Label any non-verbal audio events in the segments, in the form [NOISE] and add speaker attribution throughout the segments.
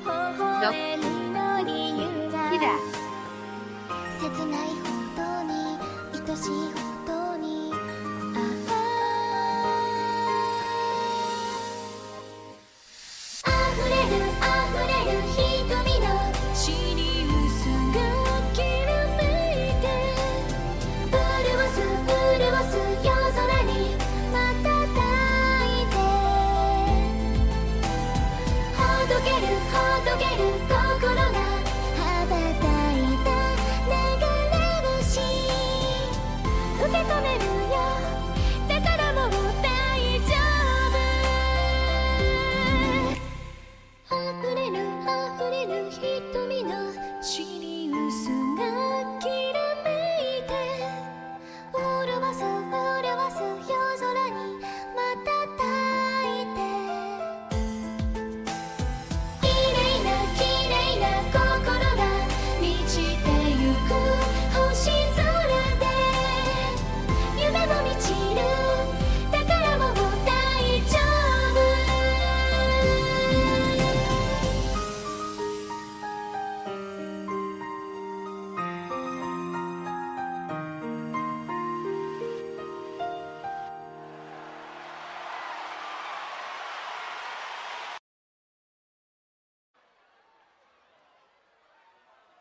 Speaker 1: 切ないほ
Speaker 2: きだ
Speaker 3: ど
Speaker 1: どに愛しいほどにああ溢れる溢れる瞳の死に嘘がきらめいて潤す潤す夜空に瞬いてほどけるほどける心が羽ばたいた流れ星受け止めるよだからもう大丈夫溢れる溢れる瞳のシリウスがきらめいて潤す潤す夜空に瞬いて綺麗な綺麗な心が満ちてゆく星空で夢も満ちるだからもう大丈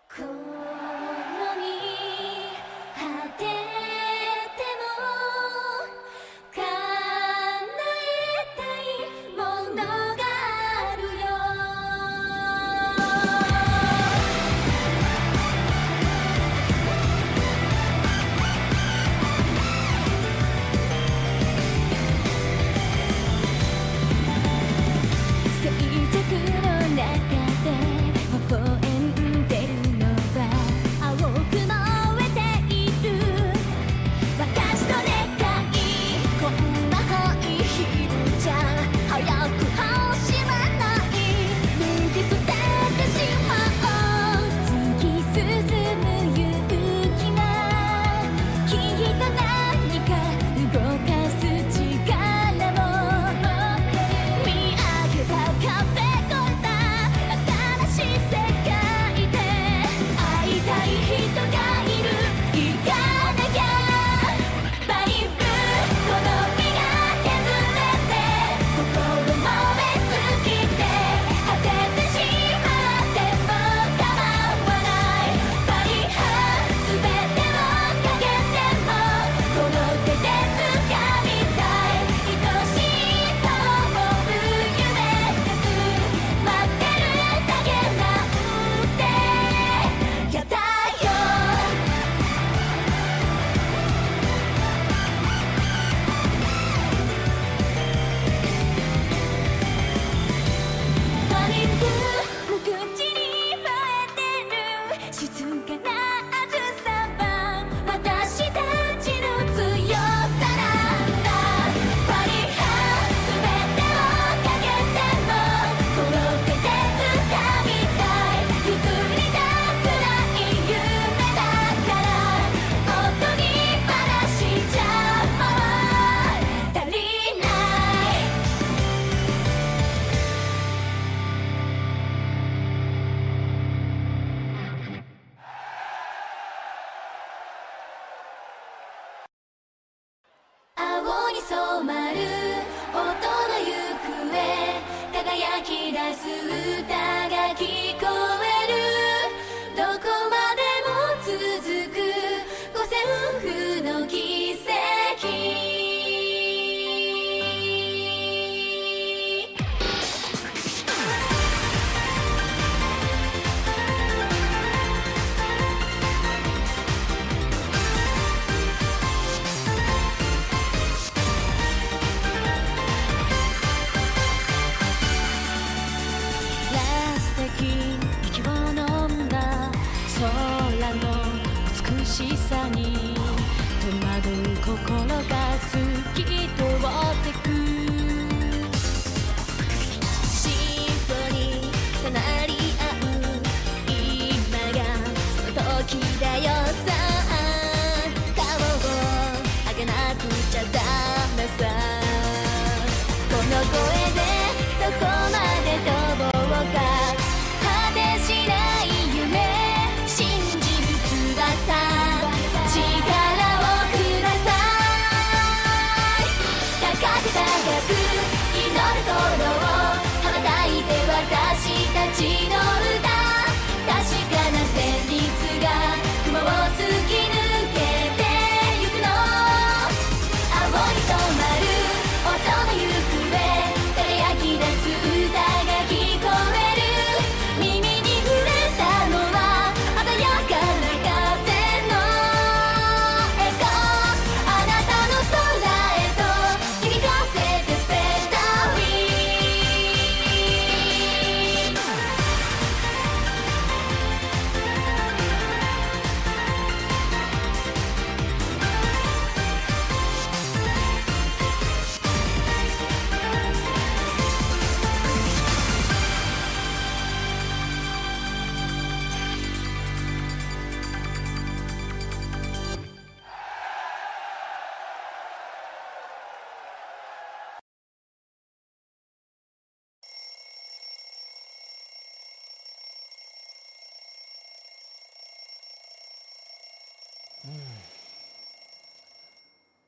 Speaker 1: 夫この身果てても叶えたいものがあるよ「静寂の中で微笑んでるのは青く燃えている」「私の願いこんな灰昼じゃ早く始まない」「脱ぎ捨ててしまおう」「突き進む勇気がきっと何か動かす力も見上げた壁越えた新しい世界で会いたい人がいる行かなきゃバイブこの身が削れて心も目つきて果ててしまっても構わないバリアすべてをかけてもこの手で掴みたい愛しいと思う夢です待ってるだけなんてやだよ「パニック」「無口に燃えてる」「静かな暑さは私たちの強さなんだ」「バリアすべてをかけても転げて掴みたい」「譲りたくない夢だから」「音にばらしちゃもう足りない」青に染まる音の行方輝き出す歌が聞こえるどこまでも続く五線譜の奇跡「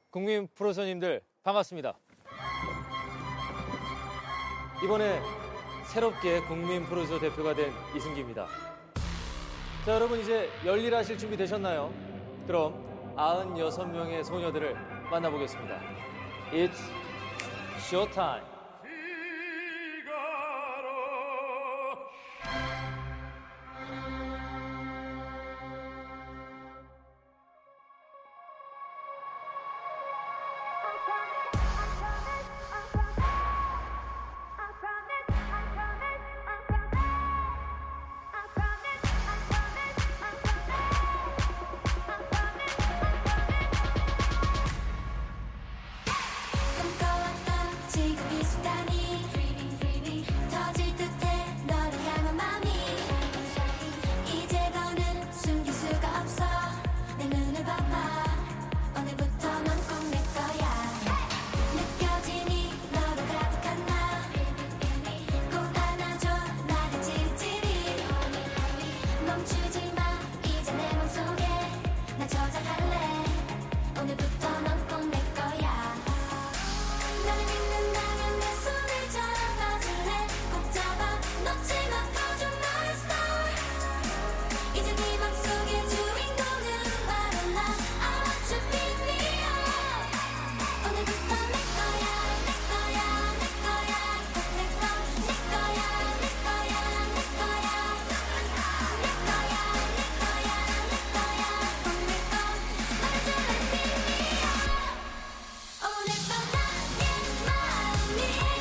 Speaker 3: 국민 프로서님들 반갑습니다. 이번에 새롭게 국민 프로서 대표가 된 이승기입니다. 자, 여러분 이제 열일하실 준비 되셨나요? 그럼 96명의 소녀들을 만나보겠습니다. It's show time.
Speaker 2: 꿈꿔왔던 지금 이 순간
Speaker 1: 네그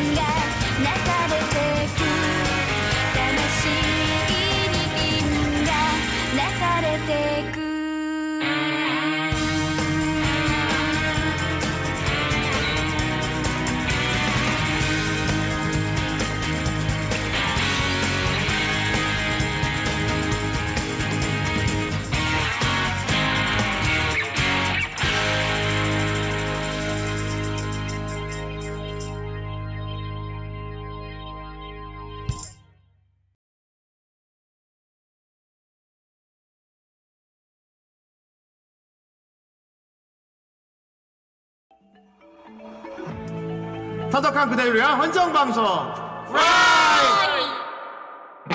Speaker 1: れてく魂に銀が流れてく
Speaker 4: 타덕한 그대를 위한 헌정방송 프라이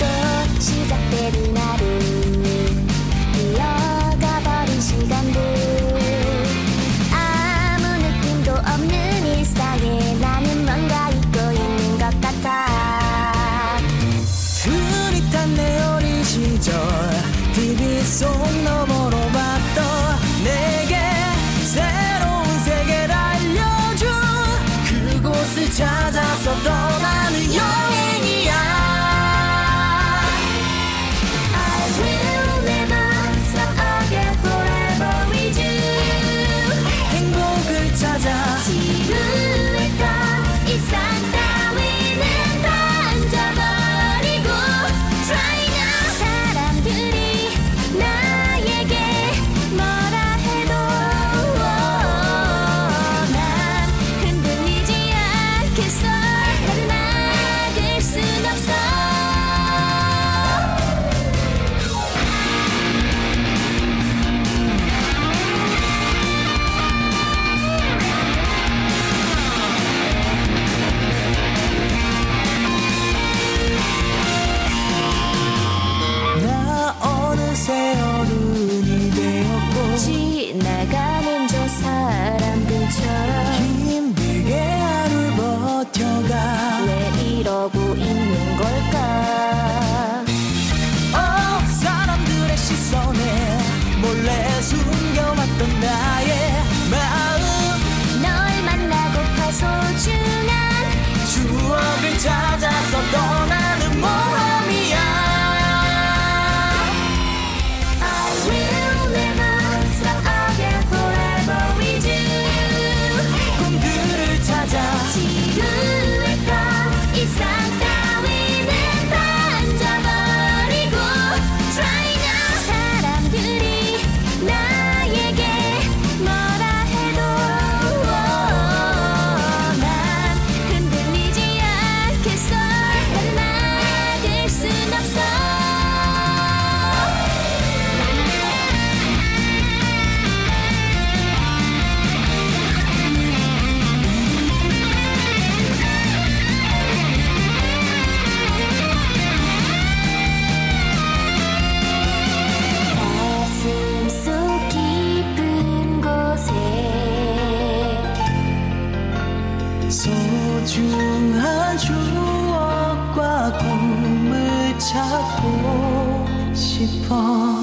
Speaker 2: 또 시작되는 하루 흘러가버린 시간들 아무 느낌도 없는 일상에 나는 뭔가 잊고 있는 것 같아
Speaker 5: 흔히 탄내 어린 시절 TV 속 너머로 봤던 내게 새로운 세계를 알려준 그곳을 찾아서 떠나는 여행이야
Speaker 1: I will never stop again forever with you
Speaker 5: 행복을 찾아
Speaker 1: 지루했던 일상 따위는 던져버리고 Try now 사람들이 나에게 뭐라 해도
Speaker 2: 어,
Speaker 1: 난 흔들리지 않겠어 나를 막을 순 없어
Speaker 5: 나 어느새 어른이 되었고
Speaker 2: 지나가는 저 사람들처럼
Speaker 5: 힘들게 하루 버텨가
Speaker 2: 왜 이러고 있는 걸까
Speaker 5: 어, 사람들의 시선에 몰래 숨겨왔던 나의 마음
Speaker 2: 널 만나고파 소중한
Speaker 5: 추억을 찾아서 떠나는 모험이야
Speaker 1: I will never stop again forever with you
Speaker 5: 꿈들을 찾아
Speaker 1: 지루했던 일상 따위는 던져버리고 Try now 사람들이 나에게 뭐라 해도 난 흔들리지 않겠어 나를 막을 순 없어
Speaker 2: 가슴 속 깊은 곳에
Speaker 5: 소중한 추억과 꿈을 찾고 싶어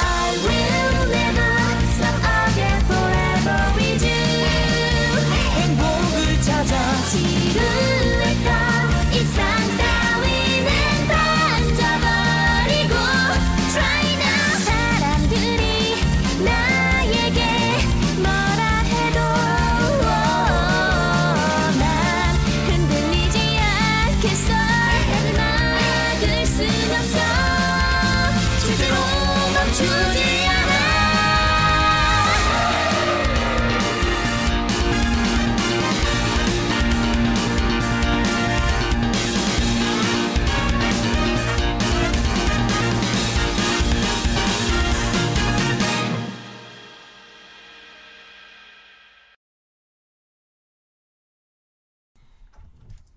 Speaker 1: I will never stop again forever with you
Speaker 5: 행복을 찾아
Speaker 1: 지루했던 일상 따위는 던져버리고 Try now 사람들이 나에게 뭐라 해도 난 흔들리지 않겠어 나를 막을 순 없어 절대로 멈추지 않아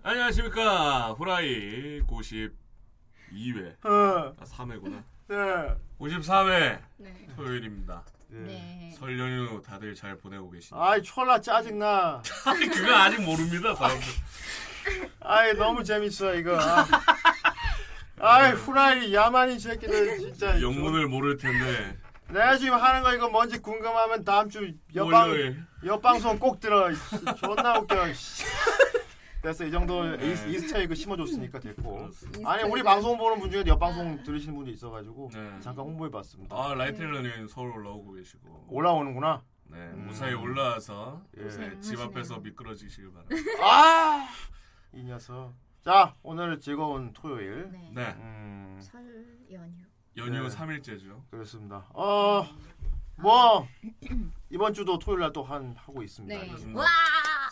Speaker 6: 안녕하십니까 후라이 90
Speaker 7: 2회.
Speaker 4: 어,
Speaker 7: 아, 3회구나.
Speaker 4: 네.
Speaker 7: 53회
Speaker 2: 네.
Speaker 7: 토요일입니다.
Speaker 2: 네.
Speaker 7: 설 연휴 다들 잘 보내고 계시나요?
Speaker 4: 아이 졸라 짜증나.
Speaker 7: 아니, 그거 아직 모릅니다, 사람들.
Speaker 4: 아이 너무 재밌어 이거. 아. 아이 후라이 야만인 새끼들 진짜.
Speaker 7: 영문을 모를 텐데.
Speaker 4: 내가 지금 하는 거 이거 뭔지 궁금하면 다음 주 옆방
Speaker 7: 월요일.
Speaker 4: 옆방송 꼭 들어. [LAUGHS] 이 씨, 존나 웃겨. 씨. 됐어 이 정도
Speaker 7: 네.
Speaker 4: 이스- 이스터에그 심어줬으니까 됐고.
Speaker 7: 그렇습니다.
Speaker 4: 아니 우리 방송 보는 분 중에 옆방송 들으시는 분도 있어가지고
Speaker 7: 네.
Speaker 4: 잠깐 홍보해봤습니다.
Speaker 7: 아,
Speaker 2: 네.
Speaker 7: 라이트일러님 서울 올라오고 계시고.
Speaker 4: 올라오는구나.
Speaker 7: 네,
Speaker 4: 음.
Speaker 7: 무사히 올라와서
Speaker 4: 예.
Speaker 7: 네, 집 앞에서 미끄러지시길 바랍니다.
Speaker 4: 아! 이 녀석. 자, 오늘 즐거운 토요일.
Speaker 2: 네.
Speaker 7: 네,
Speaker 4: 음,
Speaker 2: 설 연휴.
Speaker 7: 연휴
Speaker 4: 네.
Speaker 7: 3일째죠.
Speaker 4: 그렇습니다. 어, 뭐, 이번 주도 토요일 날 또 한, 하고 있습니다.
Speaker 2: 네.
Speaker 7: 무슨
Speaker 2: 와!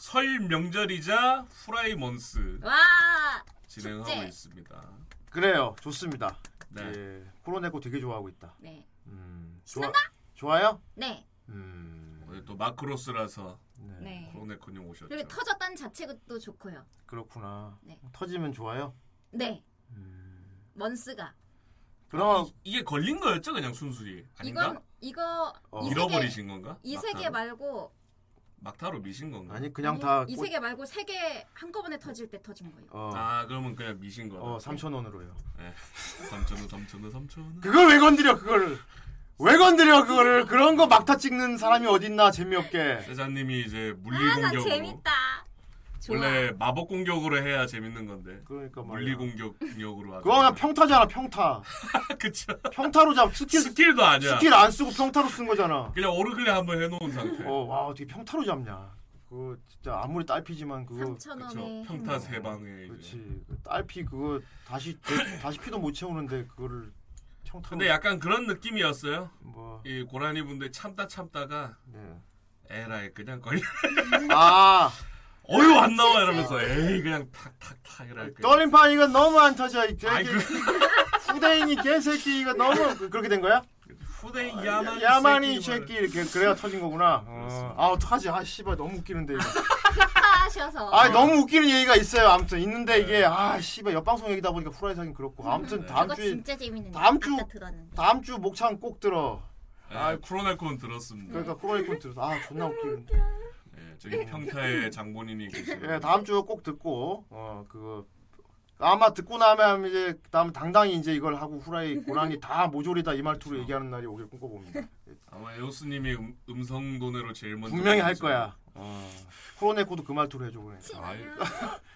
Speaker 7: 설 명절이자 후라이 먼스
Speaker 2: 와!
Speaker 7: 진행하고
Speaker 2: 축제.
Speaker 7: 있습니다.
Speaker 4: 그래요. 좋습니다.
Speaker 7: 네.
Speaker 4: 예. 코로네코 되게 좋아하고 있다.
Speaker 2: 네.
Speaker 4: 음, 좋아, 좋아요?
Speaker 2: 네.
Speaker 4: 음,
Speaker 7: 오늘 또 마크로스라서
Speaker 2: 네.
Speaker 7: 코로네코님 오셨죠.
Speaker 2: 그리고 터졌다는 자체도 좋고요.
Speaker 4: 그렇구나.
Speaker 2: 네.
Speaker 4: 터지면 좋아요? 음,
Speaker 2: 네. 먼스가
Speaker 4: 그럼,
Speaker 7: 이게 걸린 거였죠, 그냥 순수히. 아닌가?
Speaker 2: 이건 이거
Speaker 4: 어.
Speaker 2: 이 세계-
Speaker 7: 잃어버리신 아, 건가?
Speaker 2: 이 세계
Speaker 7: 막타로?
Speaker 2: 말고
Speaker 7: 막타로 미신 건가?
Speaker 4: 아니, 그냥 다,
Speaker 2: 이
Speaker 4: 꽂-
Speaker 2: 세계 말고 세 개 한꺼번에 터질 때 터진 거예요.
Speaker 4: 어,
Speaker 7: 아 그러면 그냥 미신 거다.
Speaker 4: 어, 3,000원으로 해요.
Speaker 7: 3천원, 3천원, 3천원.
Speaker 4: 그걸 왜 건드려, 그거를. 왜 건드려, 그거를. 그런 거 막타 찍는 사람이 어딨나, 재미없게.
Speaker 7: 세자님이 이제 물리
Speaker 2: 아나
Speaker 7: 공격으로.
Speaker 2: 재밌다. 좋아.
Speaker 7: 원래 마법 공격으로 해야 재밌는 건데.
Speaker 4: 그러니까
Speaker 7: 물리
Speaker 4: 말이야.
Speaker 7: 공격력으로 하죠.
Speaker 4: 그거 그냥 평타잖아 평타
Speaker 7: [LAUGHS] 그쵸.
Speaker 4: 평타로 잡 스킬 스킬,
Speaker 7: 스킬도 아니야.
Speaker 4: 안 쓰고 평타로 쓴 거잖아
Speaker 7: 그냥 오르클레 한번 해놓은 상태.
Speaker 4: 어와 어떻게 평타로 잡냐 그거 진짜 아무리 딸피지만 그거
Speaker 2: 3천
Speaker 7: 그쵸.
Speaker 2: 원에
Speaker 7: 평타 세 방에
Speaker 4: 음. 그렇지
Speaker 7: 이제.
Speaker 4: 그 딸피 그거 다시 되- 다시 피도 못 채우는데 그거를 평타로
Speaker 7: 근데 약간 그런 느낌이었어요.
Speaker 4: 뭐
Speaker 7: 이 고라니 분들 참다 참다가
Speaker 4: 네.
Speaker 7: 에라이 그냥 걸려.
Speaker 4: 아
Speaker 7: 어휴 안 나와 이러면서 에이 그냥 탁탁탁 이랄까.
Speaker 4: 떨림판 이거 너무 안 터져 이
Speaker 7: 아이
Speaker 4: 개기
Speaker 7: 그
Speaker 4: 후대인이 개새끼 이거
Speaker 7: [LAUGHS]
Speaker 4: 너무 그- 그렇게 된 거야?
Speaker 7: 후대 야만
Speaker 4: 아, 야만이 새끼 이렇게 그래야 터진 거구나 어.
Speaker 7: 그렇습니다.
Speaker 4: 아 어떡하지 아 씨발 너무 웃기는데 이거
Speaker 2: 하셔서
Speaker 4: 아 너무 웃기는 얘기가 있어요. 아무튼 있는데 이게 아 씨발 옆방송 얘기다 보니까 후라이 사긴 그렇고 아무튼
Speaker 7: 네.
Speaker 4: 다음
Speaker 2: 이거
Speaker 4: 주에
Speaker 2: 진짜 재밌는데
Speaker 4: 다음 주-
Speaker 2: 아까 들었는데
Speaker 4: 다음 주 목창 꼭 들어.
Speaker 7: 아 크로네콘 들었습니다.
Speaker 4: 그러니까 코로나콘 들어. 아 존나 웃기는.
Speaker 7: 예, 저기 평타의 장본인이 계시고.
Speaker 4: 예 다음 주 꼭 듣고 어 그거 아마 듣고 나면 이제 다음 당당히 이제 이걸 하고 후라이 고랑이 다 모조리다 이 말투로
Speaker 2: 그렇죠.
Speaker 4: 얘기하는 날이 오길
Speaker 2: [LAUGHS]
Speaker 4: 꿈꿔봅니다.
Speaker 7: 아마 에오스님이 음, 음성 도내로 제일 먼저
Speaker 4: 분명히 할
Speaker 7: 하시죠.
Speaker 4: 거야.
Speaker 2: 그렇죠.
Speaker 4: 어. 코로네코도 그 말투로 해줘 그래.
Speaker 7: 아이, [LAUGHS]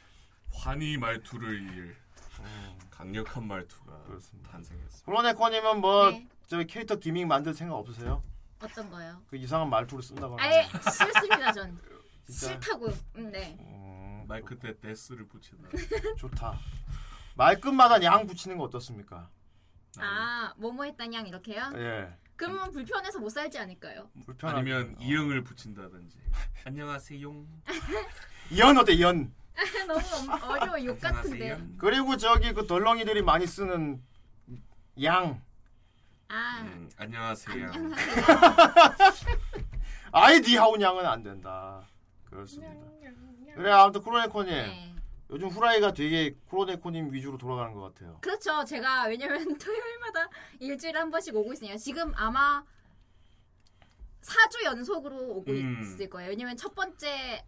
Speaker 7: 환희 말투를 이을 어, 강력한 말투가
Speaker 4: 그렇습니다.
Speaker 7: 탄생했습니다.
Speaker 4: 코로네코님은 뭐
Speaker 2: 네.
Speaker 4: 저기 캐릭터 기믹 만들 생각 없으세요?
Speaker 2: 어떤 거요?
Speaker 4: 그 이상한 말투를 쓴다거나.
Speaker 2: 아예 싫습니다 전
Speaker 4: [LAUGHS] 진짜?
Speaker 2: 싫다고 음, 네
Speaker 4: 음,
Speaker 7: 말 그때 데스를 붙이다.
Speaker 4: 좋다. 말끝마다 양 붙이는 거 어떻습니까?
Speaker 7: 네.
Speaker 2: 아, 뭐뭐 했다냥 이렇게요?
Speaker 4: 예.
Speaker 2: 그러면 불편해서 못 살지 않을까요? [LAUGHS]
Speaker 4: 불편한.
Speaker 7: 아니면 이응을 붙인다든지. 안녕하세요.
Speaker 4: 연 어때 연?
Speaker 2: 너무 엄- 어려워 욕 같은데요.
Speaker 4: 그리고 저기 그 덜렁이들이 많이 쓰는 양.
Speaker 2: 아,
Speaker 7: 음, 안녕하세요.
Speaker 4: 아이 니하운 양은 안 된다. 그렇습니다. 그래 아무튼 코로네코님
Speaker 2: 네.
Speaker 4: 요즘 후라이가 되게 코로네코님 위주로 돌아가는 것 같아요.
Speaker 2: 그렇죠. 제가 왜냐면 [LAUGHS] 토요일마다 일주일에 한 번씩 오고 있으니까 지금 아마 4주 연속으로 오고
Speaker 7: 음.
Speaker 2: 있을 거예요. 왜냐면 첫 번째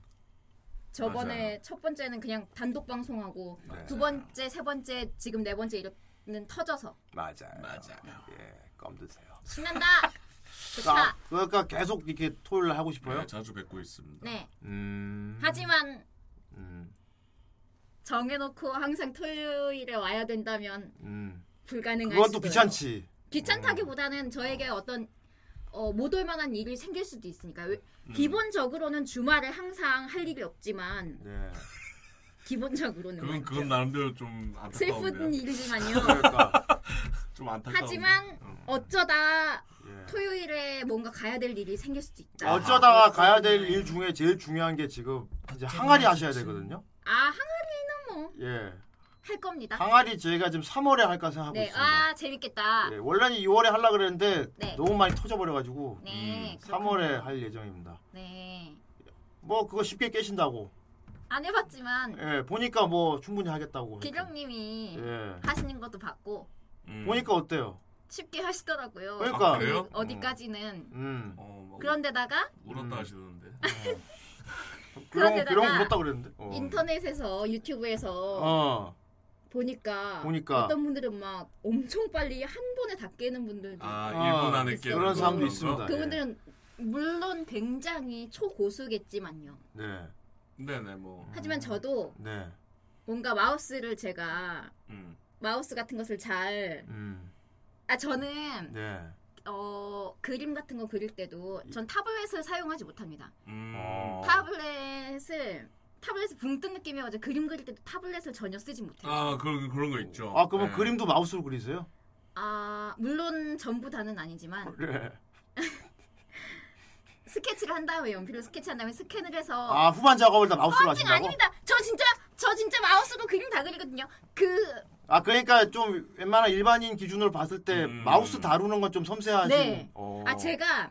Speaker 2: 저번에 첫 번째는 그냥 단독 방송하고
Speaker 4: 네.
Speaker 2: 두 번째, 세 번째, 지금 네 번째 이렇는 터져서
Speaker 4: 맞아요.
Speaker 7: 맞아요.
Speaker 4: 예, 껌 드세요. [LAUGHS]
Speaker 2: 신난다.
Speaker 4: 아,
Speaker 2: 좋다.
Speaker 4: 그러니까 계속 이렇게 토요일 날 하고 싶어요.
Speaker 7: 네, 자주 뵙고 있습니다.
Speaker 2: 네.
Speaker 4: 음.
Speaker 2: 하지만
Speaker 4: 음.
Speaker 2: 정해놓고 항상 토요일에 와야 된다면
Speaker 4: 음.
Speaker 2: 불가능할
Speaker 4: 그건 또
Speaker 2: 수도
Speaker 4: 귀찮지.
Speaker 2: 귀찮다기보다는 저에게 어떤 어, 못 올만한 일이 생길 수도 있으니까 왜-
Speaker 4: 음.
Speaker 2: 기본적으로는 주말에 항상 할 일이 없지만
Speaker 4: 네.
Speaker 2: 기본적으로는
Speaker 7: 그건
Speaker 2: 말이죠.
Speaker 7: 그건 나름대로 좀
Speaker 2: 네, 슬픈
Speaker 7: 안타까운데.
Speaker 2: 일이지만요
Speaker 4: [LAUGHS] 그러니까
Speaker 7: 좀 안타까운데.
Speaker 2: 하지만 어쩌다
Speaker 4: 예.
Speaker 2: 토요일에 뭔가 가야 될 일이 생길 수도 있다
Speaker 4: 어쩌다가 가야 될 일 중에 제일 중요한 게 지금 이제 항아리 하셔야 되거든요.
Speaker 2: 아 항아리는
Speaker 4: 예.
Speaker 2: 뭐 할 겁니다
Speaker 4: 항아리 저희가 지금 3월에 할까 생각하고 있습니다.
Speaker 2: 네아 재밌겠다
Speaker 4: 예, 원래는 2월에 하려 그랬는데
Speaker 2: 네.
Speaker 4: 너무 많이 터져버려가지고
Speaker 2: 네
Speaker 4: 음, 3월에 할 예정입니다.
Speaker 2: 네
Speaker 4: 뭐 그거 쉽게 깨신다고.
Speaker 2: 안 해봤지만
Speaker 4: 예, 보니까 뭐 충분히 하겠다고.
Speaker 2: 기룡님이
Speaker 4: 예.
Speaker 2: 하시는 것도 봤고
Speaker 7: 음.
Speaker 4: 보니까 어때요?
Speaker 2: 쉽게 하시더라고요.
Speaker 4: 그러니까.
Speaker 7: 아, 그래요?
Speaker 2: 어디까지는
Speaker 4: 음.
Speaker 7: 어, 막
Speaker 2: 그런데다가
Speaker 7: 울었다
Speaker 4: 음.
Speaker 7: 하시던데. 어,
Speaker 4: 그런
Speaker 2: 데다가
Speaker 4: 그런 울었다 그랬는데. 어.
Speaker 2: 인터넷에서 유튜브에서
Speaker 4: 어.
Speaker 2: 보니까,
Speaker 4: 보니까.
Speaker 2: 어떤 분들은 막 엄청 빨리 한 번에 다 깨는 분들도
Speaker 7: 아, 예.
Speaker 4: 아,
Speaker 7: 1분 안에 깨는
Speaker 2: 그런 사람도
Speaker 7: 그런가?
Speaker 4: 있습니다.
Speaker 2: 있고 그분들은 물론 굉장히 초고수겠지만요.
Speaker 4: 네.
Speaker 7: 네네 뭐.
Speaker 2: 하지만 저도
Speaker 4: 네.
Speaker 2: 뭔가 마우스를 제가
Speaker 7: 음.
Speaker 2: 마우스 같은 것을 잘.
Speaker 4: 음.
Speaker 2: 아, 저는,
Speaker 4: 네.
Speaker 2: 어, 그림 같은 거 그릴 때도 전 타블렛을 사용하지 못합니다.
Speaker 7: 음.
Speaker 4: 어.
Speaker 2: 타블렛을, 타블렛이 붕뜬 느낌이어서 그림 그릴 때도 타블렛을 전혀 쓰지 못해요. 아,
Speaker 7: 아 그런 그런 거 있죠.
Speaker 4: 아, 그러면
Speaker 7: 네.
Speaker 4: 그림도 마우스로 그리세요?
Speaker 2: 아, 물론 전부 다는 아니지만
Speaker 4: 그래.
Speaker 2: 스케치를 한 다음에 연필로 스케치한 다음에 스캔을 해서.
Speaker 4: 아, 후반 작업을 다
Speaker 2: 찡
Speaker 4: 마우스로 하신다고?
Speaker 2: 어, 아닙니다. 저 진짜, 저 진짜 마우스로 그림 다 그리거든요. 그,
Speaker 4: 아, 그러니까 좀 웬만한 일반인 기준으로 봤을 때
Speaker 7: 음.
Speaker 4: 마우스 다루는 건 좀 섬세하신.
Speaker 2: 네.
Speaker 4: 어.
Speaker 2: 아 제가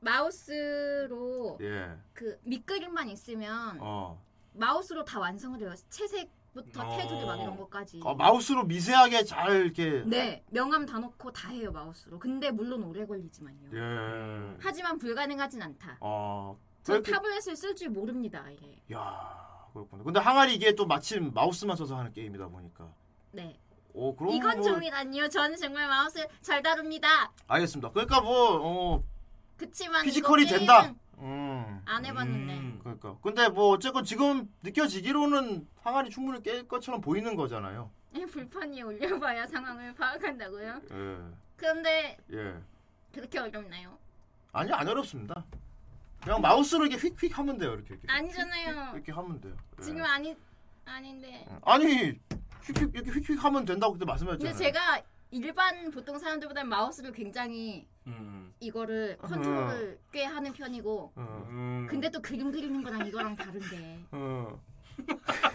Speaker 2: 마우스로
Speaker 4: 예.
Speaker 2: 그 밑그림만 있으면
Speaker 4: 어.
Speaker 2: 마우스로 다 완성을 해요. 채색부터
Speaker 7: 어.
Speaker 2: 테두리 막 이런 것까지.
Speaker 4: 어, 마우스로 미세하게 잘 이렇게
Speaker 2: 네 명암 다 넣고 다 해요 마우스로. 근데 물론 오래 걸리지만요.
Speaker 4: 예.
Speaker 2: 하지만 불가능하진 않다.
Speaker 4: 어.
Speaker 2: 전
Speaker 4: 그렇게-
Speaker 2: 타블렛을 쓸 줄 모릅니다. 예.
Speaker 4: 야, 그렇군요. 근데 항아리 이게 또 마침 마우스만 써서 하는 게임이다 보니까.
Speaker 2: 네.
Speaker 4: 오, 그럼
Speaker 2: 이건
Speaker 4: 뭐-
Speaker 2: 좀이라니요. 저는 정말 마우스 잘 다룹니다.
Speaker 4: 알겠습니다. 그러니까 뭐 어,
Speaker 2: 그치만
Speaker 4: 피지컬이
Speaker 2: 이거 게임은
Speaker 4: 된다. 음.
Speaker 2: 안 해봤는데.
Speaker 7: 음.
Speaker 4: 그러니까. 근데 뭐 어쨌건 지금 느껴지기로는 항아리 충분히 깰 것처럼 보이는 거잖아요.
Speaker 2: 예, 불판이 올려봐야 상황을 파악한다고요.
Speaker 4: 예.
Speaker 2: 그런데
Speaker 4: 예.
Speaker 2: 그렇게 어렵나요?
Speaker 4: 아니 안 어렵습니다. 그냥 마우스로 이렇게 휙휙 하면 돼요. 이렇게 이렇게.
Speaker 2: 아니잖아요.
Speaker 4: 이렇게 하면 돼요. 예.
Speaker 2: 지금 아니 아닌데.
Speaker 4: 아니 휙휙 이렇게 휙휙 하면 된다고 그때 말씀하셨잖아요.
Speaker 2: 근데 제가 일반 보통 사람들보다 마우스를 굉장히
Speaker 7: 음.
Speaker 2: 이거를 컨트롤을 꽤 하는 편이고
Speaker 4: 어.
Speaker 7: 음.
Speaker 2: 근데 또 그림 그리는 거랑 이거랑 다른데
Speaker 4: 어. [LAUGHS]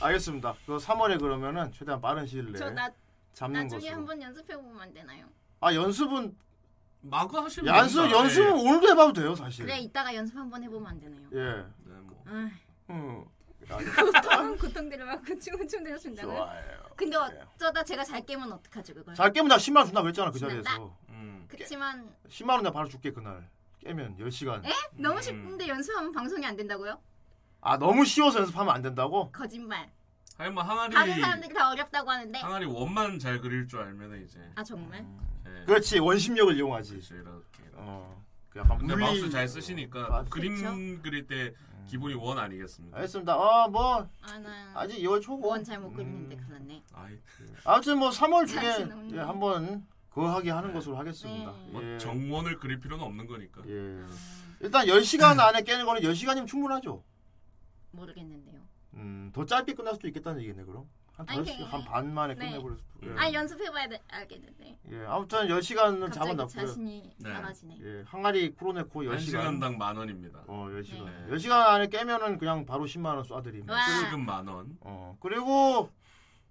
Speaker 4: 알겠습니다. 그 3월에 그러면은 최대한 빠른 시일 내에
Speaker 2: 저 나,
Speaker 4: 잡는
Speaker 2: 나중에
Speaker 4: 것으로.
Speaker 2: 한번 연습해 보면 안 되나요?
Speaker 4: 아 연습은
Speaker 7: 마구 하시면
Speaker 4: 연습
Speaker 7: 됩니다. 네. 예.
Speaker 4: 연습은 오늘도 해봐도 돼요 사실.
Speaker 2: 그래 이따가 연습 한번 해보면 안 되나요?
Speaker 4: 예.
Speaker 7: 예. 네, 뭐.
Speaker 2: 아,
Speaker 4: 음.
Speaker 2: 고통 고통대를 막 춤춤 내려준다고요?
Speaker 4: 좋아요.
Speaker 2: 근데 어쩌다 제가 잘 깨면 어떡하죠 그걸?
Speaker 4: 잘 깨면 나 10만 원 준다 그랬잖아 그 자리에서.
Speaker 7: 음.
Speaker 2: 그치만
Speaker 4: 10만 원 내가 바로 줄게 그날. 깨면 10시간.
Speaker 7: 음.
Speaker 2: 너무 쉽는데 연습하면 방송이 안 된다고요?
Speaker 4: 아 너무 쉬워서 연습하면 안 된다고?
Speaker 2: 거짓말.
Speaker 7: 아니 뭐 항아리
Speaker 2: 다른 사람들이 다 어렵다고 하는데
Speaker 7: 항아리 원만 잘 그릴 줄 알면 이제.
Speaker 2: 아 정말?
Speaker 7: 예.
Speaker 4: 그렇지 원심력을 이용하지.
Speaker 7: 그렇죠 이렇게.
Speaker 4: 어. 그 약간
Speaker 7: 근데
Speaker 4: 물리-
Speaker 7: 마우스 잘 쓰시니까
Speaker 4: 아, 음.
Speaker 7: 그림
Speaker 2: 그렇죠.
Speaker 7: 그릴 때 기본이 원 아니겠습니까?
Speaker 4: 알겠습니다. 어, 아뭐
Speaker 2: 아나
Speaker 4: 아직 2월 초고.
Speaker 2: 원 잘 못 그리는데
Speaker 4: 음.
Speaker 2: 그렇네.
Speaker 7: 아이,
Speaker 4: 아무튼 뭐 3월 중에
Speaker 2: 자신 없네.
Speaker 4: 예, 한번 거하게 하는 것으로 하겠습니다.
Speaker 2: 네.
Speaker 7: 뭐
Speaker 4: 예.
Speaker 7: 정원을 그릴 필요는 없는 거니까.
Speaker 4: 예. 일단 10시간 안에 깨는 거는 10시간이면 충분하죠.
Speaker 2: 모르겠는데요.
Speaker 4: 음, 더 짧게 끝날 수도 있겠다는 얘기네 그럼. 한
Speaker 2: 아니,
Speaker 4: 5시간
Speaker 2: 그-
Speaker 4: 한반 만에
Speaker 2: 네.
Speaker 4: 끝내버릴 수도. 예.
Speaker 2: 아 연습해봐야 돼- 알겠는데.
Speaker 4: 예. 아무튼 10시간은
Speaker 2: 갑자기
Speaker 4: 잡아놨고요.
Speaker 2: 자신이
Speaker 7: 네.
Speaker 2: 사라지네.
Speaker 4: 예. 항아리 풀어내고
Speaker 7: 한
Speaker 4: 10시간.
Speaker 7: 시간당 만 원입니다.
Speaker 4: 어, 10시간.
Speaker 7: 네.
Speaker 4: 10시간 안에 깨면은 그냥 바로 10만 원 쏴드립니다.
Speaker 2: 와.
Speaker 7: 세금 만 원.
Speaker 4: 어. 그리고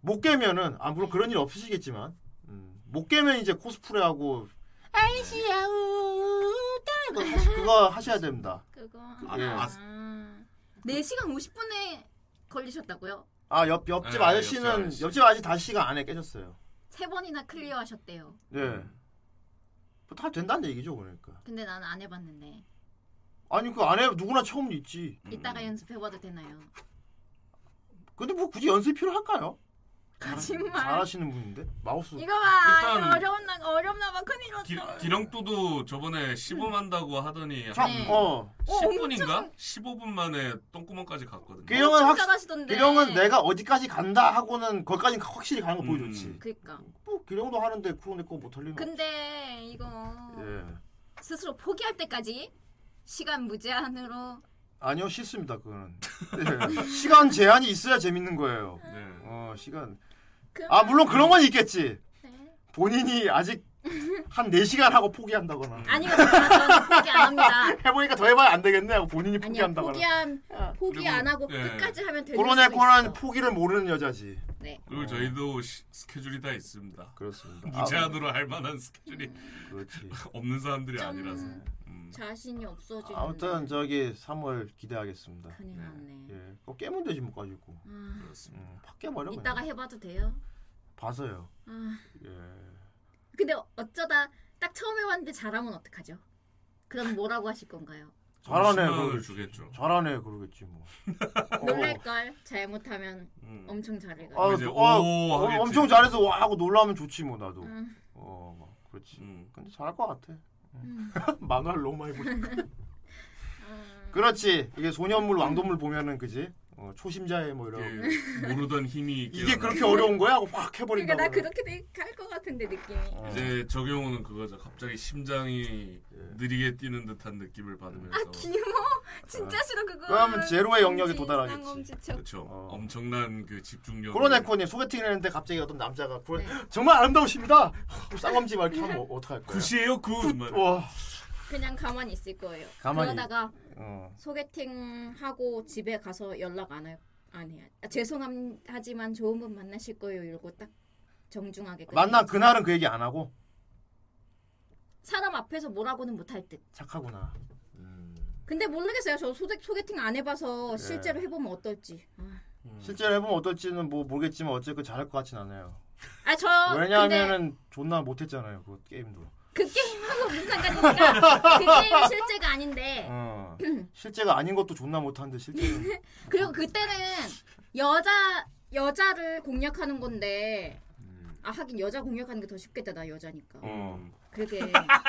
Speaker 4: 못 깨면은 아 물론 그런 일 없으시겠지만 음, 못 깨면 이제 코스프레하고 예. 그거, 하시, 그거 하셔야 됩니다.
Speaker 2: 그거.
Speaker 7: 아,
Speaker 4: 예.
Speaker 7: 아,
Speaker 2: 아, 4시간 50분에 걸리셨다고요?
Speaker 4: 아, 옆, 옆집
Speaker 7: 네, 옆집
Speaker 4: 아저씨는, 옆집
Speaker 7: 아저씨.
Speaker 4: 아저씨, 옆집 아저씨 다섯 시간 안에 깨졌어요.
Speaker 2: 세 번이나 클리어하셨대요.
Speaker 4: 예.
Speaker 7: 음.
Speaker 4: 뭐다 된다는 얘기죠, 그러니까.
Speaker 2: 근데 나는 안 해봤는데.
Speaker 4: 아니, 그 안에 누구나 처음 있지.
Speaker 2: 이따가 연습해봐도 되나요?
Speaker 4: 근데 뭐 굳이 연습이 필요할까요?
Speaker 2: 거짓말.
Speaker 4: 아, 잘하시는 분인데? 마우스.
Speaker 2: 아. 이거 봐.
Speaker 7: 일단-
Speaker 2: 이거 어렵나 어렵나 봐. 큰일
Speaker 7: 기,
Speaker 2: 났다.
Speaker 7: 기령또도 저번에 15 한다고 하더니
Speaker 4: 참,
Speaker 2: 네.
Speaker 4: 어.
Speaker 2: 어,
Speaker 7: 10분인가? 15분 만에 똥구멍까지 갔거든요.
Speaker 4: 그 형은 확,
Speaker 2: 잘하시던데.
Speaker 4: 기령은 내가 어디까지 간다 하고는 거기까지 확실히 가는 거
Speaker 7: 음.
Speaker 4: 보여줬지.
Speaker 2: 그니까.
Speaker 4: 뭐, 기령도 하는데 그러네 거못 할리는
Speaker 2: 근데 이거
Speaker 4: 예.
Speaker 2: 스스로 포기할 때까지 시간 무제한으로
Speaker 4: 아니요, 싫습니다, 그거는. 예. 시간 제한이 있어야 재밌는 거예요.
Speaker 2: 아.
Speaker 7: 네.
Speaker 4: 어, 시간.
Speaker 2: 그
Speaker 4: 아, 물론 그런 건 있겠지.
Speaker 2: 네.
Speaker 4: 본인이 아직 한 4시간 하고 포기한다거나
Speaker 2: 아니요, 저는 [LAUGHS] 포기 안 합니다.
Speaker 4: 해보니까 더 해봐야 안 되겠네 하고
Speaker 2: 아.
Speaker 4: 본인이
Speaker 2: 아니요,
Speaker 4: 포기한다거나
Speaker 2: 포기한 포기 안 하고
Speaker 7: 그리고, 예.
Speaker 2: 끝까지 하면 되는
Speaker 4: 그런
Speaker 2: 수도
Speaker 4: 애코는
Speaker 2: 있어.
Speaker 4: 포기를 모르는 여자지
Speaker 2: 네.
Speaker 7: 그리고 저희도 시- 스케줄이 다
Speaker 4: 아,
Speaker 7: 있습니다.
Speaker 4: 그렇습니다 네.
Speaker 7: 무제한으로 할 만한 스케줄이
Speaker 4: 아, 그렇지
Speaker 7: 없는 사람들이
Speaker 2: 좀-
Speaker 7: 아니라서. 음.
Speaker 2: 자신이 없어지는.
Speaker 4: 아무튼 저기 3월 기대하겠습니다
Speaker 2: 큰일 났네.
Speaker 4: 예, 그거 깨면 되지 못 가지고
Speaker 2: 아,
Speaker 7: 그렇습니다.
Speaker 4: 음, 팍 깨버려 그냥
Speaker 2: 이따가 해봐도 돼요?
Speaker 4: 봐서요
Speaker 2: 아,
Speaker 4: 예.
Speaker 2: 근데 어쩌다 딱 처음 해봤는데 잘하면 어떡하죠? 그럼 뭐라고 하실 건가요?
Speaker 4: 잘하네
Speaker 7: 을
Speaker 4: 그러겠지
Speaker 7: 주겠죠.
Speaker 4: 잘하네 그러겠지
Speaker 2: [LAUGHS]
Speaker 4: 뭐 어.
Speaker 2: 놀랄걸 잘못하면
Speaker 7: 음.
Speaker 2: 엄청 잘해가.
Speaker 4: 아,
Speaker 7: 이제
Speaker 4: 어,
Speaker 7: 오
Speaker 4: 어,
Speaker 7: 하겠지.
Speaker 4: 엄청 잘해서 와 하고 놀라면 좋지 뭐 나도
Speaker 2: 음.
Speaker 4: 어 막, 그렇지
Speaker 7: 음.
Speaker 4: 근데 잘할 것 같아
Speaker 2: 음.
Speaker 4: [LAUGHS] 만화를 너무 많이 보니까
Speaker 2: [LAUGHS] 아,
Speaker 4: 그렇지 이게 소년물 왕도물 보면은 그지 어, 초심자의 뭐 이런
Speaker 7: 이게 모르던 힘이
Speaker 4: 이게
Speaker 7: 깨어나는
Speaker 4: 그렇게 어려운 거야? 하고 확
Speaker 2: 그러니까
Speaker 4: 해버린다고
Speaker 2: 나 그렇게 할것 같은데 느낌이.
Speaker 4: 어. 예.
Speaker 7: 이제 저 경우는 그거죠. 갑자기 심장이 느리게 뛰는 듯한 느낌을 받으면서
Speaker 2: 아, 기모 진짜 싫어 그거.
Speaker 4: 그러면 제로의 영역에
Speaker 2: 엄지,
Speaker 4: 도달하겠지.
Speaker 2: 쌍검지 척.
Speaker 7: 그렇죠.
Speaker 4: 어.
Speaker 7: 엄청난 그 집중력.
Speaker 4: 그런 애코님 소개팅을 했는데 갑자기 어떤 남자가 그걸
Speaker 2: 네.
Speaker 4: [LAUGHS] 정말 아름다우십니다 [LAUGHS] 쌍검지 막 이렇게 하면 어- 어떡할 거야
Speaker 7: 굿이에요 굿. 막
Speaker 4: 와
Speaker 2: 그냥 가만히 있을 거예요.
Speaker 4: 가만히.
Speaker 2: 그러다가
Speaker 4: 어.
Speaker 2: 소개팅 하고 집에 가서 연락 안 해요. 안 해요. 아, 죄송하지만 좋은 분 만나실 거예요. 이러고 딱 정중하게. 끝내요.
Speaker 4: 만나 그날은 그 얘기 안 하고
Speaker 2: 사람 앞에서 뭐라고는 못할 듯.
Speaker 4: 착하구나
Speaker 2: 근데 모르겠어요. 저 소개, 소개팅 안
Speaker 4: 네.
Speaker 2: 해봐서 실제로 해보면 어떨지. 아,
Speaker 4: 실제로 해보면 어떨지는 뭐 모르겠지만 어쨌든 잘할 것 같진 않아요
Speaker 2: 아 저 근데
Speaker 4: 왜냐하면은 존나 못했잖아요 그 게임도
Speaker 2: 그 게임하고 무슨 상관입니까? 그 게임이 실제가 아닌데. [CLEARS THROAT]
Speaker 4: 어. 실제가 아닌 것도 존나 못하는데 실제는
Speaker 2: [LAUGHS] 그리고 그때는 여자 여자를 공략하는 건데 아 하긴 여자 공략하는 게 더 쉽겠다 나 여자니까
Speaker 7: 어.
Speaker 2: 그게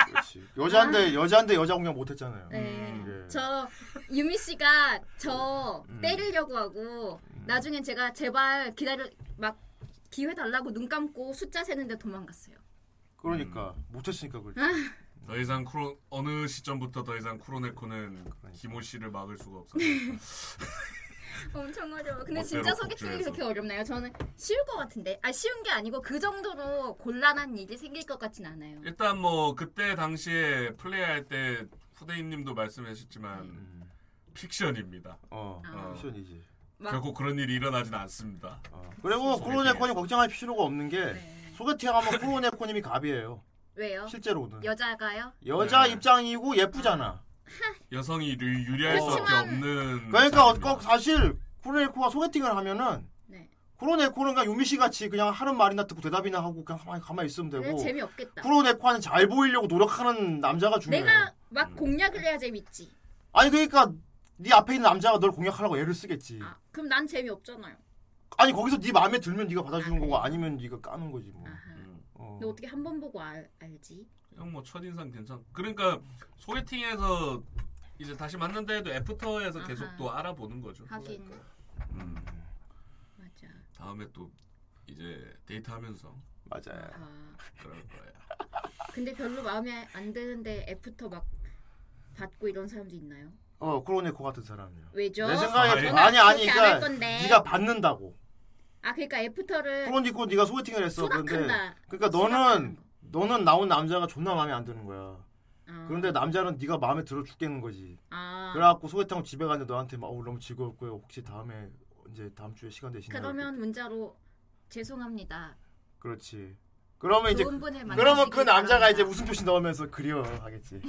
Speaker 4: 그렇지 여자인데 여자인데 여자 공략 못했잖아요 예.
Speaker 2: 아. 네. 네저 유미 씨가 저 때리려고 하고 나중엔 제가 제발 기다려 막 기회 달라고 눈 감고 숫자 세는데 도망갔어요
Speaker 4: 그러니까 못했으니까 그렇지
Speaker 7: 더 이상 쿠로, 어느 시점부터 더 이상 쿠로네코는
Speaker 4: 그러니까.
Speaker 7: 김호 씨를 막을 수가 없어요. [LAUGHS]
Speaker 2: 엄청 어려워 근데
Speaker 7: 멋대로
Speaker 2: 진짜 소개팅이
Speaker 7: 걱정해서.
Speaker 2: 그렇게 어렵나요 저는 쉬울 것 같은데 아 쉬운 게 아니고 그 정도로 곤란한 일이 생길 것 같진 않아요
Speaker 7: 일단 뭐 그때 당시에 플레이할 때 후대인님도 말씀하셨지만
Speaker 4: 음.
Speaker 7: 픽션입니다.
Speaker 4: 어
Speaker 7: 아.
Speaker 4: 미션이지
Speaker 2: 막-
Speaker 7: 결코 그런 일이 일어나진 않습니다.
Speaker 4: 어. 그리고 쿠로네코님 걱정할 필요가 없는 게
Speaker 2: 네.
Speaker 4: 소개팅 하면 쿠로네코님이 갑이에요
Speaker 2: 왜요
Speaker 4: 실제로는
Speaker 2: 어. 여자가요?
Speaker 4: 여자
Speaker 7: 네.
Speaker 4: 입장이고 예쁘잖아
Speaker 7: 여성이 유, 유리할 수밖에
Speaker 2: 그렇지만-
Speaker 7: 없는
Speaker 4: 그러니까 어,
Speaker 7: 사람입니다.
Speaker 4: 꼭 사실 쿠로네코가 소개팅을 하면은
Speaker 2: 네.
Speaker 4: 쿠로네코는 그냥 유미 씨 같이 그냥 하는 말이나 듣고 대답이나 하고 그냥 가만히, 가만히 있으면
Speaker 2: 그래,
Speaker 4: 되고
Speaker 2: 재미없겠다.
Speaker 4: 쿠로네코는 잘 보이려고 노력하는 남자가 중요해요
Speaker 2: 내가 막 공략을 해야 재밌지.
Speaker 4: 아니 그러니까 네 앞에 있는 남자가 널 공략하려고 애를 쓰겠지
Speaker 2: 아, 그럼 난 재미없잖아요.
Speaker 4: 아니 거기서 네 마음에 들면 네가 받아주는
Speaker 2: 아, 그래요?
Speaker 4: 거고 아니면 네가 까는 거지 뭐
Speaker 2: 아하.
Speaker 7: 음.
Speaker 4: 어.
Speaker 2: 근데 어떻게 한 번 보고 알, 알지?
Speaker 7: 그냥 뭐 첫인상 괜찮. 그러니까 소개팅에서 이제 다시 만난다 해도 애프터에서 계속
Speaker 2: 아하.
Speaker 7: 또 알아보는 거죠.
Speaker 2: 하긴
Speaker 6: 네.
Speaker 7: 음.
Speaker 2: 맞아.
Speaker 7: 다음에 또 이제 데이트하면서
Speaker 4: 맞아요
Speaker 2: 아,
Speaker 7: 그럴 거야.
Speaker 2: 근데 별로 마음에 안 드는데 애프터 막 받고 이런 사람도 있나요?
Speaker 4: 어 쿠로네코 같은 사람이야
Speaker 2: 왜죠?
Speaker 4: 내 생각에
Speaker 2: 저는
Speaker 4: 아니 아니
Speaker 2: 그렇게 안할
Speaker 4: 그러니까
Speaker 2: 건데.
Speaker 4: 네가 받는다고
Speaker 2: 아 그러니까 애프터를
Speaker 4: 쿠로니코 네가 소개팅을 했어 근데
Speaker 2: 수락한다.
Speaker 4: 그러니까
Speaker 2: 수락하는
Speaker 4: 너는
Speaker 2: 거.
Speaker 4: 너는 나온 남자가 존나 마음에 안 드는 거야
Speaker 2: 아,
Speaker 4: 그런데 남자는 네가 마음에 들어 죽겠는 거지
Speaker 2: 아
Speaker 4: 그래갖고 소개팅하고 집에 갔는데 너한테 막 어우 너무 즐거웠고요 혹시 다음에 이제 다음 주에 시간 되시나요
Speaker 2: 그러니까 그러면 문자로 죄송합니다.
Speaker 4: 그렇지 그러면 이제
Speaker 2: 좋은 분을 만나.
Speaker 4: 그러면 그 남자가 이제 웃음표시 넣으면서 그리워 하겠지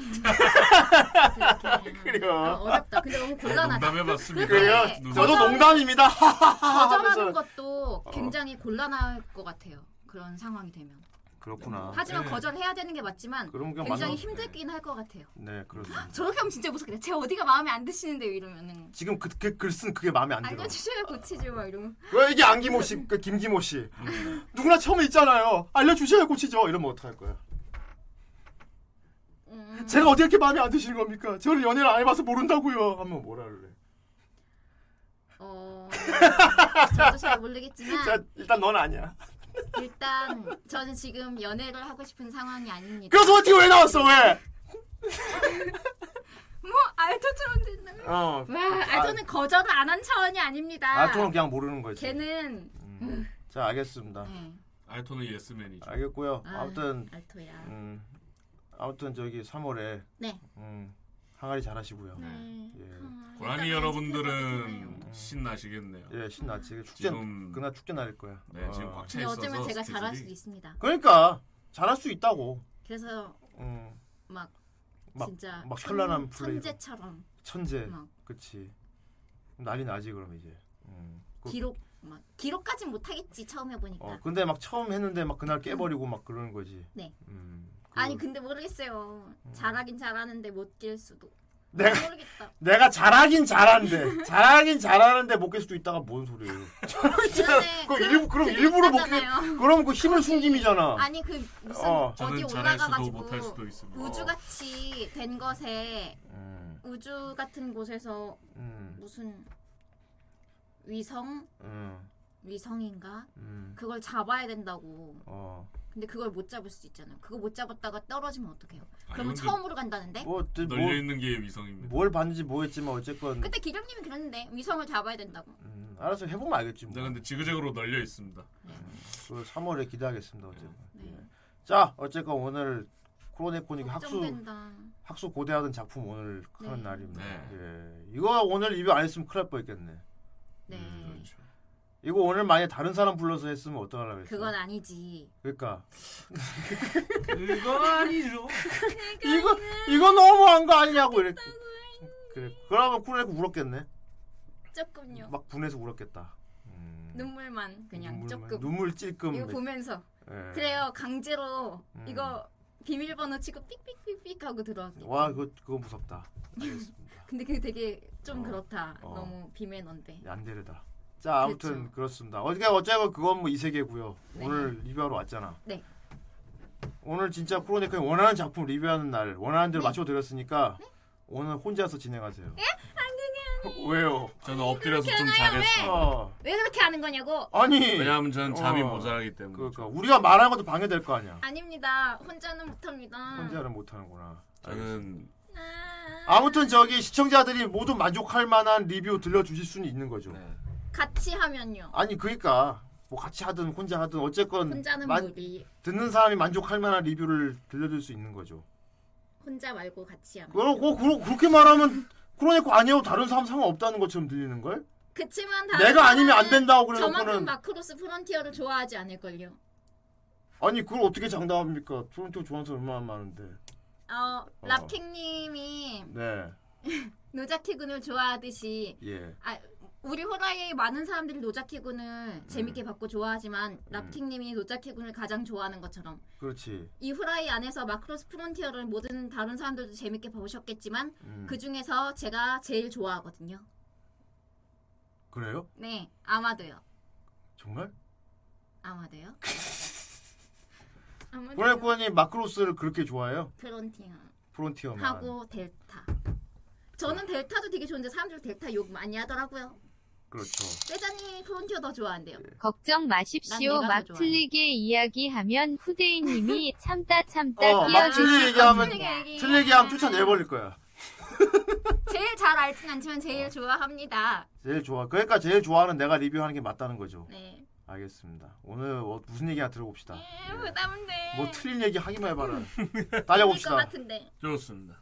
Speaker 4: [LAUGHS] 그래요.
Speaker 2: 아, 어렵다. 근데 너무 곤란하다.
Speaker 7: 농담해봤습니다.
Speaker 4: 그래요?
Speaker 2: 그렇게
Speaker 4: 저도 농담입니다 [LAUGHS]
Speaker 2: 거절하는
Speaker 4: 하면서- 어.
Speaker 2: 것도 굉장히 곤란할 것 같아요. 그런 상황이 되면.
Speaker 4: 그렇구나
Speaker 2: 하지만
Speaker 7: 네.
Speaker 2: 거절해야 되는 게 맞지만
Speaker 4: 아, 그럼 그냥
Speaker 2: 굉장히
Speaker 4: 만나면-
Speaker 2: 힘들긴 할 것 같아요.
Speaker 4: 네 그렇습니다
Speaker 2: 저렇게 하면 진짜 무섭겠다. 제가 어디가 마음에 안 드시는데요 이러면은
Speaker 4: 지금 그, 그 글쓴 그게 마음에 안
Speaker 2: 아,
Speaker 4: 들어
Speaker 2: 알려주셔야 고치지 막 이러면
Speaker 4: 왜 이게 안기모 씨, 그 김기모 씨. 누구나 처음에 있잖아요. 알려주셔야 고치죠. 이러면 어떡할 거야.
Speaker 2: 음,
Speaker 4: 제가 어떻게 이렇게 마음에 안 드시는 겁니까? 저를 연애를 안 해봐서 모른다고요. 하면 뭐라 그래. [LAUGHS]
Speaker 2: 어 저도 잘 모르겠지만
Speaker 4: 자, 일단 넌 아니야.
Speaker 2: 일단 저는 지금 연애를 하고 싶은 상황이 아닙니다.
Speaker 4: 그래서 어떻게 왜 나왔어, 왜?
Speaker 2: 뭐 알토처럼 된다면
Speaker 4: 어.
Speaker 2: 와 알토는 거절을 안 한 차원이 아닙니다.
Speaker 4: 알토는 그냥 모르는 거지.
Speaker 2: 걔는
Speaker 4: 자, 알겠습니다.
Speaker 2: 네.
Speaker 6: 알토는 예스맨이죠.
Speaker 4: 알겠고요. 아무튼
Speaker 8: 알토야.
Speaker 4: 음, 아무튼 저기 3월에
Speaker 8: 네.
Speaker 4: 음, 항아리 잘하시고요.
Speaker 8: 네.
Speaker 4: 예.
Speaker 8: 아, 이따가
Speaker 6: 고라니
Speaker 8: 생각나잖아요.
Speaker 6: 여러분들은 신나시겠네요.
Speaker 4: 예, 신났지. 축제
Speaker 6: 지금-
Speaker 4: 그날 축제 날일 거야.
Speaker 6: 네, 지금
Speaker 4: 어.
Speaker 6: 꽉 차
Speaker 8: 근데
Speaker 6: 있어서
Speaker 8: 어쩌면 제가 잘할 수도
Speaker 6: 스케줄이.
Speaker 8: 있습니다.
Speaker 4: 그러니까 잘할 수 있다고.
Speaker 8: 그래서
Speaker 4: 음,
Speaker 8: 막,
Speaker 4: 막-
Speaker 8: 진짜
Speaker 4: 막
Speaker 8: 천-
Speaker 4: 현란한 플레이로.
Speaker 8: 천재처럼
Speaker 4: 천재.
Speaker 8: 막.
Speaker 4: 그치. 난리 나지 그럼 이제. 음. 그-
Speaker 8: 기록 막 기록까진 못하겠지 처음 해보니까.
Speaker 4: 어, 근데 막 처음 했는데 막 그날 깨버리고 막 그러는 거지.
Speaker 8: 네.
Speaker 4: 음, 그-
Speaker 6: 어.
Speaker 8: 아니 근데 모르겠어요.
Speaker 6: 음.
Speaker 8: 잘하긴 잘하는데 못 깰 수도.
Speaker 4: 내가
Speaker 8: 모르겠다.
Speaker 4: 내가 잘하긴 잘한데 잘하긴 잘하는데 못 깰 수도 있다가 뭔 소리예요? [LAUGHS]
Speaker 8: 그러네.
Speaker 4: 그럼 일부 그럼
Speaker 8: 그게
Speaker 4: 일부러 못
Speaker 8: 있잖아요.
Speaker 4: 깨. 그럼 그 힘을 숨김이잖아.
Speaker 8: 아니 그 무슨
Speaker 4: 어.
Speaker 8: 어. 디
Speaker 6: 저는 잘할 수도
Speaker 8: 올라가가지고
Speaker 6: 못할 수도 있습니다.
Speaker 8: 우주같이 된 것에
Speaker 4: 음,
Speaker 8: 우주 같은 곳에서
Speaker 4: 음,
Speaker 8: 무슨 위성
Speaker 4: 음,
Speaker 8: 위성인가
Speaker 4: 음,
Speaker 8: 그걸 잡아야 된다고.
Speaker 4: 어.
Speaker 8: 근데 그걸 못 잡을 수 있잖아요. 그거 못 잡았다가 떨어지면 어떡해요?
Speaker 6: 아,
Speaker 8: 그러면
Speaker 6: 근데-
Speaker 8: 처음으로 간다는데?
Speaker 4: 뭐, 저 뭐,
Speaker 6: 널려 있는 게 위성입니다.
Speaker 4: 뭘 봤는지 모르겠지만 어쨌건
Speaker 8: 그때 기령님이 그랬는데 위성을 잡아야 된다고.
Speaker 4: 음, 알아서 해보면 알겠지
Speaker 6: 네,
Speaker 4: 뭐.
Speaker 6: 근데 지그재그로 널려 있습니다.
Speaker 4: 그 3월에 기대하겠습니다 어쨌건.
Speaker 8: 네.
Speaker 4: 예. 자 어쨌건 오늘 코로네코닉 학수
Speaker 8: 걱정된다.
Speaker 4: 학수 고대하던 작품 오늘 하는
Speaker 8: 네.
Speaker 4: 날입니다.
Speaker 6: 네.
Speaker 4: 예. 이거 오늘 리뷰 안 했으면 큰일 날 뻔했겠네.
Speaker 8: 네.
Speaker 4: 음.
Speaker 6: 그렇죠.
Speaker 4: 이거 오늘 만약 다른 사람 불러서 했으면 어떡하려고 했어.
Speaker 8: 그건 아니지.
Speaker 4: 그러니까
Speaker 6: 그건 아니죠.
Speaker 8: 그러니까
Speaker 4: 이거 이거 너무한 거
Speaker 8: 그
Speaker 4: 아니냐고 이래. 그래. 그러면 코로네코 울었겠네.
Speaker 8: 조금요.
Speaker 4: 막 분해서 울었겠다. 음.
Speaker 8: 눈물만 그냥
Speaker 4: 눈물만-
Speaker 8: 조금.
Speaker 4: 눈물 찔끔. 뭐
Speaker 8: 이거 보면서
Speaker 4: 예.
Speaker 8: 그래요 강제로
Speaker 4: 음.
Speaker 8: 이거 비밀번호 치고 삑삑삑삑 하고 들어왔어.
Speaker 4: 예. 와 그거 그거 무섭다. 알겠습니다.
Speaker 8: 근데 그게 되게 좀
Speaker 4: 어.
Speaker 8: 그렇다.
Speaker 4: 어.
Speaker 8: 너무 비매너인데.
Speaker 4: 얀데르다. 자 아무튼
Speaker 8: 그렇죠.
Speaker 4: 그렇습니다 어떻게 어쨌건 그건 뭐 이 세계고요.
Speaker 8: 네.
Speaker 4: 오늘 리뷰하러 왔잖아.
Speaker 8: 네.
Speaker 4: 오늘 진짜 크로네크의 원하는 작품 리뷰하는 날 원하는 대로
Speaker 8: 네. 예?
Speaker 4: 맞춰 드렸으니까 오늘 혼자서 진행하세요. [LAUGHS] 왜요?
Speaker 6: 저는 엎드려서 좀 잘했어요.
Speaker 4: 아,
Speaker 8: 왜 그렇게 하는 거냐고.
Speaker 4: 아니.
Speaker 6: 왜냐하면 저는 잠이
Speaker 4: 어.
Speaker 6: 모자라기 때문에.
Speaker 4: 그러니까 우리가 말하는 것도 방해될 거 아니야.
Speaker 8: 아닙니다. 혼자는 못합니다.
Speaker 4: 혼자는 못 하는구나.
Speaker 6: 저는
Speaker 8: 아,
Speaker 4: 아무튼 저기 시청자들이 모두 만족할 만한 리뷰 들려 주실 수는 있는 거죠.
Speaker 6: 네.
Speaker 8: 같이 하면요.
Speaker 4: 아니 그러니까 뭐 같이 하든 혼자 하든 어쨌건 음.
Speaker 8: 혼자는
Speaker 4: 만-
Speaker 8: 무리.
Speaker 4: 듣는 사람이 만족할 만한 리뷰를 들려줄 수 있는 거죠.
Speaker 8: 혼자 말고 같이 하면.
Speaker 4: 그럼 어, 그러, 그렇게 말하면 그러니까 아니에요 다른 사람 상관없다는 것처럼 들리는 걸?
Speaker 8: 그치만 다른
Speaker 4: 내가 아니면 안
Speaker 8: 사람은
Speaker 4: 된다고 그래놓고는
Speaker 8: 저만큼 마크로스 프론티어를 좋아하지 않을걸요.
Speaker 4: 아니 그걸 어떻게 장담합니까? 토론토 좋아하는 사람 얼마나 많은데.
Speaker 8: 어, 랍킹님이
Speaker 4: 네.
Speaker 8: 노자키군을 좋아하듯이
Speaker 4: 예.
Speaker 8: 아, 우리 호라이의 많은 사람들이 노자키군을
Speaker 4: 네.
Speaker 8: 재밌게 봤고 좋아하지만 랍킹님이 노자키군을 가장 좋아하는 것처럼
Speaker 4: 그렇지.
Speaker 8: 이 호라이 안에서 마크로스 프론티어를 모든 다른 사람들도 재밌게 보셨겠지만
Speaker 4: 음.
Speaker 8: 그 중에서 제가 제일 좋아하거든요.
Speaker 4: 그래요?
Speaker 8: 네, 아마도요.
Speaker 4: 정말?
Speaker 8: 아마도요. 아마도
Speaker 4: 브라이코님 마크로스를 그렇게 좋아해요?
Speaker 8: 프론티어.
Speaker 4: 프론티어만.
Speaker 8: 하고 델타. 저는 델타도 되게 좋은데 사람들 델타 욕 많이 하더라고요.
Speaker 4: 그렇죠.
Speaker 8: 세자님 프론티어 더 좋아한대요.
Speaker 9: 걱정 마십시오.
Speaker 8: 난 내가
Speaker 9: 막
Speaker 8: 더 좋아해.
Speaker 9: 틀리게 이야기하면
Speaker 2: [LAUGHS]
Speaker 9: 후대인님이 참다 참다
Speaker 4: 어, 막
Speaker 9: 끼어주시고
Speaker 4: 틀리게 하면
Speaker 8: 네, 틀리게 아, 얘기해.
Speaker 4: 틀리게 하면 쫓아내버릴 거야.
Speaker 8: 제일 잘 알진 않지만
Speaker 4: 어.
Speaker 8: 제일 좋아합니다.
Speaker 4: 제일 좋아. 그러니까 제일 좋아하는 내가 리뷰하는 게 맞다는 거죠.
Speaker 8: 네.
Speaker 4: 알겠습니다. 오늘 어, 무슨 얘기나 들어봅시다.
Speaker 8: 예, 부담돼.
Speaker 4: 뭐 틀린 얘기 하기만
Speaker 8: [LAUGHS]
Speaker 4: 해봐라. 달려봅시다.
Speaker 8: 것 같은데.
Speaker 6: 좋습니다.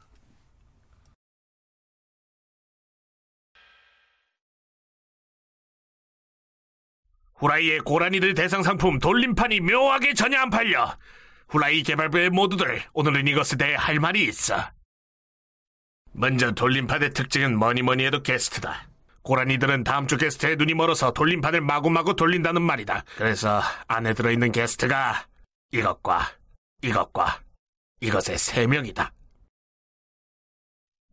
Speaker 7: 후라이의 고라니들 대상 상품 돌림판이 묘하게 전혀 안 팔려. 후라이 개발부의 모두들, 오늘은 이것에 대해 할 말이 있어. 먼저 돌림판의 특징은 뭐니 뭐니 해도 게스트다. 고라니들은 다음 주 게스트에 눈이 멀어서 돌림판을 마구마구 돌린다는 말이다. 그래서 안에 들어있는 게스트가 이것과 이것과 이것의 세 명이다.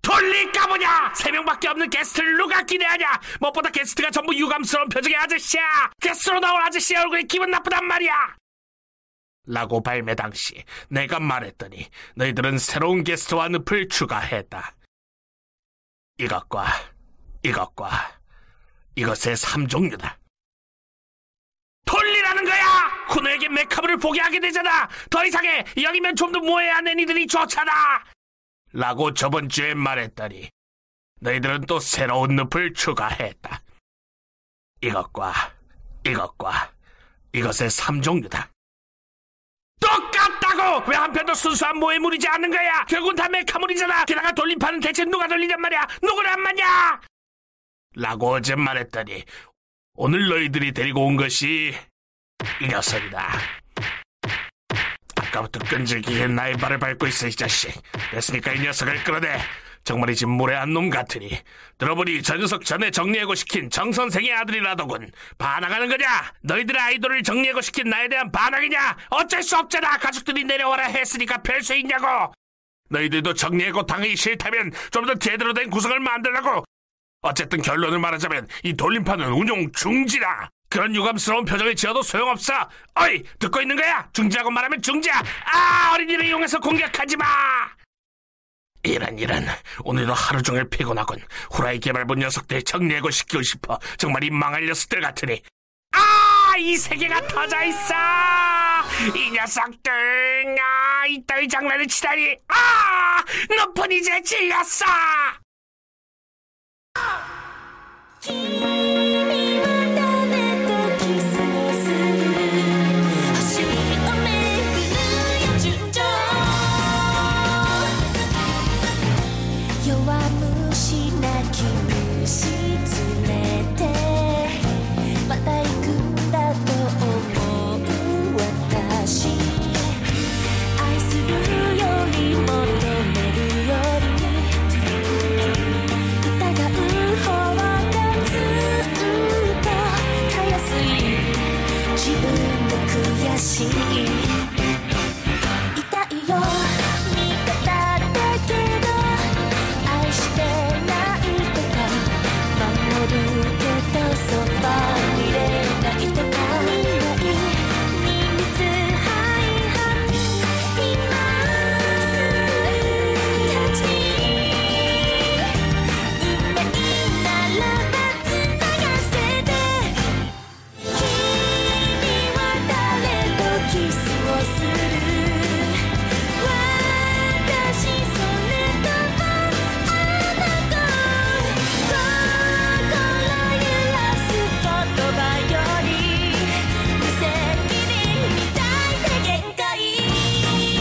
Speaker 7: 돌릴까 보냐! 세 명밖에 없는 게스트를 누가 기대하냐! 무엇보다 게스트가 전부 유감스러운 표정의 아저씨야! 게스트로 나온 아저씨의 얼굴이 기분 나쁘단 말이야! 라고 발매 당시 내가 말했더니 너희들은 새로운 게스트와 늪을 추가했다. 이것과 이것과 이것의 3종류다. 돌리라는 거야! 쿠노에게 메카브를 보게 하게 되잖아! 더 이상해! 여기면 좀 더 모해야 내 니들이 좋잖아! 라고 저번 주에 말했더니 너희들은 또 새로운 늪을 추가했다. 이것과 이것과 이것의 3종류다. 말이라고! 왜 한 편도 순수한 모해물이지 않는 거야? 결국은 다 메카물이잖아! 게다가 돌림판은 대체 누가 돌리냔 말이야? 누구란 말이야! 라고 어제 말했더니 오늘 너희들이 데리고 온 것이 이 녀석이다. 아까부터 끈질기게 나의 발을 밟고 있어 이 자식. 됐으니까 이 녀석을 끌어내. 정말이지 무례한 놈 같으니 들어보니 저 녀석 전에 정리해고 시킨 정 선생의 아들이라더군 반항하는 거냐 너희들의 아이돌을 정리해고 시킨 나에 대한 반항이냐 어쩔 수 없잖아 가족들이 내려와라 했으니까 별수 있냐고 너희들도 정리해고 당하기 싫다면 좀 더 제대로 된 구성을 만들라고 어쨌든 결론을 말하자면 이 돌림판은 운용 중지다. 그런 유감스러운 표정을 지어도 소용없어. 어이, 듣고 있는 거야? 중지하고 말하면 중지야. 아, 어린이를 이용해서 공격하지 마. 이런 이런 오늘도 하루 종일 피곤하군. 후라이 개발본 녀석들 정리해고 시키고 싶어. 정말 이 망할 녀석들 같으니. 아, 이 세계가 터져 있어. 이 녀석들, 아, 이따위 장난을 치다니. 아, 너뿐 이제 질렸어.
Speaker 2: 君は誰とキスをする星をめぐるよ純情弱虫な君し連れてまた行くんだと思う私愛するより求めるより疑う方がずっとたやすい自分が悔しい痛いよ味方だけど愛してないとか守るけどそばにいれないとかいない秘密廃反今すぐ立ち「いないならばつながせて」「君は誰とキスをする」「私それともあなた」「心揺らす言葉より」「無責任みたいで限界」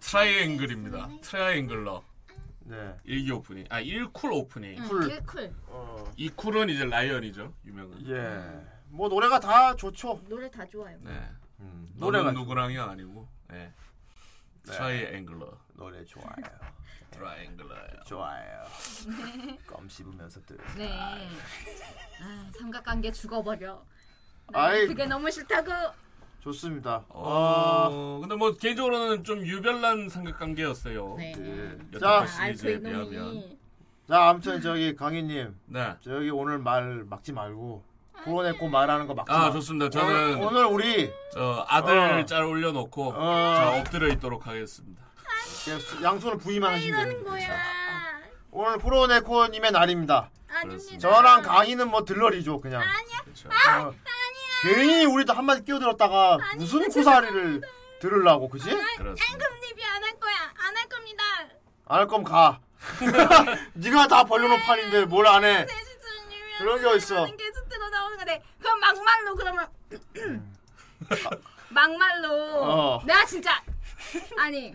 Speaker 6: 트라이앵글입니다. 트라이앵글러.
Speaker 4: 네.
Speaker 6: 일기 오프닝. 아, 일쿨
Speaker 8: 음,
Speaker 6: 오프닝.
Speaker 4: 쿨.
Speaker 8: 킬쿨
Speaker 4: 어,
Speaker 6: 이쿨은 이제 라이언이죠. 유명한.
Speaker 8: 그
Speaker 4: 예. 뭐 노래가 다 좋죠. 음,
Speaker 8: 노래 다 좋아요.
Speaker 6: 네.
Speaker 4: 노래가
Speaker 6: 노래는 누구랑이 아니고. 네. 트라이앵글러.
Speaker 4: 노래
Speaker 6: [LAUGHS]
Speaker 4: 좋아요.
Speaker 6: 트라이앵글러예요.
Speaker 4: 좋아요. 껌 씹으면서 들으
Speaker 8: 네. 아, 삼각관계 죽어버려.
Speaker 4: 아이.
Speaker 8: 나는 그게 너무 싫다고.
Speaker 4: 좋습니다. 어,
Speaker 6: 어, 근데 뭐 개인적으로는 좀 유별난 삼각관계였어요.
Speaker 8: 네.
Speaker 4: 네.
Speaker 6: 여태까지
Speaker 4: 자,
Speaker 8: 아, 알고
Speaker 6: 시리즈에
Speaker 8: 있놈이.
Speaker 6: 비하면.
Speaker 4: 자 아무튼 저기 강희님
Speaker 6: 네.
Speaker 4: 저기 오늘 말 막지 말고 토론했고 말하는 거 막지
Speaker 6: 아
Speaker 4: 말고.
Speaker 6: 좋습니다.
Speaker 4: 오늘,
Speaker 6: 저는
Speaker 4: 오늘 우리
Speaker 6: 저 아들
Speaker 4: 어.
Speaker 6: 짤 올려놓고
Speaker 4: 어.
Speaker 6: 자 엎드려 있도록 하겠습니다.
Speaker 4: 이렇게 양손을 부위만 하시면
Speaker 8: 이러는
Speaker 4: 됩니다.
Speaker 8: 거야.
Speaker 4: 오늘 코로네코님의 날입니다.
Speaker 8: 아닙니다.
Speaker 4: 저랑 강희는 뭐 들러리죠 그냥.
Speaker 6: 그렇죠.
Speaker 8: 아,
Speaker 4: 어. 괜히 우리도 한마디 끼어들었다가 무슨 고사리를 들으려고 그지?
Speaker 6: 그렇습니다.
Speaker 8: 금리비 안 할 거야. 안 할 겁니다.
Speaker 4: 안 할 거면 가. [LAUGHS] 네가 다 벌려놓은 판인데 뭘 안 해?
Speaker 8: 대수준이면
Speaker 4: 그런 게 어딨어.
Speaker 8: 계속 들어 나오는 건데 그럼 막말로 그러면 [CLEARS THROAT] 막말로
Speaker 4: 음. 어.
Speaker 8: 내가 진짜 아니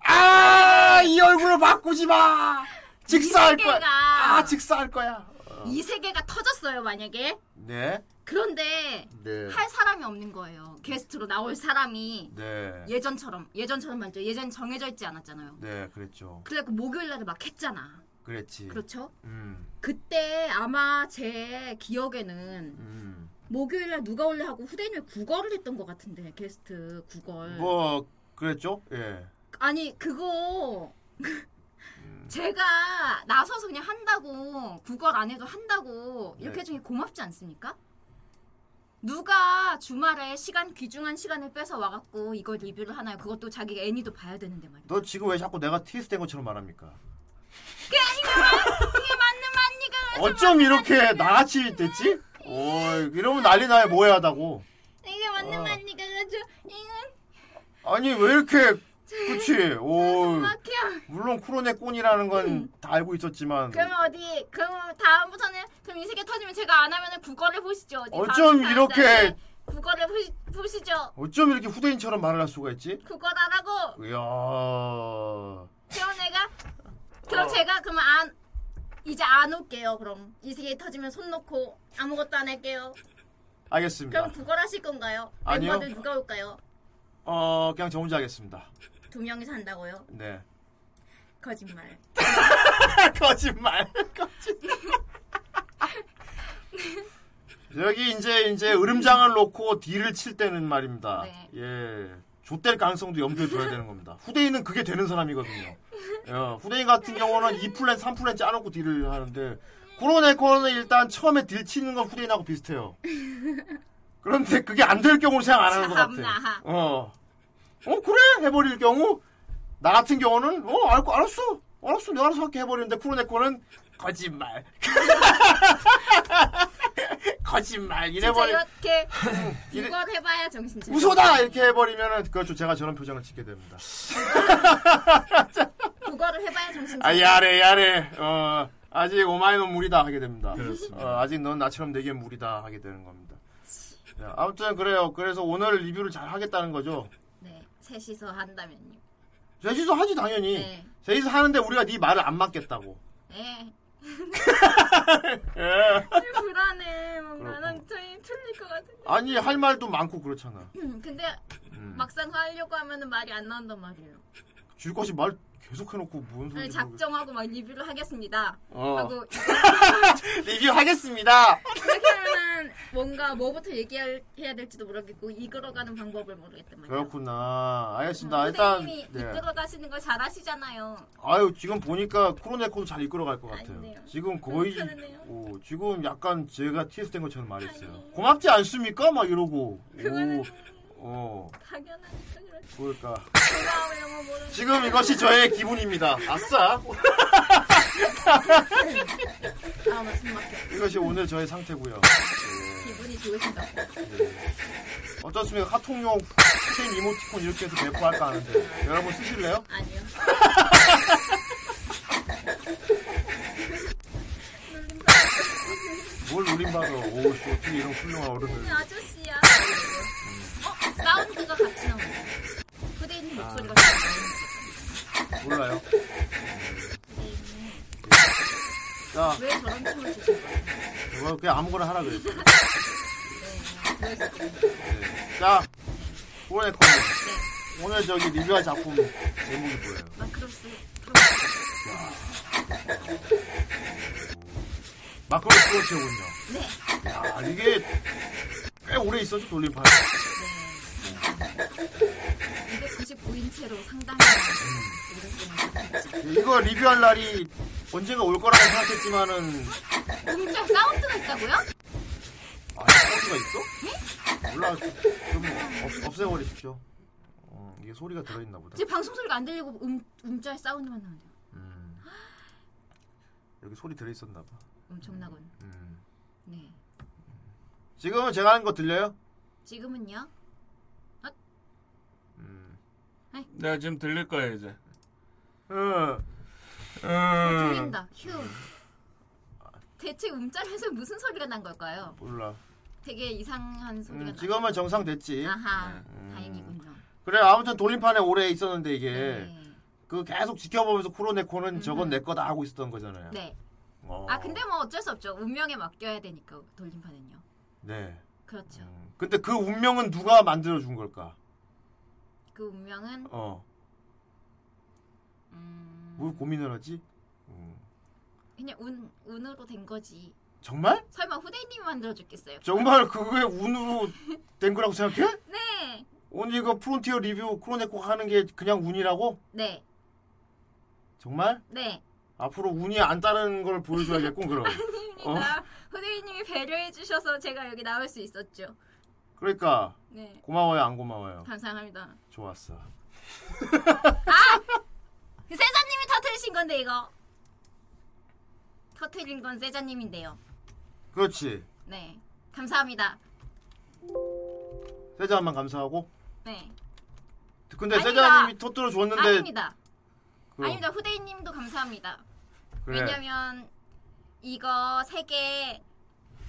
Speaker 4: 아, 이 얼굴을 바꾸지 마. 직사할
Speaker 8: 이
Speaker 4: 거야.
Speaker 8: 세계가.
Speaker 4: 아, 직사할 거야. 어.
Speaker 8: 이 세계가 터졌어요 만약에
Speaker 4: 네.
Speaker 8: 그런데
Speaker 4: 네.
Speaker 8: 할 사람이 없는 거예요 게스트로 나올 사람이
Speaker 4: 네.
Speaker 8: 예전처럼 예전처럼 말죠 예전 정해져 있지 않았잖아요
Speaker 4: 네, 그랬죠.
Speaker 8: 그래갖고 목요일 날에 막 했잖아
Speaker 4: 그랬지.
Speaker 8: 그렇죠
Speaker 4: 음.
Speaker 8: 그때 아마 제 기억에는
Speaker 4: 음.
Speaker 8: 목요일 날 누가 올래 하고 후대인을 구걸을 했던 것 같은데 게스트 구걸
Speaker 4: 뭐 그랬죠? 예.
Speaker 8: 아니 그거
Speaker 4: 음.
Speaker 8: 제가 나서서 그냥 한다고 구걸 안 해도 한다고 이렇게
Speaker 4: 네.
Speaker 8: 해주는 게 고맙지 않습니까? 누가 주말에 시간 귀중한 시간을 뺏어 와갖고 이걸 리뷰를 하나요? 그것도 자기가 애니도 봐야 되는데 말이야.
Speaker 4: 너 지금 왜 자꾸 내가 티스 된 것처럼 말합니까?
Speaker 8: 이게 맞는 말니가
Speaker 4: 어쩜 이렇게 나같이 됐지? 어이, 이러면 난리 나요 뭐 모해하다고.
Speaker 8: 이게
Speaker 4: 아.
Speaker 8: 맞는 말니까 가지고 이건
Speaker 4: 아니 왜 이렇게 그치? 오
Speaker 8: 아, 막혀.
Speaker 4: 물론 쿠로네 꼰이라는 건 다 알고 있었지만
Speaker 8: 음. 그러면 어디 그럼 다음부터는 그럼 이 세계 터지면 제가 안 하면은 국어를 보시죠. 어디
Speaker 4: 어쩜
Speaker 8: 다음
Speaker 4: 이렇게-
Speaker 8: 사람들한테 국어를 보시, 보시죠.
Speaker 4: 어쩜 이렇게 후대인처럼 말을 할 수가 있지?
Speaker 8: 국어다라고.
Speaker 4: 이야 어
Speaker 8: 그럼 내가 그럼 제가 그러면 안 이제 안 올게요. 그럼 이 세계 터지면 손 놓고 아무것도 안 할게요.
Speaker 4: 알겠습니다.
Speaker 8: 그럼 국어를 하실 건가요?
Speaker 4: 아. 아니요.
Speaker 8: 멤버들 누가 올까요?
Speaker 4: 어 그냥 저 혼자 하겠습니다.
Speaker 8: 두 명이서 한다고요?
Speaker 4: 네
Speaker 8: 거짓말.
Speaker 4: [LAUGHS] 거짓말 거짓말. 여기 이제 이제 으름장을 놓고 딜을 칠 때는 말입니다.
Speaker 8: 네.
Speaker 4: 예. 좆될 가능성도 염두에 둬야 되는 겁니다. 후대인은 그게 되는 사람이거든요. 예, 후대인 같은 경우는 2플랜, 3플랜 짜놓고 딜을 하는데 코로네코는 일단 처음에 딜 치는 건 후대인하고 비슷해요. 그런데 그게 안 될 경우를 생각 안 하는 것 같아.
Speaker 8: 참나.
Speaker 4: 어. 어 그래 해버릴 경우 나 같은 경우는 어 알고 알았어 알았어 내가 알아서 할게 해버리는데 쿠로네코는 거짓말 [LAUGHS] 거짓말
Speaker 8: 진짜
Speaker 4: 이래버리
Speaker 8: 이렇게
Speaker 4: [LAUGHS] 이래-
Speaker 8: 국어 해봐야 정신 차려.
Speaker 4: 웃어다 이렇게 해버리면은 그렇죠 제가 저런 표정을 짓게 됩니다
Speaker 8: 국어를 해봐야 정신
Speaker 4: 아
Speaker 8: 차려.
Speaker 4: 야래 야래 어 아직 오마이는 무리다 하게 됩니다
Speaker 6: 그렇습니다.
Speaker 4: 어, 아직 넌 나처럼 내게 무리다 하게 되는 겁니다 자, 아무튼 그래요 그래서 오늘 리뷰를 잘 하겠다는 거죠
Speaker 8: 네, 셋이서 한다면요.
Speaker 4: 제시도 하지 당연히
Speaker 8: 네.
Speaker 4: 제시도 하는데 우리가 네 말을 안 맞겠다고
Speaker 8: 네.
Speaker 4: 예.
Speaker 8: 불안해. 뭔가
Speaker 4: 그렇구나.
Speaker 8: 나랑 저희 틀릴 것 같은데.
Speaker 4: 아니 할 말도 많고 그렇잖아.
Speaker 8: 음, 근데 막상 하려고 하면은 말이 안 나온단 말이에요.
Speaker 4: 줄 것이 말 계속 해놓고 뭔
Speaker 8: 그래서
Speaker 4: 소리지?
Speaker 8: 작정하고 막 리뷰를 하겠습니다.
Speaker 4: 어.
Speaker 8: 하고
Speaker 4: 리뷰하겠습니다.
Speaker 8: 이렇게 하면은 뭔가 뭐부터 얘기해야 될지도 모르겠고 이끌어가는 방법을 모르겠단 말이에요.
Speaker 4: 그렇구나. 알겠습니다. 일단
Speaker 8: 아, 선생님이
Speaker 4: 네.
Speaker 8: 이끌어가시는 걸 잘하시잖아요.
Speaker 4: 아유 지금 보니까 코로네코도 잘 이끌어갈 것 같아요.
Speaker 8: 아니네요.
Speaker 4: 지금 거의
Speaker 8: 괜찮으네요.
Speaker 4: 오, 지금 약간 제가 TS 된 것처럼 말했어요. 고맙지 않습니까? 막 이러고. 오, 어
Speaker 8: 당연하니까 그렇지.
Speaker 4: 그러니까
Speaker 8: 제가 왜 영어 모르는
Speaker 4: 지금 이것이 저의 기분입니다. 아싸.
Speaker 8: 아, 무슨 막
Speaker 4: 이것이 오늘 저의 상태고요. 예.
Speaker 8: 기분이 좋으신다고.
Speaker 4: 어떻습니까? 카톡용 체인 이모티콘 이렇게 해서 배포할까 하는데 여러분 쓰실래요?
Speaker 8: 아니요.
Speaker 4: 뭘 우린받아 오씨 어떻게 이런 훌륭한 어른을
Speaker 8: 그 아저씨야. 어?
Speaker 4: 음.
Speaker 8: 사운드가 같이 나오네. 후대인
Speaker 4: 아.
Speaker 8: 목소리가 같이 나오네.
Speaker 4: 몰라요 자
Speaker 8: 왜 저런 춤을 추신 거예요?
Speaker 4: 이거 뭐, 그냥 아무거나 하라 그랬어
Speaker 8: 그래서
Speaker 4: 자 오늘 코너 오늘 저기 리뷰할 작품 제목이 뭐예요?
Speaker 8: 마크로스
Speaker 4: 마크로 스포츠군요
Speaker 8: 네.
Speaker 4: 야 이게 꽤 오래 있었죠 돌림판
Speaker 8: 네. 299인 채로 상당히 오랫동안 했죠.
Speaker 4: 이거 리뷰할 날이 언젠가 올 거라고 생각했지만은
Speaker 8: 웅짝 사운드가 있다고요?
Speaker 4: 아, 소리가 있어? 몰라. 좀 없, 없애버리십시오. 어, 이게 소리가 들어있나 보다.
Speaker 8: 지금 방송 소리가 안 들리고 음, 음짤 사운드만 나는데요.
Speaker 4: 음. 여기 소리 들어있었나 봐.
Speaker 8: 엄청나군.
Speaker 4: 음.
Speaker 8: 네.
Speaker 4: 지금은 제가 하는 거 들려요?
Speaker 8: 지금은요?
Speaker 4: 음.
Speaker 6: 내가 지금 들릴 거예요 이제.
Speaker 4: 어,
Speaker 8: 들린다. 휴. 대체 음짤에서 무슨 소리가 난 걸까요?
Speaker 4: 몰라.
Speaker 8: 되게 이상한 소리가
Speaker 4: 음,
Speaker 8: 나.
Speaker 4: 지금은 정상 됐지. 네.
Speaker 8: 아하. 다행이군요.
Speaker 4: 그래, 아무튼 돌림판에 오래 있었는데 이게
Speaker 8: 네.
Speaker 4: 그 계속 지켜보면서 쿠로네코는 저건 내 거다 하고 있었던 거잖아요.
Speaker 8: 네.
Speaker 4: 어.
Speaker 8: 아 근데 뭐 어쩔 수 없죠. 운명에 맡겨야 되니까 돌림판은요.
Speaker 4: 네.
Speaker 8: 그렇죠.
Speaker 4: 음. 근데 그 운명은 누가 만들어준 걸까?
Speaker 8: 그 운명은
Speaker 4: 어.
Speaker 8: 음,
Speaker 4: 뭘 고민을 하지? 음.
Speaker 8: 그냥 운 운으로 된 거지.
Speaker 4: 정말?
Speaker 8: 설마 후대인님이 만들어줬겠어요?
Speaker 4: 정말 그게 운으로 된 거라고 생각해?
Speaker 8: 네.
Speaker 4: 오늘 이거 프론티어 리뷰 크로네코 하는 게 그냥 운이라고?
Speaker 8: 네.
Speaker 4: 정말?
Speaker 8: 네.
Speaker 4: 앞으로 운이 안 따르는 걸 보여줘야겠군 그럼
Speaker 8: 아닙니다. 후대인님이 배려해 주셔서 제가 여기 나올 수 있었죠.
Speaker 4: 그러니까
Speaker 8: 네.
Speaker 4: 고마워요 안 고마워요 [LAUGHS]
Speaker 8: 감사합니다. 아!
Speaker 4: 좋았어
Speaker 8: 그 세자님이 터트리신 건데 이거 터트린 건 세자님인데요.
Speaker 4: 그렇지
Speaker 8: 네. 감사합니다.
Speaker 4: 세자만 감사하고.
Speaker 8: 네.
Speaker 4: 근데
Speaker 8: 아니다.
Speaker 4: 세자님이 터뜨려 줬는데.
Speaker 8: 아닙니다.
Speaker 4: 그,
Speaker 8: 아닙니다. 후대인님도 감사합니다.
Speaker 4: 그래.
Speaker 8: 왜냐면 이거 세 개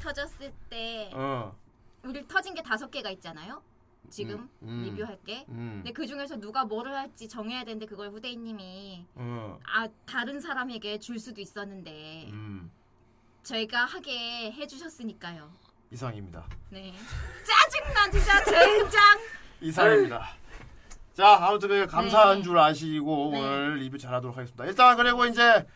Speaker 8: 터졌을 때
Speaker 4: 어.
Speaker 8: 우리 터진 게 다섯 개가 있잖아요. 지금
Speaker 4: 음, 음.
Speaker 8: 리뷰할 게.
Speaker 4: 음.
Speaker 8: 근데 그 중에서 누가 뭐를 할지 정해야 되는데 그걸 후대인님이
Speaker 4: 어.
Speaker 8: 아 다른 사람에게 줄 수도 있었는데
Speaker 4: 음.
Speaker 8: 저희가 하게 해주셨으니까요.
Speaker 4: 이상입니다.
Speaker 8: 네. 짜증나 진짜 젠장.
Speaker 4: 이상입니다. 자, 아무튼 그 감사한
Speaker 8: 네.
Speaker 4: 줄 아시고
Speaker 8: 네.
Speaker 4: 오늘 리뷰 잘하도록 하겠습니다. 일단 그리고 이제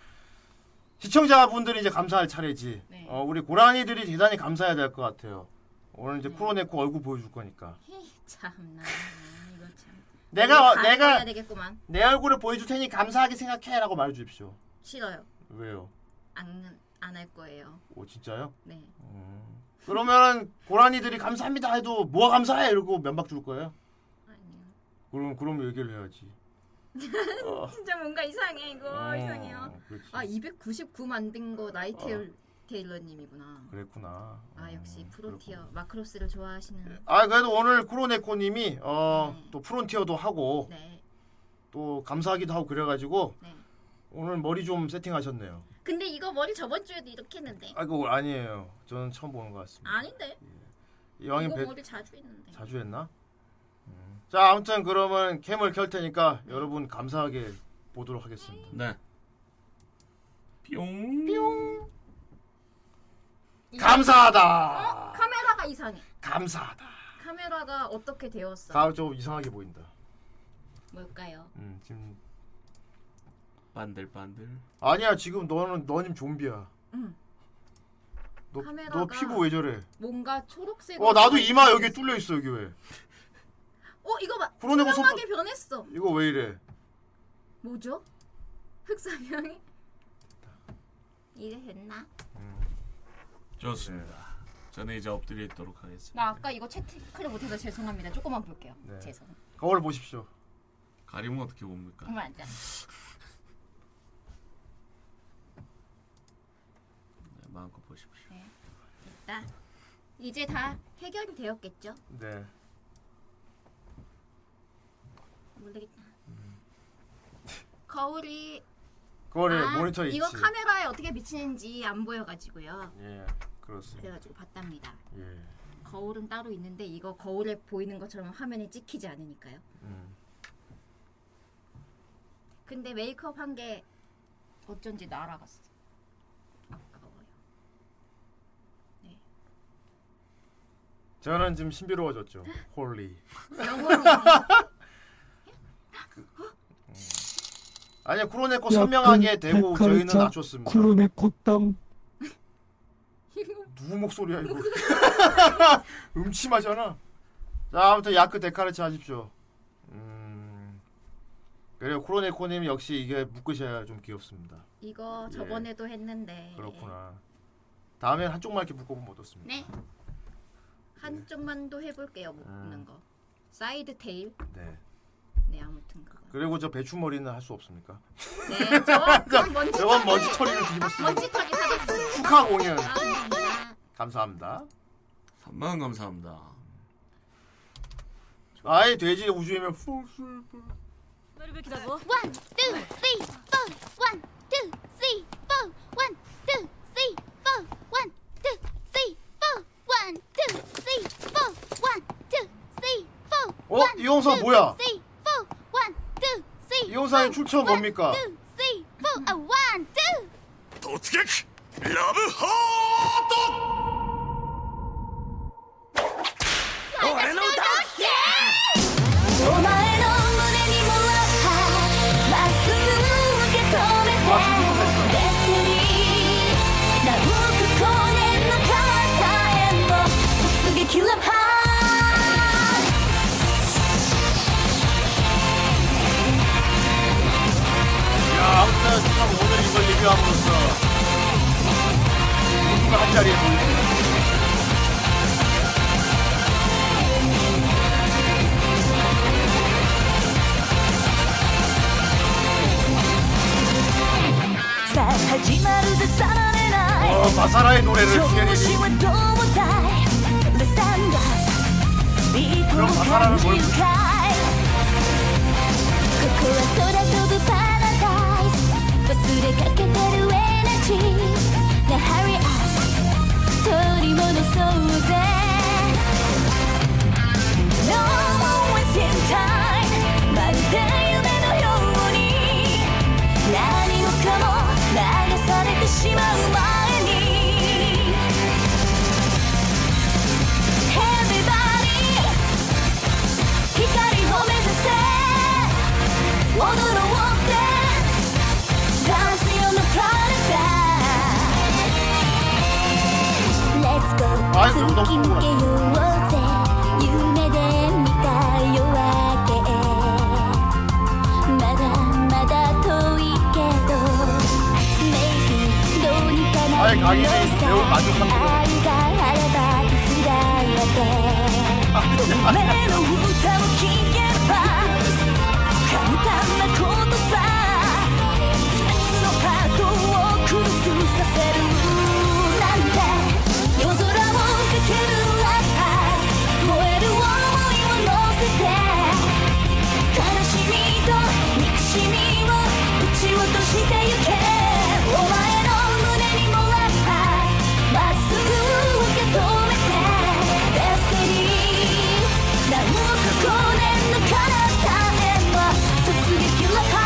Speaker 4: 시청자분들이 이제 감사할 차례지.
Speaker 8: 네.
Speaker 4: 어, 우리 고라니들이 대단히 감사해야 될 것 같아요. 오늘 이제 쿠로네코 얼굴 보여줄 거니까.
Speaker 8: 에이, 참나 이거 참.
Speaker 4: 내가 어,
Speaker 8: 이거
Speaker 4: 내가
Speaker 8: 해야 되겠구만.
Speaker 4: 내 얼굴을 보여줄 테니 감사하게 생각해라고 말해 주십시오.
Speaker 8: 싫어요.
Speaker 4: 왜요?
Speaker 8: 안안 할 거예요.
Speaker 4: 오 진짜요?
Speaker 8: 네.
Speaker 4: 그러면 고라니들이 감사합니다 해도 뭐가 감사해 이러고 면박 줄 거예요?
Speaker 8: 아니요.
Speaker 4: 그럼 그럼 얘기를 해야지. 어,
Speaker 8: 진짜 뭔가 이상해 이거
Speaker 4: 어,
Speaker 8: 이상해요.
Speaker 4: 그렇지.
Speaker 8: 아 299 만든 거 나이테일 테일러님이구나.
Speaker 4: 그랬구나.
Speaker 8: 아 역시
Speaker 4: 어. 음,
Speaker 8: 프론티어 마크로스를 좋아하시는.
Speaker 4: 아 그래도 오늘 쿠로네코님이 어, 또 프론티어도 하고
Speaker 8: 네.
Speaker 4: 또 감사하기도 하고 그래가지고
Speaker 8: 네.
Speaker 4: 오늘 머리 좀 세팅하셨네요.
Speaker 8: 근데 이거 머리 저번 주에도 이렇게 했는데.
Speaker 4: 아이고 아니에요. 저는 처음 보는 것 같습니다.
Speaker 8: 아닌데.
Speaker 4: 이왕이
Speaker 8: 이거
Speaker 4: 배-
Speaker 8: 머리 자주 했는데.
Speaker 4: 자주 했나? 음. 자 아무튼 그러면 캠을 켤 테니까
Speaker 8: 네.
Speaker 4: 여러분 감사하게 보도록 하겠습니다.
Speaker 6: 네. 뿅. 뿅.
Speaker 4: 감사하다.
Speaker 8: 카메라가 이상해.
Speaker 4: 감사하다.
Speaker 8: 카메라가 어떻게 되었어?
Speaker 4: 다음 좀 이상하게 보인다.
Speaker 8: 뭘까요?
Speaker 4: 음 지금
Speaker 6: 반들반들.
Speaker 4: 아니야 지금 너는 너님 좀비야.
Speaker 8: 음.
Speaker 4: 너, 너
Speaker 8: 카메라가-
Speaker 4: 피부 왜 저래?
Speaker 8: 뭔가 초록색.
Speaker 4: 어 나도 이마 여기 뚫려 있어 여기 왜?
Speaker 8: 어 이거 봐.
Speaker 4: 그러네, 그거
Speaker 8: 투명하게 변했어.
Speaker 4: 이거 왜 이래?
Speaker 8: 뭐죠? 흑사병이 이래 됐나?
Speaker 6: 좋습니다. 저는 이제 엎드리도록 하겠습니다.
Speaker 8: 나 아까 이거 채팅을 못해서 죄송합니다. 조금만 볼게요.
Speaker 4: 네.
Speaker 8: 죄송.
Speaker 4: 거울 보십시오.
Speaker 6: 가림은 어떻게 봅니까?
Speaker 8: 정말 안 돼.
Speaker 6: 네, 마음껏 보십시오.
Speaker 8: 나 이제 다 해결이 되었겠죠?
Speaker 4: 네.
Speaker 8: 모르겠다. 거울이
Speaker 4: 거울에
Speaker 8: 아,
Speaker 4: 모니터 있지.
Speaker 8: 이거 카메라에 어떻게 비치는지 안 보여가지고요.
Speaker 4: 예, 그렇습니다.
Speaker 8: 그래가지고 봤답니다.
Speaker 4: 예.
Speaker 8: 거울은 따로 있는데 이거 거울에 보이는 것처럼 화면에 찍히지 않으니까요.
Speaker 4: 음.
Speaker 8: 근데 메이크업 한 게 어쩐지 날아갔어. 아까워요.
Speaker 4: 저는 지금 신비로워졌죠. 홀리.
Speaker 8: 영혼이
Speaker 4: 그, 음. 아니야 쿠로네코 선명하게 대고 저희는 낮췄습니다.
Speaker 5: 쿠로네코 땅
Speaker 4: 누구 목소리야 이거? [LAUGHS] 음침하잖아. 자 아무튼 야크 데카르치 하십시오. 음. 그래요 쿠로네코님 역시 이게 묶으셔야 좀 귀엽습니다.
Speaker 8: 네. 이거 저번에도 했는데
Speaker 4: 예. 그렇구나. 다음엔 한쪽만 이렇게 묶어보면 어떻습니까?
Speaker 8: 네 한쪽만 더 해볼게요 묶는
Speaker 4: 음.
Speaker 8: 거 사이드 테일
Speaker 4: 네.
Speaker 8: 네 아무튼 그거
Speaker 4: 그리고 저 배추머리는 할 수 없습니까?
Speaker 8: 네저 그럼 먼지
Speaker 4: 저건 먼지 처리를 뒤집었습니다.
Speaker 8: 먼지 털이 사라지고
Speaker 4: 축하 공연 어, 감사합니다.
Speaker 8: 감사합니다
Speaker 6: 3만 원 감사합니다.
Speaker 4: 아예 돼지 우주이면 풀풀
Speaker 1: One, two, three, four. One, two, three, four. One, two, three, four. One, two, three, four. One, two, three, four. One, two, three, four.
Speaker 4: 어? 이 영상 뭐야?
Speaker 1: Three, four. One, two, three.
Speaker 4: 이 영상의 출처가 뭡니까?
Speaker 1: One, two, three, four. Uh, one, two.
Speaker 7: 突撃ラブハート俺の歌
Speaker 2: お前の胸にもあったまっすぐ受け止めてデスティニー何億光年の彼方への突撃ラブハート
Speaker 4: 야 아무튼 참 오늘 이걸 리뷰함으로써 모두가 한자리에 모이네
Speaker 2: さあ始まるぜさられない
Speaker 4: 어 마사라의 노래를
Speaker 2: 今日
Speaker 4: 피아니
Speaker 2: の星はどうだい
Speaker 4: 사람을 뭘
Speaker 1: ここは空飛ぶパラダイス忘れかけてるエナジーね Hurry up 取り戻そうぜ No more wasting time まるで夢のように何もかも流されてしまう前に Everybody 光を目指せ踊ろうぜダンス用のプラネ
Speaker 4: はい
Speaker 1: ット Let's go 突き抜けようぜ夢で見た夜明けまだまだ遠いけど Maybe どうにかなるのさ
Speaker 4: はい鍵で매우
Speaker 1: 愛が
Speaker 4: 만족합니다
Speaker 1: あればいつだって
Speaker 4: 아,
Speaker 1: 夢の歌を聴けば簡単なことさ
Speaker 4: 진짜.
Speaker 1: 別のパートをクロスさせるなんて夜空を駆けるラッパ燃える想いを乗せて悲しみと憎しみを撃ち落としてゆけお前の胸にもラッパまっすぐ受け止めてデスティニー何億光年の彼方へは突撃ラッパー突撃ラッパー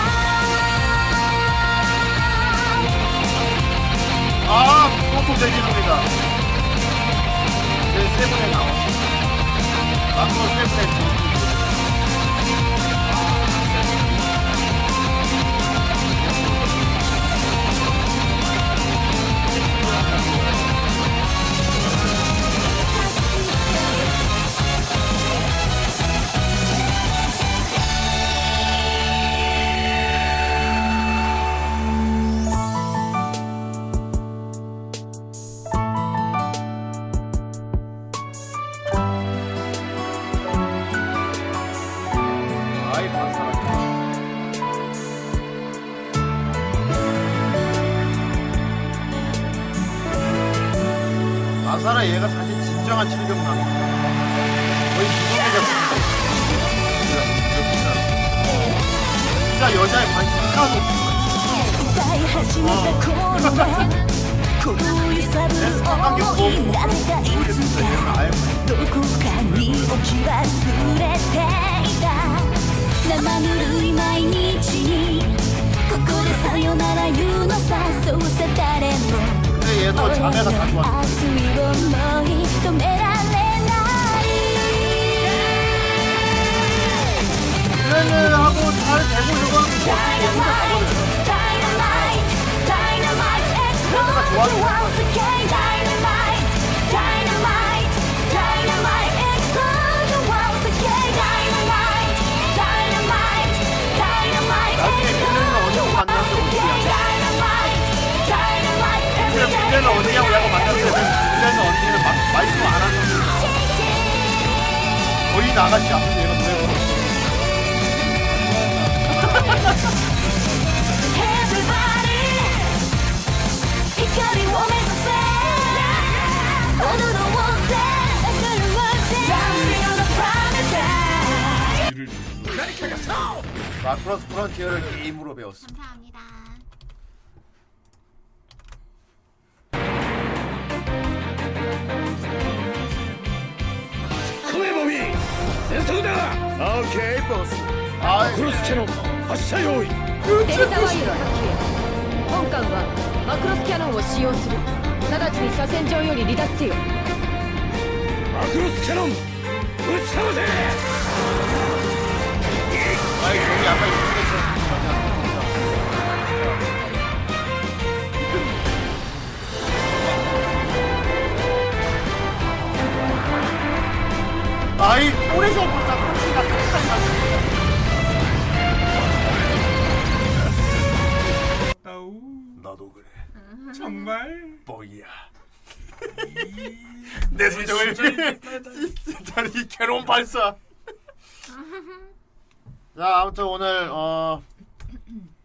Speaker 4: 아, 보통 대기입니다. 네, 세 분에 나와. 앞으로 세 분에 나와. 아이, 감사합니다. 마사라 얘가 사실 진정한 체격남이야. 거의 무슨 진짜 그러니까 여자에 관심 하나도 없어.
Speaker 1: 歌い始めた頃は狂い去る想いなぜかいつか
Speaker 4: 아예
Speaker 1: どこかに置き忘れていた生ぬるい毎日にここでさよなら言うのさそうさ誰も
Speaker 4: 근데 얘도 자매가 다 좋아.
Speaker 1: 熱い想い止められない
Speaker 4: 그래는 하고 잘 되고 이러고 하면 뭐 얘기가 나거든.
Speaker 1: Dynamite, dynamite, explode
Speaker 4: 좋아하는
Speaker 1: once again. Dynamite, dynamite, dynamite, explode once again. Dynamite, dynamite, dynamite,
Speaker 4: 나중에 그들은 어디서
Speaker 1: explode
Speaker 4: 만나서
Speaker 1: once again. Dynamite, dynamite, every
Speaker 4: 그래
Speaker 1: day,
Speaker 4: 문제는
Speaker 1: every
Speaker 4: 어디냐고
Speaker 1: night,
Speaker 4: 내가 만났을
Speaker 1: every
Speaker 4: 때 문제는 어디냐고 마- 말도 안 하는 거의 나같이 아픈 얘가 노래 부르고
Speaker 1: Everybody 光を目指せ踊ろうぜダンス用のプラネタ
Speaker 4: 아, 마크로스 프론티어를 게임으로 배웠습니다
Speaker 2: 감사합니다.
Speaker 4: 네, 아 그렇지
Speaker 8: デルタワイヤー発見本艦はマクロスキャノンを使用する直ちに車線上より離脱せよ
Speaker 4: 아이 여기 아까 이렇게 아이 오래서 보다 동시가 끝까지 갔어
Speaker 6: 따우
Speaker 4: 나도 그래
Speaker 6: 정말
Speaker 4: 뻥이야. [LAUGHS] 내 수정을 다리 괴로운 발사. [LAUGHS] 자 아무튼 오늘 어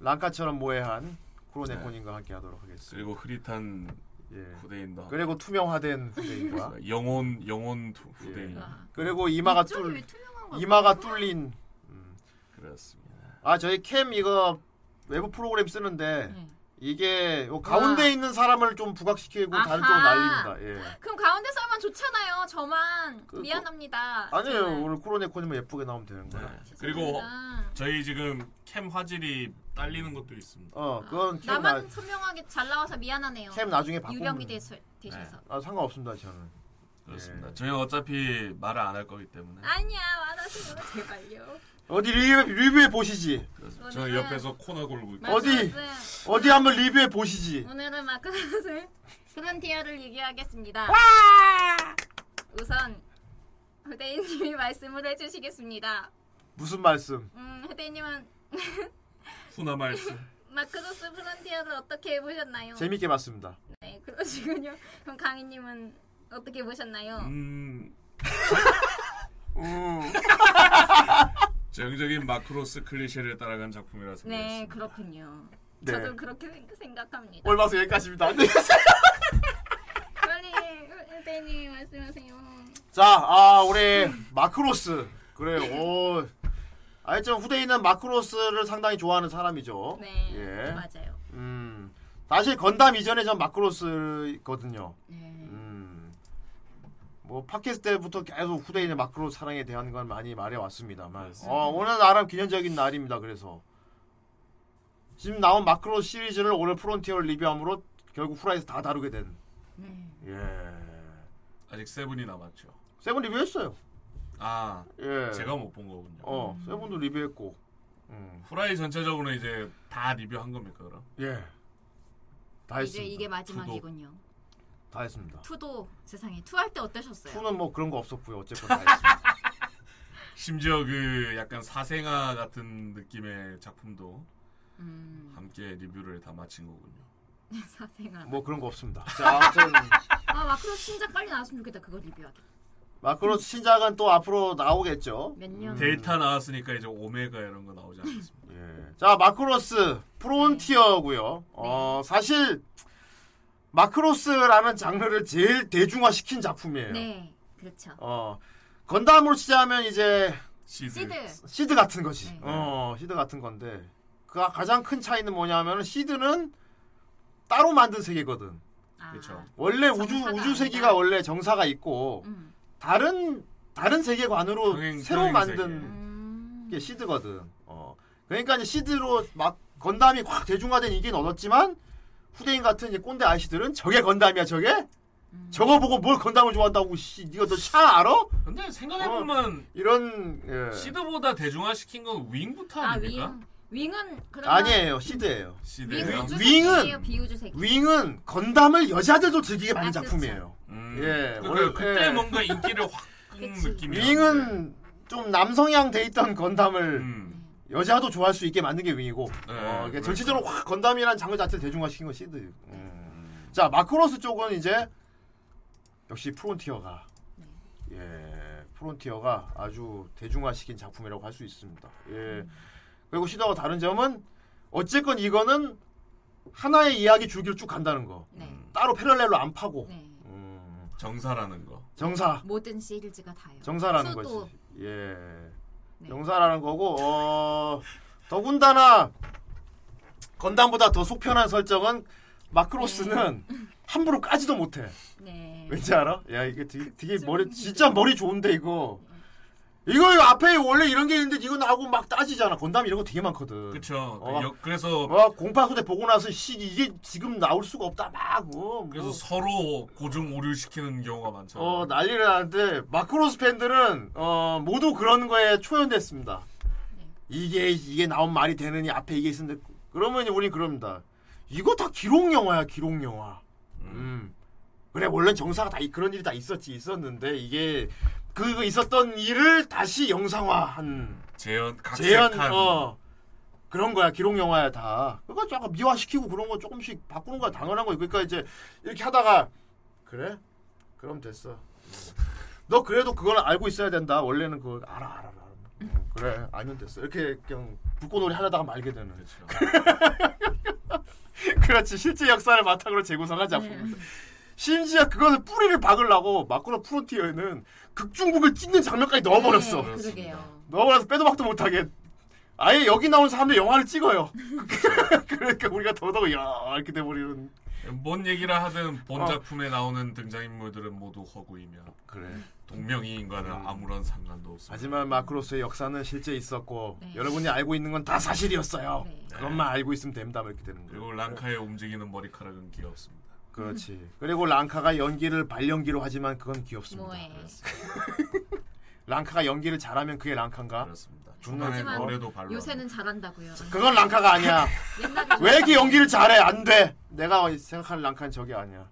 Speaker 4: 랑카처럼 모해한 쿠로네코님과 함께하도록 하겠습니다.
Speaker 6: 그리고 흐릿한
Speaker 4: 예.
Speaker 6: 후대인다
Speaker 4: 그리고
Speaker 6: [LAUGHS]
Speaker 4: 투명화된 후대인과
Speaker 6: 영혼 영혼 두- 후대인
Speaker 4: 예. 그리고 이마가 뚫
Speaker 8: 투명한
Speaker 4: 이마가 뚫린.
Speaker 6: 그렇습니다.
Speaker 4: 아 저희 캠 이거 외부 프로그램 쓰는데
Speaker 10: 네.
Speaker 4: 이게 요 가운데
Speaker 8: 와.
Speaker 4: 있는 사람을 좀 부각시키고 다른 쪽으로
Speaker 8: 아. 아하.
Speaker 4: 날립니다. 예.
Speaker 8: 그럼 가운데 썰만 좋잖아요. 저만
Speaker 4: 그,
Speaker 8: 미안합니다.
Speaker 4: 아니에요.
Speaker 8: 정말.
Speaker 4: 오늘 코로네코님은 뭐 예쁘게 나오면 되는 거야.
Speaker 8: 아,
Speaker 6: 그리고
Speaker 8: 죄송합니다.
Speaker 6: 저희 지금 캠 화질이 딸리는 것도 있습니다.
Speaker 4: 어, 그건 캠,
Speaker 8: 나만
Speaker 4: 나,
Speaker 8: 선명하게 잘 나와서 미안하네요.
Speaker 4: 캠 나중에 바꾸면.
Speaker 8: 유령이 되셔- 되셔서.
Speaker 4: 아, 상관없습니다, 저는.
Speaker 6: 네, 그렇습니다.
Speaker 4: 예.
Speaker 6: 저희는 어차피 말을 안 할 거기 때문에
Speaker 8: 아니야, 말하지 마 제발요.
Speaker 4: 어디 리뷰, 리뷰해 보시지.
Speaker 6: 그렇습니다. 저는 옆에서 코너 골고 있고
Speaker 4: 어디?
Speaker 8: 말씀하신-
Speaker 4: 어디 한번 리뷰해 보시지.
Speaker 8: 네. 오늘은 [LAUGHS] 마카로스 그란티아를 얘기하겠습니다. 우선 후대인님이 말씀을 해주시겠습니다.
Speaker 4: 무슨 말씀?
Speaker 8: 음, 후대인님은
Speaker 6: 훈화 말씀.
Speaker 8: 마크로스 프론티어를 어떻게 보셨나요?
Speaker 4: 재밌게 봤습니다.
Speaker 8: 네, 그러시군요. 그럼 강희님은 어떻게 보셨나요?
Speaker 6: [LAUGHS] 음,
Speaker 4: 음.
Speaker 6: 정적인 마크로스 클리셰를 따라간 작품이라 생각했습니다.
Speaker 8: 네, 그렇군요.
Speaker 4: 네.
Speaker 8: 저도 그렇게 생- 생각합니다.
Speaker 4: 오늘 방송 여기까지입니다. 안녕히
Speaker 8: [LAUGHS]
Speaker 4: 계세요.
Speaker 8: 빨리 후대인님 말씀하세요.
Speaker 4: 자, 아, 우리 마크로스. 그래, 오. 알죠? 후대인은 마크로스를 상당히 좋아하는 사람이죠.
Speaker 8: 네,
Speaker 4: 예.
Speaker 8: 맞아요.
Speaker 4: 음. 사실 건담 이전에 전 마크로스거든요.
Speaker 8: 네.
Speaker 4: 음. 뭐 팟캐스트 때부터 계속 후대인의 마크로 사랑에 대한 건 많이 말해왔습니다만
Speaker 6: 맞습니다.
Speaker 4: 어, 오늘 나름 기념적인 날입니다. 그래서 지금 나온 마크로 시리즈를 오늘 프론티어를 리뷰함으로 결국 후라이에서 다 다루게 된 예.
Speaker 6: 아직 세븐이 남았죠.
Speaker 4: 세븐 리뷰했어요.
Speaker 6: 아,
Speaker 4: 예.
Speaker 6: 제가 못 본 거군요.
Speaker 4: 어 세븐도 리뷰했고 음.
Speaker 6: 후라이 전체적으로 이제 다 리뷰한 겁니까 그럼?
Speaker 4: 예. 다
Speaker 10: 이제
Speaker 4: 했습니다.
Speaker 10: 이게 마지막이군요.
Speaker 4: 다 했습니다.
Speaker 10: 투도 세상에 투 할 때 어떠셨어요?
Speaker 4: 투는 뭐 그런 거 없었고요. 어쨌건 다 했습니다.
Speaker 6: 심지어 그 약간 사생아 같은 느낌의 작품도
Speaker 8: [LAUGHS]
Speaker 10: 음,
Speaker 6: 함께 리뷰를 다 마친 거군요.
Speaker 10: 사생아.
Speaker 4: 뭐 그런 거 없습니다. 자, 아무튼
Speaker 10: 아 마크로 신작 빨리 나왔으면 좋겠다. 그거 리뷰하기.
Speaker 4: 마크로 신작은 또 앞으로 나오겠죠.
Speaker 10: 몇 년?
Speaker 6: 데이터 나왔으니까 이제 오메가 이런 거 나오지 않겠습니까?
Speaker 4: 예. 자, 마크로스 프론티어고요. 어,
Speaker 10: 네.
Speaker 4: 사실 마크로스라는 장르를 제일 대중화시킨 작품이에요.
Speaker 10: 네, 그렇죠.
Speaker 4: 어, 건담으로 치자면 이제
Speaker 6: 시드.
Speaker 10: 시드.
Speaker 4: 네. 시드 같은 거지.
Speaker 10: 네.
Speaker 4: 어, 시드 같은 건데 그 가장 큰 차이는 뭐냐면 시드는 따로 만든 세계거든.
Speaker 10: 아,
Speaker 6: 그렇죠.
Speaker 4: 원래 우주
Speaker 10: 정사가
Speaker 4: 우주 세계가
Speaker 10: 아니라.
Speaker 4: 원래 정사가 있고
Speaker 10: 음.
Speaker 4: 다른 다른 세계관으로
Speaker 6: 평행-
Speaker 4: 새로
Speaker 6: 평행
Speaker 4: 만든
Speaker 6: 세계.
Speaker 10: 음.
Speaker 4: 이게 시드거든. 어. 그러니까 이제 시드로 막 건담이 확 대중화된 이긴 얻었지만 후대인 같은 이제 꼰대 아이씨들은 저게 건담이야 저게?
Speaker 10: 음.
Speaker 4: 저거 보고 뭘 건담을 좋아한다고 씨 니가 너샤 알아?
Speaker 6: 근데
Speaker 4: 어.
Speaker 6: 생각해보면
Speaker 4: 이런 예.
Speaker 6: 시드보다 대중화시킨 건 윙부터
Speaker 10: 아
Speaker 6: 아닙니까?
Speaker 10: 윙. 윙은 그러면
Speaker 4: 아니에요 시드예요.
Speaker 6: 시드.
Speaker 10: 윙 우주
Speaker 4: 아, 윙은-
Speaker 10: 세계예요. 비우주 세계.
Speaker 4: 윙은 건담을 여자들도 즐기게 만든
Speaker 10: 아, 그렇죠.
Speaker 4: 작품이에요.
Speaker 6: 음.
Speaker 4: 예,
Speaker 6: 그러니까
Speaker 4: 원래-
Speaker 6: 그때
Speaker 4: 예.
Speaker 6: 뭔가 인기를
Speaker 10: [LAUGHS]
Speaker 6: 확 끈
Speaker 10: 그치.
Speaker 6: 느낌이.
Speaker 4: 윙은 좀 남성향 돼 있던 건담을
Speaker 6: 네. 음.
Speaker 4: 여자도 좋아할 수 있게 만든 게 윙이고
Speaker 6: 네,
Speaker 4: 어, 이게
Speaker 6: 그렇죠.
Speaker 4: 전체적으로 확 건담이라는 장르 자체를 대중화시킨 건 시드. 음. 자 마크로스 쪽은 이제 역시 프론티어가 예 프론티어가 아주 대중화시킨 작품이라고 할 수 있습니다. 예 그리고 시드와 다른 점은 어쨌건 이거는 하나의 이야기 줄기로 쭉 간다는 거
Speaker 10: 네.
Speaker 4: 따로 패럴렐로 안 파고
Speaker 10: 네.
Speaker 4: 음,
Speaker 6: 정사라는 거.
Speaker 4: 정사
Speaker 10: 모든 시리즈가 다요.
Speaker 4: 정사라는
Speaker 10: 수도.
Speaker 4: 거지. 예.
Speaker 10: 네.
Speaker 4: 정사라는 거고 어 더군다나 건담보다 더 속편한 설정은 마크로스는 함부로 까지도 못해.
Speaker 10: 네.
Speaker 4: 왠지 알아? 야 이게 되게, 되게 머리 진짜 머리 좋은데 이거. 이거 앞에 원래 이런 게 있는데 이거 나하고 막 따지잖아. 건담 이런 거 되게 많거든.
Speaker 6: 그쵸. 그
Speaker 4: 어.
Speaker 6: 역- 그래서
Speaker 4: 와 공파 후대 보고 나서 씨 이게 지금 나올 수가 없다 막. 어, 뭐.
Speaker 6: 그래서 서로 고정 오류 시키는 경우가 많잖아요.
Speaker 4: 어 난리를 하는데 마크로스 팬들은 어 모두 그런 거에 초연됐습니다.
Speaker 6: 네.
Speaker 4: 이게 이게 나온 말이 되느니 앞에 이게 있는데 그러면 이제 우린 그럽니다. 이거 다 기록 영화야 기록 영화. 음. 그래 원래 정사가 다 이- 그런 일이 다 있었지 있었는데 이게 그 있었던 일을 다시 영상화한
Speaker 6: 재현
Speaker 4: 재현
Speaker 6: 각색한
Speaker 4: 어 그런 거야 기록 영화야 다 그거 약간 미화시키고 그런 거 조금씩 바꾸는 거야 당연한 거야 그러니까 이제 이렇게 하다가 그래 그럼 됐어 너 그래도 그걸 알고 있어야 된다 원래는 그거 알아 알아 알아 어, 그래 알면 됐어 이렇게 그냥 불꽃놀이 하려다가 말게 되는 [LAUGHS]
Speaker 6: 그렇죠.
Speaker 8: 네.
Speaker 4: 그렇지 실제 역사를 바탕으로 재구성한 작품입니다 심지어 그것을 뿌리를 박으려고 마크로 프론티어에는 극중국을 찍는 장면까지 넣어버렸어.
Speaker 8: 네, 그러게요.
Speaker 4: 넣어버려서 빼도 박도 못하게 아예 여기 나오는 사람들 영화를 찍어요. 그러니까 우리가 더더욱 야 이렇게 돼버리는
Speaker 6: 뭔 얘기라 하든 본
Speaker 4: 어.
Speaker 6: 작품에 나오는 등장인물들은 모두 허구이며
Speaker 4: 그래.
Speaker 6: 동명이인과는
Speaker 4: 음.
Speaker 6: 아무런 상관도 없습니다.
Speaker 4: 하지만 마크로스의 역사는 실제 있었고
Speaker 8: 네.
Speaker 4: 여러분이 알고 있는 건 다 사실이었어요.
Speaker 8: 네.
Speaker 4: 그것만 알고 있으면 됩니다. 뭐 이렇게 되는 거예요.
Speaker 6: 그리고 랑카의 움직이는 머리카락은 귀엽습니다.
Speaker 4: 그렇지. 그리고 랑카가 연기를 발연기로 하지만 그건 귀엽습니다.
Speaker 8: 뭐해.
Speaker 4: 랑카가 연기를 잘하면 그게 랑카인가?
Speaker 6: 그렇습니다.
Speaker 4: 중간에
Speaker 6: 중간에 노래도 발로.
Speaker 8: 요새는 잘한다고요.
Speaker 4: 그건 랑카가 아니야.
Speaker 8: 옛날에
Speaker 4: 왜 이렇게 연기를 잘해? 안 돼. 내가 생각하는 랑카는 저게 아니야.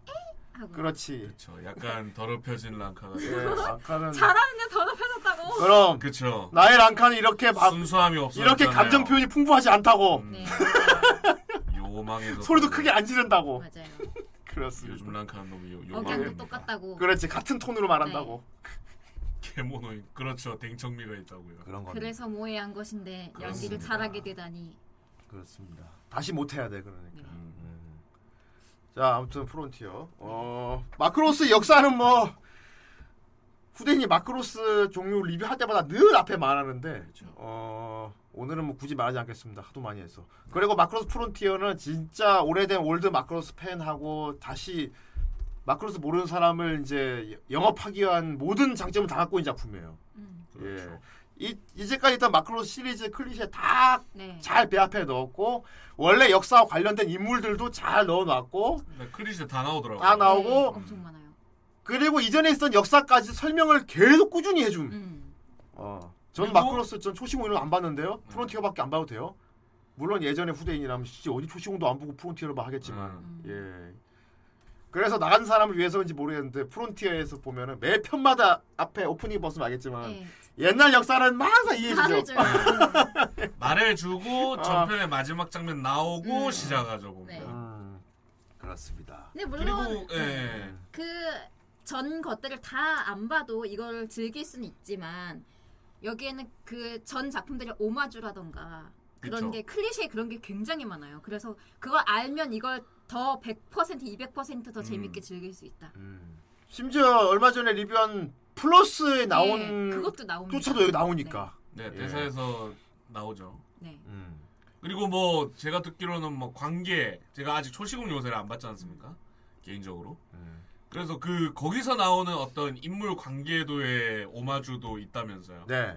Speaker 8: 하고.
Speaker 4: 그렇지.
Speaker 6: 그렇죠. 약간 더럽혀진 네, 랑카가.
Speaker 4: 예, 랑카는
Speaker 11: 잘하는데 더럽혀졌다고.
Speaker 4: 그럼
Speaker 6: 그렇죠.
Speaker 4: 나의 랑카는 이렇게 막
Speaker 6: 순수함이 없어.
Speaker 4: 아, 이렇게 감정 표현이 풍부하지 않다고
Speaker 8: 네,
Speaker 6: 음.
Speaker 8: [LAUGHS]
Speaker 6: 요망해서.
Speaker 4: 소리도 크게 안 지른다고.
Speaker 8: 맞아요.
Speaker 4: 그렇습니다.
Speaker 6: 요즘 랑카는 너무 요-
Speaker 8: 억양도
Speaker 6: 요망해. [LAUGHS]
Speaker 8: 똑같다고.
Speaker 4: 그렇지 같은 톤으로 말한다고.
Speaker 6: 개모노인. 그렇죠. 댕청미가 있다고요.
Speaker 4: 그런 거.
Speaker 8: 그래서 모해한 것인데 연기를
Speaker 4: 그렇습니다.
Speaker 8: 잘하게 되다니.
Speaker 4: 그렇습니다. 다시 못 해야 돼 그러니까.
Speaker 8: 네.
Speaker 4: 자 아무튼 프론티어. 어 마크로스 역사는 뭐 후대인이 마크로스 종류 리뷰할 때마다 늘 앞에 말하는데 어 오늘은 뭐 굳이 말하지 않겠습니다. 하도 많이 해서. 그리고 마크로스 프론티어는 진짜 오래된 올드 마크로스 팬하고 다시 마크로스 모르는 사람을 이제 영업하기 위한 모든 장점을 다 갖고 있는 작품이에요.
Speaker 8: 음,
Speaker 4: 예. 이, 이제까지 있던 마크로스 시리즈 클리셰 다
Speaker 8: 네.
Speaker 4: 잘 배합해 넣었고 원래 역사와 관련된 인물들도 잘 넣어놨고
Speaker 6: 나 크리스 다 음. 나오더라고.
Speaker 4: 다
Speaker 8: 네,
Speaker 4: 나오고
Speaker 8: 엄청 많아요.
Speaker 4: 그리고 이전에 있었던 역사까지 설명을 계속 꾸준히 해줌.
Speaker 8: 음.
Speaker 4: 어. 저는
Speaker 6: 그리고-
Speaker 4: 마크로스 전 초시공 이런 거안 봤는데요. 프론티어밖에 안 봐도 돼요. 물론 예전에 후대인이라면 씨 어디 초시공도 안 보고 프론티어로만 하겠지만
Speaker 6: 음.
Speaker 4: 예. 그래서 나간 사람을 위해서인지 모르겠는데 프론티어에서 보면은 매 편마다 앞에 오프닝 벗으면 알겠지만
Speaker 8: 네.
Speaker 4: 옛날 역사는 항상 이해해주죠.
Speaker 8: 말을
Speaker 4: [LAUGHS]
Speaker 8: 줘요.
Speaker 6: 말해주고
Speaker 4: 아.
Speaker 6: 전편의 마지막 장면 나오고
Speaker 8: 음.
Speaker 6: 시작하죠 봅니다.
Speaker 4: 음, 그렇습니다.
Speaker 8: 근데 물론
Speaker 6: 그리고 예.
Speaker 8: 그 전 것들을 다 안 봐도 이걸 즐길 수는 있지만 여기에는 그 전 작품들의 오마주라던가 그런
Speaker 6: 그쵸.
Speaker 8: 게 클리셰 그런 게 굉장히 많아요. 그래서 그걸 알면 이걸 더 100%, 200%더 재밌게 즐길 수 있다.
Speaker 4: 음. 심지어 얼마 전에 리뷰한 플러스에
Speaker 8: 네,
Speaker 4: 나온
Speaker 8: 그것도 나옵니다.
Speaker 4: 조차도 여기 나오니까.
Speaker 6: 네
Speaker 4: 예.
Speaker 6: 대사에서 나오죠.
Speaker 8: 네. 네.
Speaker 4: 음.
Speaker 6: 그리고 뭐 제가 듣기로는 뭐 관계 제가 아직 초시공 요새를 안 봤지 않습니까? 개인적으로.
Speaker 4: 음.
Speaker 6: 그래서 그 거기서 나오는 어떤 인물 관계도의 오마주도 있다면서요.
Speaker 4: 네,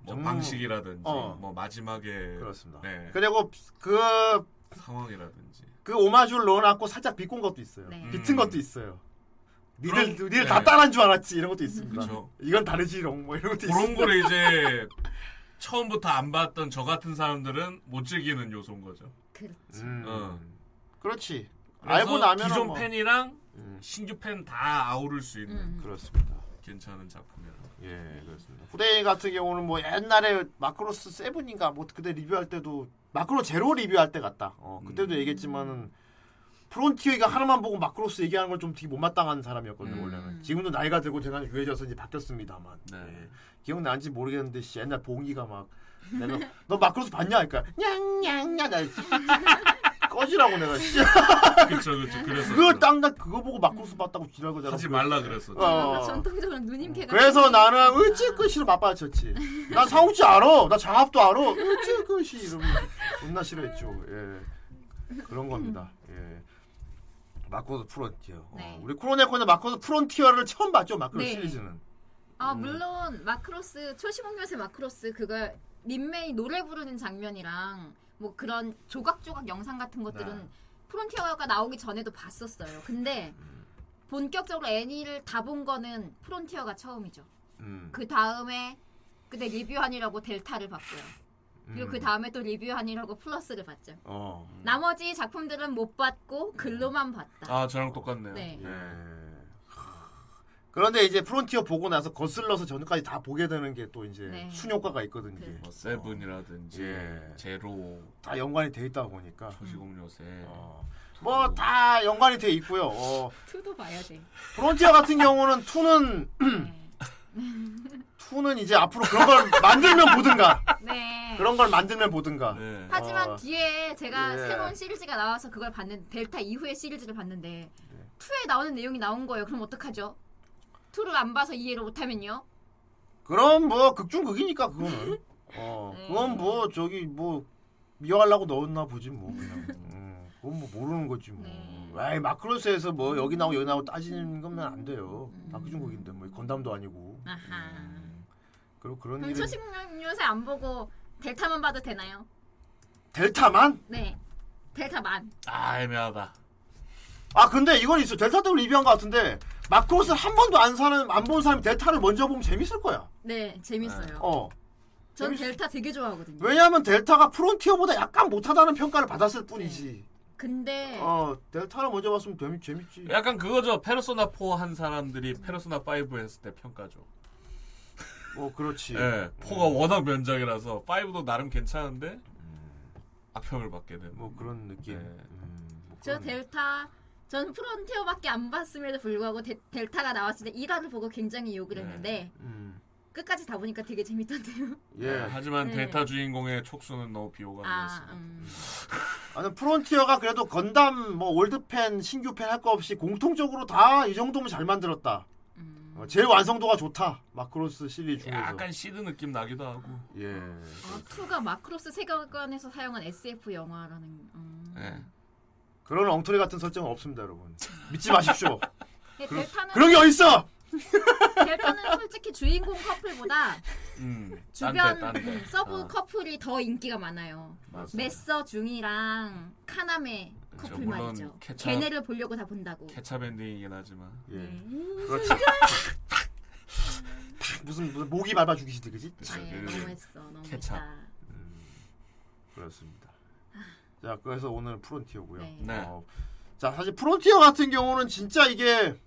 Speaker 6: 뭐
Speaker 4: 음.
Speaker 6: 방식이라든지
Speaker 4: 어.
Speaker 6: 뭐 마지막에
Speaker 4: 그렇습니다.
Speaker 6: 네.
Speaker 4: 그리고 그,
Speaker 6: 상황이라든지.
Speaker 4: 그 오마주를 넣어놨고 살짝 비꼰 것도 있어요.
Speaker 8: 네.
Speaker 4: 비튼
Speaker 6: 음.
Speaker 4: 것도 있어요. 니들,
Speaker 6: 그럼-
Speaker 4: 니들 다
Speaker 6: 네.
Speaker 4: 따라한 줄 알았지. 이런 것도 있습니다.
Speaker 6: 그렇죠.
Speaker 4: 이건 다르지롱. 뭐 이런 것도
Speaker 6: 그런
Speaker 4: 있습니다.
Speaker 6: 거를 이제 처음부터 안 봤던 저 같은 사람들은 못 즐기는 요소인 거죠.
Speaker 8: 그렇죠.
Speaker 4: 음.
Speaker 6: 어.
Speaker 4: 그렇지.
Speaker 6: 그래서
Speaker 4: 알고 나면
Speaker 6: 기존
Speaker 4: 뭐.
Speaker 6: 팬이랑
Speaker 4: 음.
Speaker 6: 신규 팬 다 아우를 수 있는
Speaker 8: 음.
Speaker 4: 그렇습니다.
Speaker 6: 괜찮은 작품이라.
Speaker 4: 예, 그렇습니다. 후대인 같은 경우는 뭐 옛날에 마크로스 세븐인가 뭐 그때 리뷰할 때도 마크로 제로 리뷰할 때 같다. 어,
Speaker 6: 음.
Speaker 4: 그때도 얘기했지만은 프론티어가 하나만 보고 마크로스 얘기하는 걸 좀 되게 못마땅한 사람이었거든요
Speaker 6: 음.
Speaker 4: 원래는. 지금도 나이가 들고 제가 유해져서 이제 바뀌었습니다만.
Speaker 6: 네.
Speaker 4: 예. 기억나는지 모르겠는데 씨 옛날 봉이가 막 내가 너 마크로스 봤냐? 그러니까 냥냥냥 나 씨. [LAUGHS] 꺼지라고 내가 씨.
Speaker 6: [LAUGHS] 그렇죠, 그렇죠. 그래서
Speaker 4: 그걸 땅나 그거 보고 마크로스 봤다고 지랄고 내가
Speaker 6: 하지 말라 그랬었죠.
Speaker 4: 어.
Speaker 8: 전통적으로 네. 누님캐가
Speaker 4: 그래서 나는
Speaker 8: 생기니까.
Speaker 4: 으찌끝이로 맞받아쳤지. 난 상우치 알아. 나 장합도 알아. 으찌끝이 이러면 겁나 싫어했죠. 예. 그런 겁니다. 예. 마코스 프론티어. 어,
Speaker 8: 네.
Speaker 4: 우리 코로네코는 마코스 프론티어를 처음 봤죠. 마크로
Speaker 8: 네.
Speaker 4: 시리즈는.
Speaker 8: 아 물론 마크로스 초시공룡의 마크로스 그걸 린메이 노래 부르는 장면이랑 뭐 그런 조각조각 영상 같은 것들은
Speaker 4: 네.
Speaker 8: 프론티어가 나오기 전에도 봤었어요. 근데 본격적으로 애니를 다 본 거는 프론티어가 처음이죠.
Speaker 4: 음.
Speaker 8: 그 다음에 그때 리뷰한이라고 델타를 봤고요. 그리고 그 다음에 또 리뷰한이라고 플러스를 봤죠.
Speaker 4: 어.
Speaker 8: 나머지 작품들은 못 봤고 글로만 봤다.
Speaker 6: 아, 저랑 똑같네요.
Speaker 8: 네.
Speaker 4: 예. 하. 그런데 이제 프론티어 보고 나서 거슬러서 전까지 다 보게 되는 게 또 이제
Speaker 8: 네.
Speaker 4: 순효과가 있거든요. 이게.
Speaker 6: 뭐 세븐이라든지
Speaker 4: 예.
Speaker 6: 제로,
Speaker 4: 다 연관이 돼 있다 보니까.
Speaker 6: 초시공 요새.
Speaker 4: 음. 뭐 다 연관이 돼 있고요. 어,
Speaker 8: 투도 봐야 돼.
Speaker 4: 프론티어 같은 경우는 투는
Speaker 8: 네.
Speaker 4: 투는 이제 앞으로 그런 걸 만들면 보든가
Speaker 8: 네.
Speaker 4: 그런 걸 만들면 보든가
Speaker 6: 네.
Speaker 8: 하지만
Speaker 4: 어.
Speaker 8: 뒤에 제가
Speaker 4: 예. 예.
Speaker 8: 새로운 시리즈가 나와서 그걸 봤는데 델타 이후의 시리즈를 봤는데 2에 나오는 내용이 나온 거예요. 그럼 어떡하죠? 2를 안 봐서 이해를 못하면요?
Speaker 4: 그럼 뭐 극중극이니까 그거는. 어,
Speaker 8: 음.
Speaker 4: 그건 뭐 저기 뭐 미워하려고 넣었나 보지 뭐 그냥. 음, 그건 뭐 모르는 거지 뭐.
Speaker 8: 음.
Speaker 4: 에이 마크로스에서 뭐 여기 나오고 여기 나오고 따지는 거면 안 돼요. 다
Speaker 8: 음.
Speaker 4: 극중극인데 뭐 건담도 아니고.
Speaker 8: 아하.
Speaker 4: 음. 그리고 그런
Speaker 8: 그럼
Speaker 4: 일이
Speaker 8: 초식물 요새 안 보고 델타만 봐도 되나요?
Speaker 4: 델타만?
Speaker 8: 네. 델타만.
Speaker 6: 아 애매하다.
Speaker 4: 아 근데 이건 있어. 델타 때문에 리뷰한 것 같은데 마크로스 한 번도 안 사는 안 본 사람이 델타를 먼저 보면 재밌을 거야.
Speaker 8: 네, 재밌어요.
Speaker 4: 어.
Speaker 8: 전
Speaker 4: 재밌-
Speaker 8: 델타 되게 좋아하거든요.
Speaker 4: 왜냐하면 델타가 프론티어보다 약간 못하다는 평가를 받았을 뿐이지.
Speaker 8: 근데
Speaker 4: 어 델타를 먼저 봤으면 재밌 재밌지.
Speaker 6: 약간 그거죠. 페르소나 4 한 사람들이 페르소나 5 했을 때 평가죠.
Speaker 4: 뭐 그렇지.
Speaker 6: 예, 4가
Speaker 4: 음.
Speaker 6: 워낙 면장이라서 5도 나름 괜찮은데 악평을 받게 되는.
Speaker 4: 음. 뭐 그런
Speaker 6: 네.
Speaker 4: 느낌. 음, 뭐
Speaker 8: 저
Speaker 4: 그런-
Speaker 8: 델타 전 프론티어밖에 안 봤음에도 불구하고 데- 델타가 나왔을 때 1화를 보고 굉장히 욕을
Speaker 6: 네.
Speaker 8: 했는데
Speaker 4: 음.
Speaker 8: 끝까지 다 보니까 되게 재밌던데요.
Speaker 4: 예.
Speaker 6: 하지만
Speaker 8: 네.
Speaker 6: 델타 주인공의 촉수는 너무 비호감이었어.
Speaker 8: 아,
Speaker 6: 요
Speaker 8: 음.
Speaker 4: 아니 프론티어가 그래도 건담 뭐 올드팬 신규팬 할 거 없이 공통적으로 다 이 정도면 잘 만들었다.
Speaker 8: 음.
Speaker 4: 어, 제일 완성도가 좋다. 마크로스 시리즈 중에서.
Speaker 6: 약간 시드 느낌 나기도 하고.
Speaker 4: 예.
Speaker 8: 아, 2가 마크로스 세계관에서 사용한 SF 영화라는 음.
Speaker 6: 예.
Speaker 4: 그런 엉터리 같은 설정은 없습니다, 여러분. 믿지 마십시오.
Speaker 8: 근데 네, 델타는
Speaker 4: 그런 게 어딨어?
Speaker 8: 델타는 솔직히 주인공 커플보다
Speaker 6: 음. 딴
Speaker 8: 주변
Speaker 6: 데, 딴 데.
Speaker 8: 서브
Speaker 6: 어,
Speaker 8: 커플이 더 인기가 많아요.
Speaker 6: 맞아.
Speaker 4: 예.
Speaker 8: 메서 중이랑 카나메
Speaker 6: 그렇죠.
Speaker 8: 커플
Speaker 6: 물론
Speaker 8: 말이죠.
Speaker 6: 케찹-
Speaker 8: 걔네를 보려고 다 본다고.
Speaker 6: 케찹 엔딩이긴 하지만.
Speaker 4: 예. 그렇지. 무슨, 무슨 모기 밟아 죽이시지, 그지?
Speaker 8: 네,
Speaker 6: 그-
Speaker 8: 너무했어,
Speaker 6: 케찹.
Speaker 8: 너무했다.
Speaker 4: 그렇습니다. 자, 그래서 오늘 프론티어고요.
Speaker 8: 네.
Speaker 6: 네.
Speaker 4: 어, 자, 사실 프론티어 같은 경우는 진짜 이게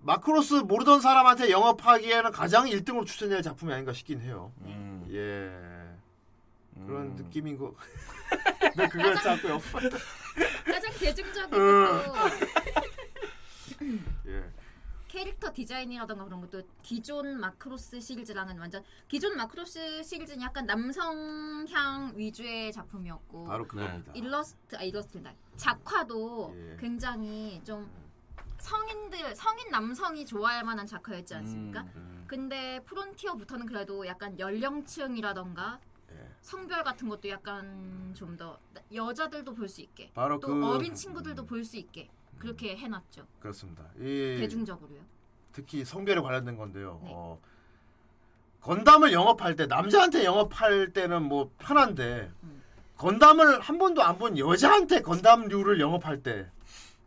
Speaker 4: 마크로스 모르던 사람한테 영업하기에는 가장 1등으로 추천해야 할 작품이 아닌가 싶긴 해요.
Speaker 6: 음.
Speaker 4: 예. 그런
Speaker 6: 음.
Speaker 4: 느낌인 거. 네, 그걸 자꾸 옆.
Speaker 6: [LAUGHS]
Speaker 8: 가장 대중적이고 또
Speaker 4: 예.
Speaker 8: 캐릭터 디자인이라던가 그런 것도 기존 마크로스 시리즈랑은 완전 기존 마크로스 시리즈는 약간 남성향 위주의 작품이었고
Speaker 4: 바로 그겁니다.
Speaker 8: 일러스트 아 일러스트다 작화도
Speaker 4: 예.
Speaker 8: 굉장히 좀 성인들 성인 남성이 좋아할 만한 작화였지 않습니까?
Speaker 4: 음.
Speaker 8: 근데 프론티어부터는 그래도 약간 연령층이라던가
Speaker 4: 예.
Speaker 8: 성별 같은 것도 약간 좀 더 여자들도 볼 수 있게
Speaker 4: 바로
Speaker 8: 또
Speaker 4: 그
Speaker 8: 어린 친구들도 볼 수 있게 그렇게 해놨죠
Speaker 4: 그렇습니다. 이
Speaker 8: 대중적으로요.
Speaker 4: 특히 성별에 관련된 건데요.
Speaker 8: 네.
Speaker 4: 어, 건담을 영업할 때 남자한테 영업할 때는 뭐 편한데
Speaker 8: 음.
Speaker 4: 건담을 한 번도 안 본 여자한테 건담류를 영업할 때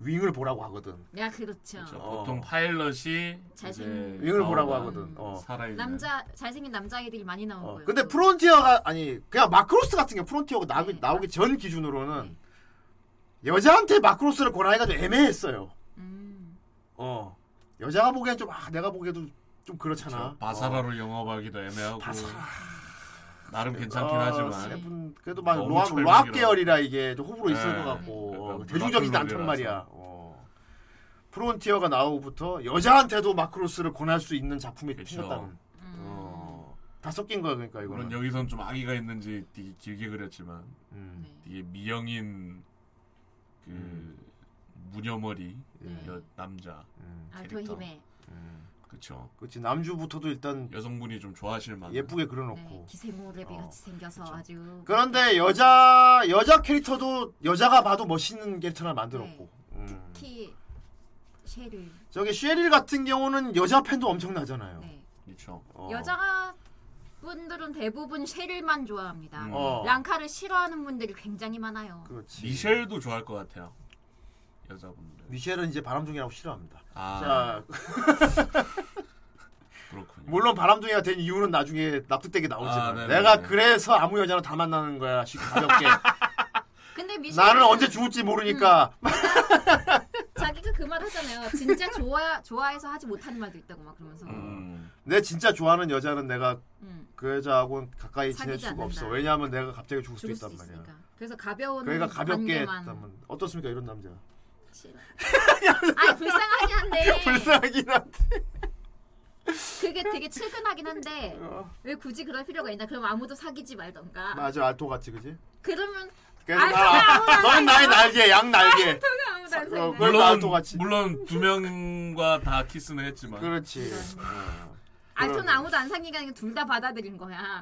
Speaker 4: 윙을 보라고 하거든.
Speaker 8: 야 그렇죠.
Speaker 6: 그렇죠.
Speaker 4: 어.
Speaker 6: 보통 파일럿이
Speaker 8: 잘생긴
Speaker 6: 이제
Speaker 4: 윙을 보라고
Speaker 6: 나오는
Speaker 4: 하거든. 어.
Speaker 6: 살아있는
Speaker 8: 남자 잘생긴 남자아이들이 많이 나온
Speaker 4: 어,
Speaker 8: 거예요.
Speaker 4: 근데
Speaker 8: 또.
Speaker 4: 프론티어가 아니 그냥 마크로스 같은 게 프론티어가 나오기,
Speaker 8: 네.
Speaker 4: 나오기 전 기준으로는 여자한테 마크로스를 권하기가 좀 애매했어요.
Speaker 8: 음.
Speaker 4: 어 여자가 보기엔 좀 아, 내가 보기에도 좀
Speaker 6: 저
Speaker 4: 그렇잖아. 어.
Speaker 6: 그렇죠. 바사라로 영업하기도 애매하고
Speaker 4: 바사라.
Speaker 6: 나름 괜찮긴
Speaker 4: 아,
Speaker 6: 하지만
Speaker 4: 세븐 그래도 막
Speaker 6: 너무
Speaker 4: 로아,
Speaker 6: 철벽이라.
Speaker 4: 로아 계열이라 이게 좀 호불호 있을
Speaker 6: 네.
Speaker 4: 것 같고
Speaker 6: 그러니까
Speaker 4: 어, 대중적이지
Speaker 6: 로아
Speaker 4: 않단
Speaker 6: 롤이라서.
Speaker 4: 말이야. 어. 프론티어가 나오고부터 여자한테도 마크로스를 권할 수 있는 작품이
Speaker 6: 그쵸.
Speaker 4: 생겼다는.
Speaker 8: 음.
Speaker 4: 어. 다 섞인 거야 그러니까
Speaker 6: 물론
Speaker 4: 이거는.
Speaker 6: 여기선 좀 악의가 있는지 되게 길게 그렸지만
Speaker 4: 음.
Speaker 8: 네.
Speaker 6: 되게 미영인 그
Speaker 4: 음.
Speaker 6: 무녀머리
Speaker 4: 예.
Speaker 6: 여- 남자
Speaker 4: 음.
Speaker 8: 알토
Speaker 6: 캐릭터.
Speaker 8: 네. 아, 그 힘에
Speaker 4: 음.
Speaker 6: 그쵸
Speaker 4: 그렇지 남주부터도 일단
Speaker 6: 여성분이 좀 좋아하실 만한
Speaker 4: 예쁘게
Speaker 8: 네,
Speaker 4: 그려놓고.
Speaker 8: 기생오래비
Speaker 4: 어.
Speaker 8: 같이 생겨서 아주
Speaker 4: 그런데 여자 여자 캐릭터도 여자가 봐도 멋있는 캐릭터를 만들었고.
Speaker 8: 네.
Speaker 4: 음.
Speaker 8: 특히 쉐를
Speaker 4: 저기 쉐릴 같은 경우는 여자 팬도 엄청나잖아요.
Speaker 8: 네.
Speaker 6: 그쵸
Speaker 4: 어.
Speaker 8: 여자 분들은 대부분 쉐를만 좋아합니다.
Speaker 6: 음.
Speaker 4: 어.
Speaker 8: 랑카를 싫어하는 분들이 굉장히 많아요.
Speaker 4: 그렇지.
Speaker 6: 미셸도 좋아할 것 같아요 여자분들
Speaker 4: 미셸은 이제 바람둥이라고 싫어합니다.
Speaker 6: 아
Speaker 4: 자, 뭐,
Speaker 6: 그렇군요
Speaker 4: 물론 바람둥이가 된 이유는 나중에 납득되게 나오지만
Speaker 6: 아, 네네.
Speaker 4: 내가 그래서 아무 여자나 다 만나는 거야. 씨,
Speaker 8: [LAUGHS]
Speaker 4: 가볍게.
Speaker 8: 근데 미셸은
Speaker 4: 나는 언제 죽을지 모르니까.
Speaker 8: 음. 자기가 그 말 하잖아요. 진짜 좋아 좋아해서 하지 못하는 말도 있다고 막 그러면서
Speaker 6: 음.
Speaker 4: [LAUGHS] 내 진짜 좋아하는 여자는 내가
Speaker 8: 음,
Speaker 4: 그 여자하고는 가까이 지낼
Speaker 8: 사귀지
Speaker 4: 수가 없어.
Speaker 8: 않는다.
Speaker 4: 왜냐하면 내가 갑자기 죽을 수도
Speaker 8: 죽을 수
Speaker 4: 있단 말이야.
Speaker 8: 있으니까. 그래서 가벼운
Speaker 4: 그러니까 가볍게
Speaker 8: 관계만
Speaker 4: 했다면 어떻습니까 이런 남자?
Speaker 8: 싫어. 아 불쌍하긴
Speaker 4: [LAUGHS]
Speaker 8: 한데
Speaker 4: 불쌍하긴 한데.
Speaker 8: 그게 되게 측은하긴 한데
Speaker 4: 어.
Speaker 8: 왜 굳이 그럴 필요가 있나? 그럼 아무도 사귀지 말던가.
Speaker 4: 맞아 알토 같이 그지?
Speaker 8: 그러면
Speaker 4: 계속 아, 넌 나의 날개, 양 날개.
Speaker 8: 아무도 안
Speaker 4: 어,
Speaker 8: 생각.
Speaker 4: 그걸
Speaker 6: 물론
Speaker 4: 나도 같이.
Speaker 6: 물론 두 명과 다 키스는 했지만
Speaker 4: 그렇지.
Speaker 8: 네. 알토는 아무도 안 사귀니까 둘 다 받아들인 거야.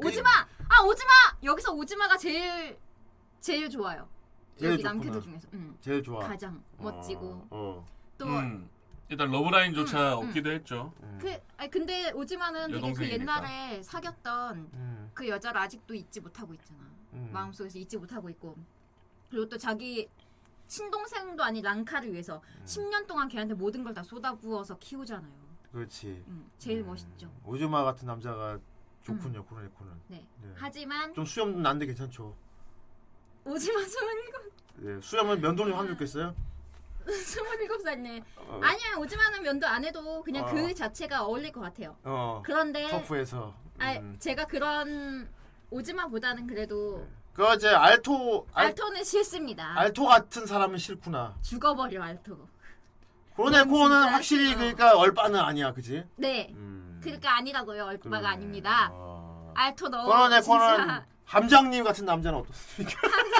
Speaker 4: 그
Speaker 8: 오지마! 아 오지마! 여기서 오지마가 제일 제일 좋아요.
Speaker 4: 제일
Speaker 8: 여기
Speaker 4: 좋구나.
Speaker 8: 남캐들 중에서. 응.
Speaker 4: 제일 좋아.
Speaker 8: 가장 멋지고
Speaker 4: 어.
Speaker 8: 또 음,
Speaker 6: 음. 일단 러브라인조차 없기도 했죠.
Speaker 4: 음.
Speaker 8: 그, 아니, 근데 오지마는 되게 그
Speaker 6: 여동생이니까.
Speaker 8: 옛날에 사귀었던
Speaker 4: 음,
Speaker 8: 그 여자를 아직도 잊지 못하고 있잖아.
Speaker 4: 음.
Speaker 8: 마음속에서 잊지 못하고 있고. 그리고 또 자기 친동생도 아닌 랑카를 위해서 10년 동안 걔한테 모든 걸 다 쏟아부어서 키우잖아요.
Speaker 4: 그렇지.
Speaker 8: 음, 제일 멋있죠.
Speaker 4: 오즈마 같은 남자가 좋군요, 코로네코는.
Speaker 8: 네.
Speaker 4: 네.
Speaker 8: 하지만
Speaker 4: 좀 수염 난데 괜찮죠.
Speaker 8: 오지마 27,
Speaker 4: 네, 수염은 면도는
Speaker 8: 음.
Speaker 4: 확률 있겠어요?
Speaker 8: 27살이네.
Speaker 4: 어.
Speaker 8: 아니야, 오지마는 면도 안 해도 그냥
Speaker 4: 어.
Speaker 8: 그 자체가 어울릴 것 같아요.
Speaker 4: 어.
Speaker 8: 그런데
Speaker 4: 터프에서.
Speaker 8: 아,
Speaker 4: 음.
Speaker 8: 제가 그런 오지마보다는 그래도
Speaker 4: 그 이제 알토 알,
Speaker 8: 알토는 싫습니다.
Speaker 4: 알토 같은 사람은 싫구나.
Speaker 8: 죽어버려 알토.
Speaker 4: 코로네코는
Speaker 8: 진짜
Speaker 4: 확실히
Speaker 8: 싫어.
Speaker 4: 그러니까 얼빠는 아니야, 그지?
Speaker 8: 네.
Speaker 4: 음.
Speaker 8: 그러니까 아니라고요.
Speaker 4: 그러네.
Speaker 8: 얼빠가 아닙니다.
Speaker 4: 어.
Speaker 8: 알토 너무
Speaker 4: 코로네코는
Speaker 8: 진짜
Speaker 4: 함장님 같은 남자는 어떻습니까?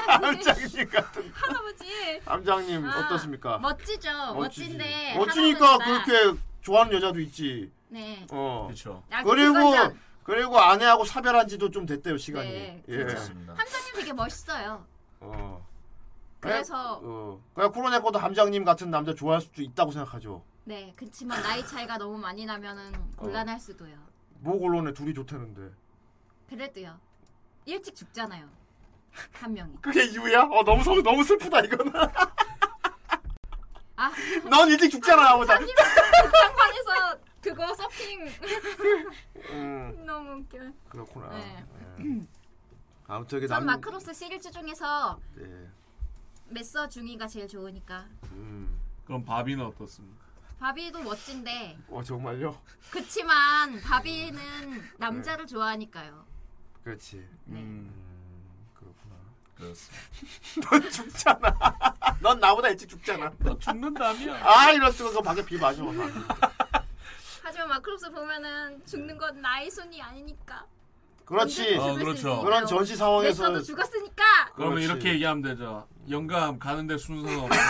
Speaker 4: 함장님 같은
Speaker 8: [LAUGHS] 할아버지
Speaker 4: 함장님
Speaker 8: 아,
Speaker 4: 어떻습니까?
Speaker 8: 멋지죠.
Speaker 4: 멋지지.
Speaker 8: 멋진데
Speaker 4: 멋지니까
Speaker 8: 할아버지다.
Speaker 4: 그렇게 좋아하는 여자도 있지.
Speaker 8: 네.
Speaker 4: 어.
Speaker 6: 그렇죠.
Speaker 8: 아,
Speaker 4: 그리고
Speaker 8: 그건 참-
Speaker 4: 그리고 아내하고 사별한 지도 좀 됐대요 시간이.
Speaker 8: 네,
Speaker 4: 예.
Speaker 8: 그렇죠.
Speaker 6: 맞습니다.
Speaker 8: 함장님 되게 멋있어요.
Speaker 4: 어.
Speaker 8: 그래서-
Speaker 4: 어. 그냥 코로네코도 함장님 같은 남자 좋아할 수도 있다고 생각하죠.
Speaker 8: 네. 그렇지만 나이 차이가 너무 많이 나면은 곤란할 수도요.
Speaker 4: 모골론에 둘이 좋다는데.
Speaker 8: 그래도요. 일찍 죽잖아요. 한 명이.
Speaker 4: 그게 이유야? 어 너무 성, 너무 슬프다 이거는. [LAUGHS]
Speaker 8: 아,
Speaker 4: 넌 일찍 죽잖아
Speaker 8: [LAUGHS]
Speaker 4: 보다.
Speaker 8: 상관에서 그거 서핑
Speaker 4: 음
Speaker 8: [LAUGHS] 너무 웃겨.
Speaker 4: 그렇구나.
Speaker 8: 네.
Speaker 4: 예. 아무튼 이게
Speaker 8: 전
Speaker 4: 남.
Speaker 8: 마크로스 시리즈 중에서
Speaker 4: 네.
Speaker 8: 메서 중이가 제일 좋으니까.
Speaker 4: 음.
Speaker 6: 그럼 바비는 어떻습니까?
Speaker 8: 바비도 멋진데
Speaker 4: 어 정말요?
Speaker 8: 그치만 바비는 남자를 좋아하니까요.
Speaker 4: 그렇지.
Speaker 8: 네.
Speaker 6: 음,
Speaker 4: 음, 그렇구나.
Speaker 8: [LAUGHS]
Speaker 6: 그렇습니다.
Speaker 4: 넌 죽잖아. [LAUGHS] 넌 나보다 일찍 죽잖아.
Speaker 6: 너 죽는다며?
Speaker 4: 아 이럴 수가 그거 밖에 비 마셔.
Speaker 8: 하지만 마크로스 보면은 죽는 건 나의 손이 아니니까.
Speaker 4: 그렇지.
Speaker 6: 어, 그렇죠.
Speaker 4: 예. 그런 전시 상황에서
Speaker 8: 메서도 죽었으니까.
Speaker 6: 그러면
Speaker 4: 그렇지.
Speaker 6: 이렇게 얘기하면 되죠. 영감 가는데 순서는 없어.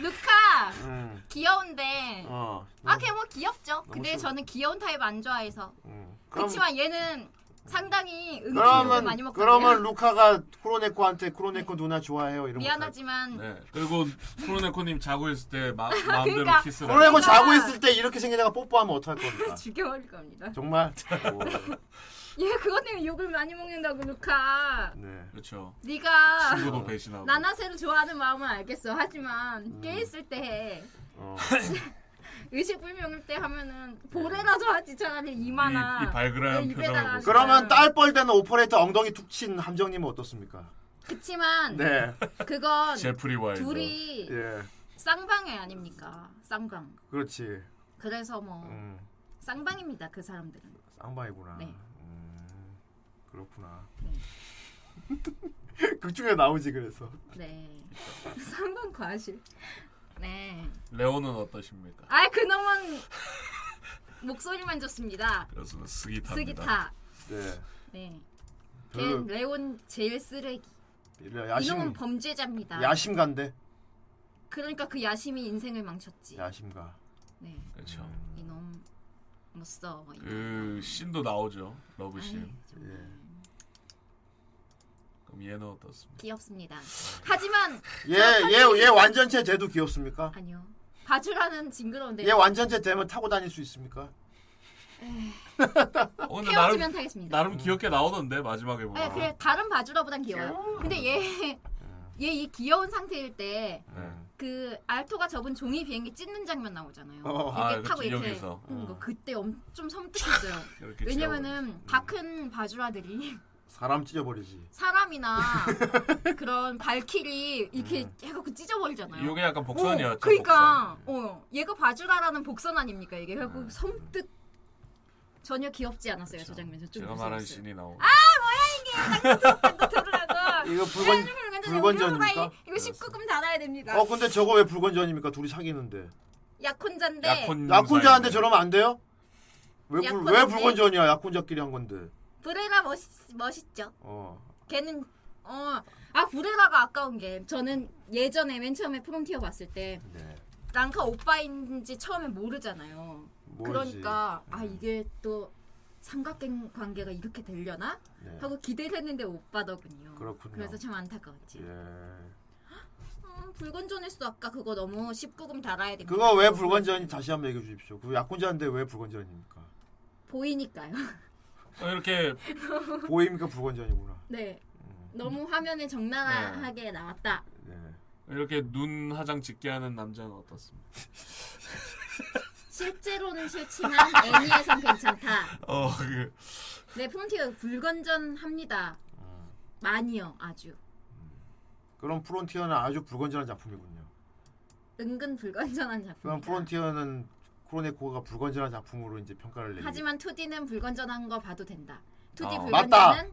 Speaker 8: 루카
Speaker 4: 음,
Speaker 8: 귀여운데.
Speaker 4: 어.
Speaker 8: 아, 걔 뭐 귀엽죠. 근데
Speaker 4: 싫어.
Speaker 8: 저는 귀여운 타입 안 좋아해서.
Speaker 4: 음. 그럼-
Speaker 8: 그렇지만 얘는 상당히 음식을 많이
Speaker 4: 그러면
Speaker 8: 먹거든요.
Speaker 4: 그러면 루카가 쿠로네코한테 쿠로네코 누나 좋아해요 이런
Speaker 8: 미안하지만
Speaker 6: 네. 그리고 프로네코님 자고 있을 때
Speaker 8: [LAUGHS]
Speaker 6: 마, 마음대로
Speaker 8: 그러니까.
Speaker 4: 거.
Speaker 6: 키스를.
Speaker 4: 쿠로네코
Speaker 6: 하고.
Speaker 4: 자고 있을 때 이렇게 생긴 애가 뽀뽀하면 어떡할 겁니까?
Speaker 8: 죽여버릴 겁니다. [LAUGHS]
Speaker 4: 정말.
Speaker 8: 어, 얘 그것 때문에 욕을 많이 먹는다고 루카.
Speaker 4: 오, 네.
Speaker 6: 그렇죠.
Speaker 8: 네가
Speaker 4: 아,
Speaker 6: 친구도 배신하고.
Speaker 8: 나나세를 좋아하는 마음은 알겠어. 하지만
Speaker 6: 음.
Speaker 8: 깨 있을 때 해.
Speaker 4: 어.
Speaker 8: [LAUGHS] 의식 불명일 때 하면은 보레라도 하지 차라리 이만한
Speaker 6: 네.
Speaker 8: 네,
Speaker 6: 이- 이 발그레한 표정을 보세요.
Speaker 4: 그러면 딸뻘 되는 오퍼레이터 엉덩이 툭 친 함정님은 어떻습니까?
Speaker 8: 그치만
Speaker 4: 네.
Speaker 8: 그건
Speaker 6: 제프리 와일드.
Speaker 8: 둘이
Speaker 4: 예.
Speaker 8: 쌍방이 아닙니까? 쌍방.
Speaker 4: 그렇지.
Speaker 8: 그래서 뭐
Speaker 4: 음.
Speaker 8: 쌍방입니다. 그 사람들은.
Speaker 4: 쌍방이구나.
Speaker 8: 네.
Speaker 4: 음, 그렇구나. [LAUGHS] 극 중에 나오지 그래서.
Speaker 6: [LAUGHS]
Speaker 8: 네. 쌍방 과실. 네.
Speaker 6: 레오는 어떠십니까?
Speaker 8: 아 그놈은 목소리만 좋습니다.
Speaker 6: 그렇습니다. 스기타입니다. 그
Speaker 8: 스기타.
Speaker 4: 네.
Speaker 8: 네. 걔
Speaker 4: 별로
Speaker 8: 레온 제일 쓰레기. 이놈은
Speaker 4: 야심
Speaker 8: 범죄자입니다.
Speaker 4: 야심가인데.
Speaker 8: 그러니까 그 야심이 인생을 망쳤지.
Speaker 4: 야심가.
Speaker 8: 네.
Speaker 6: 그렇죠.
Speaker 8: 이놈 못 써. 뭐 이런.
Speaker 6: 그 신도 나오죠. 러브 신.
Speaker 8: 아이, 정말
Speaker 4: 예.
Speaker 6: 그럼 얘는 어떻습니까?
Speaker 8: 귀엽습니다. 하지만
Speaker 4: 얘얘얘 예, 완전체 제도 귀엽습니까?
Speaker 8: 아니요. 바주라는 징그러운데
Speaker 4: 얘 완전체 되면 타고 다닐 수 있습니까?
Speaker 6: 어, 근데
Speaker 8: 헤어지면
Speaker 6: 나름
Speaker 8: 아, 타겠습니다.
Speaker 4: 음.
Speaker 6: 나름 귀엽게 나오던데 마지막에
Speaker 8: 아,
Speaker 6: 보면.
Speaker 8: 그래 다른 바주라보단 귀여워요. 근데 얘. 얘 이 귀여운
Speaker 4: 아,
Speaker 8: 상태일
Speaker 6: 네.
Speaker 8: 때 그 알토가 접은 종이 비행기 찢는 장면 나오잖아요.
Speaker 4: 어.
Speaker 8: 이렇게
Speaker 6: 아, 그치,
Speaker 8: 타고 이렇게
Speaker 6: 여기서. 어.
Speaker 8: 하는 거 그때 엄, 좀
Speaker 6: [LAUGHS]
Speaker 8: 섬뜩했어요.
Speaker 6: 이렇게 음.
Speaker 8: 왜냐면은 다 큰 바주라들이 [LAUGHS]
Speaker 4: 사람 찢어버리지.
Speaker 6: [LAUGHS]
Speaker 8: 사람이나 그런 발키리 이렇게 해갖고 찢어버리잖아요.
Speaker 6: 음. 이게 약간 복선이었죠.
Speaker 8: 어, 그러니까 어, 얘가 바주라라는 복선 아닙니까 이게 결국
Speaker 6: 네.
Speaker 8: 섬뜩 전혀 귀엽지 않았어요 저 장면에서
Speaker 6: 복선.
Speaker 8: 좀
Speaker 6: 그렇죠. 제가
Speaker 8: [LAUGHS]
Speaker 6: 말한
Speaker 8: 무서웠어요. 아,
Speaker 6: 신이 나오고.
Speaker 8: 또 들으라고.
Speaker 4: 이거 불건 불건전입니까?
Speaker 8: 불건전입니까? 이거 19금 달아야 됩니다.
Speaker 6: 그
Speaker 4: 어 근데 저거 왜 불건전입니까? 둘이 사귀는데.
Speaker 8: 약혼자인데
Speaker 6: 약혼
Speaker 4: 약혼자한테
Speaker 6: 사이인데.
Speaker 4: 저러면 안 돼요? 왜, 불, 왜
Speaker 8: 약혼자인데?
Speaker 4: 불건전이야? 약혼자끼리 한 건데.
Speaker 8: 브레라 멋있, 멋있죠.
Speaker 4: 어.
Speaker 8: 걔는 어, 아 브레라가 아까운 게 저는 예전에 맨 처음에 프론티어 봤을 때
Speaker 4: 네.
Speaker 8: 랑카 오빠인지 처음에 모르잖아요.
Speaker 4: 모르지. 음.
Speaker 8: 그러니까 아 이게 또 삼각관계가 이렇게 되려나
Speaker 4: 네.
Speaker 8: 하고 기대를 했는데 오빠더군요.
Speaker 4: 그렇군요.
Speaker 8: 래서참 안타까웠지.
Speaker 4: 예.
Speaker 8: 어, 불건전일수도 아까 그거 너무 19금 달아야 됩니다.
Speaker 4: 그거 왜 불건전인지 다시 한번 얘기해 주십시오. 그 약혼자인데 왜
Speaker 8: [LAUGHS]
Speaker 4: 불건전입니까?
Speaker 8: 보이니까요. [LAUGHS]
Speaker 6: 어, 이렇게
Speaker 4: 보입니까 불건전이구나.
Speaker 8: 네.
Speaker 4: 음.
Speaker 8: 너무 화면에 적나라하게 나왔다.
Speaker 4: 네.
Speaker 6: 이렇게 눈 화장 짓게 하는 남자는 어떻습니까?
Speaker 4: [LAUGHS]
Speaker 8: 실제로는 싫지만 애니에선 괜찮다.
Speaker 6: 어, 그,
Speaker 8: 네, 폰티가 불건전합니다. 많이요, 아주.
Speaker 4: 그럼 프론티어는 아주 불건전한 작품이군요.
Speaker 8: 은근 불건전한
Speaker 4: 그럼
Speaker 8: 작품.
Speaker 4: 프론티어는 코로네코가 불건전한 작품으로 이제 평가를 내리.
Speaker 8: 하지만 2D는 불건전한 거 봐도 된다. 2D
Speaker 4: 아,
Speaker 8: 불건전은
Speaker 4: 맞다.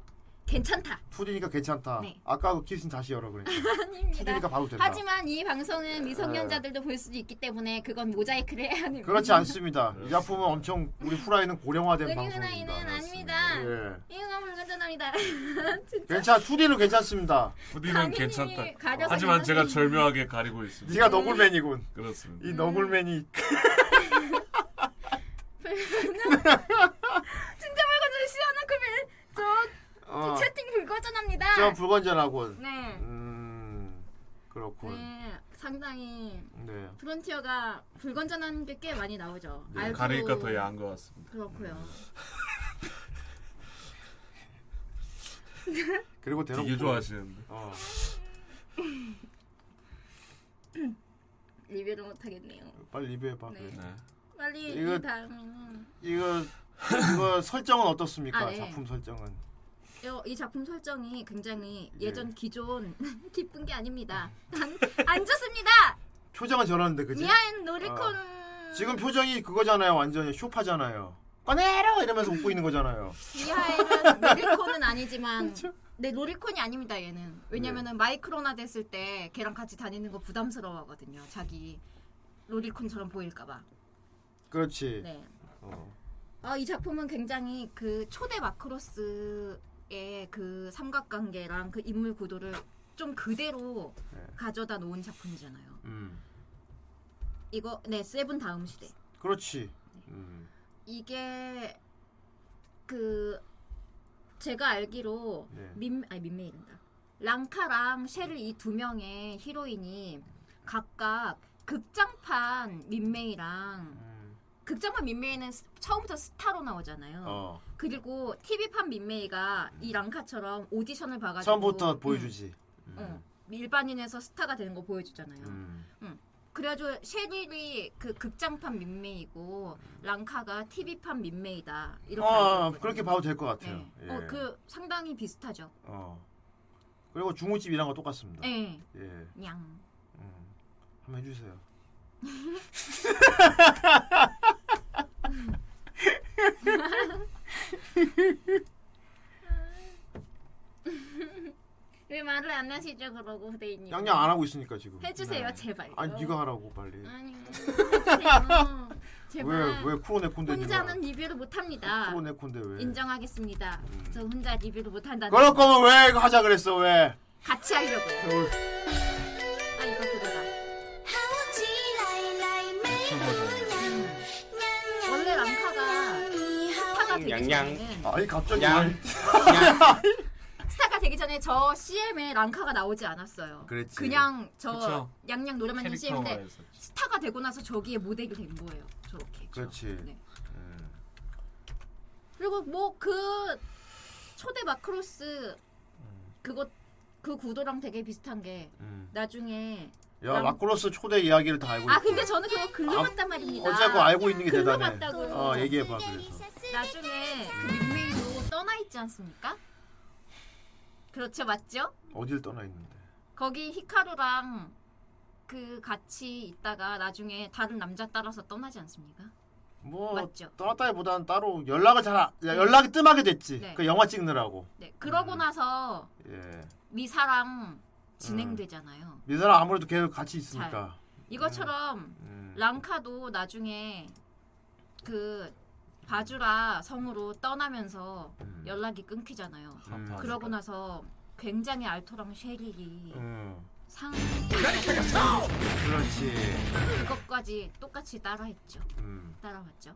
Speaker 8: 괜찮다.
Speaker 4: 2D니까 괜찮다.
Speaker 8: 네.
Speaker 4: 아까 그 키스는 다시 열어
Speaker 8: [LAUGHS]
Speaker 4: 그러니까.
Speaker 8: 아닙니다.
Speaker 4: 2D니까 봐도 된다. 네.
Speaker 8: 하지만 이 방송은 미성년자들도 볼 수도 있기 때문에 그건 모자이크를 해야 합니다.
Speaker 4: 그렇지 않습니다.
Speaker 6: 네.
Speaker 4: 이 작품은 엄청 우리 후라이는 고령화된 방송입니다.
Speaker 8: 은유나이는 아닙니다.
Speaker 4: 예.
Speaker 8: 이유가 불건전합니다. [LAUGHS]
Speaker 4: 괜찮아. 2D는 괜찮습니다.
Speaker 6: 부디는 괜찮다.
Speaker 8: 가려서
Speaker 6: 하지만 제가
Speaker 8: 괜찮습니다.
Speaker 6: 절묘하게 가리고
Speaker 8: 음.
Speaker 6: 있습니다.
Speaker 4: 네가 너굴맨이군.
Speaker 6: 그렇습니다.
Speaker 4: 이 너굴맨이
Speaker 8: 진짜 불건전 시원한 고민. 저
Speaker 4: 어,
Speaker 8: 채팅 불건전합니다.
Speaker 4: 저 불건전하군.
Speaker 8: 네.
Speaker 4: 음, 그렇군.
Speaker 8: 네, 상당히
Speaker 4: 네.
Speaker 8: 프론티어가 불건전한 게 꽤 많이 나오죠. 알고
Speaker 6: 예, 가리니까 더 야한 것 같습니다.
Speaker 8: 그렇고요.
Speaker 4: 그리고 대놓고
Speaker 6: 되게 좋아하시는데.
Speaker 4: 어.
Speaker 8: 리뷰를 못 하겠네요.
Speaker 4: 빨리 리뷰해봐.
Speaker 8: 네.
Speaker 4: 그래.
Speaker 6: 네.
Speaker 8: 빨리
Speaker 4: 이거-
Speaker 8: 이 다음
Speaker 4: 이거
Speaker 8: [LAUGHS]
Speaker 4: 이거 설정은 어떻습니까?
Speaker 8: 아, 네.
Speaker 4: 작품 설정은
Speaker 8: 요- 어, 이 작품 설정이 굉장히 예전 기존 [LAUGHS] 기쁜 게 아닙니다. 안, 안
Speaker 6: [LAUGHS]
Speaker 8: 좋습니다.
Speaker 4: 표정은 저러는데 그지?
Speaker 8: 미안 노리콘
Speaker 6: 아,
Speaker 4: 지금 표정이 그거잖아요. 완전히 쇼파잖아요. 꺼내라 이러면서 웃고 있는 거잖아요.
Speaker 8: 미하엘은 노리콘은 아니지만
Speaker 6: 그렇죠.
Speaker 8: 네 노리콘이 아닙니다 얘는 왜냐면은
Speaker 6: 예.
Speaker 8: 마이크로나 됐을 때 걔랑 같이 다니는 거 부담스러워하거든요 자기 노리콘처럼 보일까봐
Speaker 4: 그렇지.
Speaker 8: 네
Speaker 4: 어.
Speaker 8: 아, 이 작품은 굉장히 그 초대 마크로스의 그 삼각관계랑 그 인물 구도를 좀 그대로
Speaker 4: 네.
Speaker 8: 가져다 놓은 작품이잖아요.
Speaker 4: 음.
Speaker 8: 이거 네 세븐 다음 시대
Speaker 4: 그렇지. 음.
Speaker 8: 이게 그 제가 알기로
Speaker 4: 네.
Speaker 8: 민 아니 민메이란다 랑카랑 쉘 이 두 명의 히로인이 각각 극장판 민메이랑
Speaker 4: 음.
Speaker 8: 극장판 민메이는 스- 처음부터 스타로 나오잖아요.
Speaker 4: 어.
Speaker 8: 그리고 TV판 민메이가 이 랑카처럼 오디션을 봐가지고
Speaker 4: 처음부터
Speaker 8: 음,
Speaker 4: 보여주지. 음.
Speaker 8: 어, 일반인에서 스타가 되는 거 보여주잖아요.
Speaker 4: 음.
Speaker 8: 그래가지고 셰닐이 그 극장판 민메이고 랑카가 TV판 민메이다 이렇게
Speaker 4: 어,
Speaker 8: 알고 있거든요.
Speaker 4: 그렇게 봐도 될 것 같아요.
Speaker 8: 네.
Speaker 4: 예.
Speaker 8: 어, 그 상당히 비슷하죠.
Speaker 4: 어. 그리고 중국집이랑 거 똑같습니다.
Speaker 8: 예,
Speaker 4: 예.
Speaker 8: 냥.
Speaker 4: 음. 한번 해주세요.
Speaker 8: 왜 말을 안 하시죠, 그러고 후대인님?
Speaker 4: 양양 안 하고 있으니까 지금.
Speaker 8: 네. 해주세요,
Speaker 6: 네.
Speaker 8: 제발.
Speaker 4: 아니 네가 하라고 빨리.
Speaker 8: 아니, 해주세요. 제발.
Speaker 4: 왜 왜 쿠로네콘데
Speaker 8: 혼자는 리뷰를 못합니다.
Speaker 4: 쿠로네콘데 왜?
Speaker 8: 인정하겠습니다. 저 혼자 리뷰를 못한다는
Speaker 4: 그럴 거면 왜 이거 하자 그랬어 왜?
Speaker 8: 같이 하려고요.
Speaker 4: 음.
Speaker 8: 아 이거 그거다. 원래 랑카가 스타가 되기 전에는
Speaker 4: 아니 갑자기 왜?
Speaker 8: 스타가 되기 전에 저 CM에 랑카가 나오지 않았어요.
Speaker 4: 그랬지.
Speaker 8: 냥저
Speaker 6: 그쵸.
Speaker 8: 양양 노래만
Speaker 6: 캐릭터가
Speaker 8: CM인데
Speaker 6: 있었지.
Speaker 8: 스타가 되고 나서 저기에 모델이 된 거예요. 저렇게.
Speaker 4: 그렇지.
Speaker 8: 네.
Speaker 4: 음.
Speaker 8: 그리고 뭐 그 초대 마크로스 그거 그 구도랑 되게 비슷한 게
Speaker 4: 음.
Speaker 8: 나중에
Speaker 4: 야 마크로스 초대 이야기를 다 알고
Speaker 8: 아
Speaker 4: 있어.
Speaker 8: 근데 저는 그거 글로
Speaker 4: 아,
Speaker 8: 봤단 말입니다.
Speaker 4: 어쨌고 알고 있는 게
Speaker 8: 글로
Speaker 4: 대단해.
Speaker 8: 봤다고요.
Speaker 4: 어 얘기해봐 그래서.
Speaker 8: 나중에 그 민메이로 떠나 있지 않습니까? 그렇죠, 맞죠?
Speaker 4: 어딜 떠나 있는데.
Speaker 8: 거기 히카루랑 그 같이 있다가 나중에 다른 남자 따라서 떠나지 않습니까?
Speaker 4: 뭐
Speaker 8: 맞죠. 음.
Speaker 4: 떠났다기보다는 따로 연락을 잘 안- 야, 연락이 뜸하게 됐지.
Speaker 8: 네.
Speaker 4: 그 영화 찍느라고.
Speaker 8: 네, 그러고 나서
Speaker 4: 예.
Speaker 8: 미사랑 진행되잖아요.
Speaker 4: 이 사람 아무래도 계속 같이 있으니까.
Speaker 8: 이것처럼
Speaker 4: 음.
Speaker 8: 랑카도 나중에 그 바주라 성으로 떠나면서 연락이 끊기잖아요.
Speaker 4: 음.
Speaker 6: 네.
Speaker 8: 그러고 나서 굉장히 알토랑 쉐릭이
Speaker 4: 음.
Speaker 8: 상
Speaker 4: 그렇지.
Speaker 8: 그것까지 똑같이 따라했죠.
Speaker 4: 음.
Speaker 8: 따라왔죠.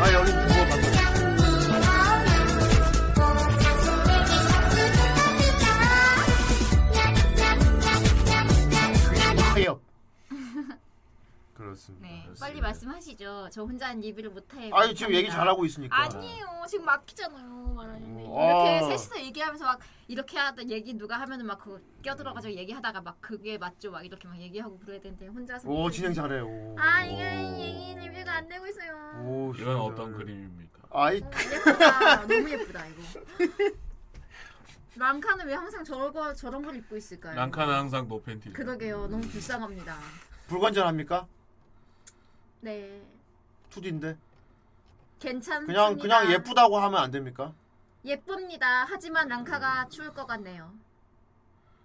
Speaker 4: 아 여기 누워 봤다. 화협.
Speaker 8: [LAUGHS]
Speaker 4: 그렇습니다.
Speaker 8: 네, 빨리 말씀하시죠. 저 혼자 한 얘기를 못해.
Speaker 4: 아니 지금 얘기 잘하고 있으니까.
Speaker 8: 아니에요. 지금 막히잖아요. 말하는데
Speaker 4: 어.
Speaker 8: 이렇게 셋이서 얘기하면서 막 이렇게 하다 얘기 누가 하면은 막 그거 껴들어가지고
Speaker 4: 음.
Speaker 8: 얘기하다가 막 그게 맞죠. 막 이렇게 막 얘기하고 그래야 되는데 혼자서.
Speaker 4: 오 진행 잘해. 오. 음.
Speaker 8: 아 이게 얘기 리뷰가 안 되고 있어요.
Speaker 4: 오,
Speaker 6: 이건
Speaker 4: 진행
Speaker 6: 어떤
Speaker 4: 잘해.
Speaker 6: 그림입니까?
Speaker 4: 아이
Speaker 8: 예쁘다. 너무 예쁘다 이거. 랑카는 왜 항상 저런 거 저런 걸 입고 있을까요?
Speaker 6: 랑카는 항상 노 팬티.
Speaker 8: 네. 그러게요. 너무 불쌍합니다.
Speaker 4: 불건전합니까?
Speaker 8: 네.
Speaker 4: 2D인데
Speaker 8: 괜찮습니다.
Speaker 4: 그냥 그냥 예쁘다고 하면 안 됩니까?
Speaker 8: 예쁩니다. 하지만
Speaker 4: 음.
Speaker 8: 랑카가 추울 것 같네요.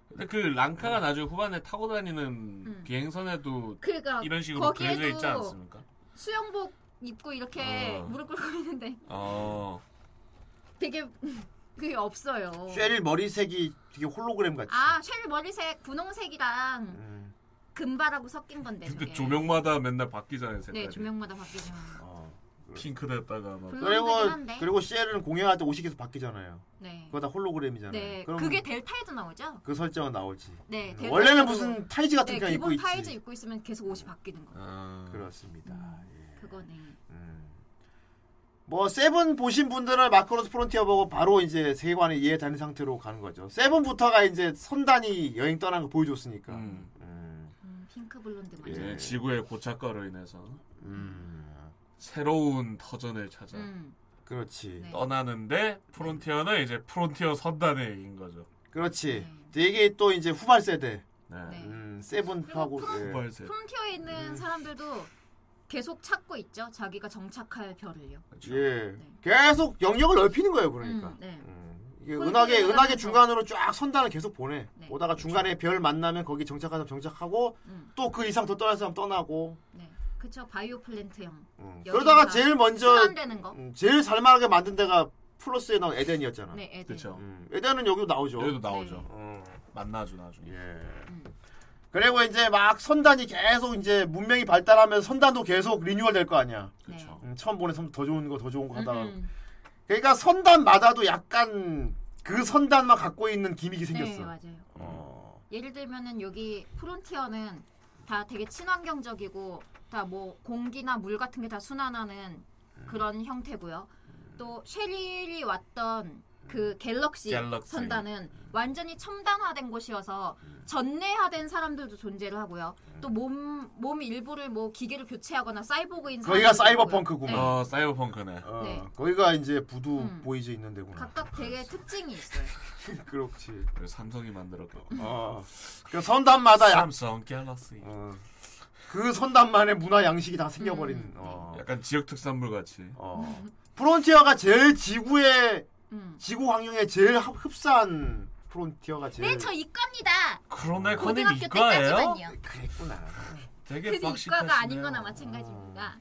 Speaker 6: 근데 그 랑카가 나중에 후반에 타고 다니는 비행선에도
Speaker 8: 음. 그러니까
Speaker 6: 이런 식으로 그려져 있지
Speaker 8: 거기에도
Speaker 6: 않습니까?
Speaker 8: 수영복 입고 이렇게
Speaker 6: 어.
Speaker 8: 무릎 꿇고 있는데
Speaker 6: 어.
Speaker 8: 되게 [LAUGHS] 그게 없어요.
Speaker 4: 쉐릴 머리색이 되게 홀로그램 같이.
Speaker 8: 아, 쉘 머리색 분홍색이랑
Speaker 4: 음,
Speaker 8: 금발하고 섞인 건데.
Speaker 6: 근데
Speaker 8: 저게.
Speaker 6: 조명마다 맨날 바뀌잖아요, 색깔이.
Speaker 8: 네, 조명마다 바뀌죠.
Speaker 4: 어.
Speaker 6: 핑크 됐다가 막
Speaker 8: 블루-
Speaker 4: 그리고
Speaker 8: 물론이긴 한데.
Speaker 4: 그리고 쉘은 공연할 때 옷이 계속 바뀌잖아요.
Speaker 8: 네.
Speaker 4: 그거 다 홀로그램이잖아요.
Speaker 8: 네.
Speaker 4: 그럼
Speaker 8: 그게 델타에도 나오죠?
Speaker 4: 그 설정은 나오지.
Speaker 8: 네,
Speaker 4: 음,
Speaker 8: 델타에도-
Speaker 4: 원래는 무슨 타이즈 같은
Speaker 8: 네,
Speaker 4: 거 그냥 입고
Speaker 8: 기본
Speaker 4: 있지.
Speaker 8: 타이즈 입고 있으면 계속 옷이 바뀌는 거.
Speaker 6: 아.
Speaker 4: 그렇습니다. 예.
Speaker 8: 그거네.
Speaker 4: 음. 뭐 세븐 보신 분들은 마크로스 프론티어 보고 바로 이제 세계관을 이해 다닌 상태로 가는 거죠. 세븐부터가 이제 선단이 여행 떠난 거 보여줬으니까.
Speaker 6: 음.
Speaker 4: 음.
Speaker 8: 음, 핑크 블론드 맞아.
Speaker 6: 이제 지구의 고착과로 인해서
Speaker 4: 음.
Speaker 6: 새로운 터전을 찾아
Speaker 8: 음.
Speaker 4: 그렇지.
Speaker 8: 네.
Speaker 6: 떠나는데 프론티어는 이제 프론티어 선단의 얘기인 거죠.
Speaker 4: 그렇지.
Speaker 8: 네.
Speaker 4: 되게 또 이제 후발 세대.
Speaker 6: 네.
Speaker 8: 네.
Speaker 4: 음, 세븐하고 예.
Speaker 6: 후발세.
Speaker 8: 프론티어에 있는 사람들도 계속 찾고 있죠. 자기가 정착할 별을요.
Speaker 4: 예. 계속 영역을 넓히는 거예요, 그러니까.
Speaker 8: 네. 음, 네.
Speaker 4: 음. 이게
Speaker 8: 홀리데이
Speaker 4: 은하계 은하계
Speaker 8: 가면서.
Speaker 4: 중간으로 쫙 선단을 계속 보내.
Speaker 8: 네.
Speaker 4: 오다가 중간에 별 만나면 거기 정착하면 정착하고
Speaker 8: 음.
Speaker 4: 또 그 이상 더 떠날 사람 떠나고.
Speaker 8: 네. 그쵸 바이오 플랜트형.
Speaker 4: 음.
Speaker 8: 여기가
Speaker 4: 그러다가 제일 먼저
Speaker 8: 순환되는 거.
Speaker 4: 음, 제일 잘 말하게 만든 데가 플러스에 나온 에덴이었잖아.
Speaker 8: 네, 애들.
Speaker 6: 그렇죠.
Speaker 4: 음, 에덴은 여기도 나오죠.
Speaker 8: 네.
Speaker 6: 여기도 나오죠.
Speaker 4: 어,
Speaker 6: 만나죠 나중에.
Speaker 4: 예.
Speaker 8: 음.
Speaker 4: 그리고 이제 막 선단이 계속 이제 문명이 발달하면서 선단도 계속 리뉴얼 될 거 아니야.
Speaker 6: 그렇죠.
Speaker 4: 음, 처음 보는 선더 좋은 거 더 좋은 거 하다가
Speaker 8: 음,
Speaker 4: 그러니까 선단마다도 약간 그 선단만 갖고 있는 기믹이
Speaker 8: 네,
Speaker 4: 생겼어.
Speaker 8: 맞아요.
Speaker 4: 어.
Speaker 8: 예를 들면은 여기 프론티어는 다 되게 친환경적이고 다 뭐 공기나 물 같은 게 다 순환하는
Speaker 4: 음.
Speaker 8: 그런 형태고요. 또 쉐릴이 왔던
Speaker 4: 음.
Speaker 8: 그 갤럭시,
Speaker 6: 갤럭시.
Speaker 8: 선단은 완전히 첨단화된 곳이어서
Speaker 4: 음.
Speaker 8: 전내화된 사람들도 존재를 하고요. 또 몸 몸 일부를 뭐 기계로 교체하거나 사이보그인
Speaker 4: 거기가
Speaker 8: 사람들도 있고요.
Speaker 4: 사이버펑크구만.
Speaker 8: 네.
Speaker 6: 어 사이버펑크네.
Speaker 4: 어,
Speaker 8: 네.
Speaker 4: 거기가 이제 부두
Speaker 8: 음.
Speaker 4: 보이즈 있는 데구나.
Speaker 8: 각각 되게 특징이 있어요.
Speaker 4: [LAUGHS] 그렇지.
Speaker 8: 음.
Speaker 6: 그리고 삼성이 만들었고.
Speaker 4: 어. 그 선단마다 약,
Speaker 6: 삼성 갤럭시.
Speaker 4: 어. 그 선단만의 문화 양식이 다 생겨버린.
Speaker 8: 음.
Speaker 4: 어.
Speaker 6: 약간 지역 특산물 같이.
Speaker 4: 어. 프론티어가 제일 지구의
Speaker 8: 음.
Speaker 4: 지구 환경에 제일 흡- 흡사한 프론티어가 제일.
Speaker 8: 네, 저 이과입니다.
Speaker 6: 그러네 코님
Speaker 8: 음. 고등학교
Speaker 6: 이과예요?
Speaker 8: 때까지만요.
Speaker 4: 그랬구나.
Speaker 6: 되게
Speaker 8: 그래서
Speaker 6: 박식하시네요.
Speaker 8: 이과가 아닌 거나 마찬가지입니다.